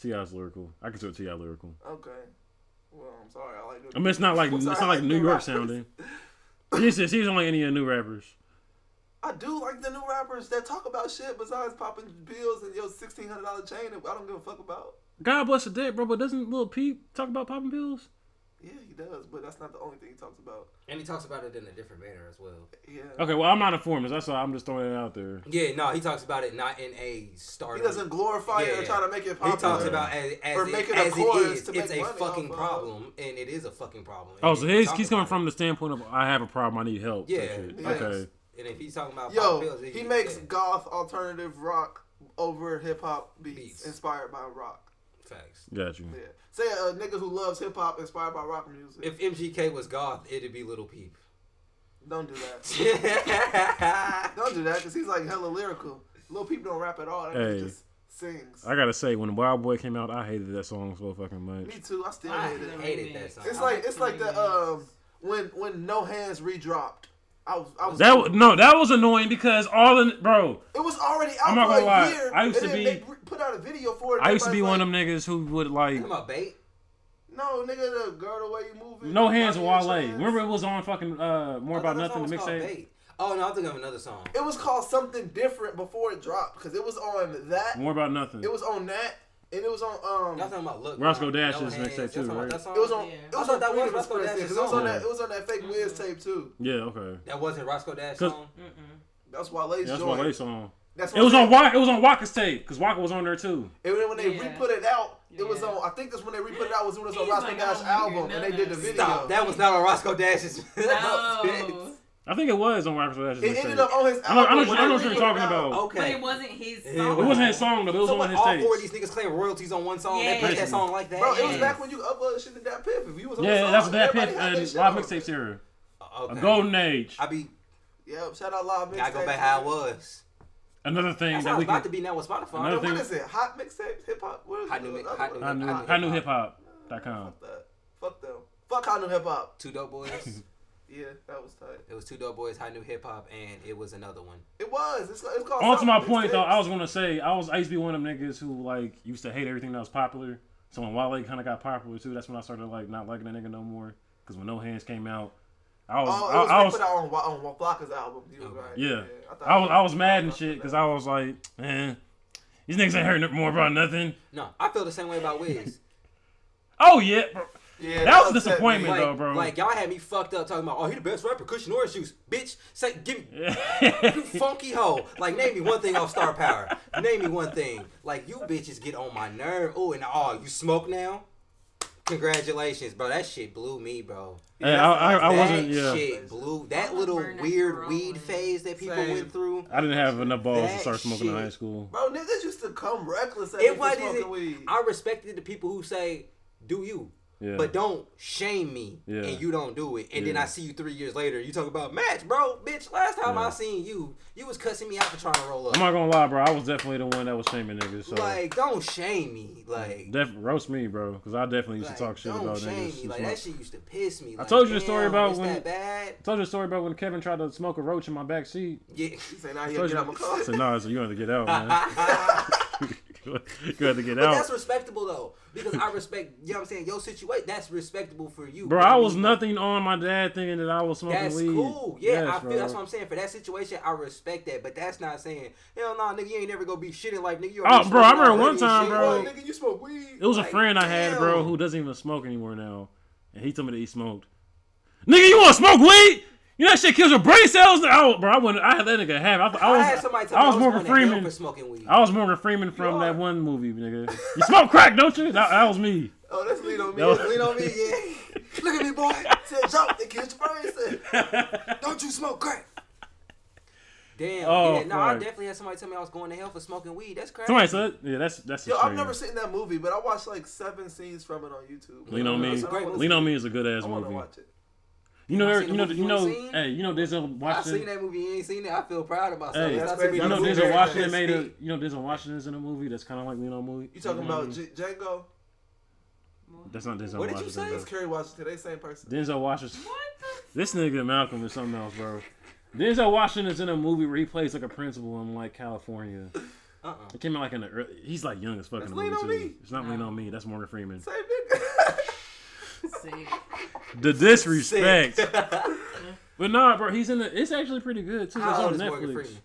S2: Ti's lyrical. I consider Ti lyrical.
S3: Okay. Well, I'm sorry. I like.
S2: I mean, it's not like
S3: I'm
S2: it's
S3: sorry,
S2: not
S3: I
S2: like New York
S3: rappers.
S2: sounding. She's she's not like any of the new rappers.
S3: I do like the new rappers that talk about shit besides popping pills and your sixteen hundred dollar chain. That I don't give a fuck about.
S2: God bless the dead, bro. But doesn't Lil Peep talk about popping pills?
S3: Yeah, he does, but that's not the only thing he talks about.
S1: And he talks about it in a different manner as well.
S3: Yeah.
S2: Okay, well, I'm not informed. That's why I'm just throwing it out there.
S1: Yeah, no, he talks about it not in a starter.
S3: He doesn't glorify
S1: Yeah,
S3: it or
S1: yeah.
S3: try to make it
S1: He
S3: popular.
S1: talks about as, as,
S3: Or
S1: it,
S3: making a
S1: as it
S3: chorus
S1: is.
S3: to
S1: It's
S3: make
S1: a
S3: money
S1: fucking
S3: off of.
S1: problem, and it is a fucking problem.
S2: Oh,
S1: And
S2: so
S1: if you
S2: he's,
S1: talk
S2: he's coming
S1: about it-
S2: from the standpoint of I have a problem, I need help. type
S1: Yeah,
S2: shit.
S1: yeah.
S2: Okay.
S1: And if he's talking about pop
S3: Yo,
S1: pills,
S3: he
S1: just-
S3: makes
S1: yeah,
S3: goth alternative rock over hip hop beats,
S1: Beats.
S3: inspired by rock.
S1: facts.
S2: Got you.
S3: Yeah. Say a nigga who loves hip hop inspired by rock music.
S1: If MGK was goth, it'd be Little
S3: [LAUGHS]
S1: Peep. [LAUGHS]
S3: Don't do that.
S1: yeah,
S3: Don't do that because he's like hella lyrical. Little people don't rap at all. That
S2: Hey.
S3: nigga just sings.
S2: I gotta say, when Wild Boy came out, I hated that song so fucking
S3: Me
S2: much.
S3: too. I still
S4: I
S3: hate it.
S4: never
S1: hated
S4: did.
S1: that song.
S3: It's
S4: I
S3: like it's
S4: the
S3: like the
S4: remix.
S3: um when when no hands redropped. I was I was
S2: That wa- no, that was annoying because all in bro,
S3: It was already out
S2: I'm not
S3: for
S2: gonna
S3: a
S2: lie.
S3: year.
S2: I used
S3: and
S2: to
S3: then
S2: be-
S3: They re- put out a video for it.
S2: I used to be one of
S3: Everybody's
S2: them niggas who would like
S1: talking about bait.
S3: like, No, nigga, the girl, the way you move it.
S2: no hands
S3: body
S2: Wale.
S3: and trans."
S2: Remember it was on fucking uh more
S1: I thought that
S2: about nothing
S1: song
S2: the
S1: was called
S2: mixtape.
S1: Bait. Oh no, I'm thinking of another song.
S3: It was called something different before it dropped because it was on that.
S2: More about nothing.
S3: It was on that, and it was on
S1: Y'all
S3: um.
S1: talking about look.
S2: Roscoe
S1: No
S2: Dash
S1: Hands.
S2: is next
S1: Y'all
S2: day, too,
S1: talking about
S2: right?
S1: That song?
S3: It was on.
S4: Yeah.
S3: It was
S1: I
S3: on
S1: thought that Mm.
S3: three
S1: was Roscoe
S3: different spreadsheets.
S1: Dash's
S3: It was on
S2: song.
S3: that. It was on that fake Wiz tape too.
S2: yeah, okay.
S1: That wasn't Roscoe Dash's
S2: 'Cause-
S1: song. [LAUGHS]
S4: Mm-mm.
S3: That's Wale's
S2: That's
S3: joint.
S2: Wale's song.
S3: That's
S2: It was
S3: Wale.
S2: on Waka. It was on Waka's tape because Waka was on there too.
S3: And then when they
S4: Yeah.
S3: re-put it out, it was
S4: Yeah.
S3: on. I think that's when they re-put it out was when it was on
S4: He's
S3: Roscoe
S4: like, I
S3: Dash's
S4: don't hear
S3: album, and they
S4: none
S3: did the
S4: of this.
S3: video.
S1: Stop. That was not on Roscoe [LAUGHS] Dash's.
S4: No.
S2: I think it was on Waka's Dash's
S3: it ended
S2: mixtape.
S3: up on his
S2: I know,
S3: album.
S2: I know,
S3: when
S2: I know
S3: they
S2: what you're
S3: re-put it
S2: talking
S3: out.
S2: about.
S1: Okay.
S4: But it wasn't his
S1: It
S4: song.
S2: It wasn't his song, but it was
S1: so
S2: on
S1: when
S2: his
S1: all four of
S2: tape.
S1: these niggas claim royalties on one song, they
S4: Yeah.
S1: put that song like that.
S3: Bro, it was
S1: Yeah.
S3: back when you uploaded shit to that Piff. If you was on the
S2: Yeah,
S3: song,
S2: that's that
S3: everybody
S2: Piff
S3: had
S2: and
S3: that shit
S2: live
S3: on.
S2: mixtapes era,
S1: Uh,
S2: a
S1: Okay.
S2: golden age.
S1: I be.
S3: Yep, shout out live mixtapes.
S1: I go back how I was.
S2: Another thing
S1: That's
S2: that
S1: how
S2: we
S1: it's
S2: can
S1: about to be now with Spotify.
S2: Another
S3: What
S2: thing-
S3: is it? Hot mixtapes, hip hop. What is
S1: Hot
S3: it?
S1: new mi-
S3: Another
S1: hot
S3: one.
S1: new-
S2: new,
S1: Hot
S2: hot new
S1: New
S2: hip hop.com.
S3: Fuck that. Fuck them. Fuck hot new hip hop.
S1: Two dope boys.
S3: Yeah, that was tight.
S1: it was two dope boys, high new hip hop, and it was another one.
S3: It was. It's, it's called.
S2: On to
S3: South
S2: my point
S3: Mixtapes.
S2: though, I was gonna say I was I used to be one of them niggas who like used to hate everything that was popular. So when Wale kind of got popular too, that's when I started like not liking that nigga no more. Because when No Hands came out, I was,
S3: Oh, it
S2: I,
S3: was,
S2: I
S3: re-
S2: was
S3: put out on, Wa- on Wa- Flocka's album. You were
S1: Okay.
S3: right.
S2: Yeah.
S3: thought-
S2: I was I was mad and
S3: thought
S2: shit
S3: that.
S2: because I was like, man, these niggas ain't heard no- more about nothing.
S1: No, I feel the same way about
S2: [LAUGHS]
S1: Wiz.
S2: Oh yeah, [LAUGHS] bro.
S3: Yeah,
S2: that was
S3: upset me.
S2: disappointment.
S1: like,
S2: though, bro.
S1: like y'all had me fucked up talking about, oh, he the best rapper, Cushion Orange Juice, bitch. Say, give me you [LAUGHS] funky hoe. Like, name me one thing off Star Power. Name me one thing. Like, you bitches get on my nerve. Oh, and oh, you smoke now. Congratulations, bro. That shit blew me, bro.
S2: Hey, I, I, I
S1: that
S2: wasn't. Yeah,
S1: shit blew. That little
S4: Burn that
S1: weird
S4: growing.
S1: weed phase that people
S3: Same.
S1: went through.
S2: I didn't have enough balls to
S1: That
S2: start smoking in
S1: shit.
S2: high school.
S3: Bro, niggas used to come reckless at
S1: It
S3: it me for
S1: wasn't.
S3: smoking weed.
S1: I respected the people who say, "Do you?"
S2: Yeah,
S1: But don't shame me
S2: Yeah.
S1: and you don't do it. And then
S2: Yeah.
S1: I see you three years later. You talk about match, bro, bitch. Last time
S2: Yeah.
S1: I seen you, you was cussing me out for trying to roll up.
S2: I'm not gonna lie, bro. I was definitely the one that was shaming niggas. So.
S1: like, don't shame me. Like,
S2: Def- roast me, bro, because I definitely used
S1: like,
S2: to talk shit
S1: don't
S2: about
S1: shame
S2: niggas.
S1: me.
S2: who
S1: Like
S2: smoke.
S1: that shit used to piss me. Like,
S2: told you the
S1: damn,
S2: story about
S1: it's
S2: when-
S1: that bad. [LAUGHS]
S2: I told you a story about when Kevin tried to smoke a roach in my back seat.
S1: Yeah.
S3: He said, "Nah,
S2: I [LAUGHS]
S3: you
S2: told
S3: get
S2: you,
S3: out my car."
S2: I said, nah, so you have to get
S1: [LAUGHS]
S2: out, man. [LAUGHS]
S1: but
S2: you have to get out.
S1: that's respectable though, because I respect. You know what I'm saying? Your situation. That's respectable for you,
S2: Bro, I was
S1: Like,
S2: nothing on my dad thinking that I was smoking
S1: That's
S2: weed.
S1: cool. Yeah,
S2: Yes,
S1: I feel
S2: bro.
S1: that's what I'm saying. For that situation, I respect that. But that's not saying, hell no, nigga, you ain't never gonna be shit in life, nigga. You
S2: Oh,
S1: already
S2: bro, I
S1: smoking
S2: remember
S1: all
S2: one
S1: that
S2: time,
S1: shit."
S2: bro.
S1: Like,
S3: nigga, you smoke weed.
S2: It was a
S1: Like,
S2: friend I had, bro,
S1: damn.
S2: who doesn't even smoke anymore now, and he told me that he smoked. Nigga, you want to smoke weed? You know that shit kills your brain cells. Oh, bro, I wouldn't. I had that nigga have. I, I
S1: I,
S2: was.
S1: had somebody tell
S2: I
S1: me I
S2: was
S1: was
S2: Morgan
S1: going to hell
S2: Freeman.
S1: for smoking weed.
S2: I was Morgan Freeman from
S1: are.
S2: that one movie, nigga. You smoke crack, don't you? That, that was me.
S3: Oh, that's
S2: [LAUGHS]
S3: lean on me.
S2: That was-
S3: That's lean on me. Yeah. [LAUGHS] Look at me, boy. Said jump. They killed your brain. Said,
S2: [LAUGHS]
S1: Don't you smoke crack? Damn.
S2: Oh,
S1: yeah, no, I
S2: fuck.
S1: definitely had somebody tell me I was going to hell for smoking weed. That's crazy.
S2: Somebody said, yeah, that's that's.
S3: Yo,
S2: just
S3: I've
S2: crazy.
S3: never seen that movie, but I watched like seven scenes from it on YouTube.
S2: Lean on me.
S1: It's a great movie.
S2: Lean on me is a good ass
S3: I want to
S2: movie.
S3: watch it.
S2: You know,
S1: I've
S2: there-
S1: seen
S2: you
S1: a
S2: know,
S1: movie
S2: you
S1: you ain't
S2: know.
S1: seen?
S2: Hey, you know, Denzel
S1: I've
S2: Washington.
S1: seen that movie. You ain't seen it. I feel proud of myself.
S2: Hey,
S1: That's
S3: That's
S1: how many
S3: crazy.
S2: you know,
S1: people
S2: Denzel
S3: Denzel
S1: there. [LAUGHS]
S2: Washington
S3: Denzel
S2: made a.
S3: Washington.
S2: You know, Denzel Washington's in a movie that's kind of like Lean on Movie.
S3: You talking
S2: Lean On
S3: about
S2: Me.
S3: J- Django?
S2: That's not Denzel
S1: What did you
S2: Washington.
S1: say?
S2: bro.
S3: That's Kerry Washington. They same person.
S2: Denzel Washington.
S4: What the?
S2: This nigga Malcolm is something else, bro. Denzel Washington's in a movie where he plays like a principal in like California.
S1: Uh-uh.
S2: It came out like in the early. He's like young as fuck in
S3: That's
S2: the
S3: Lean
S2: movie
S3: On
S2: too.
S3: Me.
S2: It's not Lean on Me. That's Morgan Freeman.
S3: [LAUGHS] Same nigga.
S1: [LAUGHS]
S4: Sick.
S2: The disrespect. but nah, bro, he's in the. It's actually pretty good too. It's
S1: How old
S2: on
S1: is Morgan
S2: Netflix.
S1: Freeman?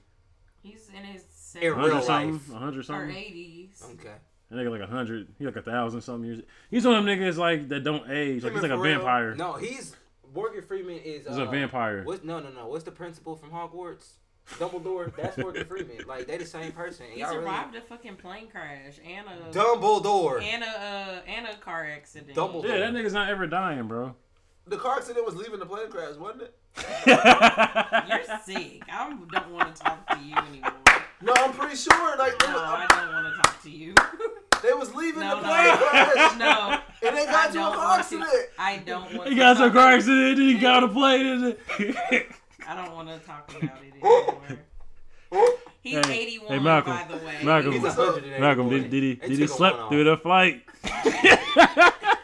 S4: He's in his
S1: In real
S2: 100
S1: life.
S2: something. 100
S4: or
S2: something.
S4: 80s.
S1: Okay.
S2: and they got like a hundred. He like a thousand something years. He's one of them niggas like that don't age. Like
S3: Him
S2: he's like
S3: and
S2: a
S3: Pharrell.
S2: vampire.
S1: No, he's Morgan Freeman is uh,
S2: He's a
S4: uh,
S2: vampire.
S1: What's, no, no, no. What's the principal from Hogwarts? Dumbledore. That's Morgan Freeman.
S2: [LAUGHS]
S1: Like they the same person. And
S4: He
S1: y'all really,
S4: survived a fucking plane crash and a
S1: Dumbledore.
S4: and a uh, and a car accident.
S1: Double-
S2: Yeah, that nigga's not ever dying, bro.
S3: The car accident was leaving the plane crash, wasn't it?
S2: [LAUGHS]
S4: You're sick. I don't want to talk to you anymore.
S3: No, I'm pretty sure. Like they,
S4: No, I
S3: was,
S4: don't want to talk to you. [LAUGHS]
S3: they was leaving
S4: No,
S3: the
S4: no,
S3: plane [LAUGHS] crash,
S4: No,
S3: and they
S4: I
S3: got you a
S4: don't
S3: car
S4: want
S3: accident.
S4: to. I don't want.
S2: He
S4: to
S2: got into a
S4: talk-
S2: car accident. He got on a plane. And
S4: I don't want to talk about
S3: [LAUGHS]
S4: it
S3: Oh.
S4: anymore. He's
S2: Hey,
S4: 81,
S2: hey, Malcolm.
S4: by the way.
S2: Malcolm.
S1: He's
S3: What's up?
S1: 180
S2: Malcolm,
S1: boy.
S2: did, did he
S1: They
S2: did he
S1: took a
S2: slept
S1: one
S2: through the
S4: [LAUGHS]
S2: flight? [LAUGHS]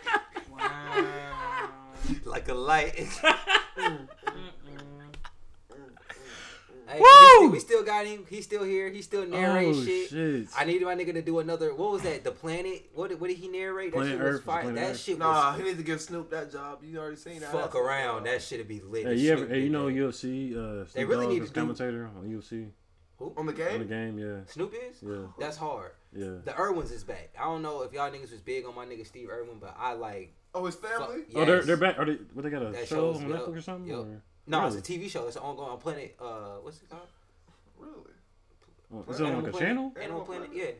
S4: Wow.
S1: off. like a light. [LAUGHS]
S4: Mm-mm.
S1: Hey, we still-
S2: Woo!
S1: We still got him. He's still here. He's still narrating
S2: Oh
S1: shit.
S2: shit!
S1: I needed my nigga to do another. What was that? The planet. What did, what did he narrate? That
S2: Planet
S1: shit
S2: Earth
S1: was
S2: was
S1: fire.
S2: Planet
S1: That
S2: Earth.
S1: shit
S3: Nah,
S1: was
S3: he needs to give Snoop that job. You already seen that.
S1: fuck around. That shit'd be lit.
S2: Hey,
S1: as
S2: you
S1: shit
S2: ever, hey, you
S1: did
S2: know
S1: that.
S2: UFC? Uh, Snoop
S1: They really
S2: Dogg
S1: need
S2: is
S1: to do-
S2: commentator on UFC
S3: on the
S2: on the
S3: game.
S2: game. Yeah,
S1: Snoop is.
S2: yeah,
S1: That's hard.
S2: yeah.
S1: The Irwins is back. I don't know if y'all niggas was big on my nigga Steve Irwin, but I like.
S3: Oh, his
S1: Fuck,
S3: family.
S2: Oh, they're
S1: yes.
S2: they're back. Are they? What they got a
S1: That
S2: show
S1: shows,
S2: on
S1: yep,
S2: Netflix or something?
S1: yep.
S2: Or?
S1: No,
S2: really?
S1: it's a TV show. It's an ongoing on Planet. Uh, what's it called?
S3: Really?
S2: Oh, is it on like a
S1: Planet.
S2: channel?
S1: Animal
S3: Animal
S1: Planet.
S3: Planet?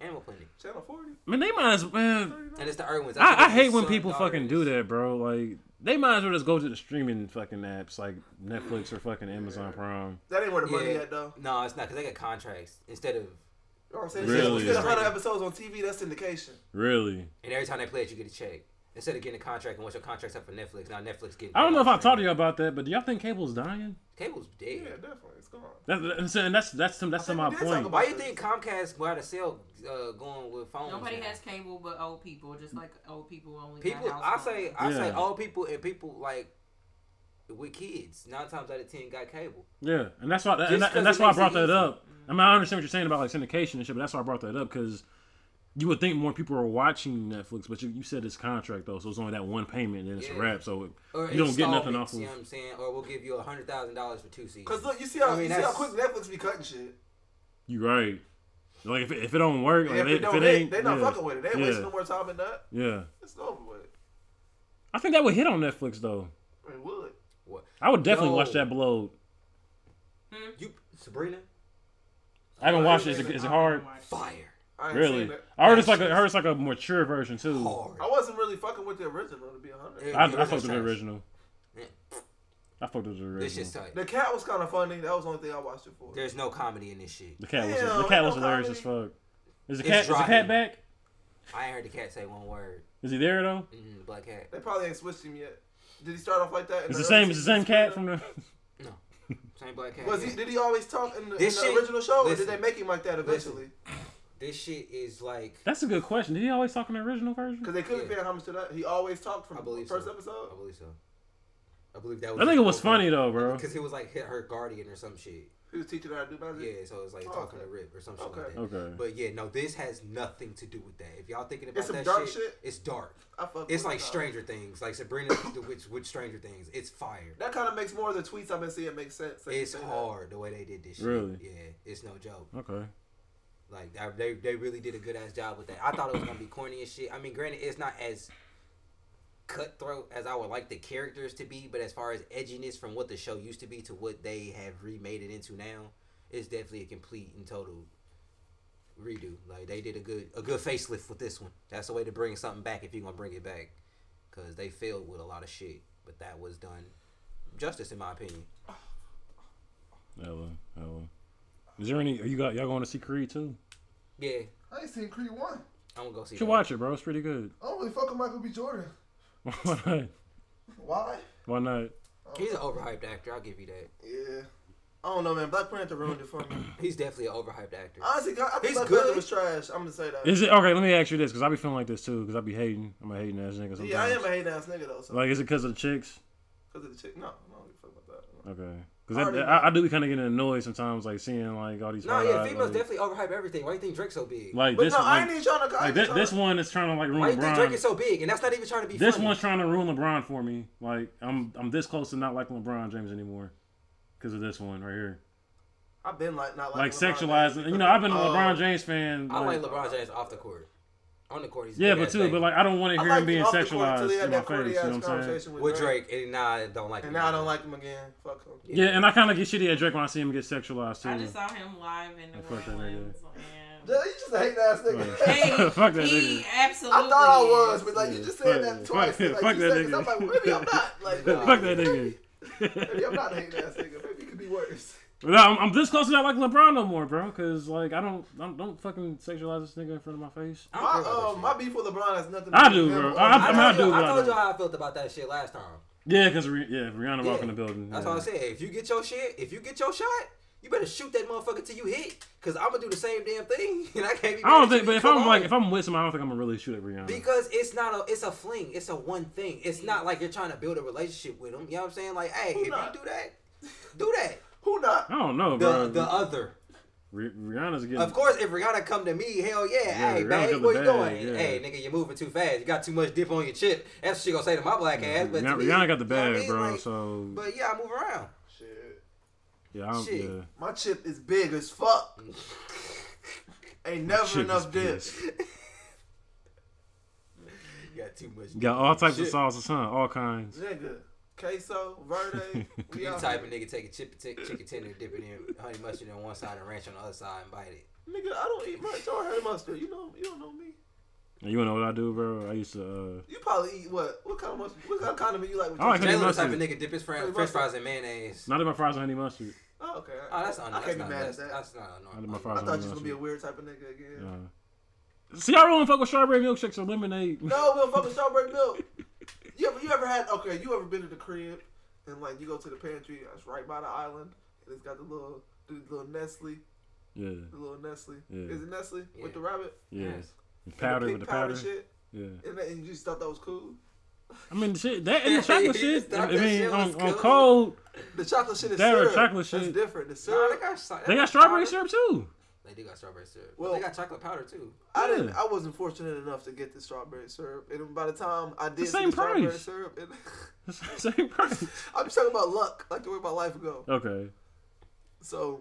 S1: Yeah, Animal Planet.
S3: Channel forty.
S2: Man, they might as well.
S1: And it's the Irwins.
S2: I, I
S1: think
S2: hate
S1: his
S2: when
S1: son,
S2: people
S1: daughter
S2: fucking
S1: is-
S2: do that, bro. Like they might as well just go to the streaming fucking apps like Netflix or fucking Amazon Prime.
S3: That ain't where the money
S1: Yeah.
S3: at though.
S1: No, it's not because they got contracts instead of.
S3: You know what I'm saying?
S2: Really?
S3: Instead of hundred episodes on TV, that's syndication.
S2: Really?
S1: And every time they play it, you get a check. Instead of getting a contract and once your contract's up for Netflix, now Netflix getting.
S2: I don't know if I talked to you all about that, but do y'all think cable's dying?
S1: Cable's
S3: Yeah,
S1: dead.
S3: definitely. It's gone.
S2: That, that- and that's that's some that's
S3: I
S2: some
S3: think
S2: my
S3: we did talk
S2: point.
S3: about-
S1: Why you think Comcast got a sale uh, going with phones?
S4: Nobody
S1: now?
S4: has cable but old people, just like old people only.
S1: people.
S4: got
S1: I
S4: house
S1: say
S4: phones.
S1: I say
S2: Yeah.
S1: old people and people like with kids. Nine times out of ten got cable.
S2: Yeah, and that's why that,
S1: Just
S2: and, that-
S1: 'cause
S2: and that's
S1: it
S2: why I
S1: makes it
S2: brought that
S1: easy.
S2: up. I mean, I understand what you're saying about like syndication and shit, but that's why I brought that up because you would think more people are watching Netflix, but you, you said it's contract though, so it's only that one payment and then it's
S1: Yeah.
S2: a wrap. So it,
S1: Or
S2: You don't get nothing
S1: installments,
S2: off of-
S1: You know what I'm saying? Or we'll give you a hundred thousand dollars for two seasons.
S3: Cause look, you see how
S1: I mean,
S3: you see how
S1: that's-
S3: quick Netflix be cutting shit.
S2: you right. Like if it, if it don't work, like
S3: if
S2: they,
S3: it don't
S2: if it
S3: hit,
S2: ain't,
S3: they not
S2: yeah,
S3: fucking with it. They ain't
S2: yeah,
S3: wasting no more time in that.
S2: Yeah,
S3: It's over with.
S2: I think that would hit on Netflix though.
S3: It would.
S1: What?
S2: I would definitely watch
S1: Yo.
S2: that below.
S1: You Sabrina?
S2: I haven't
S3: I
S2: watched it.
S3: think
S2: Is it, is
S3: it's-
S2: it hard?
S1: Fire.
S3: I ain't
S2: Really?
S3: seen it.
S2: I heard it's like a, I heard it's like a mature version too.
S1: Hard.
S3: I wasn't really fucking with the original to be honest.
S2: I, I
S1: It was
S2: fucked with the
S1: trash.
S2: original.
S1: Yeah.
S2: I fucked with the
S1: This shit's
S2: original.
S1: tight.
S3: The cat was kind of funny. That was the only thing I watched it for.
S1: There's no comedy in this shit.
S2: The cat was
S3: Damn,
S2: the cat was
S3: no
S2: hilarious as
S3: comedy.
S2: fuck. Is the
S1: It's
S2: cat is the
S1: dry.
S2: cat back?
S1: I ain't heard the cat say one word.
S2: Is he there though?
S1: Mm, the black cat.
S3: They probably ain't switched him yet. Did he start off like that? in
S2: It's the
S3: early
S2: same. It's the same
S3: seasons?
S2: cat from the. [LAUGHS]
S1: Same black cat.
S3: Was he? Did he always talk in the, in
S1: This
S3: the
S1: shit-
S3: original show,
S1: listen.
S3: or did they make him like that
S1: Listen.
S3: eventually?
S1: This shit is like
S2: That's a good question. Did he always talk in the original version?
S3: Because they couldn't
S1: Yeah.
S3: figure out how much to that. He always talked from
S1: I
S3: the
S1: believe
S3: first
S1: so. I
S3: episode.
S1: believe so. I believe that was
S2: I think it was funny though, bro.
S1: Because he was like her guardian or some shit.
S3: He was teaching her how to do magic.
S1: Yeah, so it's like
S3: Oh,
S1: talking
S3: okay.
S1: to Rip or some shit like
S3: Okay.
S1: that.
S2: Okay.
S1: But yeah, no, this has nothing to do with that. If y'all thinking about
S3: It's some
S1: that
S3: dark
S1: shit,
S3: shit? Oh
S1: it's dark.
S3: I fuck with
S1: It's like
S3: that.
S1: Stranger Things, like Sabrina the Witch with Stranger Things. It's fire.
S3: That kind of makes more of the tweets I've been seeing make sense. Like,
S1: It's
S3: you say that.
S1: hard the way they did this shit.
S2: Really?
S1: Yeah, it's no joke.
S2: Okay.
S1: Like I- they they really did a good ass job with that. I thought it was gonna be corny as shit. I mean, granted, it's not as cutthroat as I would like the characters to be, but as far as edginess from what the show used to be to what they have remade it into now, it's definitely a complete and total redo. Like they did a good a good facelift with this one. That's the way to bring something back if you're gonna bring it back, because they failed with a lot of shit, but that was done justice in my opinion.
S2: Ella. Ella. Is there any? Are you got y'all going to see Creed too?
S1: Yeah,
S3: I ain't seen Creed one.
S1: I'm gonna go see.
S2: You should
S1: that.
S2: watch it, bro. It's pretty good. [LAUGHS]
S3: I don't really fuck with Michael B. Jordan.
S2: Why not?
S3: Why?
S2: Why not?
S1: He's an overhyped actor. I'll give you that.
S3: Yeah. I don't know, man. Black Panther ruined it for me.
S1: [LAUGHS] He's definitely an overhyped actor.
S3: Honestly, God, I think
S1: He's
S3: Black
S1: good.
S3: Panther was trash. I'm gonna say that.
S2: Is it okay? Let me ask you this, because I be feeling like this too, because I be hating. I'm a hating ass nigga. Sometimes.
S3: yeah, I am a hate ass nigga though. So
S2: Like, is it because of the chicks?
S3: because of the chick, no, I don't give a fuck about that.
S2: Okay. Because
S3: Already
S2: I, I, I do be kind of getting annoyed sometimes, like seeing like all these.
S1: No, yeah,
S2: hard-eyed,
S1: females
S2: like,
S1: definitely overhype everything. Why you think Drake's so big?
S2: Like
S3: But
S2: this,
S3: no, I
S2: like,
S3: ain't even trying to. I
S2: like,
S3: ain't
S2: thi-
S3: even
S2: this
S3: tryna-
S2: one is trying to like
S1: Why
S2: ruin
S1: you think Drake is
S2: LeBron.
S1: so big? And that's not even trying to be
S2: This
S1: funny.
S2: one's trying to ruin LeBron for me. Like I'm, I'm this close to not liking LeBron James anymore because of this one right here.
S3: I've been like not
S2: Like
S3: liking LeBron James
S2: sexualizing. You know, I've been a
S3: because- uh, um,
S2: LeBron James fan.
S1: I
S2: Like,
S1: like LeBron James off the court. On the court, he's
S2: Yeah,
S1: a big
S2: but
S1: ass
S2: too,
S1: baby.
S2: but like I don't want to hear him
S3: the
S2: being
S3: off the court until he
S2: sexualized
S3: had
S2: in my
S3: that corny
S2: face. You
S3: ass
S2: know what I'm saying?
S3: conversation
S1: with Drake, and now I don't like.
S3: And
S1: him.
S3: now I don't like him again. Fuck him.
S2: Yeah, and I kind of get shitty at Drake when I see him get sexualized [LAUGHS]
S4: I
S2: too.
S4: just saw him live in
S2: I
S4: New
S2: fuck that nigga.
S4: Orleans.
S3: Dude, you just a hating ass nigga. [LAUGHS]
S2: Right. [LAUGHS]
S4: Hey,
S2: Fuck that
S4: he
S2: nigga.
S4: absolutely.
S3: I thought I was,
S4: is.
S3: but like you
S2: Yeah,
S3: just
S2: fuck
S3: said
S2: that.
S3: that twice.
S2: Fuck-
S3: in, like,
S2: fuck
S3: two
S2: that
S3: seconds.
S2: nigga.
S3: I'm like, maybe I'm
S2: [LAUGHS]
S3: not. Like, nah,
S2: Fuck that nigga.
S3: Maybe I'm not a hating ass nigga. Maybe it could be worse.
S2: [LAUGHS] But no, I'm, I'm this close to not like LeBron no more, bro. Cause like I don't, I don't, don't fucking sexualize this nigga in front of my face.
S1: I
S3: My
S1: don't care about that
S3: uh,
S1: shit.
S3: my beef with LeBron has nothing.
S2: I
S3: do
S2: do,
S3: with him
S2: bro.
S3: or-
S2: I- I- I'm
S1: I
S2: not
S1: told,
S2: doing
S1: I
S2: it.
S1: told y'all how I felt about that shit last time.
S2: Yeah, cause Rih- yeah, if Rihanna walk in
S1: Yeah.
S2: the building.
S1: That's
S2: yeah.
S1: all I said. If you get your shit, if you get your shot, you better shoot that motherfucker till you hit. Cause I'm gonna do the same damn thing, [LAUGHS] and I can't be.
S2: I don't
S1: mad
S2: think,
S1: at
S2: but
S1: you.
S2: if
S1: Come
S2: I'm
S1: on.
S2: like, if I'm with somebody, I don't think I'm gonna really shoot at
S3: Mm.
S2: Rihanna.
S1: Because it's not a, it's a fling. It's a one thing. It's not like you're trying to build a relationship with them. You know what I'm saying? Like, hey, if
S3: not?
S1: you do that, do that.
S3: Who not?
S2: I don't know,
S1: The
S2: bro.
S1: the other.
S2: Rih- Rihanna's getting.
S1: Of course, if Rihanna come to me, hell yeah.
S2: Yeah,
S1: hey,
S2: Rihanna
S1: babe,
S2: come
S1: where
S2: to
S1: you
S2: bag,
S1: going?
S2: yeah.
S1: Hey, nigga, you're moving too fast. You got too much dip on your chip. That's what she gonna say to my black ass. But to
S2: Rihanna,
S1: me,
S2: Rihanna got the
S1: you know what I
S2: bag,
S1: mean?
S2: bro.
S1: Like,
S2: so
S1: But yeah, I move around. [LAUGHS]
S3: Shit.
S2: yeah, I'm,
S1: shit.
S2: yeah.
S3: My chip is big as fuck. Ain't never
S2: Chip is
S3: enough dip.
S2: pissed.
S1: You got too much.
S2: Got all types
S1: Shit.
S2: of sauces, huh? All kinds.
S3: Nigga. Queso,
S2: [LAUGHS]
S3: verde. we
S1: You
S3: out
S1: type a
S3: here.
S1: nigga take a chip, take chicken tender, dip it in honey mustard on one side and ranch on the other side and bite it.
S3: Nigga, I don't eat much or honey mustard. You know, you don't know me.
S2: And you wanna know what I do, bro? I used to. uh,
S3: You probably eat what? What kind of mustard? What kind of condiment you like? With
S2: I
S3: your
S2: like
S3: chip?
S2: honey
S1: Jalen the type of
S2: mustard.
S1: nigga dip his fran-
S3: Honey
S1: french
S3: mustard.
S1: fries and mayonnaise.
S2: Uh, not in my fries and honey mustard.
S3: Oh, okay.
S1: Oh, that's
S3: I
S1: un-
S3: can't
S1: that's
S3: be
S1: not
S3: mad at
S1: that's,
S3: that.
S1: that's not
S2: Not
S1: normal.
S2: in my
S3: I
S2: fries and
S3: thought you
S2: honey
S3: was gonna be a
S2: mustard.
S3: weird type of nigga again.
S2: Uh, See, I don't wanna fuck with strawberry milkshakes or lemonade.
S3: [LAUGHS] No, we'll fucking strawberry milk. You ever, you ever had? Okay, you ever been to the crib and like you go to the pantry? It's right by the island, and it's got the little, the little Nestle,
S2: [LAUGHS] Yeah,
S3: the little Nestle.
S2: Yeah.
S3: Is it Nestle
S1: Yeah.
S3: with the rabbit?
S2: yeah.
S1: Yes.
S2: And Powder
S3: the
S2: with the
S3: pink
S2: powder.
S3: shit,
S2: Yeah.
S3: and, then- and you just thought that was cool.
S2: I mean, shit,
S1: [LAUGHS]
S2: that and the chocolate shit. I
S1: Stop that
S2: mean,
S1: shit
S2: on,
S1: was cool.
S2: on cold,
S3: The chocolate shit is
S2: That or
S3: syrup.
S2: chocolate
S3: That's
S2: shit.
S3: different. The
S1: No,
S3: syrup.
S1: they got stra-
S2: they got
S1: got
S2: strawberry
S1: powder.
S2: syrup too. [LAUGHS]
S1: They do got strawberry syrup.
S3: Well-
S1: they got chocolate powder too.
S3: I didn't.
S2: Yeah.
S3: I wasn't fortunate enough to get the strawberry syrup, and by the time I did
S2: The
S3: see
S2: same
S3: the strawberry
S2: price.
S3: syrup, and [LAUGHS]
S2: It's the Same price.
S1: [LAUGHS]
S3: I'm just talking about luck. Like the way my life go.
S2: Okay.
S3: So,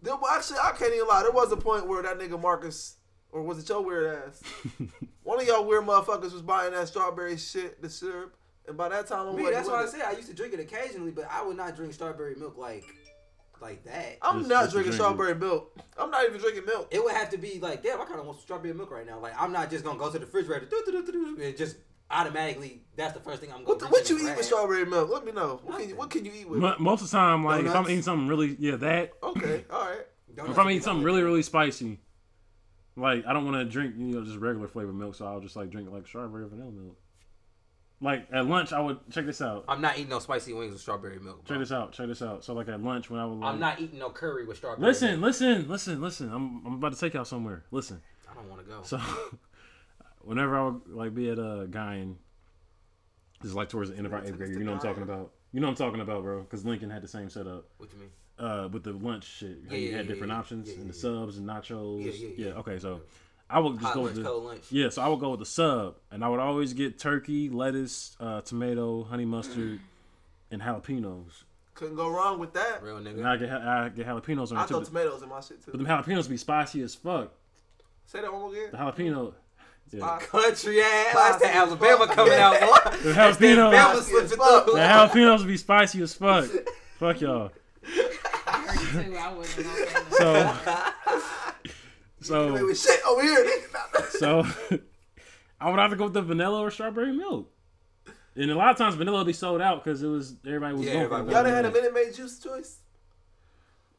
S3: there, well, actually, I can't even lie. There was a point where that nigga Marcus, or was it your weird
S2: [LAUGHS]
S3: ass? One of y'all weird motherfuckers was buying that strawberry shit, the syrup, and by that time, I
S1: Me,
S3: wasn't
S1: that's
S3: with
S1: why I
S3: it.
S1: said I used to drink it occasionally, but I would not drink strawberry milk like like that.
S3: I'm
S2: Just-
S3: not
S2: just
S3: drinking
S2: drink it.
S3: strawberry milk. I'm not even drinking milk.
S1: It would have to be like, damn, I kind of want some strawberry milk right now. Like, I'm not just gonna go to the refrigerator doo-doo-doo-doo-doo, and just automatically. That's the first thing I'm gonna.
S3: What, the,
S1: reach
S3: what
S1: in
S3: you
S1: and
S3: eat with
S1: grab.
S3: strawberry milk? Let me know. What can you, what can you eat with?
S2: Mo- Most of the time, like if I'm
S1: Donuts.
S2: eating something really, yeah, that.
S3: Okay, all right.
S1: Donuts
S2: If I'm
S1: would be
S2: eating something
S1: fine.
S2: really, really spicy, like I don't want to drink, you know, just regular flavored milk, so I'll just like drink like strawberry or vanilla milk. Like at lunch, I would check this out.
S1: I'm not eating no spicy wings with strawberry milk. bro.
S2: Check this out. Check this out. So like at lunch, when I would, like,
S1: I'm not eating no curry with strawberry.
S2: Listen,
S1: milk.
S2: listen, listen, listen. I'm I'm about to take y'all somewhere. Listen.
S1: I don't want to go.
S2: So [LAUGHS] whenever I would like be at a guy and this is like towards the end of our eighth grade, year, you know what I'm talking about. You know what I'm talking about, bro, because Lincoln had the same setup
S1: what you mean?
S2: uh, with the lunch shit. how
S1: Yeah,
S2: you
S1: yeah,
S2: had
S1: yeah,
S2: different
S1: yeah,
S2: options
S1: yeah,
S2: and the
S1: yeah,
S2: subs and nachos.
S1: Yeah, yeah, yeah.
S2: Okay, so I would just
S1: Hot
S2: go
S1: lunch,
S2: with the
S1: cold lunch.
S2: yeah. So I would go with the sub, and I would always get turkey, lettuce, uh, tomato, honey mustard, and jalapenos.
S3: Couldn't go wrong with that.
S1: Real nigga.
S2: And I get ha- I get jalapenos on it
S3: I
S2: too.
S3: throw
S2: But
S3: tomatoes in my shit too.
S2: them jalapenos be spicy as fuck.
S3: Say that one more
S2: The
S3: again.
S1: Mm.
S2: jalapeno. Yeah.
S3: Pie-
S1: Country ass. That's the
S3: Fuck.
S1: Alabama coming out, boy.
S2: The
S1: [LAUGHS] Alabama
S2: jalapenos.
S3: Fuck.
S1: slipping
S3: Fuck.
S1: through.
S2: The jalapenos be spicy as fuck. fuck y'all.
S4: I heard you too. I wasn't okay.
S3: [LAUGHS]
S1: [LAUGHS]
S2: So,
S3: Wait,
S2: so,
S3: wait, shit over here. nigga.
S2: so, [LAUGHS] I would either go with the vanilla or strawberry milk. And a lot of times vanilla would be sold out because it was everybody was
S1: Yeah,
S2: going for
S1: everybody-
S2: the
S3: Y'all
S2: vanilla
S3: done had a
S2: milk.
S3: Minute Maid juice choice?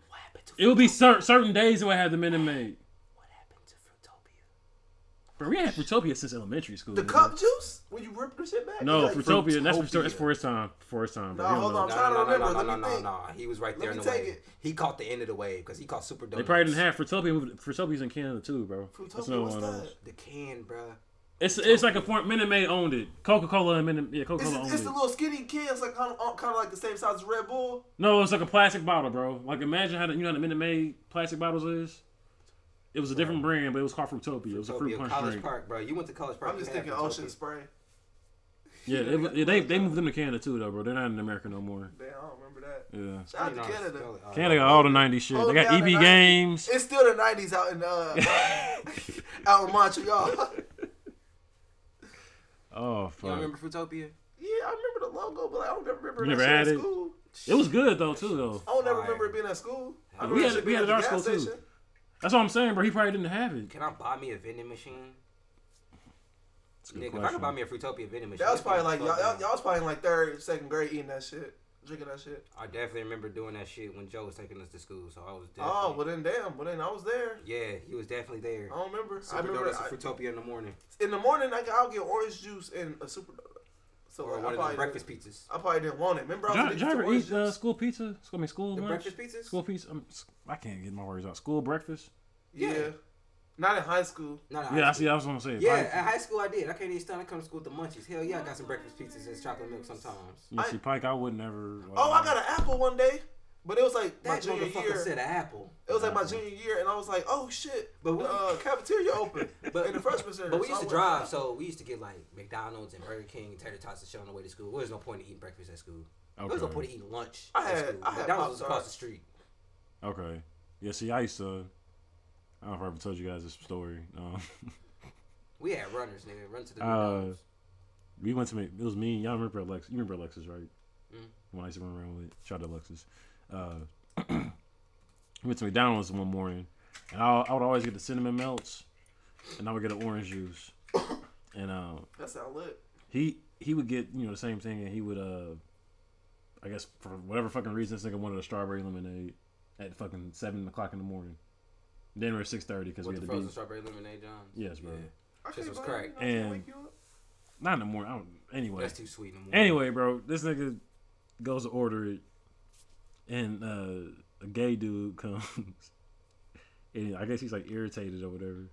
S1: What happened to
S2: It would be cer- certain days it would have the Minute Maid.
S1: What happened to Fruitopia?
S2: But we had Fruitopia since elementary school.
S3: The
S2: nigga.
S1: Mm-hmm.
S3: cup juice? When you rip the shit back?
S2: No,
S3: Like,
S2: Fruitopia. That's for,
S1: Fruitopia.
S2: that's for his time. For his time. Bro.
S3: Nah,
S2: You don't
S3: hold
S2: know.
S3: on. I'm
S1: No,
S3: trying to
S1: no, no, no,
S3: remember.
S1: no,
S3: Let
S1: no,
S3: me
S1: no,
S3: think.
S1: no. He was right there
S3: Let
S1: in
S3: me
S1: the
S3: take
S1: wave.
S3: it.
S1: He caught the end of the wave because he caught Super Donuts.
S2: They probably didn't have Fruitopia. but Fruitopia's in Canada too, bro. That's
S3: Fruitopia,
S2: another
S3: what's
S2: one of
S3: that?
S2: those.
S1: the can, bruh.
S2: It's it's like a form. Minute Maid owned it. Coca Cola and Minute yeah Coca
S3: It's,
S2: Cola
S3: it's,
S2: owned
S3: the
S2: it.
S3: little skinny cans, like kind of, kind of like the same size as Red Bull.
S2: No, it's like a plastic bottle, bro. Like imagine how the, you know how the Minute Maid plastic bottles is. It was a different brand, but it was called Fruitopia. It was a fruit
S1: Fruitopia,
S2: punch
S1: College
S2: drink.
S1: Park, bro. You went to College Park.
S3: I'm
S1: you
S3: just
S1: had
S3: thinking
S1: Fruitopia.
S3: Ocean Spray.
S2: Yeah, it, was- yeah, they they moved them to Canada too, though, bro. They're not in America no more.
S3: Damn, I don't remember that.
S2: Yeah,
S1: I don't
S3: Shout out to
S1: know how to
S3: Canada.
S1: spell it. Uh,
S2: Canada got all the '90s shit. They got EB games.
S1: [LAUGHS]
S3: It's still the 90s out in uh, out in Montreal. [LAUGHS]
S2: Oh
S1: Y'all
S2: fuck!
S1: remember Fruitopia?
S3: Yeah, I remember the logo, but I don't never remember
S2: You
S3: that
S2: never
S3: shit
S2: had
S3: at
S2: it?
S3: school.
S2: It was good though too though.
S3: I don't never
S1: Fire.
S3: remember it being at school. I
S1: We
S3: remember
S2: had
S3: that
S2: it-
S3: shit
S2: we
S3: being
S2: had
S3: at
S2: it at
S3: the
S2: our
S3: gas
S2: school, too.
S3: station.
S2: That's what I'm saying, bro. He probably didn't have it.
S1: Can I buy me a vending machine?
S2: That's a good
S1: Nigga, if I
S2: question.
S1: could buy me a Fruitopia vending machine,
S3: That was
S1: I'd
S3: probably
S1: be
S3: like y'all,
S1: fuck
S3: y'all,
S1: it.
S3: y'all was probably in like third, second grade eating that shit, drinking that shit.
S1: I definitely remember doing that shit when Joe was taking us to school, so I was. Definitely,
S3: Oh, well then damn, well then I was there.
S1: yeah, he was definitely there.
S3: I don't remember. I
S1: Super
S3: remember
S1: donuts
S3: I-
S1: and Fruitopia in the morning,
S3: in the morning I, I'll get orange juice and a super donut. So
S1: or
S3: like,
S1: one
S3: I
S1: of
S3: probably
S1: the breakfast
S3: didn't,
S1: pizzas.
S3: I probably didn't want it. Remember I
S2: Did y'all-
S3: was
S2: did
S3: addicted
S2: y'all
S3: to
S2: ever
S3: orange
S2: eat
S3: juice.
S2: uh, school pizza? School, I mean school
S1: The
S2: lunch.
S1: breakfast pizzas?
S2: School pizza. I'm, I can't get my words out. School breakfast.
S3: yeah.
S1: yeah.
S3: Not in high school.
S1: No, no,
S2: Yeah,
S1: high
S2: I
S1: school.
S2: see. I was gonna say.
S1: Yeah,
S2: probably-
S1: at high school I did. I can't even stand. I come to school with the munchies. Hell yeah, I got some breakfast pizzas and chocolate milk sometimes.
S2: Yeah,
S3: I-
S2: see, Pike, I would never. uh, like-
S3: Oh, I got an apple one day, but it was like my
S1: That
S3: junior
S1: motherfucker
S3: year.
S1: said an apple.
S3: It was like my junior year, and I was like, oh shit,
S1: But
S3: but
S1: we-
S3: the uh, cafeteria open,
S1: [LAUGHS] But-
S3: but in the freshman center.
S1: But we
S3: so
S1: used
S3: I
S1: to
S3: went-
S1: drive, so we used to get like McDonald's and Burger King and tater tots and shit on the way to school. There was no point in eating breakfast at school. There was no
S2: Okay.
S1: point in eating lunch
S3: I
S1: at
S3: had-
S1: school.
S3: I had
S1: McDonald's was across
S3: Pop-Tart.
S1: the street.
S2: Okay. Yeah, see, I used to. I don't know if I ever told you guys this story. Um, [LAUGHS]
S1: We had runners, nigga. Run to the
S2: Uh,
S1: McDonald's.
S2: we went to make. It was me. and Y'all remember Alexis? You remember Alexis, right?
S1: Mm.
S2: When I used to run around with. Shout out to Alexis. Uh, [CLEARS THROAT] we went to McDonald's one morning, and I, I would always get the cinnamon melts, and I would get an orange juice, [COUGHS] and um,
S3: That sound lit.
S2: he he would get you know the same thing, and he would uh, I guess for whatever fucking reason, this nigga wanted a strawberry lemonade at fucking seven o'clock in the morning. Then we were six thirty because we
S1: With
S2: had
S1: the
S2: to
S1: frozen
S2: be
S1: strawberry lemonade, John.
S2: yes, bro.
S3: I
S1: Shit
S3: can't
S1: was
S3: blame
S1: crack.
S3: you, you know,
S2: And-
S3: wake you up.
S2: Not in the morning. I don't, anyway,
S1: That's too sweet. In the morning.
S2: anyway, bro, this nigga goes to order it, and uh, a gay dude [LAUGHS] comes, and I guess he's like irritated or whatever,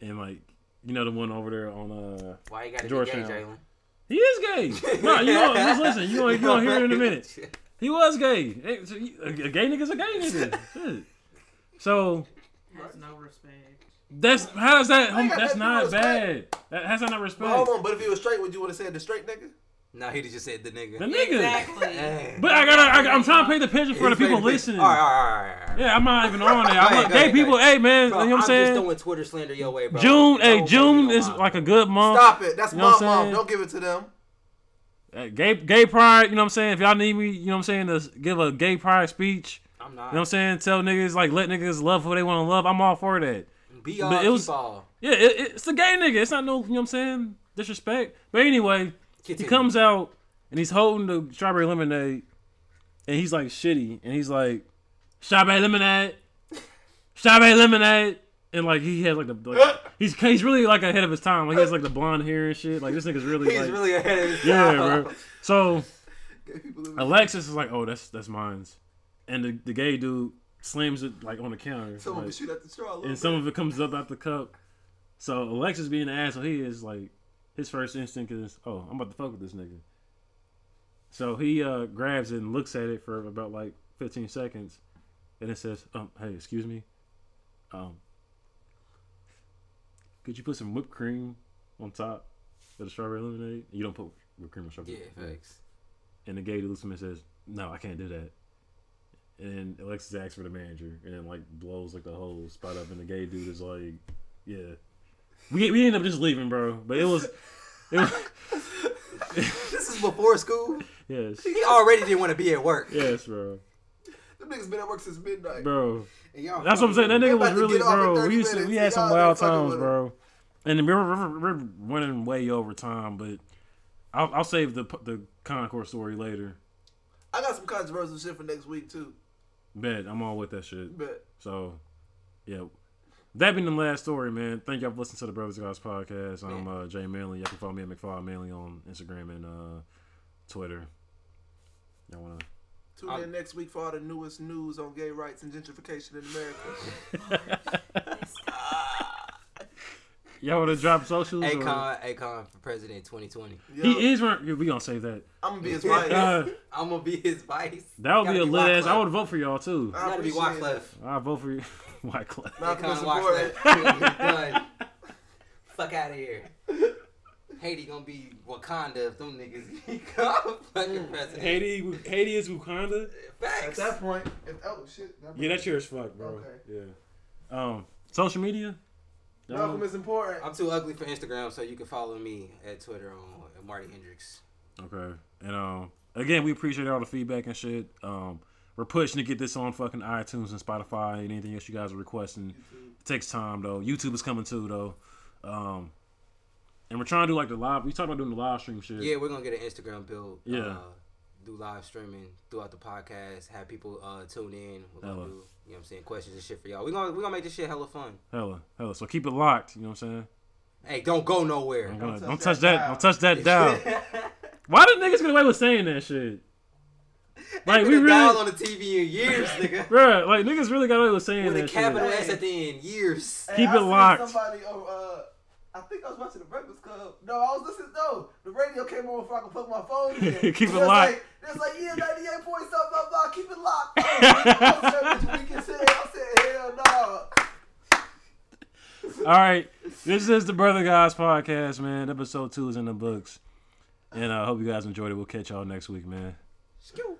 S2: and like you know the one over there on uh
S1: why you gotta be gay,
S2: Georgetown.
S1: Jalen?
S2: he is gay. no, you don't, just listen. You don't, you don't hear it in a minute.
S1: [LAUGHS]
S2: He was gay. Hey, so you- A a gay nigga's a gay nigga. Shit. So
S6: Has no respect.
S2: that's how is that?
S3: Nigga,
S2: that's
S3: that's
S2: not
S3: no
S2: bad. That has that not
S3: But
S2: respect?
S3: hold on, but if he was straight, would you would have said the straight nigga?
S1: nah, he just said the nigga.
S2: The nigga.
S6: Exactly.
S1: Hey.
S2: But I gotta. I, I'm trying to paint the picture for the
S1: He's
S2: people
S1: making-
S2: listening.
S1: All right, all right, all right, all right.
S2: Yeah, I'm not even on there. I'm
S1: Go ahead, go
S2: like, gay
S1: ahead, go
S2: people. Hey man,
S1: Bro,
S2: you know what I'm
S1: just
S2: saying?
S1: throwing Twitter slander your way, bro.
S2: June, hey,
S1: Don't
S2: June
S1: go to
S2: is
S1: your
S2: like a
S1: mom.
S2: good month.
S3: Stop it. That's
S2: You know what
S3: mom,
S2: I'm
S3: mom.
S2: saying?
S3: Don't give it
S2: [LAUGHS]
S3: to them.
S2: Uh, Gay, gay pride. You know what I'm saying? If y'all need me, you know what I'm saying, to give a gay pride speech.
S1: I'm not.
S2: You know what I'm saying? Tell niggas like let niggas love who they want to love. I'm all for that.
S1: Be all,
S2: But it
S1: keep
S2: was-
S1: all.
S2: Yeah, it, it's the gay nigga. It's not no, you know what I'm saying? Disrespect. But anyway, he
S1: Continue.
S2: comes out and he's holding the strawberry lemonade and he's like shitty and he's like, strawberry lemonade, strawberry lemonade. And like he has like the like, he's he's really like ahead of his time. Like he has like the blonde hair and shit. Like this nigga's
S1: [LAUGHS]
S2: really
S1: He's
S2: like
S1: really ahead of his [LAUGHS]
S2: yeah,
S1: time.
S2: bro. So
S3: Gay people live in-
S2: Alexis is like, oh, that's that's mine's, and the, the gay dude slams it like on the counter.
S3: Someone
S2: like-
S3: would shoot at the straw. a little
S2: and
S3: bit.
S2: some of it comes up out the cup. So Alexis being the asshole he is, like his first instinct is, "Oh, I'm about to fuck with this nigga." So he uh, grabs it and looks at it for about like 15 seconds, and it says, "Um, hey, excuse me, um, could you put some whipped cream on top of the strawberry lemonade? You don't put whipped cream on
S1: Yeah,
S2: strawberry." lemonade.
S1: facts.
S2: And the gay dude looks at me and says, "No, I can't do that." And Alexis asks for the manager, and then like blows like the whole spot up, and the gay dude is like, "Yeah." We we ended up just leaving, bro. But it was, it was [LAUGHS]
S1: This is before school.
S2: yes,
S1: He already didn't want to be at work.
S2: yes, bro,
S3: Them niggas been at work since midnight.
S2: bro.
S1: And y'all
S2: That's what I'm saying. That
S3: They
S2: nigga
S3: about
S2: was
S3: to
S2: really,
S3: get off in
S2: bro.
S3: 30
S2: We used to,
S3: minutes,
S2: we
S3: and
S2: had some
S3: y'all
S2: wild
S3: there fucking
S2: times,
S3: with
S2: bro. And we were, we were, we were running way over time, but I'll, I'll save the the Concord story later.
S3: I got some controversial shit for next week too.
S2: Bet I'm all with that shit.
S3: But
S2: So, yeah. That being the last story, man. Thank y'all for listening to the Brothers Guys podcast. I'm
S1: Man.
S2: uh, Jay Manley. Y'all can follow me at McFly Manley on Instagram and uh, Twitter. Y'all wanna?
S3: tune
S1: I'm-
S3: in next week for all the newest news on gay rights and gentrification in America.
S2: Y'all wanna drop socials? or-
S1: Akon, Akon for president 2020.
S3: Yo,
S2: He is. run- yeah, We gonna save that. [LAUGHS]
S3: I'm gonna be his wife.
S2: Uh,
S1: I'm gonna be his vice.
S2: that would
S1: Gotta
S2: be a
S1: be
S2: lit
S1: Wyclef.
S2: ass. I would vote for y'all too.
S3: I
S1: Gotta be
S3: appreciate it.
S1: Wyclef.
S2: I vote for you, [LAUGHS] Wyclef.
S3: Malcolm
S1: Akon
S3: will support it. [LAUGHS]
S1: Wyclef. Done. Fuck out of here. Haiti gonna be Wakanda if them niggas [LAUGHS] become fucking president.
S2: Haiti, Haiti is Wakanda.
S3: Mm. At
S1: Facts.
S3: that point, if, oh shit. that-
S2: Yeah, that's yours, fuck, bro.
S3: Okay.
S2: Yeah. Um, social media.
S3: Malcolm is important.
S1: I'm too ugly for Instagram, so you can follow me at Twitter on Marty Hendrix.
S2: Okay. And um, again, we appreciate all the feedback and shit. Um, we're pushing to get this on fucking iTunes and Spotify and anything else you guys are requesting. It takes time though. YouTube is coming too though. Um, and we're trying to do like the live. We talked about doing the live stream shit.
S1: Yeah, we're gonna get an Instagram build.
S2: Yeah.
S1: Uh, do live streaming throughout the podcast. Have people uh, tune in. We're gonna
S2: Hella.
S1: do, you know what I'm saying, questions and shit for y'all. We're gonna we gonna make this shit hella fun.
S2: Hella, hella. So keep it locked. You know what I'm saying?
S1: Hey, don't go nowhere.
S2: Don't,
S3: touch
S2: don't
S3: that
S2: touch that.
S3: dial.
S2: Don't
S1: [LAUGHS]
S2: touch that dial. Why did niggas get away with saying that shit? Like
S1: Ain't
S2: we
S1: been a dial
S2: really,
S1: on the TV in years,
S2: [LAUGHS]
S1: nigga.
S2: bruh. Like niggas really got away with saying
S1: With a
S2: that
S1: capital
S2: shit.
S1: S at the end, years.
S3: Hey,
S2: Keep
S3: I
S2: it
S3: seen
S2: locked.
S3: Somebody on, uh, I think I was watching the Breakfast Club. No, I was listening. No, the radio came on before I could plug my phone in.
S2: [LAUGHS] Keep it
S3: It's
S2: locked.
S3: Like, it's like yeah, ninety eight point something, blah blah. Keep it locked. Oh,
S2: [LAUGHS]
S3: I said, we can say. it." I said, hell no.
S2: All right, this is the Brother Guys podcast, man. Episode two is in the books, and I uh, hope you guys enjoyed it. We'll catch y'all next week, man.
S1: Skew.